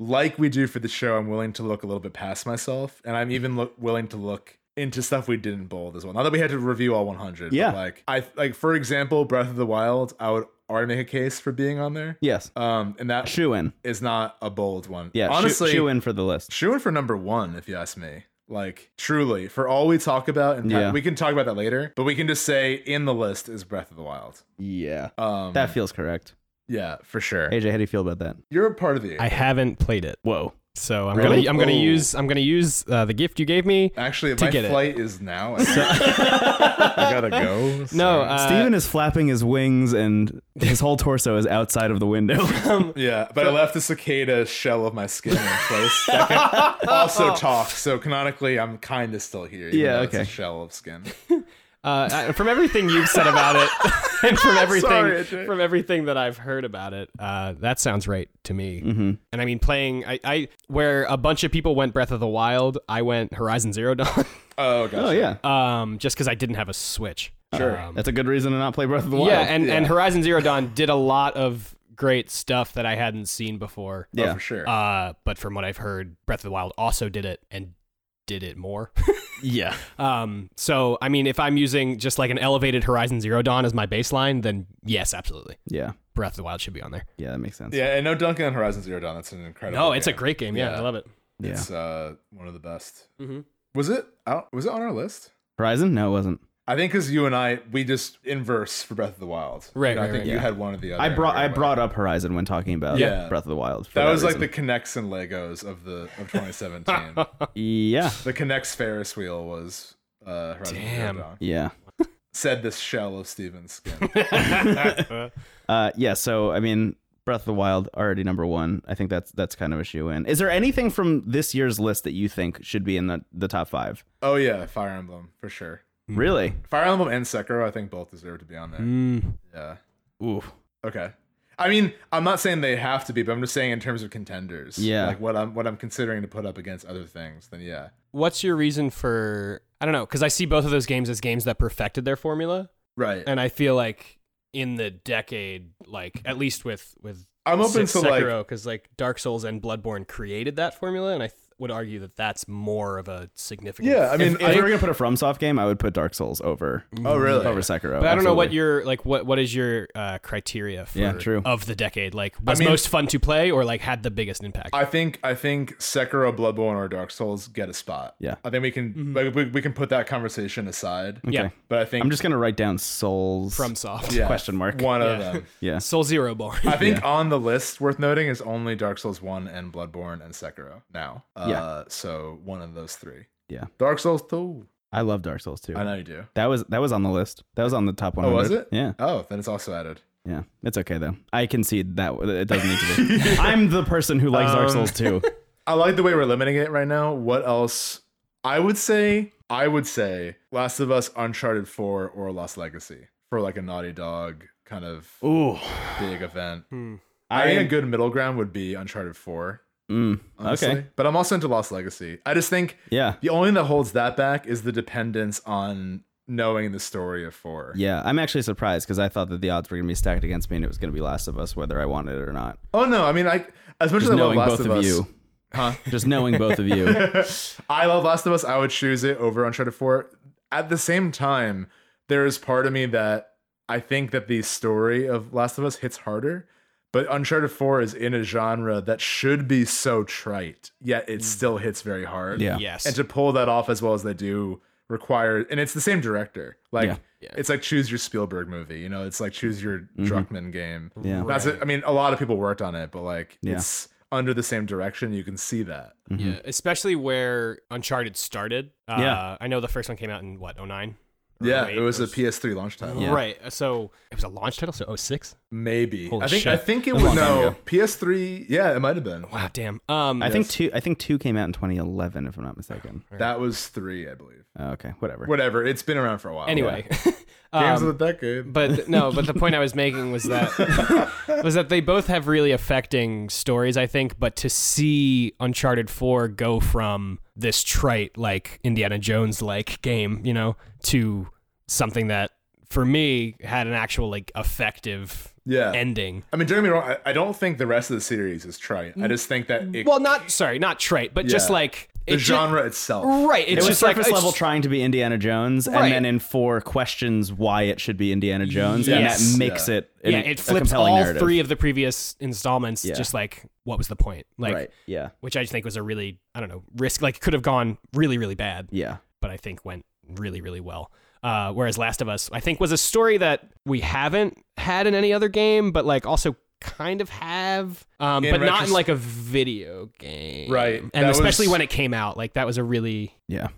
Speaker 2: like we do for the show, I'm willing to look a little bit past myself, and I'm even look willing to look into stuff we didn't bold as well. Not that we had to review all 100.
Speaker 1: Yeah.
Speaker 2: But like I like for example, Breath of the Wild. I would already make a case for being on there.
Speaker 1: Yes.
Speaker 2: Um, and that
Speaker 1: Shoe in.
Speaker 2: is not a bold one.
Speaker 1: Yeah.
Speaker 2: honestly,
Speaker 1: shoe in for the list.
Speaker 2: Shoeing for number one, if you ask me. Like truly, for all we talk about, and
Speaker 1: Yeah.
Speaker 2: we can talk about that later. But we can just say in the list is Breath of the Wild.
Speaker 1: Yeah.
Speaker 2: Um,
Speaker 1: That feels correct.
Speaker 2: yeah, for sure.
Speaker 1: AJ, how do you feel about that?
Speaker 2: You're a part of the.
Speaker 3: I haven't played it.
Speaker 1: Whoa.
Speaker 3: So I'm
Speaker 1: Really?
Speaker 3: gonna I'm gonna
Speaker 2: Oh.
Speaker 3: use I'm gonna use uh, the gift you gave me.
Speaker 2: Actually,
Speaker 3: To
Speaker 2: my
Speaker 3: get it.
Speaker 2: flight is now. I, (laughs) I gotta go. so-
Speaker 3: (laughs) No, uh,
Speaker 1: Steven is flapping his wings and his whole torso is outside of the
Speaker 2: (laughs)
Speaker 1: window.
Speaker 2: yeah, but I left the cicada shell of my skin in place. That can
Speaker 3: (laughs)
Speaker 2: also talk. So canonically, I'm kind of still here. even
Speaker 1: Yeah,
Speaker 2: though it's a
Speaker 1: okay.
Speaker 2: shell of skin.
Speaker 3: Uh, I- from everything you've said about it, (laughs) and from everything
Speaker 2: Sorry, Ajay.
Speaker 3: from everything that I've heard about it, uh, that sounds right to me.
Speaker 1: mm-hmm.
Speaker 3: And I mean, playing I, I where a bunch of people went Breath of the Wild, I went Horizon Zero Dawn, (laughs)
Speaker 2: Oh, gotcha.
Speaker 1: Oh, yeah.
Speaker 3: um, just because I didn't have a Switch.
Speaker 2: Sure.
Speaker 3: Um,
Speaker 1: That's a good reason to not play Breath of the Wild.
Speaker 3: yeah, and and
Speaker 2: yeah.
Speaker 3: Horizon Zero Dawn did a lot of great stuff that I hadn't seen before.
Speaker 2: Oh,
Speaker 1: Yeah.
Speaker 2: for sure.
Speaker 3: Uh, but from what I've heard, Breath of the Wild also did it and did it more. (laughs)
Speaker 1: yeah.
Speaker 3: Um, so I mean, if I'm using just like an elevated Horizon Zero Dawn as my baseline, then yes, absolutely,
Speaker 1: Yeah.
Speaker 3: Breath of the Wild should be on there.
Speaker 1: Yeah, that makes sense.
Speaker 2: yeah, and no Duncan on Horizon Zero Dawn. That's an incredible.
Speaker 3: No, it's a
Speaker 2: game.
Speaker 3: great game. Yeah,
Speaker 2: Yeah.
Speaker 3: I love it.
Speaker 1: Yeah.
Speaker 2: It's uh, one of the best.
Speaker 3: Mhm.
Speaker 2: Was it out? Was it on our list?
Speaker 1: Horizon? No, it wasn't.
Speaker 2: I think because you and I we just inverse for Breath of the Wild.
Speaker 3: Right,
Speaker 2: You know, I
Speaker 3: right,
Speaker 2: think
Speaker 3: right.
Speaker 2: you
Speaker 1: Yeah.
Speaker 2: had one of the other.
Speaker 1: I brought I
Speaker 2: right away.
Speaker 1: brought up Horizon when talking about
Speaker 2: Yeah.
Speaker 1: Breath of the Wild. for
Speaker 2: that, was
Speaker 1: reason.
Speaker 2: like the connects and Legos of the
Speaker 1: (laughs)
Speaker 2: of 2017.
Speaker 1: yeah
Speaker 2: the connects Ferris wheel was uh, Horizon Zero
Speaker 3: Damn.
Speaker 2: Dawn.
Speaker 1: yeah
Speaker 2: Said this shell of Steven's skin. (laughs)
Speaker 1: uh yeah. So I mean, Breath of the Wild already number one. I think that's that's kind of a shoe in. Is there anything from this year's list that you think should be in the the top five?
Speaker 2: oh yeah, Fire Emblem for sure.
Speaker 1: Really?
Speaker 2: Fire Emblem and Sekiro, I think both deserve to be on there.
Speaker 3: Mm,
Speaker 2: Yeah.
Speaker 1: Ooh.
Speaker 2: Okay. I mean, I'm not saying they have to be, but I'm just saying in terms of contenders.
Speaker 1: Yeah.
Speaker 2: Like what I'm what I'm considering to put up against other things, then yeah.
Speaker 3: what's your reason for? I don't know, because I see both of those games as games that perfected their formula,
Speaker 2: Right.
Speaker 3: and I feel like in the decade, like at least with with
Speaker 2: I'm open to like
Speaker 3: because like Dark Souls and Bloodborne created that formula, and I th- would argue that that's more of a significant.
Speaker 2: Yeah, I mean
Speaker 1: If,
Speaker 2: I
Speaker 1: we were gonna put a FromSoft game, I would put Dark Souls over
Speaker 2: Oh really?
Speaker 1: over Sekiro.
Speaker 3: But I don't know what
Speaker 1: absolutely.
Speaker 3: your like what what is your uh, criteria for
Speaker 1: Yeah, true.
Speaker 3: of the decade? Like was
Speaker 2: mean-
Speaker 3: most fun to play or like had the biggest impact?
Speaker 2: I think I think Sekiro, Bloodborne, or Dark Souls get a spot.
Speaker 1: Yeah.
Speaker 2: I think we can like, we, we can put that conversation aside.
Speaker 1: Okay.
Speaker 3: Yeah.
Speaker 2: But I think
Speaker 1: I'm just gonna write down Souls
Speaker 3: from soft.
Speaker 2: yeah,
Speaker 1: question mark.
Speaker 2: one of
Speaker 3: Yeah.
Speaker 2: them.
Speaker 1: Yeah.
Speaker 3: (laughs) Soul Zero Born.
Speaker 1: (laughs)
Speaker 3: (laughs)
Speaker 2: I think on the list worth noting is only Dark Souls one and Bloodborne and Sekiro now. Uh,
Speaker 1: Yeah.
Speaker 2: So one of those three.
Speaker 1: Yeah.
Speaker 2: Dark Souls two.
Speaker 1: I love Dark Souls too.
Speaker 2: I know you do.
Speaker 1: That was that was on the list. That was on the top 100.
Speaker 2: was it?
Speaker 1: Yeah,
Speaker 2: Oh, then it's also added.
Speaker 1: yeah. It's okay though. I concede that it doesn't need to
Speaker 3: (laughs)
Speaker 1: be. I'm the person who likes Dark
Speaker 2: Um,
Speaker 1: Souls too.
Speaker 2: I like the way we're limiting it right now. What else? I would say, I would say Last of Us, Uncharted 4, or Lost Legacy for like a Naughty Dog kind of
Speaker 1: Ooh,
Speaker 2: big event.
Speaker 3: Hmm.
Speaker 2: I think a
Speaker 1: I
Speaker 2: good middle ground would be Uncharted 4.
Speaker 1: mm,
Speaker 2: Honestly.
Speaker 1: okay.
Speaker 2: But I'm also into Lost Legacy. I just think
Speaker 1: Yeah,
Speaker 2: the only thing that holds that back is the dependence on knowing the story of 4.
Speaker 1: yeah. I'm actually surprised because I thought that the odds were gonna be stacked against me and it was gonna be Last of Us whether I wanted it or not.
Speaker 2: Oh, no. I mean, I as much as
Speaker 1: Just
Speaker 2: I love
Speaker 1: knowing
Speaker 2: Last
Speaker 1: both
Speaker 2: of,
Speaker 1: of,
Speaker 2: Us,
Speaker 1: you, (laughs)
Speaker 2: huh? (laughs)
Speaker 1: just knowing both of
Speaker 3: (laughs)
Speaker 1: you.
Speaker 2: I love Last of Us. I would choose it over Uncharted 4. At the same time, there is part of me that I think that the story of Last of Us hits harder, but Uncharted 4 is in a genre that should be so trite, yet it still hits very hard.
Speaker 1: Mm. Yeah.
Speaker 3: Yes.
Speaker 2: And to pull that off as well as they do require and it's the same director. Like
Speaker 1: Yeah.
Speaker 3: Yeah.
Speaker 2: it's like choose your Spielberg movie, you know, it's like choose your Druckmann game.
Speaker 1: Mm-hmm. Yeah.
Speaker 2: That's
Speaker 3: Right.
Speaker 2: it. I mean, a lot of people worked on it, but like
Speaker 1: Yeah.
Speaker 2: it's under the same direction. You can see that.
Speaker 1: Mm-hmm.
Speaker 3: Yeah, especially where Uncharted started. Uh,
Speaker 1: Yeah.
Speaker 3: I know the first one came out in what 09?
Speaker 2: yeah,
Speaker 5: wait,
Speaker 2: it was
Speaker 5: or
Speaker 2: a
Speaker 5: s-
Speaker 2: PS3 launch title.
Speaker 1: Yeah.
Speaker 3: Right. So it was a launch title. So 06?
Speaker 2: Maybe.
Speaker 3: Holy
Speaker 2: I think
Speaker 3: shit.
Speaker 2: I think it
Speaker 3: That was
Speaker 2: was
Speaker 3: a long time
Speaker 2: no
Speaker 3: ago.
Speaker 2: PS3. Yeah, it might have been.
Speaker 3: Wow. Damn. Um.
Speaker 1: I think two. I think two came out in 2011, if I'm not mistaken.
Speaker 2: That was three, I believe.
Speaker 1: Oh, okay, whatever.
Speaker 2: Whatever. It's been around for a while.
Speaker 3: anyway. (laughs)
Speaker 2: Yeah. games
Speaker 3: um,
Speaker 2: of the decade.
Speaker 3: but
Speaker 2: (laughs)
Speaker 3: th- no. But the point I was making was that was that they both have really affecting stories. I think. But to see Uncharted Four go from this trite like Indiana Jones like game, you know, to something that for me had an actual like effective
Speaker 2: yeah.
Speaker 3: ending.
Speaker 2: I mean, don't get me wrong. I, I don't think the rest of the series is trite. I just think that it,
Speaker 3: Mm, Well, not sorry, not trite, but just
Speaker 2: Yeah.
Speaker 3: like
Speaker 2: the
Speaker 3: it ju-
Speaker 2: genre itself.
Speaker 3: right. It's
Speaker 1: it was
Speaker 3: just like
Speaker 1: surface
Speaker 3: it's-
Speaker 1: level trying to be Indiana Jones,
Speaker 3: Right.
Speaker 1: and then in four questions why it should be Indiana Jones, and
Speaker 3: Yes.
Speaker 1: that makes
Speaker 2: Yeah.
Speaker 1: it an-
Speaker 3: yeah, it
Speaker 1: a
Speaker 3: flips
Speaker 1: compelling
Speaker 3: all
Speaker 1: narrative.
Speaker 3: three of the previous installments.
Speaker 1: Yeah.
Speaker 3: Just like, what was the point? Like,
Speaker 1: right. Yeah,
Speaker 3: which I just think was a really, I don't know, risk. Like, could have gone really, really bad,
Speaker 1: yeah,
Speaker 3: but I think went really, really well. Uh, whereas Last of Us, I think, was a story that we haven't had in any other game, but like also kind of have, um,
Speaker 2: In
Speaker 3: but not in
Speaker 2: retros-
Speaker 3: like a video game,
Speaker 2: Right.
Speaker 3: And
Speaker 2: That
Speaker 3: especially
Speaker 2: was-
Speaker 3: when it came out, like that was a really
Speaker 1: yeah.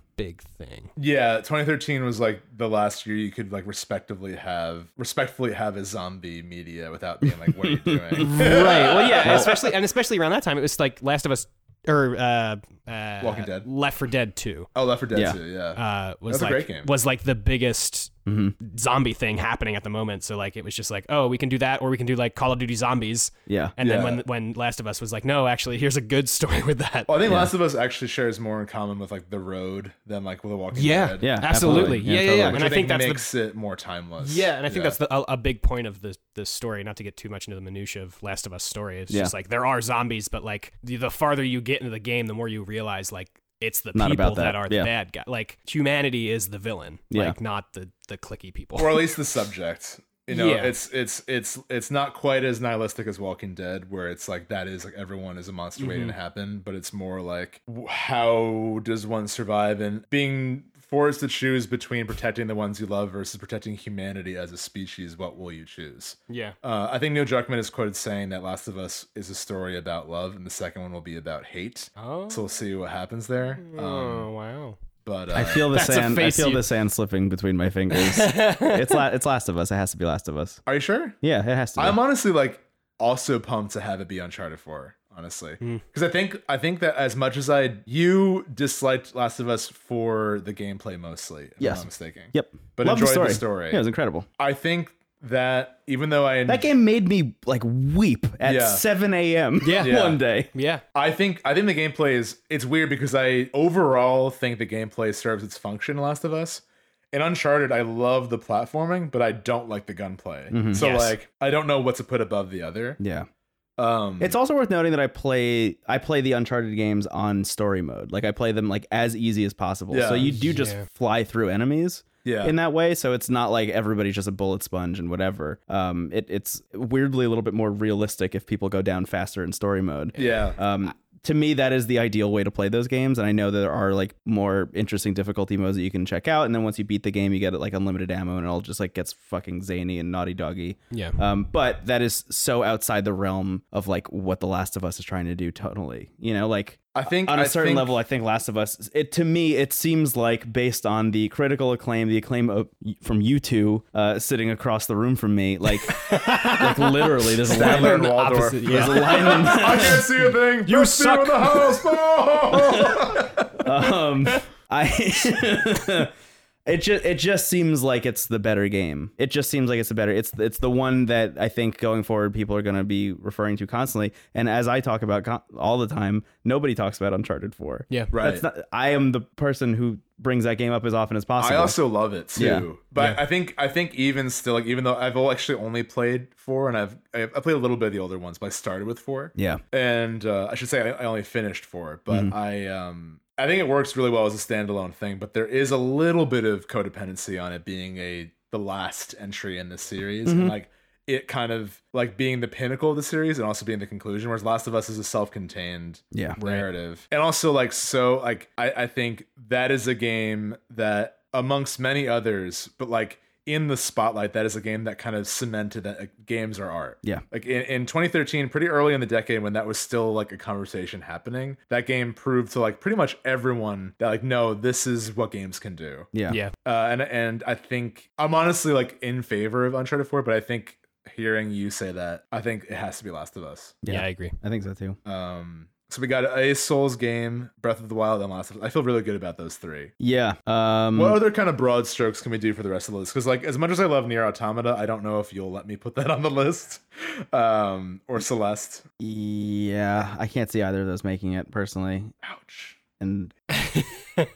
Speaker 2: (laughs)
Speaker 3: big thing.
Speaker 2: Yeah, 2013 was like the last year you could like respectively have respectfully have a zombie media without being like, what are you doing?
Speaker 1: (laughs)
Speaker 2: (laughs)
Speaker 3: right. Well, yeah, especially and especially around that time, it was like Last of Us or uh, uh,
Speaker 2: Walking Dead.
Speaker 3: Left for Dead Two.
Speaker 2: oh, Left 4 Dead
Speaker 1: Yeah.
Speaker 2: 2. Yeah.
Speaker 3: Uh, was
Speaker 2: That's a
Speaker 3: like
Speaker 2: great game.
Speaker 3: was like the biggest
Speaker 1: Mhm.
Speaker 3: zombie thing happening at the moment. So like it was just like, oh, we can do that, or we can do like Call of Duty Zombies.
Speaker 1: Yeah.
Speaker 3: And then
Speaker 2: Yeah.
Speaker 3: when when Last of Us was like, no, actually, here's a good (laughs) story with that.
Speaker 2: well, I think Last of Us actually shares more in common with like The Road than like with The Walking
Speaker 3: yeah,
Speaker 2: Dead.
Speaker 1: Yeah, absolutely.
Speaker 3: absolutely, yeah,
Speaker 1: Yeah,
Speaker 3: yeah, yeah.
Speaker 1: totally.
Speaker 2: Which
Speaker 3: And I think that's the
Speaker 2: makes it more timeless.
Speaker 3: Yeah, and I think that's the, a, a big point of the the story. Not to get too much into the minutia of Last of Us story, it's
Speaker 1: Yeah.
Speaker 3: just like there are zombies, but like the, the farther you get into the game, the more you realize like it's the
Speaker 1: Not
Speaker 3: people
Speaker 1: about that.
Speaker 3: are
Speaker 1: Yeah.
Speaker 3: the bad guy. Like humanity is the villain,
Speaker 1: Yeah.
Speaker 3: like not the the clicky people.
Speaker 2: or at least the subject. You know,
Speaker 3: Yeah.
Speaker 2: it's it's it's it's not quite as nihilistic as Walking Dead, where it's like that is like everyone is a monster
Speaker 3: Mm-hmm.
Speaker 2: waiting to happen, but it's more like w- how does one survive and being forced to choose between protecting the ones you love versus protecting humanity as a species. What will you choose?
Speaker 3: (laughs) yeah,
Speaker 2: Uh, I think Neil Druckmann is quoted saying that Last of Us is a story about love, and the second one will be about hate.
Speaker 3: Oh.
Speaker 2: so we'll see what happens there. Um,
Speaker 3: oh wow.
Speaker 2: but uh,
Speaker 1: I feel the
Speaker 3: (laughs) That's a
Speaker 1: sand. I
Speaker 3: face
Speaker 1: feel
Speaker 3: you-
Speaker 1: the sand slipping between my fingers. it's la- it's Last of Us. It has to be Last of Us.
Speaker 2: are you sure?
Speaker 1: Yeah, it has to. be.
Speaker 2: I'm honestly like also pumped to have it be Uncharted 4, honestly.
Speaker 1: Hmm.
Speaker 2: Because I think I think that as much as I you disliked Last of Us for the gameplay mostly, if
Speaker 1: Yes.
Speaker 2: I'm not mistaken.
Speaker 1: Yep.
Speaker 2: But
Speaker 1: Love
Speaker 2: enjoyed
Speaker 1: the story.
Speaker 2: the story.
Speaker 1: Yeah, it was incredible.
Speaker 2: I think that even though I
Speaker 1: That game made me like weep at
Speaker 2: Yeah.
Speaker 1: 7 a.m. (laughs)
Speaker 3: Yeah.
Speaker 2: Yeah.
Speaker 1: one day.
Speaker 3: Yeah,
Speaker 2: I think I think the gameplay is it's weird because I overall think the gameplay serves its function in Last of Us. In Uncharted, I love the platforming, but I don't like the gunplay.
Speaker 1: Mm-hmm.
Speaker 2: So
Speaker 3: Yes.
Speaker 2: like I don't know what to put above the other.
Speaker 1: Yeah.
Speaker 2: Um
Speaker 1: It's also worth noting that I play I play the Uncharted games on story mode. Like I play them like as easy as possible.
Speaker 2: Yeah.
Speaker 1: So you do just
Speaker 3: Yeah.
Speaker 1: fly through enemies
Speaker 2: yeah.
Speaker 1: in that way. So it's not like everybody's just a bullet sponge and whatever. Um, it, it's weirdly a little bit more realistic if people go down faster in story mode.
Speaker 2: yeah.
Speaker 1: Um, to me, that is the ideal way to play those games, and I know there are like more interesting difficulty modes that you can check out. And then once you beat the game, you get like unlimited ammo, and it all just like gets fucking zany and naughty doggy.
Speaker 3: yeah.
Speaker 4: Uh,
Speaker 1: Um, but that is so outside the realm of like what The Last of Us is trying to do tonally. You know, like
Speaker 2: I think
Speaker 1: on
Speaker 2: a
Speaker 1: a certain level, I think Last of Us. It to me, it seems like based on the critical acclaim, the acclaim of, from you two uh, sitting across the room from me,
Speaker 2: (laughs)
Speaker 1: like like literally, there's a line.
Speaker 2: Sadler and Waldorf.
Speaker 3: Opposite, yeah.
Speaker 1: There's a
Speaker 2: (laughs)
Speaker 1: lineman.
Speaker 2: I can't see a thing. You
Speaker 3: suck.
Speaker 2: The (laughs) house. Oh!
Speaker 1: um i (laughs) it just it just seems like it's the better game it just seems like it's the better it's it's the one that i think going forward people are going to be referring to constantly and as i talk about con- all the time nobody talks about uncharted 4
Speaker 3: Yeah.
Speaker 1: that's not i am the person who brings that game up as often as
Speaker 2: I
Speaker 1: possible
Speaker 2: also love it too.
Speaker 1: Yeah.
Speaker 2: But I think I think even still, like even though I've all actually only played four, and I've I I played a little bit of the older ones, but I started with four.
Speaker 1: yeah
Speaker 2: and uh, I should say I, I only finished four, but I um I think it works really well as a standalone thing. But there is a little bit of codependency on it being a the last entry in the series, and like it kind of like being the pinnacle of the series and also being the conclusion. Whereas Last of Us is a self-contained
Speaker 1: yeah
Speaker 2: narrative, and also like so like I I think that is a game that amongst many others, but like. in the spotlight, that is a game that kind of cemented that like, games are art.
Speaker 1: Yeah.
Speaker 2: Like in, in 2013, pretty early in the decade when that was still like a conversation happening, that game proved to like pretty much everyone that like, no, this is what games can do.
Speaker 1: Yeah.
Speaker 4: Yeah.
Speaker 2: Uh, and and I think I'm honestly like in favor of Uncharted 4, but I think hearing you say that, I think it has to be Last of Us.
Speaker 4: yeah,
Speaker 1: Yeah.
Speaker 4: I agree.
Speaker 1: I think so too.
Speaker 2: Um, so we got a Souls game, Breath of the Wild, and Last of Us. I feel really good about those three.
Speaker 1: Yeah. Um,
Speaker 2: What other kind of broad strokes can we do for the rest of the list? Because like as much as I love Near Automata, I don't know if you'll let me put that on the list, (laughs) um, or Celeste.
Speaker 1: yeah. I can't see either of those making it personally.
Speaker 2: Ouch. (laughs)
Speaker 1: And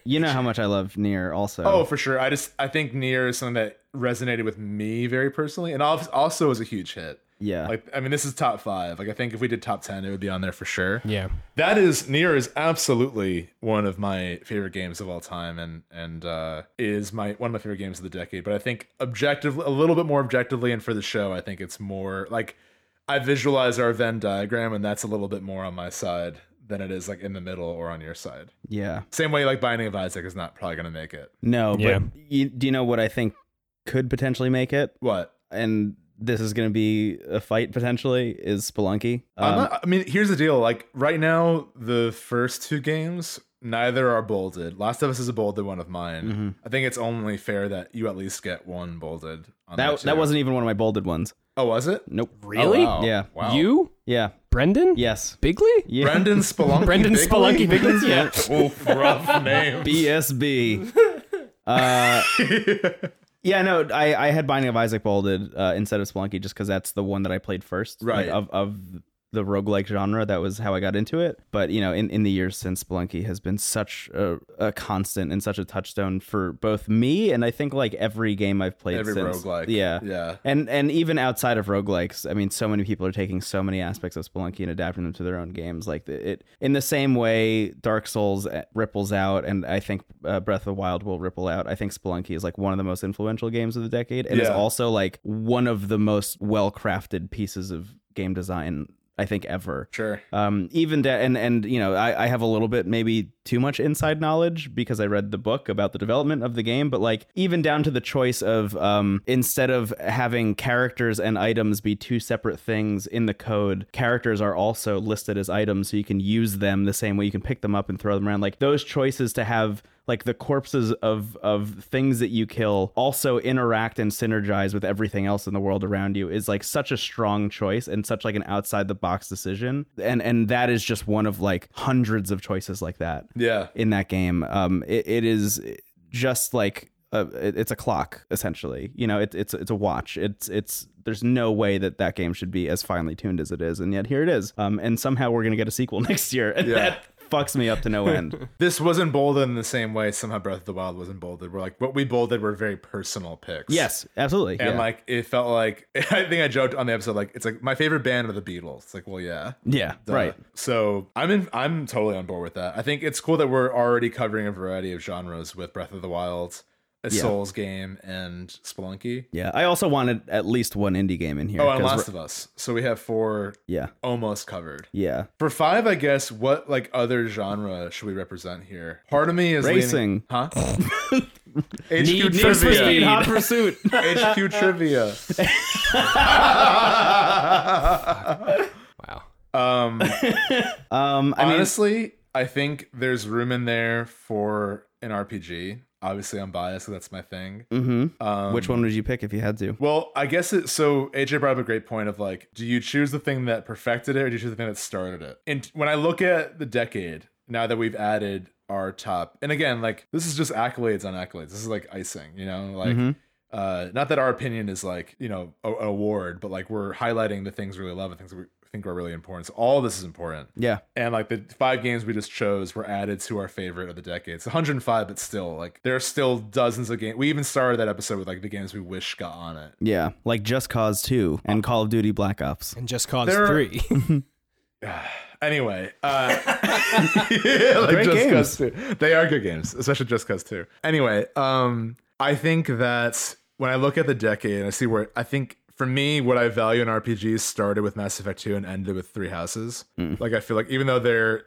Speaker 1: you know how much I love Near also.
Speaker 2: Oh, for sure. I just I think Near is something that resonated with me very personally, and al- also was a huge hit.
Speaker 1: yeah.
Speaker 2: Like I mean, this is top five. Like I think if we did top ten, it would be on there for sure.
Speaker 4: Yeah.
Speaker 2: That is Nier is absolutely one of my favorite games of all time, and and uh, is my one of my favorite games of the decade. But I think objectively, a little bit more objectively, and for the show, I think it's more like I visualize our Venn diagram, and that's a little bit more on my side than it is like in the middle or on your side.
Speaker 1: yeah.
Speaker 2: Same way, like Binding of Isaac is not probably gonna make it.
Speaker 1: No,
Speaker 4: Yeah.
Speaker 1: but you, do you know what I think could potentially make it?
Speaker 2: What?
Speaker 1: And this is going to be a fight potentially is Spelunky.
Speaker 2: I'm
Speaker 1: Um,
Speaker 2: not, I mean, here's the deal. Like right now, the first two games, neither are bolded. Last of Us is a bolded one of mine.
Speaker 1: mhm.
Speaker 2: I think it's only fair that you at least get one bolded. On
Speaker 1: That that
Speaker 2: too.
Speaker 1: wasn't even one of my bolded ones.
Speaker 2: Oh, was it?
Speaker 1: Nope.
Speaker 4: Really?
Speaker 2: Oh, wow.
Speaker 1: Yeah.
Speaker 2: Wow.
Speaker 4: You?
Speaker 1: Yeah.
Speaker 4: Brendan?
Speaker 1: Yes.
Speaker 4: Bigley?
Speaker 1: Yeah. (laughs)
Speaker 2: Brendan Spelunky.
Speaker 4: Brendan Spelunky Bigley? Yeah.
Speaker 2: (laughs)
Speaker 1: (laughs)
Speaker 2: Oof, rough name. (laughs)
Speaker 1: BSB. Uh, yeah, no, I, I had Binding of Isaac bolded uh, instead of Spelunky just because that's the one that I played first. like,
Speaker 2: Right.
Speaker 1: of, of the roguelike genre, that was how I got into it. But, you know, in, in the years since, Spelunky has been such a, a constant and such a touchstone for both me and I think like every game I've played
Speaker 2: Every
Speaker 1: since.
Speaker 2: roguelike.
Speaker 1: Yeah.
Speaker 2: Yeah.
Speaker 1: And and even outside of roguelikes, I mean, so many people are taking so many aspects of Spelunky and adapting them to their own games. Like the- it, in the same way, Dark Souls eh, ripples out, and I think uh, Breath of the Wild will ripple out. I think Spelunky is like one of the most influential games of the decade, and it's
Speaker 2: Yeah.
Speaker 1: also like one of the most well crafted pieces of game design I think ever
Speaker 2: Sure.
Speaker 1: um even da- and and you know I, I have a little bit maybe too much inside knowledge because i read the book about the development of the game but like even down to the choice of um instead of having characters and items be two separate things in the code characters are also listed as items so you can use them the same way you can pick them up and throw them around like those choices to have like the corpses of of things that you kill also interact and synergize with everything else in the world around you is like such a strong choice and such like an outside the box decision and and that is just one of like hundreds of choices like that
Speaker 2: Yeah.
Speaker 1: in that game um it, it is just like a, it- it's a clock essentially you know it, it's it's a watch it's it's there's no way that that game should be as finely tuned as it is and yet here it is um and somehow we're gonna get a sequel (laughs) next year and
Speaker 2: Yeah.
Speaker 1: that fucks me up to no
Speaker 2: (laughs)
Speaker 1: end
Speaker 2: This wasn't bolded in the same way somehow Breath of the Wild wasn't bolded. We're like, what we bolded were very personal picks.
Speaker 1: yes absolutely
Speaker 2: And
Speaker 1: yeah.
Speaker 2: like, it felt like, (laughs) I think I joked on the episode, like, it's like my favorite band are the Beatles. It's like, well, yeah.
Speaker 1: Yeah,
Speaker 2: Duh.
Speaker 1: right.
Speaker 2: So I'm in. I'm totally on board with that. I think it's cool that we're already covering a variety of genres with Breath of the Wild, a
Speaker 1: Yeah.
Speaker 2: Souls game, and Spelunky.
Speaker 1: Yeah, I also wanted at least one indie game in here.
Speaker 2: Oh, and
Speaker 1: 'cause
Speaker 2: Last of Us. So we have four
Speaker 1: we're- yeah,
Speaker 2: almost covered.
Speaker 1: yeah.
Speaker 2: For five, I guess. What like other genre should we represent here? Part of me is leaning-
Speaker 1: Racing. (laughs)
Speaker 2: huh?
Speaker 4: Need-
Speaker 2: HQ
Speaker 4: Need
Speaker 2: trivia.
Speaker 4: for Speed.
Speaker 2: (laughs)
Speaker 4: Hot
Speaker 1: Pursuit. (laughs)
Speaker 2: HQ trivia.
Speaker 4: Wow.
Speaker 2: Um.
Speaker 1: um, I mean,
Speaker 2: Honestly, I think there's room in there for an RPG. Obviously, I'm biased, so that's my thing.
Speaker 1: mhm.
Speaker 2: Um,
Speaker 1: which one would you pick if you had to?
Speaker 2: Well, I guess it. So AJ brought up a great point of like, do you choose the thing that perfected it, or do you choose the thing that started it? And when I look at the decade, now that we've added our top, and again, like this is just accolades on accolades. This is like icing, you know, like.
Speaker 1: Mhm.
Speaker 2: Uh, not that our opinion is like you know a- an award, but like we're highlighting the things we really love and things we think are really important. So all this is important
Speaker 1: Yeah,
Speaker 2: and like the five games we just chose were added to our favorite of the decade. It's 105, but still, like there are still dozens of games. We even started that episode with like the games we wish got on it.
Speaker 1: yeah. Like Just Cause Two and Call of Duty Black Ops.
Speaker 4: And just cause
Speaker 2: There are-
Speaker 4: three.
Speaker 2: Anyway,
Speaker 1: (laughs)
Speaker 2: uh, (laughs) yeah, like
Speaker 1: Great
Speaker 2: Just
Speaker 1: games.
Speaker 2: Cause 2. They are good games, especially Just Cause 2. Anyway, um, I think that when I look at the decade and I see where I think for me, what I value in RPGs started with Mass Effect 2 and ended with Three Houses.
Speaker 1: Mm.
Speaker 2: Like I feel like even though they're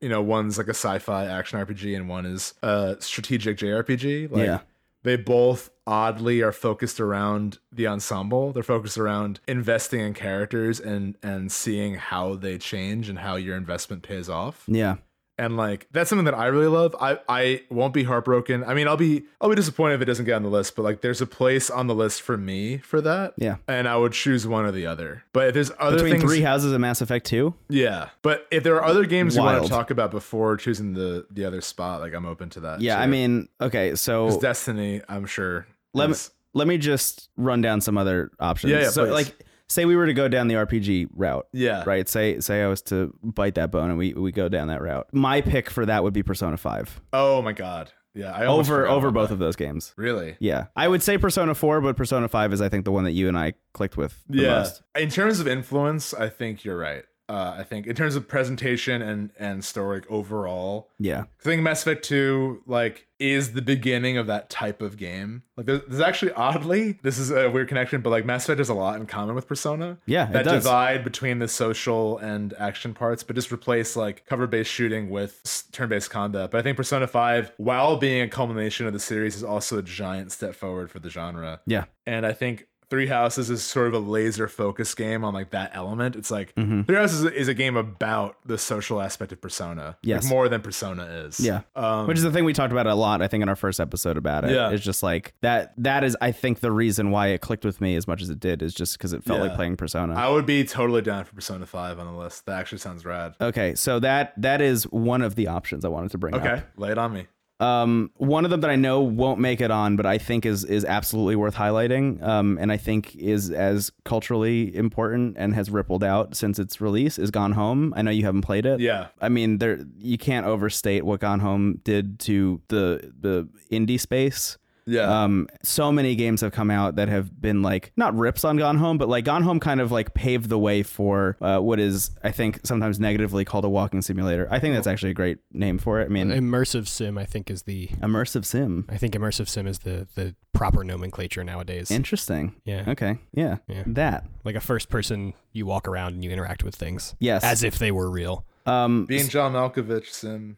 Speaker 2: you know, one's like a sci-fi action RPG and one is a strategic JRPG. Like
Speaker 1: Yeah.
Speaker 2: they both oddly are focused around the ensemble. They're focused around investing in characters and and seeing how they change and how your investment pays off.
Speaker 1: Yeah.
Speaker 2: And like that's something that I really love. I I won't be heartbroken. I mean, I'll be I'll be disappointed if it doesn't get on the list, but like there's a place on the list for me for that.
Speaker 1: Yeah.
Speaker 2: And I would choose one or the other. But if there's other
Speaker 1: Between
Speaker 2: things
Speaker 1: Three Houses and Mass Effect 2?
Speaker 2: yeah, but if there are other games you want
Speaker 1: Wild.
Speaker 2: to talk about before choosing the the other spot, like I'm open to that.
Speaker 1: Yeah, I
Speaker 2: too.
Speaker 1: mean, okay,
Speaker 2: 'Cause
Speaker 1: so
Speaker 2: Destiny, I'm sure.
Speaker 1: Let me-
Speaker 2: is-
Speaker 1: let me just run down some other options.
Speaker 2: Yeah, yeah,
Speaker 1: so
Speaker 2: please.
Speaker 1: like say we were to go down the RPG route.
Speaker 2: yeah,
Speaker 1: Right. Say say I was to bite that bone and we, we go down that route. My pick for that would be Persona 5.
Speaker 2: Oh my god. Yeah, I almost
Speaker 1: Over
Speaker 2: forgot
Speaker 1: over
Speaker 2: about
Speaker 1: both
Speaker 2: that.
Speaker 1: of those games.
Speaker 2: Really?
Speaker 1: Yeah. I would say Persona 4, but Persona 5 is I think the one that you and I clicked with the
Speaker 2: yeah.
Speaker 1: most.
Speaker 2: In terms of influence, I think you're right. Uh, I think in terms of presentation and and story overall,
Speaker 1: Yeah.
Speaker 2: I think Mass Effect 2 like is the beginning of that type of game. Like there's, there's actually oddly, this is a weird connection, but like Mass Effect has a lot in common with Persona.
Speaker 1: Yeah, it
Speaker 2: That
Speaker 1: does.
Speaker 2: divide between the social and action parts, but just replace like cover-based shooting with s- turn-based combat. But I think Persona 5, while being a culmination of the series, is also a giant step forward for the genre.
Speaker 1: Yeah.
Speaker 2: And I think Three Houses is sort of a laser focused game on like that element. It's like
Speaker 1: Mhm.
Speaker 2: Three Houses is a, is a game about the social aspect of Persona, like,
Speaker 1: Yes.
Speaker 2: more than Persona is.
Speaker 1: Yeah.
Speaker 2: um,
Speaker 1: Which is the thing we talked about a lot, I think, in our first episode about it.
Speaker 2: Yeah.
Speaker 1: It's just like that that is I think the reason why it clicked with me as much as it did is just because it felt
Speaker 2: Yeah.
Speaker 1: like playing Persona.
Speaker 2: I would be totally down for Persona Five on the list. That actually sounds rad.
Speaker 1: Okay, so that that is one of the options I wanted to bring
Speaker 2: Okay,
Speaker 1: up.
Speaker 2: lay it on me.
Speaker 1: Um, one of them that I know won't make it on, but I think is is absolutely worth highlighting. Um, and I think is as culturally important and has rippled out since its release is Gone Home. I know you haven't played it.
Speaker 2: Yeah,
Speaker 1: I mean, there you can't overstate what Gone Home did to the the indie space.
Speaker 2: yeah,
Speaker 1: Um, so many games have come out that have been like not rips on Gone Home, but like Gone Home kind of like paved the way for uh, what is I think sometimes negatively called a walking simulator. I think that's actually a great name for it. I mean,
Speaker 4: (laughs) Immersive sim, I think, is the
Speaker 1: immersive sim.
Speaker 4: I think immersive sim is the the proper nomenclature nowadays.
Speaker 1: Interesting.
Speaker 4: yeah,
Speaker 1: Okay. Yeah.
Speaker 4: Yeah.
Speaker 1: That.
Speaker 4: like a first person, you walk around and you interact with things
Speaker 1: Yes.
Speaker 4: as if they were real.
Speaker 1: um,
Speaker 2: being John Malkovich sim.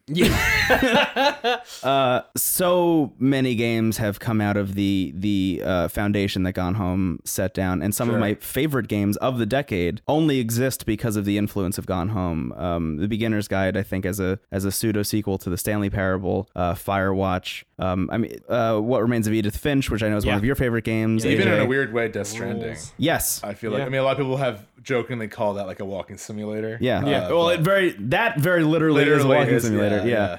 Speaker 1: uh, so many games have come out of the the uh, foundation that Gone Home set down, and some of
Speaker 2: Sure.
Speaker 1: my favorite games of the decade only exist because of the influence of Gone Home. Um, the Beginner's Guide, I think, as a as a pseudo sequel to the Stanley Parable, uh, Firewatch. Um, I mean, uh, What Remains of Edith Finch, which I know is one
Speaker 4: Yeah.
Speaker 1: of your favorite games.
Speaker 2: Even in
Speaker 1: AJ.
Speaker 2: a weird way, Death Stranding.
Speaker 1: yes.
Speaker 2: I feel like I mean a lot of people have jokingly called that like a walking simulator.
Speaker 1: Yeah.
Speaker 2: Uh,
Speaker 1: well, it very that very literally, is a
Speaker 2: Literally
Speaker 1: walking
Speaker 2: is,
Speaker 1: simulator.
Speaker 2: yeah,
Speaker 1: yeah.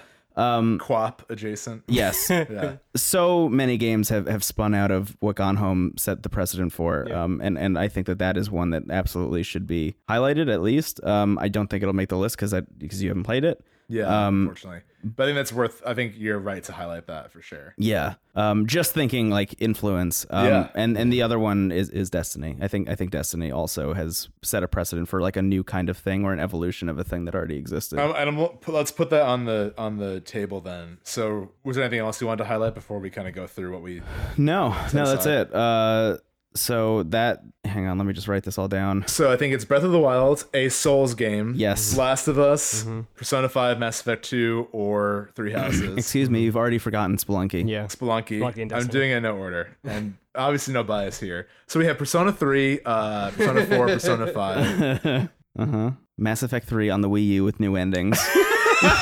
Speaker 1: Um,
Speaker 2: Quap adjacent.
Speaker 1: yes.
Speaker 2: (laughs) Yeah.
Speaker 1: so many games have, have spun out of what Gone Home set the precedent for, um, and and I think that that is one that absolutely should be highlighted at least. Um, I don't think it'll make the list because because you haven't played it.
Speaker 2: Yeah,
Speaker 1: Um,
Speaker 2: unfortunately. But I think that's worth I think you're right to highlight that for sure.
Speaker 1: Yeah, um, just thinking like influence. Um,
Speaker 2: Yeah.
Speaker 1: and and the other one is is Destiny. I think I think Destiny also has set a precedent for like a new kind of thing or an evolution of a thing that already existed.
Speaker 2: Um, and I'm- let's put that on the on the table then. So, was there anything else you wanted to highlight before we kind of go through what we?
Speaker 1: no, no, that's
Speaker 2: aside.
Speaker 1: it. Uh, so that hang on, let me just write this all down.
Speaker 2: So I think it's Breath of the Wild, a Souls game,
Speaker 1: Yes.
Speaker 2: Last of Us, Persona Five, Mass Effect Two, or Three Houses.
Speaker 1: Excuse me, you've already forgotten Spelunky.
Speaker 4: Yeah,
Speaker 2: Spelunky.
Speaker 3: Spelunky and
Speaker 2: I'm
Speaker 3: Destiny.
Speaker 2: doing it in no order, and obviously no bias here. So we have Persona Three, uh, Persona
Speaker 3: (laughs)
Speaker 2: Four, Persona Five.
Speaker 1: Uh huh. Mass Effect 3 on the Wii U with new endings.
Speaker 2: (laughs)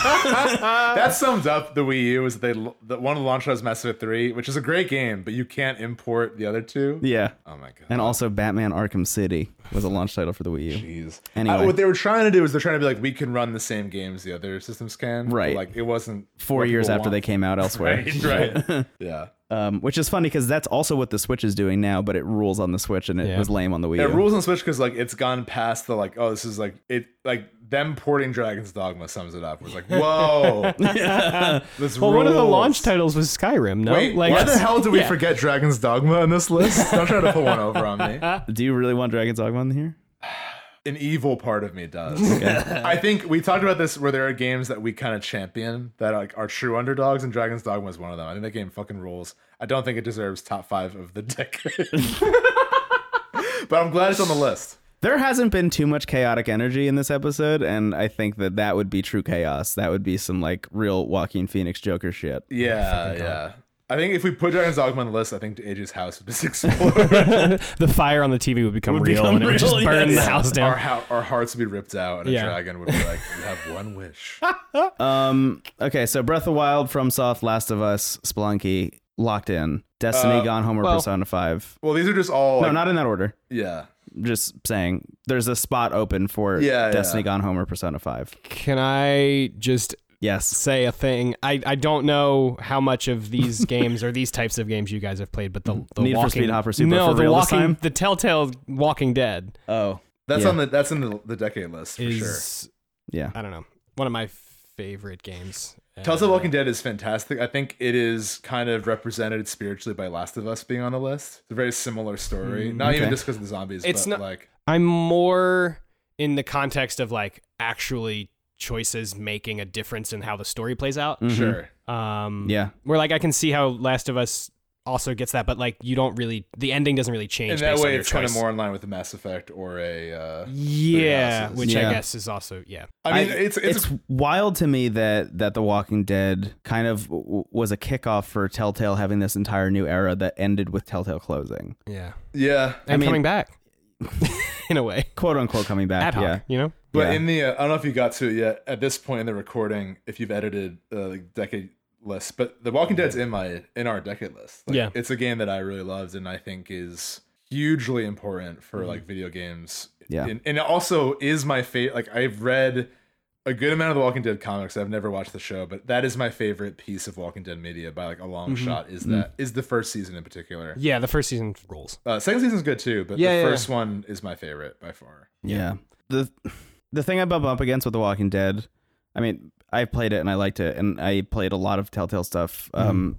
Speaker 2: that sums up the Wii U. Is that they the one of the launch was Mass Effect Three, which is a great game, but you can't import the other two.
Speaker 1: yeah.
Speaker 2: Oh my god.
Speaker 1: And also Batman Arkham City was a launch title for the Wii U.
Speaker 2: Jeez.
Speaker 1: Anyway.
Speaker 2: Uh, what they were trying to do is they're trying to be like, we can run the same games the other systems can. but,
Speaker 1: Right.
Speaker 2: Like it wasn't
Speaker 1: Four
Speaker 2: what
Speaker 1: years
Speaker 2: people
Speaker 1: after they
Speaker 2: want.
Speaker 1: came out elsewhere.
Speaker 2: (laughs) Right.
Speaker 1: (laughs)
Speaker 2: right. yeah.
Speaker 1: Um, which is funny because that's also what the Switch is doing now, but it rules on the Switch and it
Speaker 4: Yeah.
Speaker 1: was lame on the Wii
Speaker 2: It
Speaker 1: U.
Speaker 2: rules on Switch because like it's gone past the like, oh, this is like it like them porting Dragon's Dogma sums it up. It was like,
Speaker 4: (laughs)
Speaker 2: whoa. this
Speaker 4: Well, one of the
Speaker 2: rules.
Speaker 4: launch titles was Skyrim. No,
Speaker 2: Oh. Wait, why the
Speaker 4: (laughs)
Speaker 2: hell do we forget Dragon's Dogma on this list? Don't try to put one over on
Speaker 4: (laughs)
Speaker 2: me.
Speaker 1: Do you really want Dragon's Dogma on here?
Speaker 2: an evil part of me does. (laughs) I think we talked about this where there are games that we kind of champion that like are true underdogs, and Dragon's Dogma is one of them. I think that game fucking rules. I don't think it deserves top five of the
Speaker 4: (laughs)
Speaker 2: decade, (laughs) but I'm glad it's on the list.
Speaker 1: There hasn't been too much chaotic energy in this episode, and I think that that would be true chaos. That would be some like real Joaquin Phoenix Joker shit.
Speaker 2: Yeah, yeah. I think if we put Dragon's Dogma on the list, I think AJ's house (laughs)
Speaker 3: (laughs)
Speaker 2: would just explode.
Speaker 3: the fire on the TV would become real
Speaker 1: become
Speaker 3: and it would just
Speaker 1: real,
Speaker 3: burn
Speaker 1: yes.
Speaker 3: the house
Speaker 2: our,
Speaker 3: down.
Speaker 2: hou- our hearts would be ripped out, and a
Speaker 3: Yeah.
Speaker 2: dragon would be like, "You have one
Speaker 3: (laughs)
Speaker 2: wish."
Speaker 1: Um. Okay. So Breath of the Wild, FromSoft, Last of Us, Spelunky, locked in. Destiny,
Speaker 2: Uh,
Speaker 1: Gone Home, or
Speaker 3: well-
Speaker 1: Persona Five.
Speaker 2: Well, these are just all
Speaker 1: No,
Speaker 2: like-
Speaker 1: not in that order.
Speaker 2: yeah.
Speaker 1: Just saying, there's a spot open for
Speaker 2: Yeah, yeah.
Speaker 1: Destiny, Gone Home, or Persona Five.
Speaker 3: Can I just
Speaker 1: Yes.
Speaker 3: say a thing? I, I don't know how much
Speaker 2: (laughs)
Speaker 3: of these games or these types of games you guys have played, but the, the
Speaker 1: Need for
Speaker 3: walking,
Speaker 1: Speed Hot Pursuit, but
Speaker 3: no,
Speaker 1: for
Speaker 3: the
Speaker 1: real this
Speaker 3: walking,
Speaker 1: time?
Speaker 3: the Telltale Walking Dead
Speaker 1: Oh.
Speaker 2: That's
Speaker 1: Yeah.
Speaker 2: on the that's in the, the decade list for sure.
Speaker 3: is
Speaker 1: Yeah.
Speaker 3: I don't know one of my favorite games.
Speaker 2: Tales
Speaker 3: Uh,
Speaker 2: of Walking Dead is fantastic. I think it is kind of represented spiritually by Last of Us being on the list. It's a very similar story. Not even
Speaker 1: okay.
Speaker 2: just because of the zombies,
Speaker 3: Mm, It's
Speaker 2: but
Speaker 3: not-
Speaker 2: like
Speaker 3: I'm more in the context of like actually choices making a difference in how the story plays out.
Speaker 1: Mhm.
Speaker 2: sure.
Speaker 3: Um,
Speaker 1: Mm-hmm. Yeah.
Speaker 3: where like I can see how Last of Us also gets that, but like you don't really the ending doesn't really change.
Speaker 2: In that
Speaker 3: based on
Speaker 2: way,
Speaker 3: your
Speaker 2: it's kind of
Speaker 3: choice.
Speaker 2: more in line with a Mass Effect or a. Uh,
Speaker 3: Yeah,
Speaker 2: houses.
Speaker 3: which
Speaker 1: Yeah.
Speaker 3: I guess is also yeah.
Speaker 2: I mean, it's it's,
Speaker 1: wild to me that that The Walking Dead kind of w- was a kickoff for Telltale having this entire new era that ended with Telltale closing,
Speaker 3: Yeah,
Speaker 2: yeah,
Speaker 3: and
Speaker 1: mean-
Speaker 3: coming back (laughs) in a way
Speaker 1: quote unquote, coming back.
Speaker 3: ad hoc.
Speaker 1: Yeah.
Speaker 3: You know,
Speaker 2: but
Speaker 1: Yeah.
Speaker 2: in the uh, I don't know if you got to it yet. At this point in the recording, if you've edited uh, the decade list, but The Walking Dead's in my in our decade list. Like,
Speaker 3: Yeah.
Speaker 2: it's a game that I really loved and I think is hugely important for like video games.
Speaker 1: Yeah.
Speaker 2: and, and it also is my favorite. Like I've read a good amount of The Walking Dead comics. I've never watched the show, but that is my favorite piece of Walking Dead media by like a long shot. Is that is the first season in particular.
Speaker 3: yeah. The first season rules.
Speaker 2: Uh, second season's good too, but
Speaker 3: Yeah,
Speaker 2: the
Speaker 3: yeah,
Speaker 2: first one is my favorite by far.
Speaker 1: Yeah. The the thing I bump up against with The Walking Dead, I mean, I played it and I liked it, and I played a lot of Telltale stuff.
Speaker 2: Mm-hmm.
Speaker 1: Um,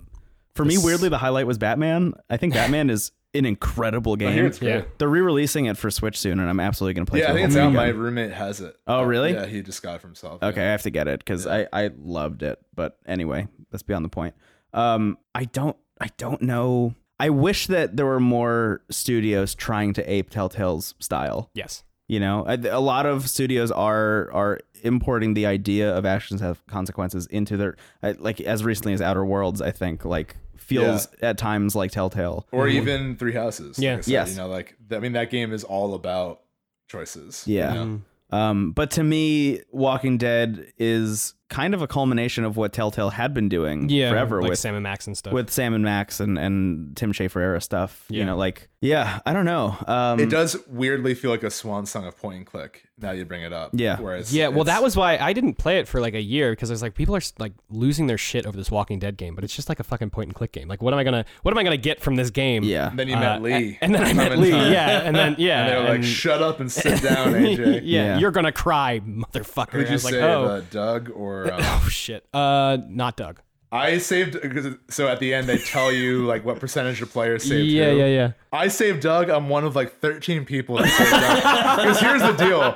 Speaker 1: For me,
Speaker 3: This-
Speaker 1: weirdly, the highlight was Batman. I think Batman is an incredible game.
Speaker 2: I hear it's great.
Speaker 3: Yeah,
Speaker 1: They're re-releasing it for Switch soon, and I'm absolutely gonna play.
Speaker 2: yeah, I
Speaker 1: through
Speaker 2: think it's
Speaker 1: the whole
Speaker 2: out.
Speaker 1: thing
Speaker 2: My
Speaker 1: again.
Speaker 2: roommate has it. Uh,
Speaker 1: Oh, really?
Speaker 2: Yeah, he just got it for himself. yeah.
Speaker 1: Okay, I have to get it because I I loved it. But anyway, that's beyond the point. Um, I don't I don't know. I wish that there were more studios trying to ape Telltale's style.
Speaker 3: Yes.
Speaker 1: You know, I- a lot of studios are are importing the idea of actions have consequences into their I- like as recently as Outer Worlds. I think like feels at times like Telltale.
Speaker 2: Or even Three Houses. like I
Speaker 3: Yeah.
Speaker 2: said,
Speaker 1: Mm-hmm. Yes.
Speaker 2: You know, like th- I mean, that game is all about choices. you
Speaker 1: Yeah.
Speaker 2: know?
Speaker 3: Mm.
Speaker 1: Um, but to me, Walking Dead is kind of a culmination of what Telltale had been doing
Speaker 3: Yeah,
Speaker 1: forever
Speaker 3: like
Speaker 1: with
Speaker 3: Sam and Max and stuff.
Speaker 1: with Sam and Max and and Tim Schafer era stuff. You
Speaker 3: Yeah.
Speaker 1: know, like yeah, I don't know. Um,
Speaker 2: It does weirdly feel like a swan song of point and click. Now you bring it up.
Speaker 1: Yeah.
Speaker 2: Whereas
Speaker 3: yeah, well,
Speaker 2: it's-
Speaker 3: that was why I didn't play it for like a year because I was like, people are like losing their shit over this Walking Dead game, but it's just like a fucking point and click game. Like, what am I gonna, what am I gonna get from this game?
Speaker 1: Yeah.
Speaker 2: Then you
Speaker 3: Uh,
Speaker 2: met
Speaker 3: a-
Speaker 2: Lee.
Speaker 3: and then I met Lee.
Speaker 2: Clementine.
Speaker 3: Yeah, and
Speaker 2: (laughs)
Speaker 3: then yeah,
Speaker 2: And they were like,
Speaker 3: and-
Speaker 2: "Shut up and sit down, AJ."
Speaker 3: (laughs) yeah,
Speaker 1: Yeah.
Speaker 3: you're gonna cry, motherfucker.
Speaker 2: Who'd
Speaker 3: I
Speaker 2: you
Speaker 3: was like,
Speaker 2: save,
Speaker 3: oh,
Speaker 2: uh, Doug or?
Speaker 3: (laughs)
Speaker 2: Um,
Speaker 3: oh shit, uh, not Doug.
Speaker 2: I saved. 'cause- So at the end, they tell you like what percentage of players saved.
Speaker 3: yeah,
Speaker 2: who.
Speaker 3: yeah, yeah.
Speaker 2: I saved Doug. I'm one of like 13 people that saved Doug. Because here's the deal.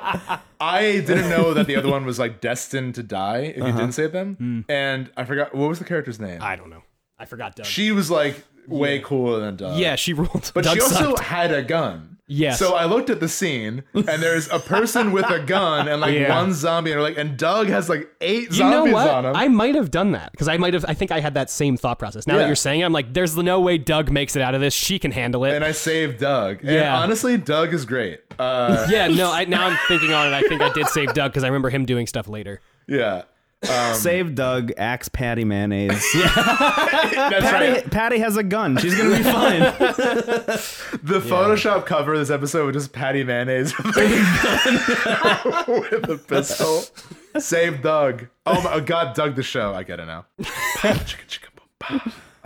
Speaker 2: I didn't know that the other one was like destined to die if you didn't save them. And I forgot what was the character's name?
Speaker 3: Uh-huh. Hmm. I don't know. I forgot Doug.
Speaker 2: she was like way cooler than Doug.
Speaker 3: yeah, she (laughs) ruled.
Speaker 2: But
Speaker 3: Doug
Speaker 2: she also
Speaker 3: sucked.
Speaker 2: had a gun.
Speaker 3: Yes.
Speaker 2: So I looked at the scene and there's a person with a gun and like
Speaker 3: (laughs) Yeah.
Speaker 2: one zombie and like and Doug has like eight
Speaker 3: You know
Speaker 2: zombies
Speaker 3: what?
Speaker 2: on him.
Speaker 3: I might have done that because I might have. I think I had that same thought process. Now
Speaker 2: Yeah.
Speaker 3: that you're saying it, I'm like, there's no way Doug makes it out of this. She can handle it.
Speaker 2: and I saved Doug. And
Speaker 3: Yeah.
Speaker 2: honestly, Doug is great. Uh,
Speaker 3: (laughs) yeah, no. I, now I'm thinking on it. I think I did save Doug because I remember him doing stuff later.
Speaker 2: yeah.
Speaker 1: Save Doug, axe Patty mayonnaise.
Speaker 2: That's right.
Speaker 1: Patty, Patty has a gun. She's gonna be fine.
Speaker 2: (laughs) The Photoshop cover of this episode was just Patty Mayonnaise (laughs) with a with a pistol. Save Doug. Oh my oh god, Doug the show. I get it now. I thought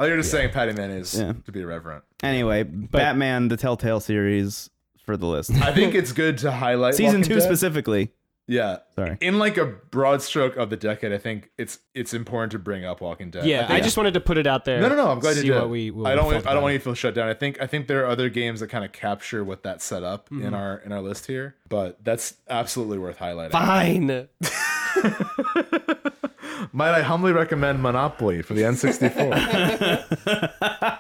Speaker 2: you were just saying Patty Mayonnaise to be irreverent.
Speaker 1: anyway, Batman, the Telltale series for the
Speaker 2: (laughs)
Speaker 1: list,
Speaker 2: I think it's good to highlight
Speaker 1: season
Speaker 2: Walking
Speaker 1: two
Speaker 2: Dead.
Speaker 1: specifically.
Speaker 2: Yeah,
Speaker 1: Sorry.
Speaker 2: In like a broad stroke of the decade, I think it's it's important to bring up Walking Dead.
Speaker 3: Yeah, I,
Speaker 2: think-
Speaker 3: just wanted to put it out there.
Speaker 2: No, no, no. I'm glad
Speaker 3: see
Speaker 2: you did.
Speaker 3: What we, what
Speaker 2: I
Speaker 3: we
Speaker 2: don't.
Speaker 3: felt
Speaker 2: Want, I don't
Speaker 3: about
Speaker 2: want
Speaker 3: it.
Speaker 2: you to feel shut down. I think. I think there are other games that kind of capture what that set up
Speaker 3: Mm-hmm.
Speaker 2: in our in our list here. But that's absolutely worth highlighting.
Speaker 3: Fine.
Speaker 2: Might I humbly recommend Monopoly for the N64?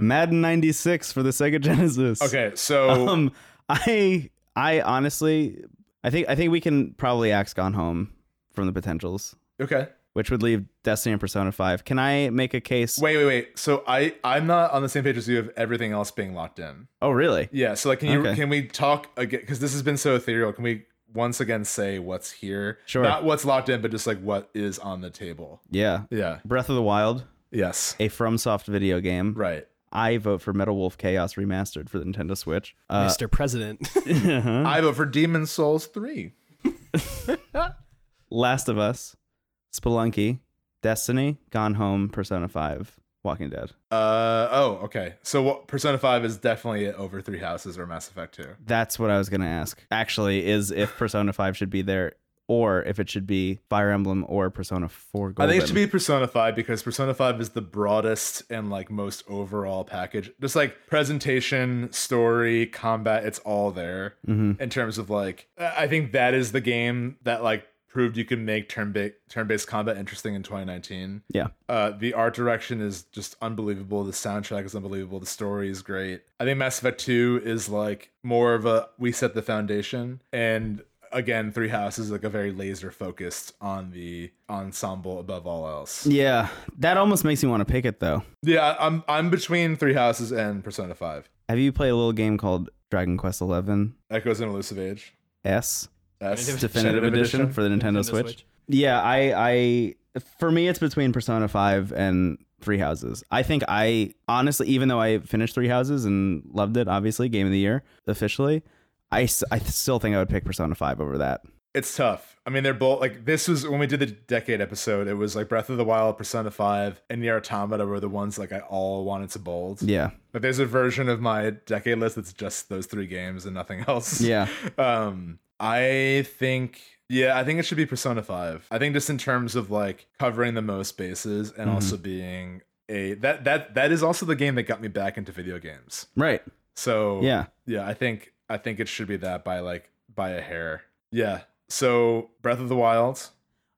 Speaker 1: Madden '96 for the Sega Genesis.
Speaker 2: (laughs) Hmm. okay, so
Speaker 1: Um, I I honestly, I think I think we can probably axe Gone Home from the potentials.
Speaker 2: okay,
Speaker 1: which would leave Destiny and Persona 5. Can I make a case?
Speaker 2: Wait, wait, wait. So I I'm not on the same page as you of everything else being locked in.
Speaker 1: Oh, really?
Speaker 2: Yeah. So like, can you
Speaker 1: Okay.
Speaker 2: can we talk again? Because this has been so ethereal. Can we once again say what's here?
Speaker 1: Sure.
Speaker 2: Not what's locked in, but just like what is on the table.
Speaker 1: Yeah.
Speaker 2: Yeah.
Speaker 1: Breath of the Wild,
Speaker 2: Yes.
Speaker 1: a FromSoft video game.
Speaker 2: Right.
Speaker 1: I vote for Metal Wolf Chaos Remastered for the Nintendo Switch.
Speaker 3: (laughs)
Speaker 1: Uh,
Speaker 4: Mr. President.
Speaker 2: (laughs) I vote for Demon Souls three.
Speaker 1: Last of Us, Spelunky, Destiny, Gone Home, Persona 5, Walking Dead.
Speaker 2: Uh oh. Okay. So what, Persona five is definitely it over Three Houses or Mass Effect two.
Speaker 1: That's what I was going to ask. Actually, is if Persona 5 should be there or if it should be Fire Emblem or Persona 4
Speaker 2: I
Speaker 1: Golden.
Speaker 2: think it should be Persona 5 because Persona 5 is the broadest and like most overall package. Just like presentation, story, combat, it's all there
Speaker 1: hmm
Speaker 2: in terms of like I I think that is the game that like proved you can make turn ba- turn-based combat interesting in 2019.
Speaker 1: Yeah.
Speaker 2: Uh, the art direction is just unbelievable. The soundtrack is unbelievable. The story is great. I think Mass Effect 2 is like more of a we set the foundation and again Three Houses is like a very laser focused on the ensemble above all else.
Speaker 1: Yeah. That almost makes me want to pick it, though.
Speaker 2: Yeah, I'm I'm between Three Houses and Persona 5.
Speaker 1: Have you played a little game called Dragon Quest Eleven
Speaker 2: Echoes in Elusive Age. (laughs)
Speaker 1: S
Speaker 2: That's
Speaker 1: Definitive, Edition, for the
Speaker 3: (laughs)
Speaker 1: Nintendo, Switch? Yeah, I, I, for me, it's between Persona Five and Three Houses. I think I honestly, even though I finished Three Houses and loved it, obviously game of the year officially, I, s- I still think I would pick Persona Five over that.
Speaker 2: it's tough. I mean, they're both like this was when we did the decade episode. It was like Breath of the Wild, Persona Five, and Nier Automata were the ones like I all wanted to bold.
Speaker 1: Yeah,
Speaker 2: But there's a version of my decade list that's just those three games and nothing (laughs) else.
Speaker 1: yeah,
Speaker 2: Um, I think yeah, I think it should be Persona Five. I think just in terms of like covering the most bases and
Speaker 1: Mhm.
Speaker 2: also being a that that that is also the game that got me back into video games.
Speaker 1: right.
Speaker 2: So
Speaker 1: Yeah,
Speaker 2: yeah, I think I think it should be that by like by a hair. Yeah. So Breath of the Wild.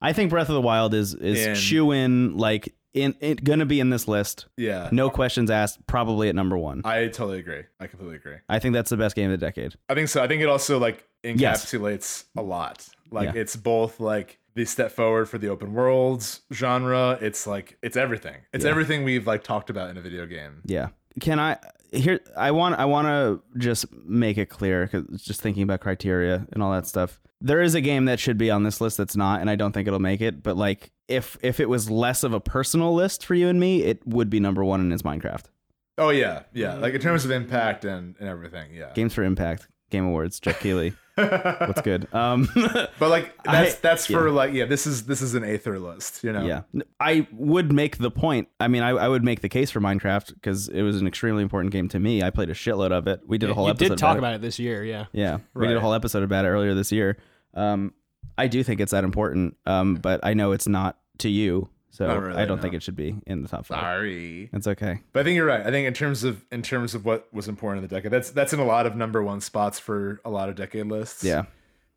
Speaker 1: I think Breath of the Wild is is
Speaker 2: And-
Speaker 1: chew in like in it gonna be in this list.
Speaker 2: Yeah.
Speaker 1: No questions asked. Probably at number one.
Speaker 2: I totally agree. I completely agree.
Speaker 1: I think that's the best game of the decade.
Speaker 2: I think so. I think it also like
Speaker 1: Yes.
Speaker 2: encapsulates a lot. Like
Speaker 1: Yeah.
Speaker 2: it's both like the step forward for the open worlds genre. It's like it's everything. It's
Speaker 1: Yeah.
Speaker 2: everything we've like talked about in a video game.
Speaker 1: Yeah. Can I here I want I want to just make it clear cuz just thinking about criteria and all that stuff. There is a game that should be on this list that's not and I don't think it'll make it, but like if if it was less of a personal list for you and me, it would be number 1 and is Minecraft.
Speaker 2: Oh yeah, yeah. Like in terms of impact and and everything. Yeah. (laughs)
Speaker 1: Games for Impact, Game Awards, Jeff
Speaker 4: (laughs)
Speaker 1: Keighley. What's good? Um
Speaker 2: But like that's
Speaker 1: I-
Speaker 2: that's for like yeah. This is this is an aether list. You know.
Speaker 1: Yeah. I would make the point. I mean, I, I would make the case for Minecraft because it was an extremely important game to me. I played a shitload of it. We did a whole
Speaker 4: you
Speaker 1: episode
Speaker 4: did talk
Speaker 1: about it.
Speaker 4: about it this year, yeah.
Speaker 1: Yeah, we did a
Speaker 2: Right.
Speaker 1: whole episode about it earlier this year. Um, I do think it's that important, um, but I know it's not to you, so
Speaker 2: Not really,
Speaker 1: I don't
Speaker 2: no.
Speaker 1: think it should be in the top five.
Speaker 2: Sorry.
Speaker 1: It's
Speaker 2: (laughs)
Speaker 1: okay.
Speaker 2: But I think you're right. I think in terms of in terms of what was important in the decade, that's that's in a lot of number one spots for a lot of decade lists.
Speaker 1: Yeah,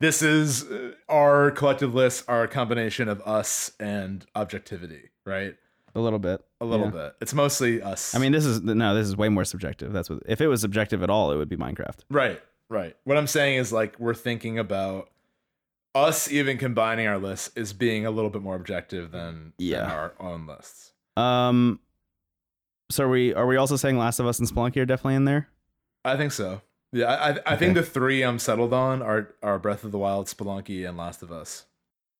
Speaker 2: this is uh, our collective lists are a combination of us and objectivity right
Speaker 1: a little bit.
Speaker 2: a little
Speaker 1: Yeah.
Speaker 2: bit it's mostly us
Speaker 1: I mean, this is no, this is way more subjective. That's what. If it was subjective at all, it would be Minecraft.
Speaker 2: right right what i'm saying is like we're thinking about us even combining our lists is being a little bit more objective than, than
Speaker 1: Yeah.
Speaker 2: our own lists
Speaker 1: Um, so are we are we also saying Last of Us and Spelunky are definitely in there?
Speaker 2: i think so yeah i, I, I think the three i'm settled on are are breath of the wild spelunky and last of us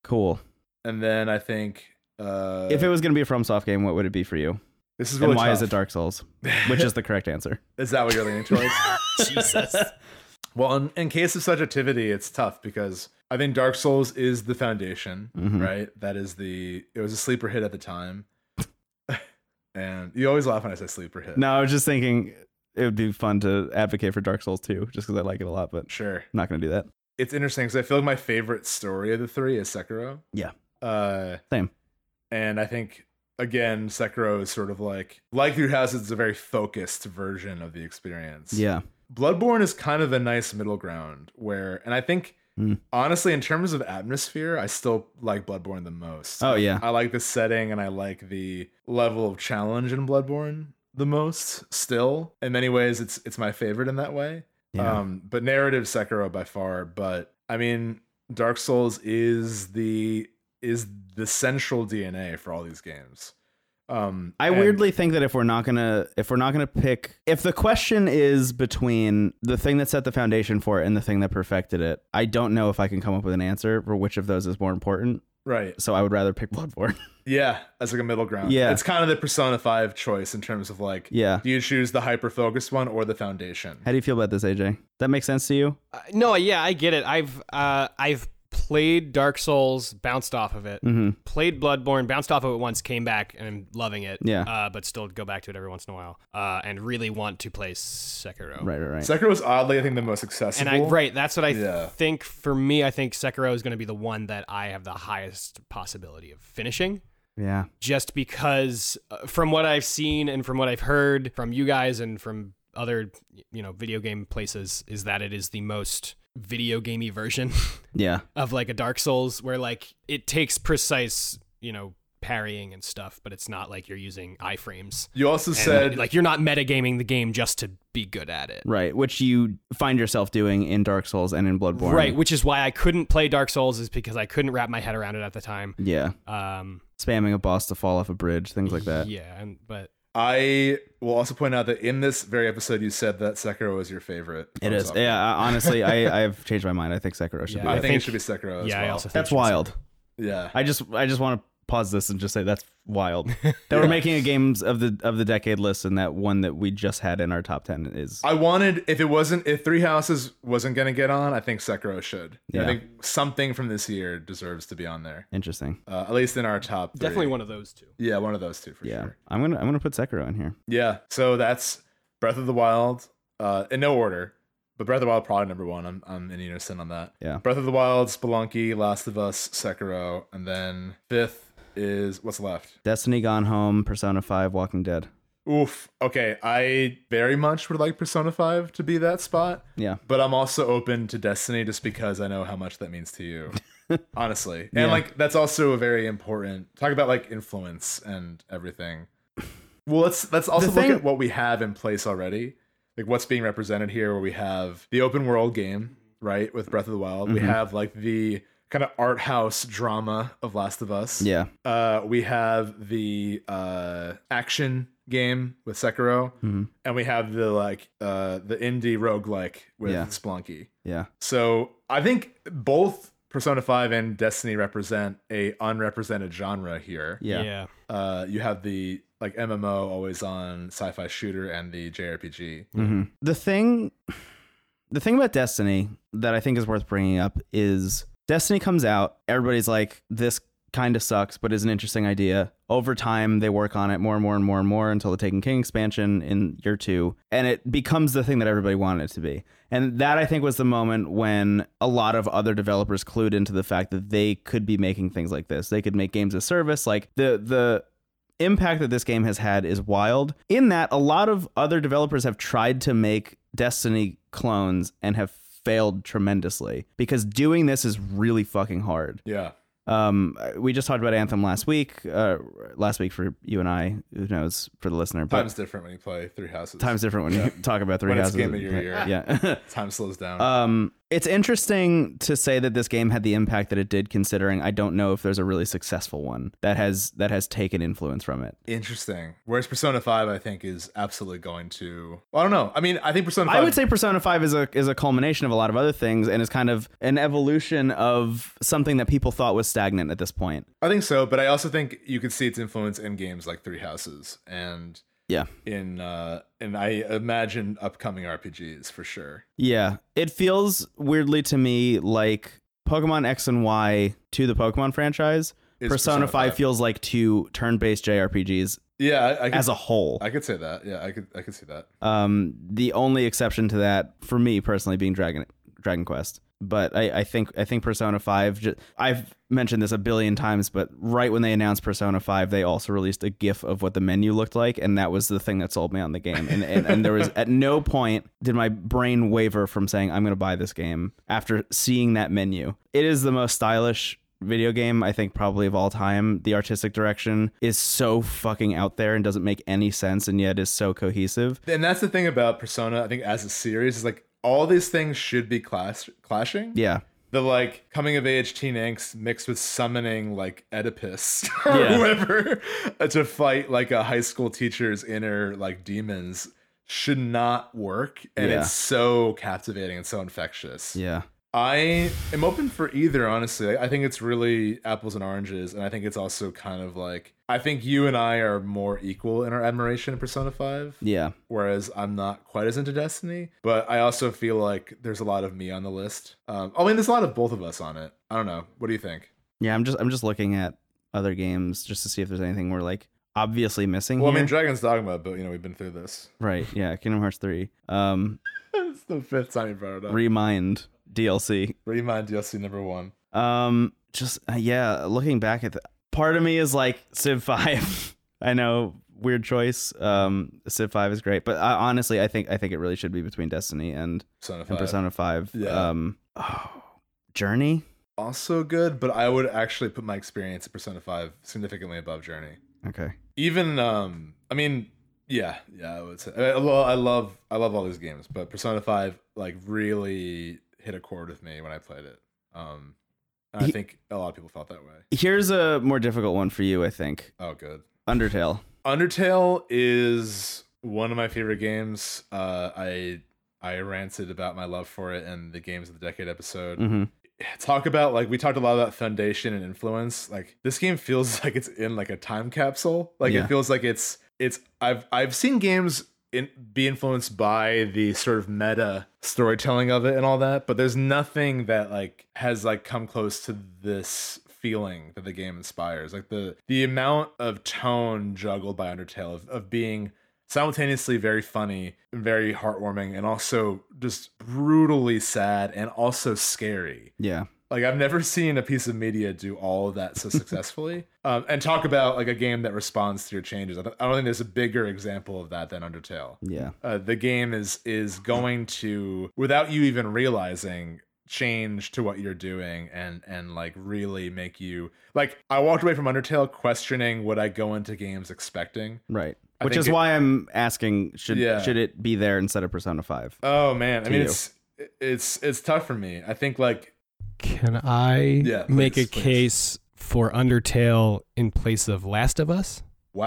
Speaker 1: Cool.
Speaker 2: and then i think uh
Speaker 1: if it was gonna be a FromSoft game, what would it be for you?
Speaker 2: this is
Speaker 1: And
Speaker 2: really
Speaker 1: why is
Speaker 2: tough.
Speaker 1: it Dark Souls? Which is the correct answer?
Speaker 2: is that what you're
Speaker 1: (laughs)
Speaker 2: leaning towards
Speaker 3: Jesus.
Speaker 2: Well, in, in case of subjectivity, it's tough because I think Dark Souls is the foundation,
Speaker 1: Mhm.
Speaker 2: (laughs) right? That is the it was a sleeper hit at the time. (laughs) and you always laugh when I say sleeper hit.
Speaker 1: No, I was just thinking it would be fun to advocate for Dark Souls 2 just because I like it a lot, but
Speaker 2: Sure.
Speaker 1: I'm not going to do that.
Speaker 2: It's interesting because I feel like my favorite story of the three is Sekiro.
Speaker 1: Yeah.
Speaker 2: Uh
Speaker 1: Same.
Speaker 2: and I think again, Sekiro is sort of like like Through Houses is a very focused version of the experience.
Speaker 1: Yeah.
Speaker 2: Bloodborne is kind of a nice middle ground where, and I think
Speaker 1: Mm.
Speaker 2: honestly, in terms of atmosphere, I still like Bloodborne the most.
Speaker 1: Oh, yeah.
Speaker 2: I like the setting and I like the level of challenge in Bloodborne the most. Still, in many ways, it's it's my favorite in that way.
Speaker 1: Yeah.
Speaker 2: Um, but narrative Sekiro by far. But I mean, Dark Souls is the is the central DNA for all these games. Um,
Speaker 1: I
Speaker 2: and-
Speaker 1: weirdly think that if we're not gonna if we're not gonna pick if the question is between the thing that set the foundation for it and the thing that perfected it, I don't know if I can come up with an answer for which of those is more important.
Speaker 2: right,
Speaker 1: So I would rather pick Bloodborne.
Speaker 2: yeah, as like a middle ground.
Speaker 1: Yeah.
Speaker 2: it's kind of the Persona Five choice in terms of like,
Speaker 1: yeah.
Speaker 2: do you choose the hyper focused one or the foundation?
Speaker 1: (laughs) How do you feel about this, AJ? That makes sense to you?
Speaker 4: Uh, no, yeah, I get it. I've uh, I've played Dark Souls, bounced off of it,
Speaker 1: Mm-hmm.
Speaker 4: played Bloodborne, bounced off of it once, came back, and I'm loving it.
Speaker 1: Yeah.
Speaker 4: Uh, but still go back to it every once in a while, uh, and really want to play Sekiro.
Speaker 3: Oh.
Speaker 1: Right, right, right.
Speaker 2: Sekiro was oddly, I think, the most accessible.
Speaker 4: And I right, that's what I
Speaker 2: Yeah.
Speaker 4: think. For me, I think Sekiro is going to be the one that I have the highest possibility of finishing.
Speaker 1: yeah.
Speaker 4: just because uh, from what I've seen and from what I've heard from you guys and from other you know video game places is that it is the most video gamey version (laughs)
Speaker 1: Yeah.
Speaker 4: of like a Dark Souls where like it takes precise you know parrying and stuff but it's not like you're using iframes
Speaker 2: You also
Speaker 4: And,
Speaker 2: said
Speaker 4: like you're not metagaming the game just to be good at it
Speaker 1: Right. Which you find yourself doing in Dark Souls and in Bloodborne.
Speaker 4: right which is why I couldn't play Dark Souls is because I couldn't wrap my head around it at the time
Speaker 1: Yeah.
Speaker 4: um
Speaker 1: Spamming a boss to fall off a bridge, things like that.
Speaker 4: yeah and but
Speaker 2: I will also point out that in this very episode, you said that Sekiro was your favorite.
Speaker 1: It is. Yeah, I- honestly, I, (laughs) I've changed my mind. I think Sekiro should
Speaker 4: Yeah,
Speaker 1: be
Speaker 2: I,
Speaker 1: that.
Speaker 2: think,
Speaker 4: think-
Speaker 2: it should be Sekiro as
Speaker 4: yeah
Speaker 2: well.
Speaker 4: I also think
Speaker 1: That's
Speaker 4: it's-
Speaker 1: wild.
Speaker 2: yeah.
Speaker 1: I just I just want to pause this and just say that's
Speaker 2: (laughs)
Speaker 1: wild that we're making a games of the of the decade list and that one that we just had in our top 10 is
Speaker 2: I wanted if it wasn't if Three Houses wasn't gonna get on, I think Sekiro should. I
Speaker 1: Yeah.
Speaker 2: think something from this year deserves to be on there,
Speaker 1: interesting.
Speaker 2: uh, at least in our top. Three.
Speaker 4: definitely one of those two
Speaker 2: Yeah, one of those two for
Speaker 1: Yeah.
Speaker 2: sure.
Speaker 1: I'm going to I'm going to put Sekiro in here.
Speaker 2: Yeah. So that's Breath of the Wild, uh, in no order, but Breath of the Wild probably number one. I'm I'm in unison on that.
Speaker 1: Yeah.
Speaker 2: Breath of the Wild, Spelunky, Last of Us, Sekiro, and then fifth is what's left.
Speaker 1: Destiny Gone Home, Persona 5, Walking Dead.
Speaker 2: Oof. Okay, I very much would like Persona Five to be that spot.
Speaker 1: Yeah.
Speaker 2: but I'm also open to Destiny just because I know how much that means
Speaker 1: (laughs)
Speaker 2: to you. Honestly. And
Speaker 1: Yeah.
Speaker 2: like that's also a very important talk about like influence and everything. Well, let's let's also
Speaker 1: thing-
Speaker 2: look at what we have in place already. Like what's being represented here where we have the open world game, right? With Breath of the Wild.
Speaker 1: Mm-hmm.
Speaker 2: We have like the kind of art house drama of Last of Us.
Speaker 1: Yeah.
Speaker 2: Uh, we have the uh, action game with Sekiro,
Speaker 1: Mhm.
Speaker 2: and we have the like uh, the indie roguelike with
Speaker 1: Yeah.
Speaker 2: Splunky.
Speaker 1: Yeah.
Speaker 2: So I think both Persona Five and Destiny represent a unrepresented genre here.
Speaker 1: Yeah.
Speaker 4: yeah.
Speaker 2: Uh, you have the like MMO always on sci-fi shooter and the JRPG.
Speaker 1: Mhm. The thing the thing about Destiny that I think is worth bringing up is Destiny comes out, everybody's like this kind of sucks but is an interesting idea. Over time they work on it more and more and more and more until the Taken King expansion in year 2 and it becomes the thing that everybody wanted it to be. And that I think was the moment when a lot of other developers clued into the fact that they could be making things like this. They could make games as service like the the impact that this game has had is wild in that a lot of other developers have tried to make Destiny clones and have failed tremendously because doing this is really fucking hard.
Speaker 2: Yeah,
Speaker 1: Um, we just talked about Anthem last week, uh, last week for you and I, who knows for the listener, but
Speaker 2: times different when you play Three Houses.
Speaker 1: time's different when you talk about three
Speaker 2: When it's
Speaker 1: houses.
Speaker 2: game of your year.
Speaker 1: Yeah. (laughs)
Speaker 2: time slows down.
Speaker 1: Um, it's interesting to say that this game had the impact that it did, considering I don't know if there's a really successful one that has that has taken influence from it.
Speaker 2: Interesting. Whereas Persona Five, I think, is absolutely going to. Well, I don't know. I mean, I think Persona Five.
Speaker 1: I would say Persona 5 is a is a culmination of a lot of other things and is kind of an evolution of something that people thought was stagnant at this point.
Speaker 2: I think so, but I also think you could see its influence in games like Three Houses and
Speaker 1: Yeah.
Speaker 2: in uh and I imagine upcoming RPGs for sure.
Speaker 1: Yeah. It feels weirdly to me like Pokemon X and Y to the Pokemon franchise.
Speaker 2: Is
Speaker 1: Persona 5 feels like to turn-based JRPGs
Speaker 2: yeah, I, I could,
Speaker 1: as a whole.
Speaker 2: I could say that. Yeah, I could I could see that.
Speaker 1: Um, the only exception to that for me personally being Dragon Dragon Quest. But I, I think I think Persona Five. Just, I've mentioned this a billion times, but right when they announced Persona Five, they also released a GIF of what the menu looked like, and that was the thing that sold me on the game. And and, and there was at no point did my brain waver from saying I'm going to buy this game after seeing that menu. It is the most stylish video game I think probably of all time. The artistic direction is so fucking out there and doesn't make any sense, and yet is so cohesive.
Speaker 2: And that's the thing about Persona, I think as a series, is like all these things should be clash clashing.
Speaker 1: Yeah.
Speaker 2: the like coming of age teen angst mixed with summoning like Oedipus (laughs) or
Speaker 1: Yeah.
Speaker 2: whoever uh, to fight like a high school teacher's inner like demons should not work. And
Speaker 1: Yeah.
Speaker 2: it's so captivating and so infectious.
Speaker 1: Yeah.
Speaker 2: I am open for either, honestly. I think it's really apples and oranges, and I think it's also kind of like I think you and I are more equal in our admiration of Persona 5,
Speaker 1: Yeah.
Speaker 2: whereas I'm not quite as into Destiny, but I also feel like there's a lot of me on the list. Um, I mean, there's a lot of both of us on it. I don't know. What do you think?
Speaker 1: Yeah, I'm just I'm just looking at other games just to see if there's anything we're like obviously missing
Speaker 2: Well, I
Speaker 1: here.
Speaker 2: mean, Dragon's Dogma, but you know, we've been
Speaker 1: (laughs)
Speaker 2: through this.
Speaker 1: right. Yeah, Kingdom Hearts 3. Um
Speaker 2: it's the fifth time you brought it up.
Speaker 1: Remind DLC.
Speaker 2: Remind DLC number one.
Speaker 1: Um just uh, yeah, looking back at the, part of me is like Civ (laughs) 5. I know weird choice. Um Civ 5 is great, but I, honestly I think I think it really should be between Destiny and,
Speaker 2: Persona 5.
Speaker 1: and Persona 5.
Speaker 2: Yeah.
Speaker 1: Um oh, Journey?
Speaker 2: Also good, but I would actually put my experience at Persona 5 significantly above Journey.
Speaker 1: Okay.
Speaker 2: even um i mean yeah yeah i would say I, I lo- I love i love all these games but persona 5 like really hit a chord with me when i played it um and i
Speaker 1: He-
Speaker 2: think a lot of people felt that way
Speaker 1: Here's a more difficult one for you, I think.
Speaker 2: oh good
Speaker 1: Undertale.
Speaker 2: undertale is one of my favorite games uh i i ranted about my love for it in the games of the decade episode
Speaker 1: Mhm.
Speaker 2: (laughs) talk about like we talked a lot about foundation and influence like this game feels (laughs) like it's in like a time capsule like
Speaker 1: Yeah.
Speaker 2: it feels like it's it's i've i've seen games in, be influenced by the sort of meta storytelling of it and all that but there's nothing that like has like come close to this feeling that the game inspires like the the amount of tone juggled by undertale of, of being simultaneously very funny and very heartwarming and also just brutally sad and also scary
Speaker 1: Yeah.
Speaker 2: like I've never seen a piece of media do all
Speaker 1: (laughs)
Speaker 2: of that so successfully. um, and talk about like a game that responds to your changes. I don't, I don't think there's a bigger example of that than Undertale.
Speaker 1: Yeah.
Speaker 2: Uh, the game is is going to without you even realizing change to what you're doing and and like really make you like I walked away from Undertale questioning what I go into games expecting.
Speaker 1: Right.
Speaker 2: I
Speaker 1: Which
Speaker 2: think
Speaker 1: is
Speaker 2: it-
Speaker 1: why I'm asking should
Speaker 2: Yeah.
Speaker 1: should it be there instead of Persona 5?
Speaker 2: Oh man, I
Speaker 1: To
Speaker 2: mean
Speaker 1: you.
Speaker 2: it's it's it's tough for me. I think like
Speaker 3: Can I
Speaker 2: Yeah,
Speaker 3: make
Speaker 2: please,
Speaker 3: a
Speaker 2: please.
Speaker 3: case for Undertale in place of Last of Us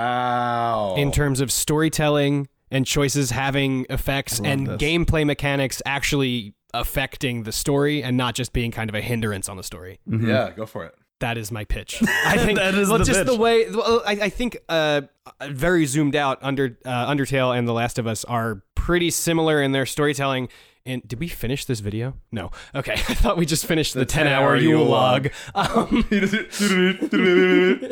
Speaker 2: wow
Speaker 1: Oh.
Speaker 3: in terms of storytelling and choices having effects
Speaker 1: I love
Speaker 3: and
Speaker 1: this.
Speaker 3: gameplay mechanics actually affecting the story and not just being kind of a hindrance on the story?
Speaker 1: Mhm.
Speaker 2: yeah go for it.
Speaker 3: That is
Speaker 1: (laughs)
Speaker 3: my pitch. I think
Speaker 1: That is
Speaker 3: well,
Speaker 1: the
Speaker 3: just
Speaker 1: pitch.
Speaker 3: the way. Well, I, I think uh, very zoomed out. Under uh, Undertale and The Last of Us are pretty similar in their storytelling. And did we finish this video? No. Okay, (laughs) I thought we just finished the, ten-hour
Speaker 2: 10-hour
Speaker 3: Yule
Speaker 2: Yule
Speaker 3: log. (laughs) Um,
Speaker 2: He just-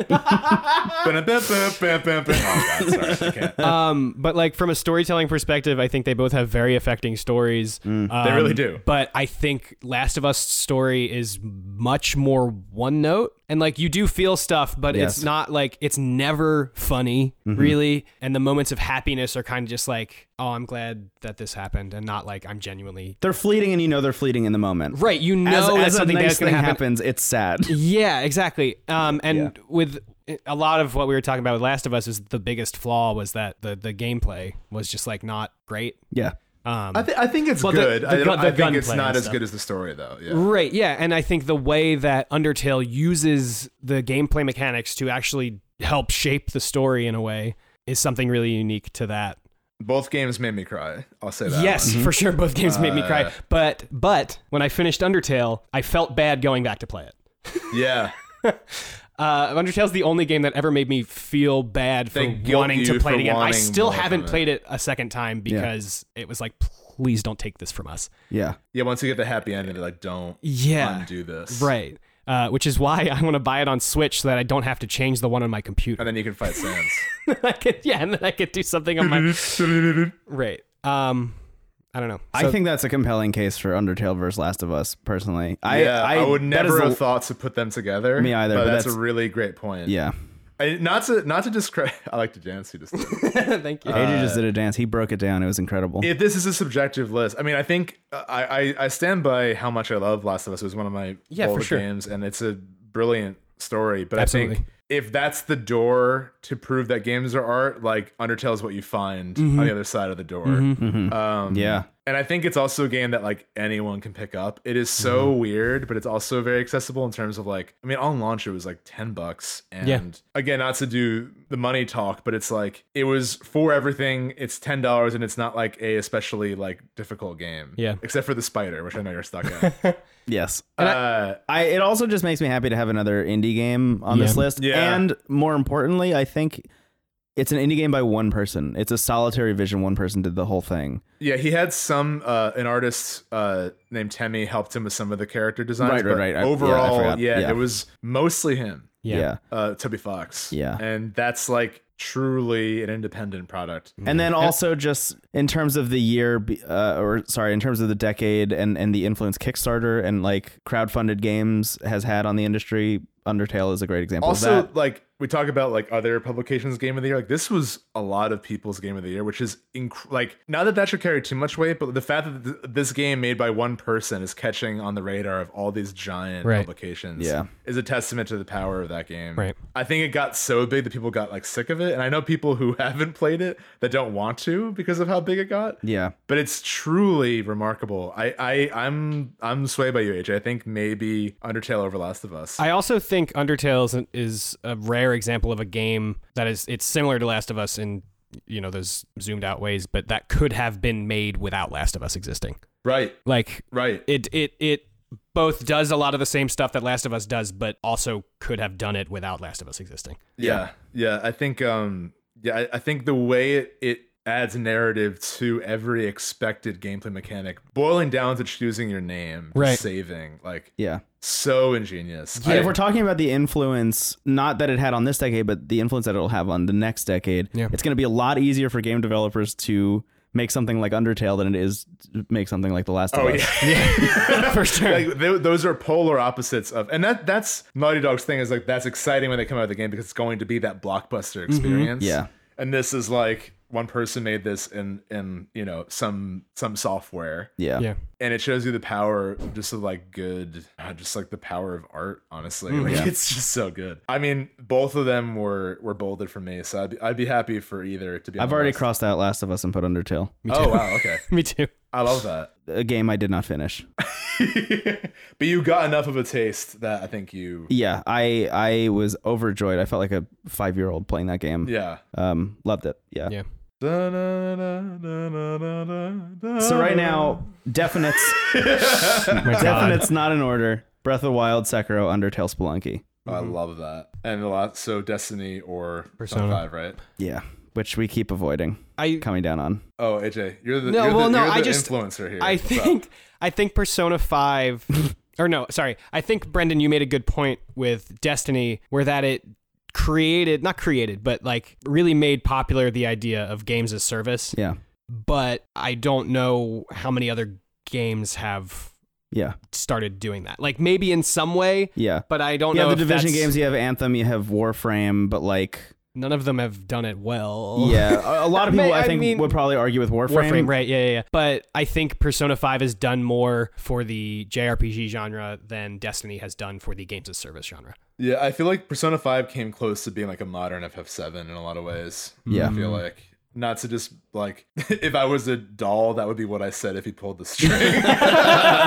Speaker 2: Oh, God, sorry, I can't.
Speaker 3: (laughs) um, but like from a storytelling perspective, I think they both have very affecting stories. Um,
Speaker 2: really do.
Speaker 3: But I think Last of Us story is much more one note, and like you do feel stuff, but
Speaker 1: Yes.
Speaker 3: it's not like it's never funny really. And the moments of happiness are kind of just like, oh, I'm glad that this happened, and not like I'm genuinely
Speaker 1: They're fleeting and you know they're fleeting in the moment.
Speaker 3: right. You know
Speaker 1: as,
Speaker 3: that
Speaker 1: as
Speaker 3: something
Speaker 1: a nice
Speaker 3: that's going
Speaker 1: thing
Speaker 3: to happen
Speaker 1: happens, it's sad.
Speaker 2: (laughs)
Speaker 3: yeah, exactly. Um, and
Speaker 1: Yeah.
Speaker 3: with eh, a lot of what we were talking about with Last of Us is the biggest flaw was that the the gameplay was just like not great.
Speaker 1: yeah.
Speaker 3: Um,
Speaker 2: I, th- I think it's
Speaker 3: Well, the-
Speaker 2: good. I,
Speaker 3: the
Speaker 2: don't-
Speaker 3: gun-
Speaker 2: I
Speaker 3: the
Speaker 2: think it's
Speaker 3: gunplay and
Speaker 2: not as
Speaker 3: stuff.
Speaker 2: good as the story, though. Yeah.
Speaker 3: Right, yeah, and I think the way that Undertale uses the gameplay mechanics to actually help shape the story in a way is something really unique to that.
Speaker 2: Both games made me cry. I'll say that.
Speaker 3: yes, for sure, both games made me
Speaker 2: Uh,
Speaker 3: cry, but but when I finished Undertale, I felt bad going back to play it.
Speaker 2: one. Yeah.
Speaker 3: Uh, Undertale's the only game that ever made me feel bad for
Speaker 2: They guilt
Speaker 3: wanting
Speaker 2: you
Speaker 3: to play
Speaker 2: for
Speaker 3: it again. I
Speaker 2: wanting
Speaker 3: still
Speaker 2: more from
Speaker 3: haven't
Speaker 2: it.
Speaker 3: played it a second time because it was like, please don't take this from us.
Speaker 1: Yeah.
Speaker 2: Yeah. Once you get the happy ending, they're like, don't
Speaker 3: Yeah,
Speaker 2: undo this.
Speaker 3: right. Uh, which is why (laughs) I want to buy it on Switch so that I don't have to change the one on my computer.
Speaker 2: And then you can fight Sans.
Speaker 3: (laughs) I could, yeah, and then I could do something
Speaker 2: (laughs)
Speaker 3: on my right. Um, I don't know.
Speaker 1: I think that's a compelling case for Undertale versus Last of Us, personally. I,
Speaker 2: yeah. I, would
Speaker 1: that is
Speaker 2: never have
Speaker 1: the-
Speaker 2: thought to put them together.
Speaker 1: Me either,
Speaker 2: But,
Speaker 1: but
Speaker 2: that's,
Speaker 1: that's-
Speaker 2: a really great point.
Speaker 1: Yeah.
Speaker 2: I, not to not to discredit. (laughs) I like to dance. You just. Did.
Speaker 3: (laughs) Thank you.
Speaker 2: Uh,
Speaker 1: AJ just did a dance. He broke it down. It was incredible.
Speaker 2: if this is a subjective list, I mean, I think uh, I I, I stand by how much I love Last of Us. It was one of my
Speaker 3: Yeah, for
Speaker 2: favorite
Speaker 3: sure.
Speaker 2: games, and it's a brilliant story. But I
Speaker 3: Absolutely.
Speaker 2: think if that's the door to prove
Speaker 3: Mm-hmm.
Speaker 2: that games are art, like Undertale is what you find on the other side of the door. Um,
Speaker 1: yeah.
Speaker 2: And I think it's also a game that like anyone can pick up. It is so
Speaker 1: Mm-hmm.
Speaker 2: weird, but it's also very accessible in terms of like I mean on launch it was like 10 bucks and
Speaker 3: Yeah.
Speaker 2: again not to do the money talk, but it's like it was for everything. It's $10 and it's not like a especially like difficult game.
Speaker 3: Yeah.
Speaker 2: Except for the spider, which I know you're stuck
Speaker 1: (laughs)
Speaker 2: at.
Speaker 1: Yes.
Speaker 2: uh,
Speaker 1: I, it also just makes me happy to have another indie game on this
Speaker 3: Yeah.
Speaker 1: list.
Speaker 2: Yeah.
Speaker 1: And more importantly, I think it's an indie game by one person. It's a solitary vision. One person did the whole thing.
Speaker 2: Yeah, he had some uh, an artist uh, named Temmie helped him with some of the character designs.
Speaker 1: Right, right,
Speaker 2: but
Speaker 1: right. I- yeah, I
Speaker 2: overall, yeah,
Speaker 1: forgot. Yeah.
Speaker 2: it was mostly him,
Speaker 3: Yeah.
Speaker 2: uh, Toby Fox.
Speaker 1: Yeah.
Speaker 2: and that's like truly an independent product.
Speaker 1: And then also just in terms of the year, be- uh, or sorry, in terms of the decade and, and the influence Kickstarter and like crowdfunded games has had on the industry, Undertale is a great example
Speaker 2: Also,
Speaker 1: of that.
Speaker 2: like we talk about like other publications' game of the year, like this was a lot of people's game of the year, which is inc- like not that that should carry too much weight, but the fact that th- this game made by one person is catching on the radar of all these giant
Speaker 3: Right.
Speaker 2: publications,
Speaker 1: Yeah.
Speaker 2: is a testament to the power of that game.
Speaker 3: Right.
Speaker 2: I think it got so big that people got like sick of it, and I know people who (laughs) haven't played it that don't want to because of how big it got
Speaker 1: Yeah.
Speaker 2: but it's truly remarkable. I, I I'm I'm swayed by you, AJ. I think maybe Undertale over Last of Us.
Speaker 3: I also think Undertale is, an- is a rare example of a game that is it's similar to Last of Us in you know those zoomed out ways, but that could have been made without Last of Us existing.
Speaker 2: right,
Speaker 3: Like
Speaker 2: right.
Speaker 3: it it it both does a lot of the same stuff that Last of Us does, but also could have done it without Last of Us existing.
Speaker 2: yeah. yeah, I think um yeah, I, I think the way it, it adds narrative to every expected gameplay mechanic, boiling down to choosing your name, to
Speaker 3: Right.
Speaker 2: saving, like
Speaker 1: Yeah.
Speaker 2: so ingenious.
Speaker 1: And if we're talking about the influence, not that it had on this decade, but the influence that it'll have on the next decade,
Speaker 3: Yeah.
Speaker 1: it's going to be a lot easier for game developers to make something like Undertale than it is to make something like The Last of
Speaker 2: Oh,
Speaker 1: Us. (laughs)
Speaker 2: yeah,
Speaker 3: For sure.
Speaker 2: Like, tho- those are polar opposites of, and that that's Naughty Dog's thing is like that's exciting when they come out of the game because it's going to be that blockbuster experience.
Speaker 1: Mm-hmm. Yeah.
Speaker 2: and this is like one person made this in in you know some some software,
Speaker 1: Yeah.
Speaker 3: Yeah.
Speaker 2: and it shows you the power of just of like good, uh, just like the power of art. Honestly,
Speaker 1: Mm-hmm.
Speaker 2: like it's just so good. I mean, both of them were were bolded for me, so I'd be, I'd be happy for either to be. on
Speaker 1: I've
Speaker 2: the
Speaker 1: already
Speaker 2: list.
Speaker 1: crossed out Last of Us and put Undertale,
Speaker 2: Oh wow, okay,
Speaker 3: (laughs) Me too.
Speaker 2: I love that.
Speaker 1: a game I did not finish. (laughs)
Speaker 2: but you got enough of a taste that I think you.
Speaker 1: Yeah, I I was overjoyed. I felt like a five year old playing that game.
Speaker 2: Yeah.
Speaker 1: Um, loved it. Yeah.
Speaker 3: Yeah.
Speaker 1: So
Speaker 2: So
Speaker 1: right now,
Speaker 3: (laughs)
Speaker 1: definites, definites not in order. Breath of the Wild, Sekiro, Undertale, Spelunky.
Speaker 2: I love that, and a lot. So Destiny or Persona
Speaker 3: Persona.
Speaker 2: Five, right?
Speaker 1: Yeah, which we keep avoiding
Speaker 3: I
Speaker 1: coming down on.
Speaker 2: Oh, AJ, you're the
Speaker 3: No,
Speaker 2: You're
Speaker 3: well,
Speaker 2: the,
Speaker 3: no,
Speaker 2: you're the
Speaker 3: I just-
Speaker 2: influencer here.
Speaker 3: I
Speaker 2: What's up?
Speaker 3: think I think
Speaker 1: (laughs)
Speaker 3: Persona 5 or no, sorry. I think Brendan you made a good point with Destiny where that it created not created, but like really made popular the idea of games as service,
Speaker 1: Yeah,
Speaker 3: but I don't know how many other games have
Speaker 1: yeah,
Speaker 3: started doing that. Like maybe in some way,
Speaker 1: yeah.
Speaker 3: but I don't
Speaker 1: You
Speaker 3: know
Speaker 1: have the
Speaker 3: if
Speaker 1: division
Speaker 3: that's-
Speaker 1: games. You have Anthem. You have Warframe. But like,
Speaker 3: None of them have done it well.
Speaker 1: yeah, a- a lot of people
Speaker 3: Oh. I
Speaker 1: I think
Speaker 3: mean-
Speaker 1: would probably argue with Warframe.
Speaker 3: (laughs) Warframe, right? Yeah, yeah, yeah. But I think Persona 5 has done more for the JRPG genre than Destiny has done for the games of service genre.
Speaker 2: Yeah, I feel like Persona Five came close to being like a modern FF7 in a lot of ways.
Speaker 1: Yeah.
Speaker 2: I feel
Speaker 1: (laughs)
Speaker 3: (laughs)
Speaker 2: like not to just like if I was a doll, that would be what I said if he pulled the string.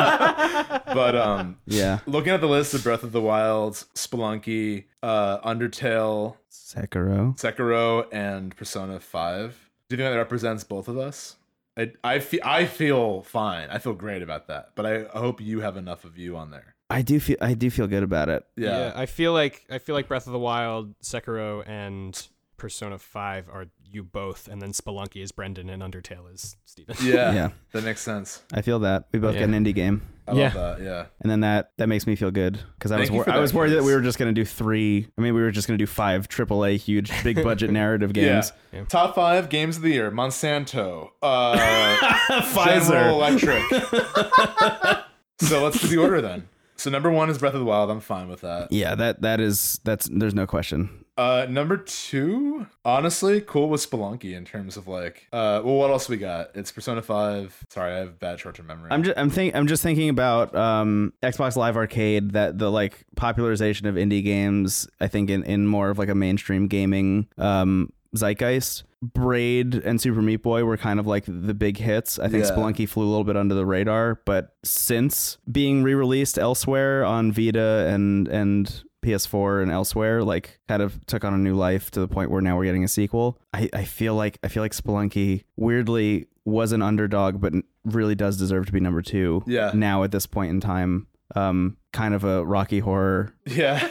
Speaker 2: but um,
Speaker 1: Yeah,
Speaker 2: looking at the list of Breath of the Wild, Spelunky, uh, Undertale,
Speaker 1: Sekiro.
Speaker 2: Sekiro, and Persona Five. Do you think that represents both of us? I I feel I feel fine. I feel great about that. But I hope you have enough of you on there.
Speaker 1: I do feel I do feel good about it.
Speaker 2: Yeah.
Speaker 3: I feel like I feel like Breath of the Wild, Sekiro, and Persona 5 are you both, and then Spelunky is Brendan and Undertale is Steven.
Speaker 1: (laughs)
Speaker 2: Yeah.
Speaker 1: Yeah.
Speaker 2: That makes sense.
Speaker 1: I feel that we both
Speaker 3: Yeah.
Speaker 1: get an indie game,
Speaker 2: I
Speaker 3: Yeah.
Speaker 2: love that. Yeah.
Speaker 1: and then that that makes me feel good because I
Speaker 2: Thank
Speaker 1: was
Speaker 2: you
Speaker 1: wor-
Speaker 2: for
Speaker 1: I
Speaker 2: that,
Speaker 1: was worried that
Speaker 2: guys.
Speaker 1: we were just gonna do three. I mean, we were just gonna do five AAA huge big
Speaker 2: (laughs)
Speaker 1: budget narrative games.
Speaker 2: Yeah. Top five games of the year: Monsanto, uh, General
Speaker 1: Pfizer.
Speaker 2: Electric. (laughs) so let's do the order then. So number one is Breath of the Wild. I'm fine with that.
Speaker 1: Yeah, that that is that's there's no question.
Speaker 2: Uh, number two, honestly, cool with Spelunky in terms of like, uh, well, what else we got? It's Persona Five. Sorry, I have bad short-term memory.
Speaker 1: I'm just I'm think I'm just thinking about um Xbox Live Arcade that the like popularization of indie games. I think in in more of like a mainstream gaming um zeitgeist. Braid and Super Meat Boy were kind of like the big hits. I think
Speaker 2: Yeah.
Speaker 1: Spelunky flew a little bit under the radar, but since being re-released elsewhere on Vita and and PS4 and elsewhere, like kind of took on a new life to the point where now we're getting a sequel. I, I feel like I feel like Spelunky weirdly was an underdog, but really does deserve to be number two.
Speaker 2: Yeah.
Speaker 1: Now at this point in time, um, kind of a Rocky Horror.
Speaker 2: (laughs) Yeah.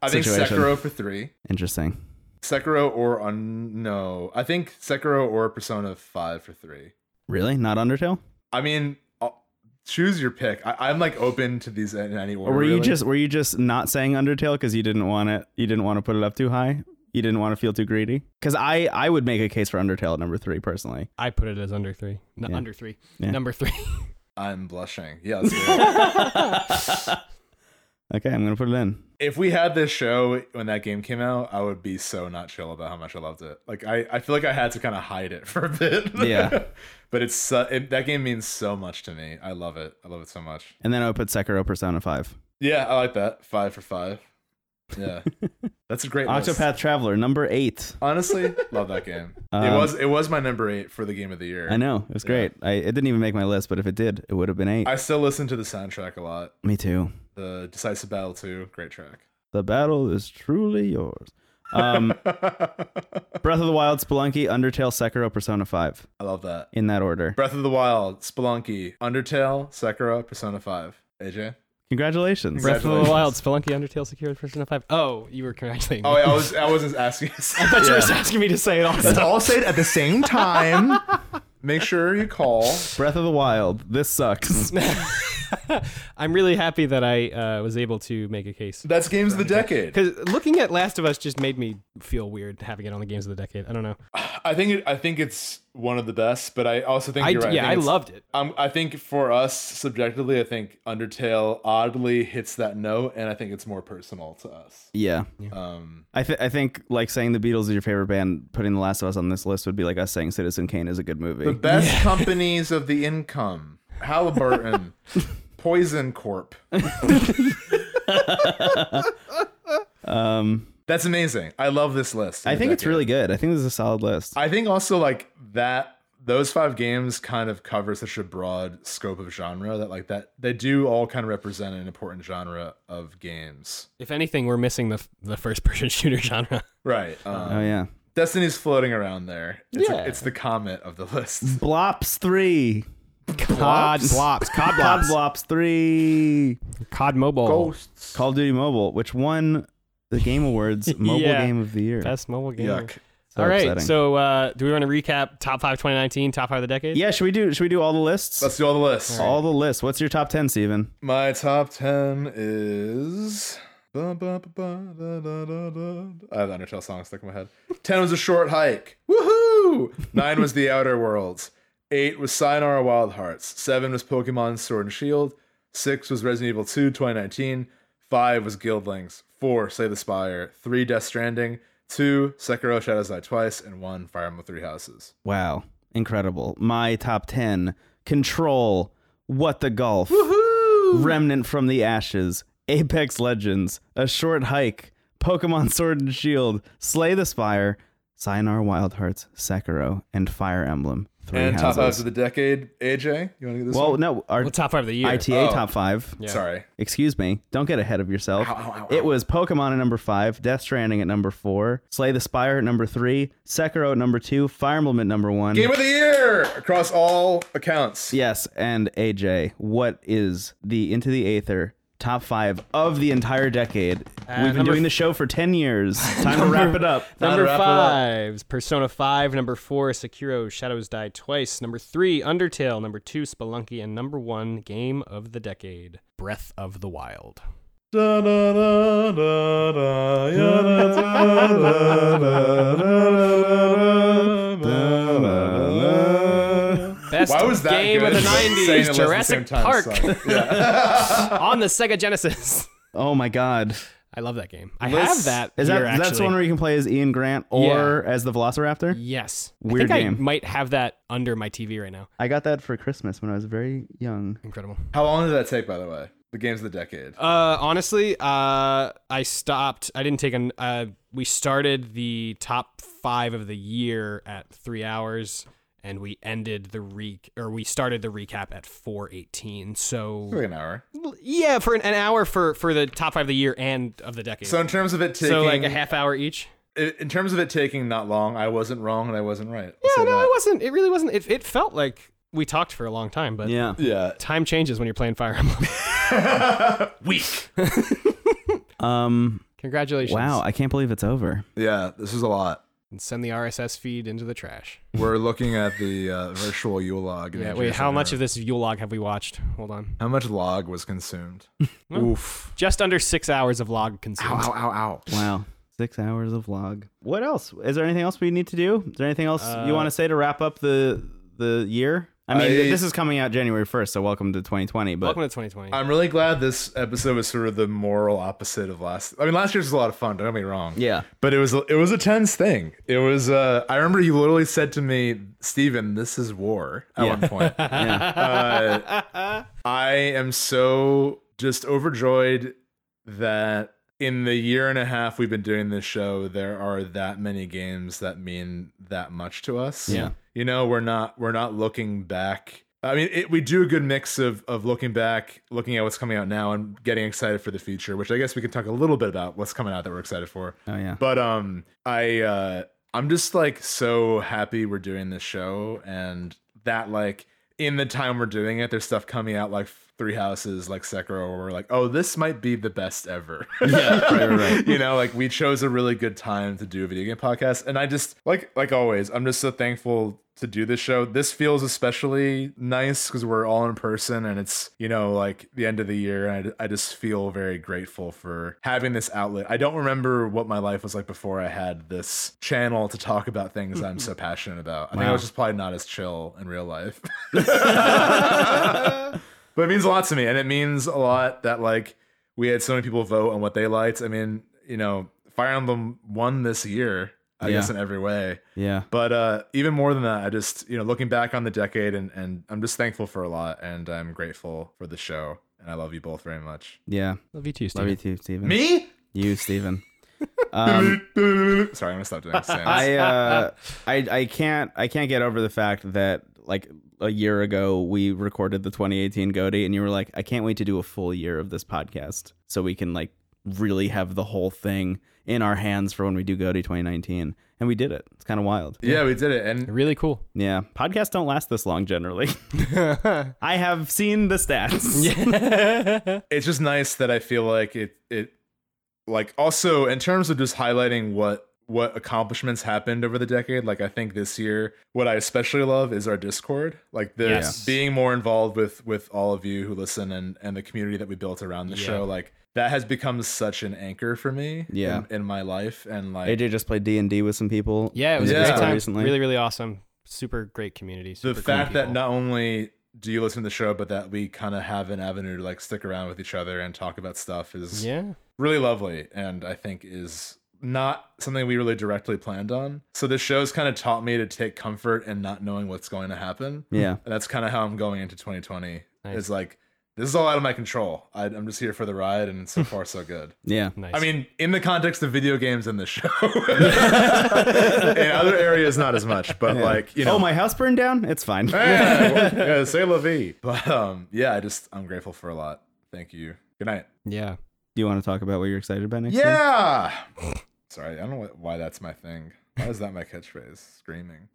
Speaker 2: I think
Speaker 1: Situation.
Speaker 2: Sekiro for three.
Speaker 1: Interesting.
Speaker 2: Sekiro or un no. I think Sekiro or Persona Five for three.
Speaker 1: Really? Not Undertale?
Speaker 2: I mean, I'll- choose your pick. I, I'm like open to these in any order.
Speaker 1: Or were you
Speaker 2: really.
Speaker 1: just were you just not saying Undertale because you didn't want it? You didn't want to put it up too high. You didn't want to feel too greedy. Because I I would make a case for Undertale at number three personally.
Speaker 4: I put it as under three. No,
Speaker 1: Yeah.
Speaker 4: under three.
Speaker 1: Yeah.
Speaker 4: Number three.
Speaker 2: I'm blushing. Yeah. let's do
Speaker 1: (laughs)
Speaker 2: it.
Speaker 1: Okay, I'm gonna put it in.
Speaker 2: if we had this show when that game came out, I would be so not chill about how much I loved it. Like I, I feel like I had to kind of hide it (laughs) for a bit.
Speaker 1: Yeah.
Speaker 2: (laughs) but it's so it, that game means so much to me. I love it. I love it so much.
Speaker 1: And then I would put Sekiro Persona Five.
Speaker 2: Yeah, I like that. Five for five.
Speaker 1: (laughs)
Speaker 2: Yeah. That's a great list.
Speaker 1: Octopath Traveler number eight.
Speaker 2: Honestly, love
Speaker 1: (laughs)
Speaker 2: that game. it
Speaker 1: Um,
Speaker 2: was it was my number eight for the game of the year.
Speaker 1: I know it was great. I it didn't even make my list, but if it did, it would have been eight.
Speaker 2: I still listen to the soundtrack a lot.
Speaker 1: Me too.
Speaker 2: The Decisive Battle 2, great track.
Speaker 1: The battle is truly yours.
Speaker 2: (laughs)
Speaker 1: Um, Breath of the Wild, Spelunky, Undertale, Sekiro, Persona Five.
Speaker 2: I love that.
Speaker 1: In that order.
Speaker 2: Breath of the Wild, Spelunky, Undertale, Sekiro, Persona 5. AJ?
Speaker 1: Congratulations.
Speaker 2: Breath-
Speaker 4: Breath of the Wild, Spelunky, Undertale, Secured, Persona 5. Oh, you were congratulating me.
Speaker 2: Oh, wait, I was I wasn't asking.
Speaker 4: But you were asking me to say
Speaker 1: (laughs)
Speaker 4: it also.
Speaker 2: all said at the same time. (laughs) Make sure you call.
Speaker 1: Breath of the Wild. This sucks.
Speaker 4: I'm really happy that I uh, was able to make a case.
Speaker 2: That's games of the decade.
Speaker 4: Because looking at Last of Us just made me feel weird having it on the games of the decade. I don't know.
Speaker 2: I think it, I think it's one of the best, but I also think
Speaker 4: I,
Speaker 2: you're right.
Speaker 4: yeah,
Speaker 2: think
Speaker 4: I
Speaker 2: it's-
Speaker 4: loved it.
Speaker 2: Um, I think for us subjectively, I think Undertale oddly hits that note, and I think it's more personal to us.
Speaker 1: yeah.
Speaker 2: Um,
Speaker 1: I, th- I think like saying the Beatles is your favorite band, putting The Last of Us on this list would be like us saying Citizen Kane is a good movie.
Speaker 2: the best companies of the income: Halliburton, Poison Corp.
Speaker 1: um,
Speaker 2: That's amazing. I love this list.
Speaker 1: I think it's really good. I think this is a solid list.
Speaker 2: I think also like that. Those five games kind of cover such a broad scope of genre that like that they do all kind of represent an important genre of games.
Speaker 4: If anything, we're missing the, the first person (laughs) shooter genre.
Speaker 2: Right. Um,
Speaker 1: oh yeah,
Speaker 2: Destiny's floating around there. It's,
Speaker 4: Yeah.
Speaker 2: yeah. it's the comet of the list.
Speaker 1: Mm-hmm. Blops three,
Speaker 4: Cod Blops. Cod
Speaker 1: (laughs) Cod
Speaker 4: Blops.
Speaker 1: Blops three,
Speaker 4: Cod Mobile.
Speaker 2: Ghosts.
Speaker 1: Call of Duty Mobile, which won the Game
Speaker 4: (laughs)
Speaker 1: Awards Mobile
Speaker 4: Yeah.
Speaker 1: Game of the Year.
Speaker 4: Best mobile game.
Speaker 2: Yuck.
Speaker 1: So
Speaker 4: All right.
Speaker 1: upsetting.
Speaker 4: So, uh, do we want to recap top five 2019, top five of the decade?
Speaker 1: yeah, should we do should we do all the lists?
Speaker 2: Let's do all the lists.
Speaker 1: all the lists. What's your top ten, Steven?
Speaker 2: My top 10 is. Ba, ba, ba, ba, da, da, da, da. I have the Undertale song stuck
Speaker 1: (laughs)
Speaker 2: in my head. 10 was a short hike. Woohoo! 9 was The Outer Worlds. 8 was Sayonara Wild Hearts. 7 was Pokemon Sword and Shield. 6 was Resident Evil 2 2019. 5 was Guildlings. 4 Slay the Spire. 3 Death Stranding. 2 Sekiro Shadows Die Twice. And 1 Fire Emblem Three Houses.
Speaker 1: Wow, incredible. My top 10 Control, What the Golf, Remnant from the Ashes, Apex Legends, A Short Hike, Pokemon (laughs) Sword and Shield, Slay the Spire, Sayonara Wild Hearts, Sekiro, and Fire Emblem. Three
Speaker 2: and top fives
Speaker 1: houses.
Speaker 2: of the decade. AJ, you want to get this
Speaker 1: Well,
Speaker 2: one?
Speaker 1: no, our
Speaker 4: Well, top five of the year.
Speaker 1: ITA
Speaker 2: Oh.
Speaker 1: top five.
Speaker 2: Sorry.
Speaker 1: Excuse me. Don't get ahead of yourself. It was Pokemon at number five, Death Stranding at number four, Slay the Spire at number three, Sekiro at number two, Fire Emblem at number one.
Speaker 2: Game of the year across all accounts.
Speaker 1: Yes, and AJ, what is the Into the Aether top five of the entire decade? We've been
Speaker 4: Uh, number
Speaker 1: doing the show for ten
Speaker 4: (laughs)
Speaker 1: years. Time to wrap it up.
Speaker 4: Number
Speaker 2: wrap it up.
Speaker 4: five, Persona 5. Number four, Sekiro, Shadows Die Twice. Number three, Undertale. Number two, Spelunky. And number one, Game of the Decade, Breath of the Wild.
Speaker 2: Da, da, da, da, da, ya, da, da, da, da, da, da, da, da, da, da.
Speaker 4: Best
Speaker 2: Why was that
Speaker 4: game
Speaker 2: good?
Speaker 4: of the
Speaker 2: Saying it at the
Speaker 4: 90s,
Speaker 2: same
Speaker 4: Jurassic (laughs)
Speaker 2: time
Speaker 4: Park,
Speaker 2: sucked. Yeah.
Speaker 4: on the Sega Genesis.
Speaker 1: Oh my god.
Speaker 4: I love that game. I
Speaker 1: Liz-
Speaker 4: have that.
Speaker 1: Is that
Speaker 4: here,
Speaker 1: that's the
Speaker 4: actually.
Speaker 1: one where you can play as Ian Grant or as the Velociraptor?
Speaker 4: Yes.
Speaker 1: Weird
Speaker 4: I think I
Speaker 1: game.
Speaker 4: might have that under my TV right now.
Speaker 1: I got that for Christmas when I was very young.
Speaker 4: Incredible.
Speaker 2: How long did that take, by the way? The games of the decade.
Speaker 4: Uh, honestly, uh, I stopped. I didn't take an. Uh, we started the top five of the year at three hours, and we ended the re or we started the recap at four eighteen.
Speaker 2: Probably
Speaker 4: So
Speaker 2: an hour.
Speaker 4: yeah, for an, an hour for for the top five of the year and of the decade.
Speaker 2: So in terms of it taking,
Speaker 4: So, like a half hour each.
Speaker 2: i- in terms of it taking not long, I wasn't wrong and I wasn't right. I'll
Speaker 4: Yeah,
Speaker 2: say
Speaker 4: no,
Speaker 2: that.
Speaker 4: it wasn't. It really wasn't. It, it felt like we talked for a long time, but (laughs)
Speaker 1: Yeah.
Speaker 2: Yeah,
Speaker 4: time changes when you're playing Fire Emblem. (laughs)
Speaker 2: weak.
Speaker 1: Um.
Speaker 4: Congratulations.
Speaker 1: Wow. I can't believe it's over.
Speaker 2: Yeah, this is a lot.
Speaker 4: And send the RSS feed into the trash.
Speaker 2: We're looking at the uh, virtual Yule log. in
Speaker 4: Yeah,
Speaker 2: Andrea's
Speaker 4: wait, how much
Speaker 2: room.
Speaker 4: of this Yule log have we watched? Hold on.
Speaker 2: how much log was consumed? Oof.
Speaker 4: Just under six hours of log consumed.
Speaker 2: Ow, ow, ow, ow.
Speaker 1: Wow. Six hours of vlog. What else? Is there anything else we need to do? Is there anything else you
Speaker 4: Uh,
Speaker 1: want to say to wrap up the the year? I mean,
Speaker 2: I-
Speaker 1: th- this is coming out January first, so welcome to 2020. But
Speaker 4: Welcome to 2020. (laughs)
Speaker 2: I'm really glad this episode was sort of the moral opposite of last. I mean, last year's was a lot of fun. Don't get me wrong.
Speaker 1: yeah,
Speaker 2: But it was it was a tense thing. It was. Uh, I remember you literally said to me, "Steven, this is war." At one point,
Speaker 1: yeah.
Speaker 2: uh, I am so just overjoyed that in the year and a half we've been doing this show, there are that many games that mean that much to us.
Speaker 1: Yeah.
Speaker 2: you know, we're not we're not looking back. I mean, it, we do a good mix of of looking back, looking at what's coming out now, and getting excited for the future. Which I guess we can talk a little bit about what's coming out that we're excited for.
Speaker 1: oh
Speaker 2: (laughs)
Speaker 1: yeah.
Speaker 2: But um I uh I'm just like so happy we're doing this show and that like in the time we're doing it, there's stuff coming out like Three Houses, like Sekiro, where we're like, oh, this might be the best ever. Yeah,
Speaker 1: right, right, right.
Speaker 2: (laughs) you know, like we chose a really good time to do a video game podcast. And I just like like always, I'm just so thankful to do this show. This feels especially nice because we're all in person and it's, you know, like the end of the year. And I, I just feel very grateful for having this outlet. I don't remember what my life was like before I had this channel to talk about things I'm (laughs) so passionate about. I think I was just probably not as chill in real life. (laughs) but it means a lot to me. And it means a lot that, like, we had so many people vote on what they liked. I mean, you know, Fire Emblem won this year, I
Speaker 1: Yeah.
Speaker 2: guess, in every way.
Speaker 1: Yeah.
Speaker 2: But uh, even more than that, I just, you know, looking back on the decade and, and I'm just thankful for a lot and I'm grateful for the show. And I love you both very much.
Speaker 1: Yeah.
Speaker 4: Love you too,
Speaker 1: Love
Speaker 4: Steve.
Speaker 1: you too, Steven.
Speaker 2: Me?
Speaker 1: You, Steven. Um,
Speaker 2: Sorry, I'm gonna stop (laughs) doing
Speaker 1: (laughs)
Speaker 2: this.
Speaker 1: I, uh, I I can't I can't get over the fact that like a year ago we recorded the 2018 Goatee and you were like I can't wait to do a full year of this podcast so we can like really have the whole thing in our hands for when we do Goatee 2019 and we did it. It's kind of wild.
Speaker 2: yeah, we did it. And
Speaker 4: Really cool. (laughs)
Speaker 1: Yeah, podcasts don't last this long
Speaker 2: (laughs)
Speaker 1: generally. I have seen the stats. (laughs)
Speaker 2: it's just nice that I feel like it it like also in terms of just highlighting what what accomplishments happened over the decade like i think this year what i especially love is our discord like the
Speaker 4: Yes.
Speaker 2: being more involved with with all of you who listen and and the community that we built around the
Speaker 4: Yeah.
Speaker 2: show like that has become such an anchor for me
Speaker 1: Yeah.
Speaker 2: in, in my life and like
Speaker 1: AJ just played D and D with some people.
Speaker 4: Yeah, it was
Speaker 2: Yeah.
Speaker 4: a great time.
Speaker 1: Recently.
Speaker 4: Really, really awesome. Super great community.
Speaker 2: the
Speaker 4: super cool
Speaker 2: fact that
Speaker 4: people.
Speaker 2: not only do you listen to the show but that we kind of have an avenue to like stick around with each other and talk about stuff is
Speaker 4: Yeah.
Speaker 2: really lovely and I think is not something we really directly planned on. So this show's kind of taught me to take comfort in not knowing what's going to happen.
Speaker 1: Yeah.
Speaker 2: And that's kind of how I'm going into 2020.
Speaker 4: Nice.
Speaker 2: It's like, this is all out of my control. I, I'm just here for the ride,
Speaker 1: (laughs)
Speaker 2: and so far, so good.
Speaker 1: Yeah.
Speaker 4: Nice.
Speaker 2: I mean, in the context of video games and
Speaker 1: (laughs)
Speaker 2: the show, in other areas, not as much, but like, you know,
Speaker 1: Oh, my house burned down. It's (laughs) fine.
Speaker 2: yeah, well, yeah, say la vie. But um, yeah, I just, I'm grateful for a lot. Thank you. Good night.
Speaker 4: yeah.
Speaker 1: Do you want to talk about what you're excited about next? year?
Speaker 2: Yeah. Sorry, I don't know wh- why that's my thing. Why is that my
Speaker 1: (laughs)
Speaker 2: catchphrase? Screaming.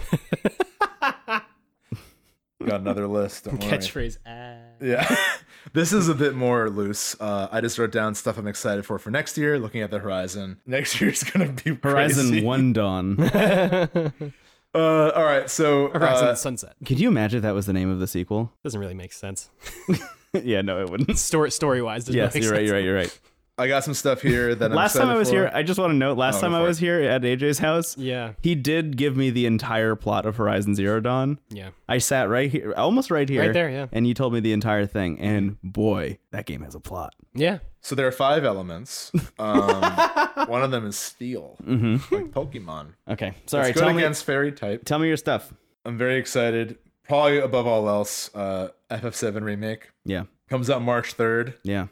Speaker 2: Got another list. Don't worry.
Speaker 4: Catchphrase. ah.
Speaker 2: Yeah. (laughs) this is a bit more loose. Uh, I just wrote down stuff I'm excited for for next year. Looking at the horizon, next (laughs) year's gonna be
Speaker 1: Horizon
Speaker 2: crazy.
Speaker 1: One (laughs) Dawn.
Speaker 2: Uh, all right, so uh,
Speaker 4: Horizon Sunset.
Speaker 1: Could you imagine if that was the name of the sequel?
Speaker 4: Doesn't really make sense.
Speaker 1: (laughs) yeah, no, it wouldn't.
Speaker 4: Story story wise,
Speaker 1: (laughs)
Speaker 4: doesn't
Speaker 1: Yes,
Speaker 4: make
Speaker 1: you're right.
Speaker 4: sense.
Speaker 1: You're right. You're right.
Speaker 2: I got some
Speaker 1: (laughs)
Speaker 2: stuff here that I'm
Speaker 1: last time
Speaker 2: excited
Speaker 1: I was
Speaker 2: for.
Speaker 1: here, I just want to note. Last
Speaker 2: Oh,
Speaker 1: time
Speaker 2: go
Speaker 1: I
Speaker 2: for
Speaker 1: was here at AJ's house,
Speaker 4: Yeah.
Speaker 1: he did give me the entire plot of Horizon Zero Dawn.
Speaker 4: Yeah.
Speaker 1: I sat right here, almost right here,
Speaker 4: there, yeah.
Speaker 1: Mm-hmm. and you told me the entire thing. And boy, that game has a plot.
Speaker 4: Yeah.
Speaker 2: So there are
Speaker 1: (laughs)
Speaker 2: five elements. Um, one of them is steel, like Pokemon.
Speaker 1: Okay. Sorry.
Speaker 2: It's
Speaker 1: Mm-hmm. tell
Speaker 2: good
Speaker 1: me.
Speaker 2: against fairy type.
Speaker 1: Tell me your stuff.
Speaker 2: I'm very excited. Probably above all else, uh, FF7 remake
Speaker 1: Yeah.
Speaker 2: comes out March 3rd.
Speaker 1: Yeah.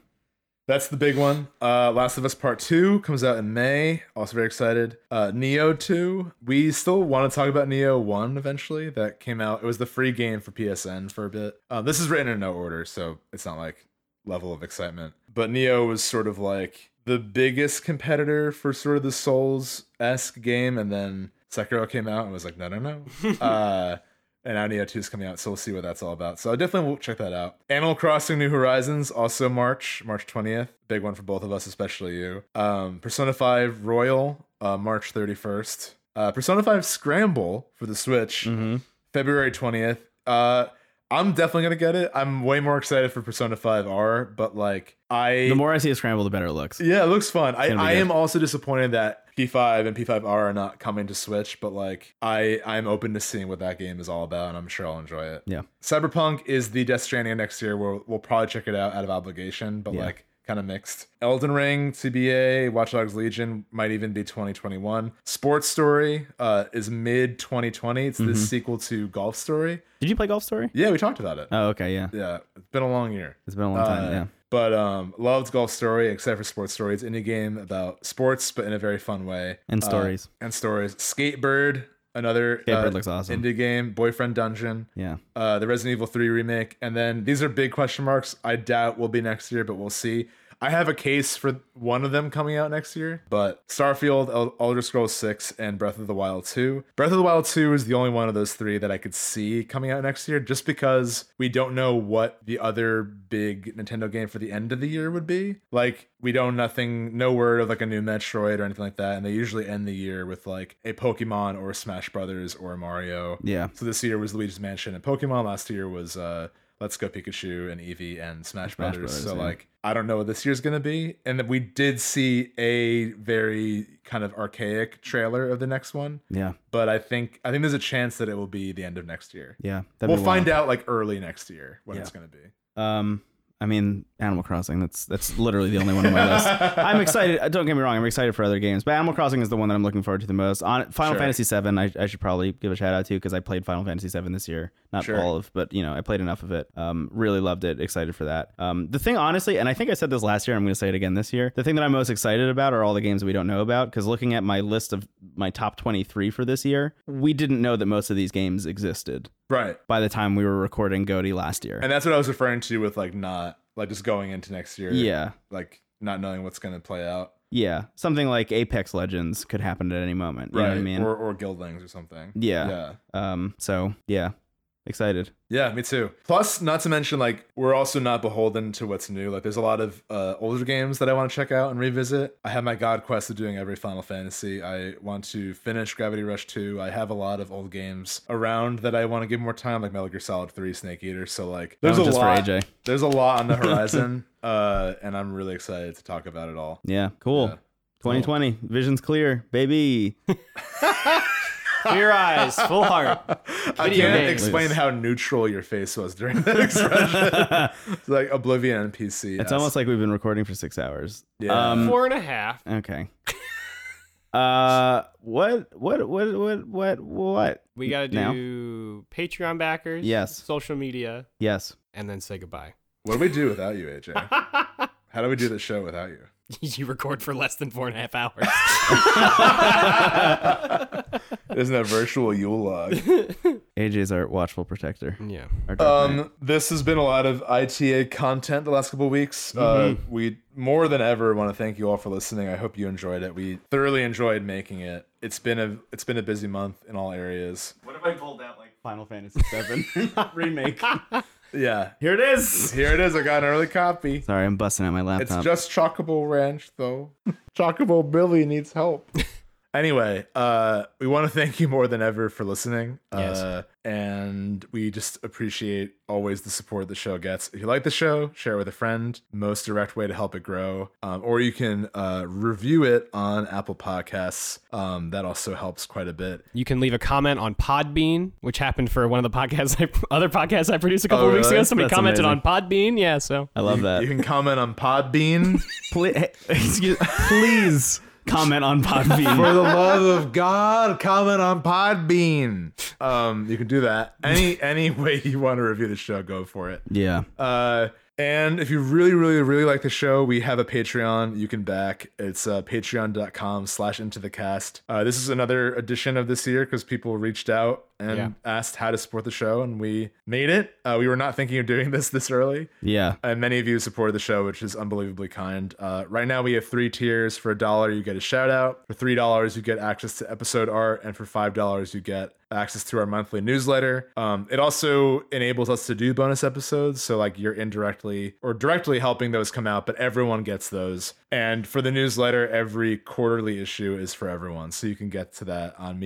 Speaker 2: That's the big one. Uh, Last of Us Part 2 comes out in May. Also very excited. Uh, Neo 2. We still want to talk about Neo 1 eventually. That came out. It was the free game for PSN for a bit. Uh, this is written in no order, so it's not like level of excitement. But Neo was sort of like the biggest competitor for sort of the Souls esque game. And then Sekiro came out and was like, no, no, no. uh, and now Neo 2 is coming out, so we'll see what that's all about. So I definitely will check that out. Animal Crossing New Horizons, also March, March 20th. Big one for both of us, especially you. Um, Persona 5 Royal, uh, March 31st. Uh, Persona 5 Scramble for the Switch, February 20th. Uh, I'm definitely going to get it. I'm way more excited for Persona 5 R, but like, I.
Speaker 1: The more I see of Scramble, the better it looks.
Speaker 2: Yeah, it looks fun. I,
Speaker 1: gonna be
Speaker 2: I
Speaker 1: good.
Speaker 2: am also disappointed that P5 and P5R are not coming to Switch, but like I I'm open to seeing what that game is all about, and I'm sure I'll enjoy it.
Speaker 1: Yeah.
Speaker 2: Cyberpunk is the Death Stranding next year. We'll we'll probably check it out out of obligation, but
Speaker 1: Yeah.
Speaker 2: like kind of mixed. Elden Ring, CBA, Watch Dogs Legion might even be 2021. Sports Story uh, is mid 2020.
Speaker 1: Mm-hmm.
Speaker 2: It's the sequel to Golf Story.
Speaker 1: Did you play Golf Story?
Speaker 2: Yeah, we talked about it.
Speaker 1: Oh, okay. Yeah.
Speaker 2: yeah, it's been a long year.
Speaker 1: It's been a long time.
Speaker 2: Uh,
Speaker 1: yeah.
Speaker 2: But um, loved Golf Story except for Sports Story. It's indie game about sports, but in a very fun way.
Speaker 1: And
Speaker 2: Uh,
Speaker 1: stories.
Speaker 2: and stories. Skatebird, another uh,
Speaker 1: Skatebird looks awesome.
Speaker 2: indie game. Boyfriend Dungeon,
Speaker 1: Yeah.
Speaker 2: uh, the Resident Evil Three remake, and then these are big question marks. I doubt will be next year, but we'll see. I have a case for one of them coming out next year, but Starfield, El- Elder Scrolls 6, and Breath of the Wild 2. Breath of the Wild 2 is the only one of those three that I could see coming out next year, just because we don't know what the other big Nintendo game for the end of the year would be. Like, we don't nothing, no word of like a new Metroid or anything like that, and they usually end the year with like a Pokemon or Smash Brothers or Mario.
Speaker 1: Yeah.
Speaker 2: So this year was Luigi's Mansion and Pokemon. Last year was uh, Let's Go Pikachu and Eevee and Smash, Brothers.
Speaker 1: Brothers,
Speaker 2: So
Speaker 1: yeah.
Speaker 2: like, I don't know what this year's gonna be. And then we did see a very kind of archaic trailer of the next one,
Speaker 1: Yeah.
Speaker 2: but I think I think there's a chance that it will be the end of next year.
Speaker 1: Yeah.
Speaker 2: we'll find out like eily next year when it's gonna be.
Speaker 1: Um, I mean, Animal Crossing. That's that's literally the only one on my
Speaker 2: (laughs)
Speaker 1: list. I'm excited. uh, Don't get me wrong. I'm excited for other games, but Animal Crossing is the one that I'm looking forward to the most. On Final
Speaker 2: Sure.
Speaker 1: Fantasy VII, I, I should probably give a shout out to because I played Final Fantasy VII this year. Not
Speaker 2: Sure.
Speaker 1: all of, but you know, I played enough of it. Um, really loved it. Excited for that. Um, the thing, honestly, and I think I said this last year. I'm going to say it again this year. The thing that I'm most excited about are all the games we don't know about. Because looking at my list of my top 23 for this year, we didn't know that most of these games existed
Speaker 2: Right.
Speaker 1: by the time we were recording Goaty last year.
Speaker 2: And that's what I was referring to with like not like just going into next year.
Speaker 1: yeah.
Speaker 2: Like not knowing what's gonna play out.
Speaker 1: Yeah, something like Apex Legends could happen at any moment. You know what I mean?
Speaker 2: Or or Guildlings or something.
Speaker 1: Yeah.
Speaker 2: Yeah.
Speaker 1: um. So yeah, excited.
Speaker 2: Yeah, me too. Plus, not to mention, like, we're also not beholden to what's new. Like, there's a lot of uh, older games that I want to check out and revisit. I have my God quest of doing every Final Fantasy. I want to finish Gravity Rush 2. I have a lot of old games around that I want to give more time, like Metal Gear Solid 3, Snake Eater. So, like, there's a
Speaker 1: one's just for
Speaker 2: lot.
Speaker 1: AJ.
Speaker 2: There's a
Speaker 1: (laughs)
Speaker 2: lot on the horizon, uh, and I'm really excited to talk about it all.
Speaker 1: Yeah, cool.
Speaker 2: Yeah.
Speaker 1: 2020 vision's clear,
Speaker 2: (laughs)
Speaker 1: baby. (laughs)
Speaker 4: Clear eyes, full heart.
Speaker 2: I
Speaker 4: Video
Speaker 2: can't
Speaker 4: games.
Speaker 2: explain how neutral your face was during
Speaker 1: (laughs)
Speaker 2: that (laughs) expression. it's like Oblivion and PC.
Speaker 1: It's almost like we've been recording for six hours.
Speaker 2: Yeah.
Speaker 1: Um,
Speaker 4: (laughs) Four and a half.
Speaker 1: okay. (laughs) uh, what, what, what, what, what, what?
Speaker 4: We got to
Speaker 1: Now?
Speaker 4: do Patreon backers,
Speaker 1: Yes.
Speaker 4: social media,
Speaker 1: Yes.
Speaker 4: and then say goodbye. (laughs)
Speaker 2: What do we do without you, AJ? How do we do the show without you?
Speaker 4: you record for less than four and a
Speaker 1: (laughs)
Speaker 4: half hours.
Speaker 2: Isn't that virtual Yule log?
Speaker 1: AJ's our watchful protector.
Speaker 4: yeah.
Speaker 1: Our dark knight.
Speaker 2: Um, this has been a lot of ITA content the last couple of weeks. Uh, we more than ever want to thank you all for listening. I hope you enjoyed it. We thoroughly enjoyed making it. It's been a it's been a busy month in all areas.
Speaker 1: what if I pulled out like Final Fantasy VII remake?
Speaker 2: Yeah,
Speaker 1: Here it is.
Speaker 2: here it is. I got an early copy.
Speaker 1: (laughs) Sorry, I'm busting out my
Speaker 2: It's
Speaker 1: laptop.
Speaker 2: (laughs) just Chocobo Ranch though. Chocobo Billy needs help. (laughs) Anyway, uh, we want to thank you more than ever for listening.
Speaker 4: Yes.
Speaker 2: Uh, and we just appreciate always the support the show gets. If you like the show, share it with a friend. Most direct way to help it grow, um, or you can uh, review it on Apple Podcasts. Um, that also helps quite a bit.
Speaker 4: You can leave a comment on Podbean, which happened for one of the podcasts, I, (laughs) other podcasts I produced a couple
Speaker 2: Oh,
Speaker 4: of weeks
Speaker 2: really?
Speaker 4: ago. Somebody
Speaker 1: That's
Speaker 4: commented
Speaker 1: amazing.
Speaker 4: on Podbean. Yeah, so
Speaker 1: I love
Speaker 2: You
Speaker 1: that.
Speaker 2: can comment on
Speaker 1: (laughs)
Speaker 2: Podbean.
Speaker 1: Pl- excuse, please comment on
Speaker 2: For
Speaker 1: Podbean.
Speaker 2: the love of God, comment on Podbean. Um, you can do that. Any (laughs) any way you want to review the show, go for it.
Speaker 1: yeah.
Speaker 2: Uh, and if you really, really, really like the show, we have a Patreon. You can back. It's uh, patreon.com slash into the cast. Uh, this is another edition of this year because people reached out and
Speaker 4: Yeah.
Speaker 2: asked how to support the show, and we made it. Uh, we were not thinking of doing this this early
Speaker 1: Yeah.
Speaker 2: and many of you supported the show, which is unbelievably kind. Uh, right now, we have three tiers. For a dollar, you get a shout out. For three dollars, you get access to episode art, and for five dollars, you get access to our monthly newsletter. Um, it also enables us to do bonus episodes, so like you're indirectly or directly helping those come out, but everyone gets those. And for the newsletter, every quarterly issue is for everyone, so you can get to that on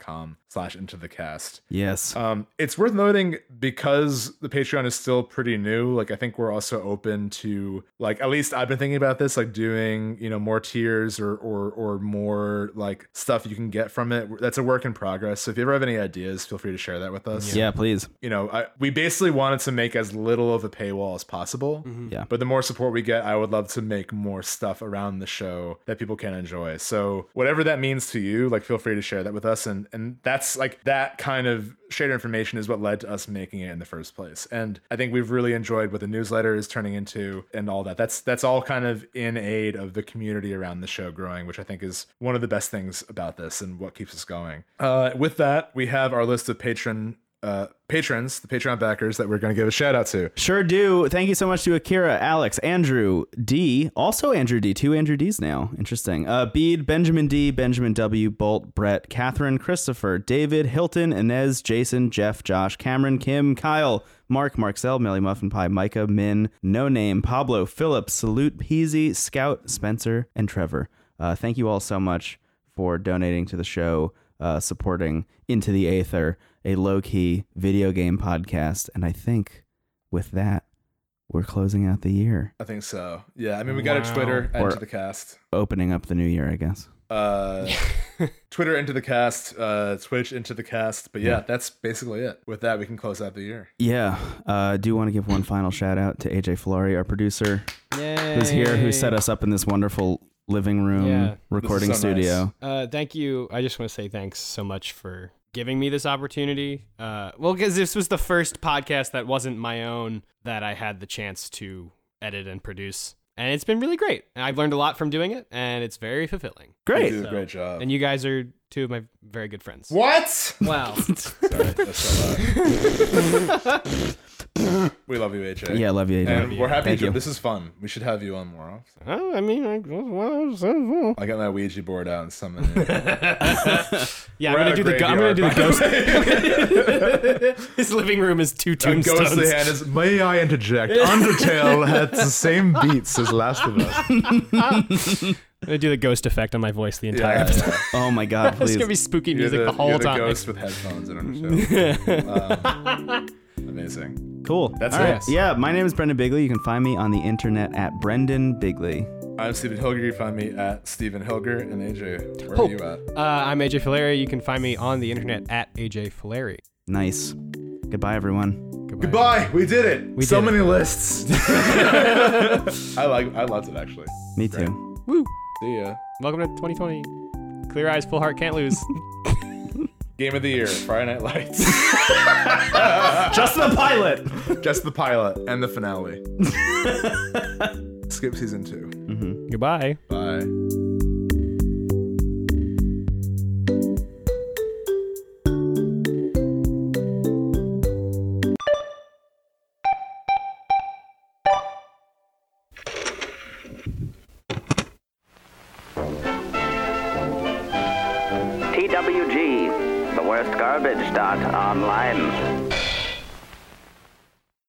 Speaker 2: medium.com/slash into the cast.
Speaker 1: Yes.
Speaker 2: Um, it's worth noting because the Patreon is still pretty new. Like, I think we're also open to like at least I've been thinking about this, like doing you know more tiers or or or more like stuff you can get from it. That's a work in progress. So if you ever have any ideas, feel free to share that with us.
Speaker 1: yeah. Please.
Speaker 2: You know, I, we basically wanted to make as little of a paywall as possible.
Speaker 1: Yeah.
Speaker 2: But the more support we get, I would love to make more stuff around the show that people can enjoy. So whatever that means to you, like feel free to share that with us. And and that's like that kind of shared information is what led to us making it in the first place. And I think we've really enjoyed what the newsletter is turning into and all that. That's that's all kind of in aid of the community around the show growing, which I think is one of the best things about this and what keeps us going. Uh, with that, we have our list of patron uh, patrons, the Patreon backers that we're going to give a shout out to.
Speaker 1: Sure do. Thank you so much to Akira, Alex, Andrew, D, also Andrew D, two Andrew D's now. Interesting. Uh, Bede, Benjamin D, Benjamin W, Bolt, Brett, Catherine, Christopher, David, Hilton, Inez, Jason, Jeff, Josh, Cameron, Kim, Kyle, Mark, Marcel, Melly Muffin Pie, Micah, Min, No Name, Pablo, Philip, Salute, Peasy, Scout, Spencer, and Trevor. Uh, thank you all so much for donating to the show, uh, supporting Into the Aether, a low key video game podcast. And I think with that, we're closing out the year,
Speaker 2: I think so. Yeah, I mean, we got a
Speaker 4: Wow.
Speaker 2: Twitter
Speaker 1: Or-
Speaker 2: into the cast.
Speaker 1: opening up the new year, I guess.
Speaker 2: Uh,
Speaker 4: (laughs)
Speaker 2: Twitter into the cast. Uh, Twitch into the cast. But yeah, that's basically it. With that, we can close out the year.
Speaker 1: Yeah. Uh, I do want to give one final shout out to AJ Flori, our producer,
Speaker 4: Yay.
Speaker 1: who's here, who set us up in this wonderful living room
Speaker 4: Yeah. This is
Speaker 1: recording
Speaker 2: so nice.
Speaker 1: studio.
Speaker 4: Uh, thank you. I just want to say thanks so much for giving me this opportunity. Uh, well, because this was the first podcast that wasn't my own that I had the chance to edit and produce, and it's been really great. And I've learned a lot from doing it, and it's very fulfilling.
Speaker 2: You
Speaker 1: Great.
Speaker 2: did a great job.
Speaker 4: And you guys are two of my very good friends.
Speaker 2: what?
Speaker 4: Wow.
Speaker 2: Sorry, that's so loud. we love you, AJ.
Speaker 1: Yeah, love you, AJ.
Speaker 2: And we're happy.
Speaker 1: Thank
Speaker 2: To,
Speaker 1: you.
Speaker 2: this is fun. We should have you on more
Speaker 4: (laughs)
Speaker 2: often.
Speaker 4: (laughs) Oh, I mean, I, well,
Speaker 2: I got my Ouija board out and summon
Speaker 1: (laughs)
Speaker 2: you.
Speaker 4: (laughs) yeah,
Speaker 2: We're at
Speaker 4: I'm gonna
Speaker 2: a
Speaker 4: do the go- I'm gonna
Speaker 2: graveyard,
Speaker 4: do the
Speaker 2: by
Speaker 4: ghost.
Speaker 2: (laughs)
Speaker 4: His living room is two
Speaker 2: And
Speaker 4: tombstones.
Speaker 2: Ghostly Hand is, may I
Speaker 4: (laughs)
Speaker 2: interject? Undertale had the same beats as Last of Us.
Speaker 1: (laughs)
Speaker 4: I'm gonna do the ghost effect on my voice the entire
Speaker 2: Yeah,
Speaker 4: episode.
Speaker 2: yeah.
Speaker 1: oh my God,
Speaker 4: (laughs) It's
Speaker 1: please.
Speaker 4: gonna be spooky
Speaker 2: You're
Speaker 4: music the, whole
Speaker 2: you're
Speaker 4: time.
Speaker 2: ghost with headphones
Speaker 1: (laughs)
Speaker 2: in on a show. um, amazing.
Speaker 1: Cool.
Speaker 2: That's
Speaker 1: All
Speaker 2: it.
Speaker 1: right. Yeah, my name is Brendan Bigley. You can find me on the internet at Brendan Bigley.
Speaker 2: I'm Stephen Hilger. You find me at Stephen Hilger and AJ. Where
Speaker 4: Hope.
Speaker 2: are you at?
Speaker 4: Uh, I'm AJ Fileri. You can find me on the internet at AJ Fileri.
Speaker 1: Nice. Goodbye, everyone.
Speaker 4: Goodbye.
Speaker 2: Goodbye. We did it. so
Speaker 4: did
Speaker 2: many (laughs) lists. I like. I loved it actually.
Speaker 1: Me too.
Speaker 4: Woo.
Speaker 2: See ya.
Speaker 4: Welcome to 2020. Clear eyes, full heart, can't lose.
Speaker 2: Game of the year. Friday Night (laughs) Lights.
Speaker 1: Just the pilot.
Speaker 2: Just the pilot and the (laughs) finale. Skip season two.
Speaker 4: Goodbye.
Speaker 2: Bye.
Speaker 6: TWG, the worst garbage dot online.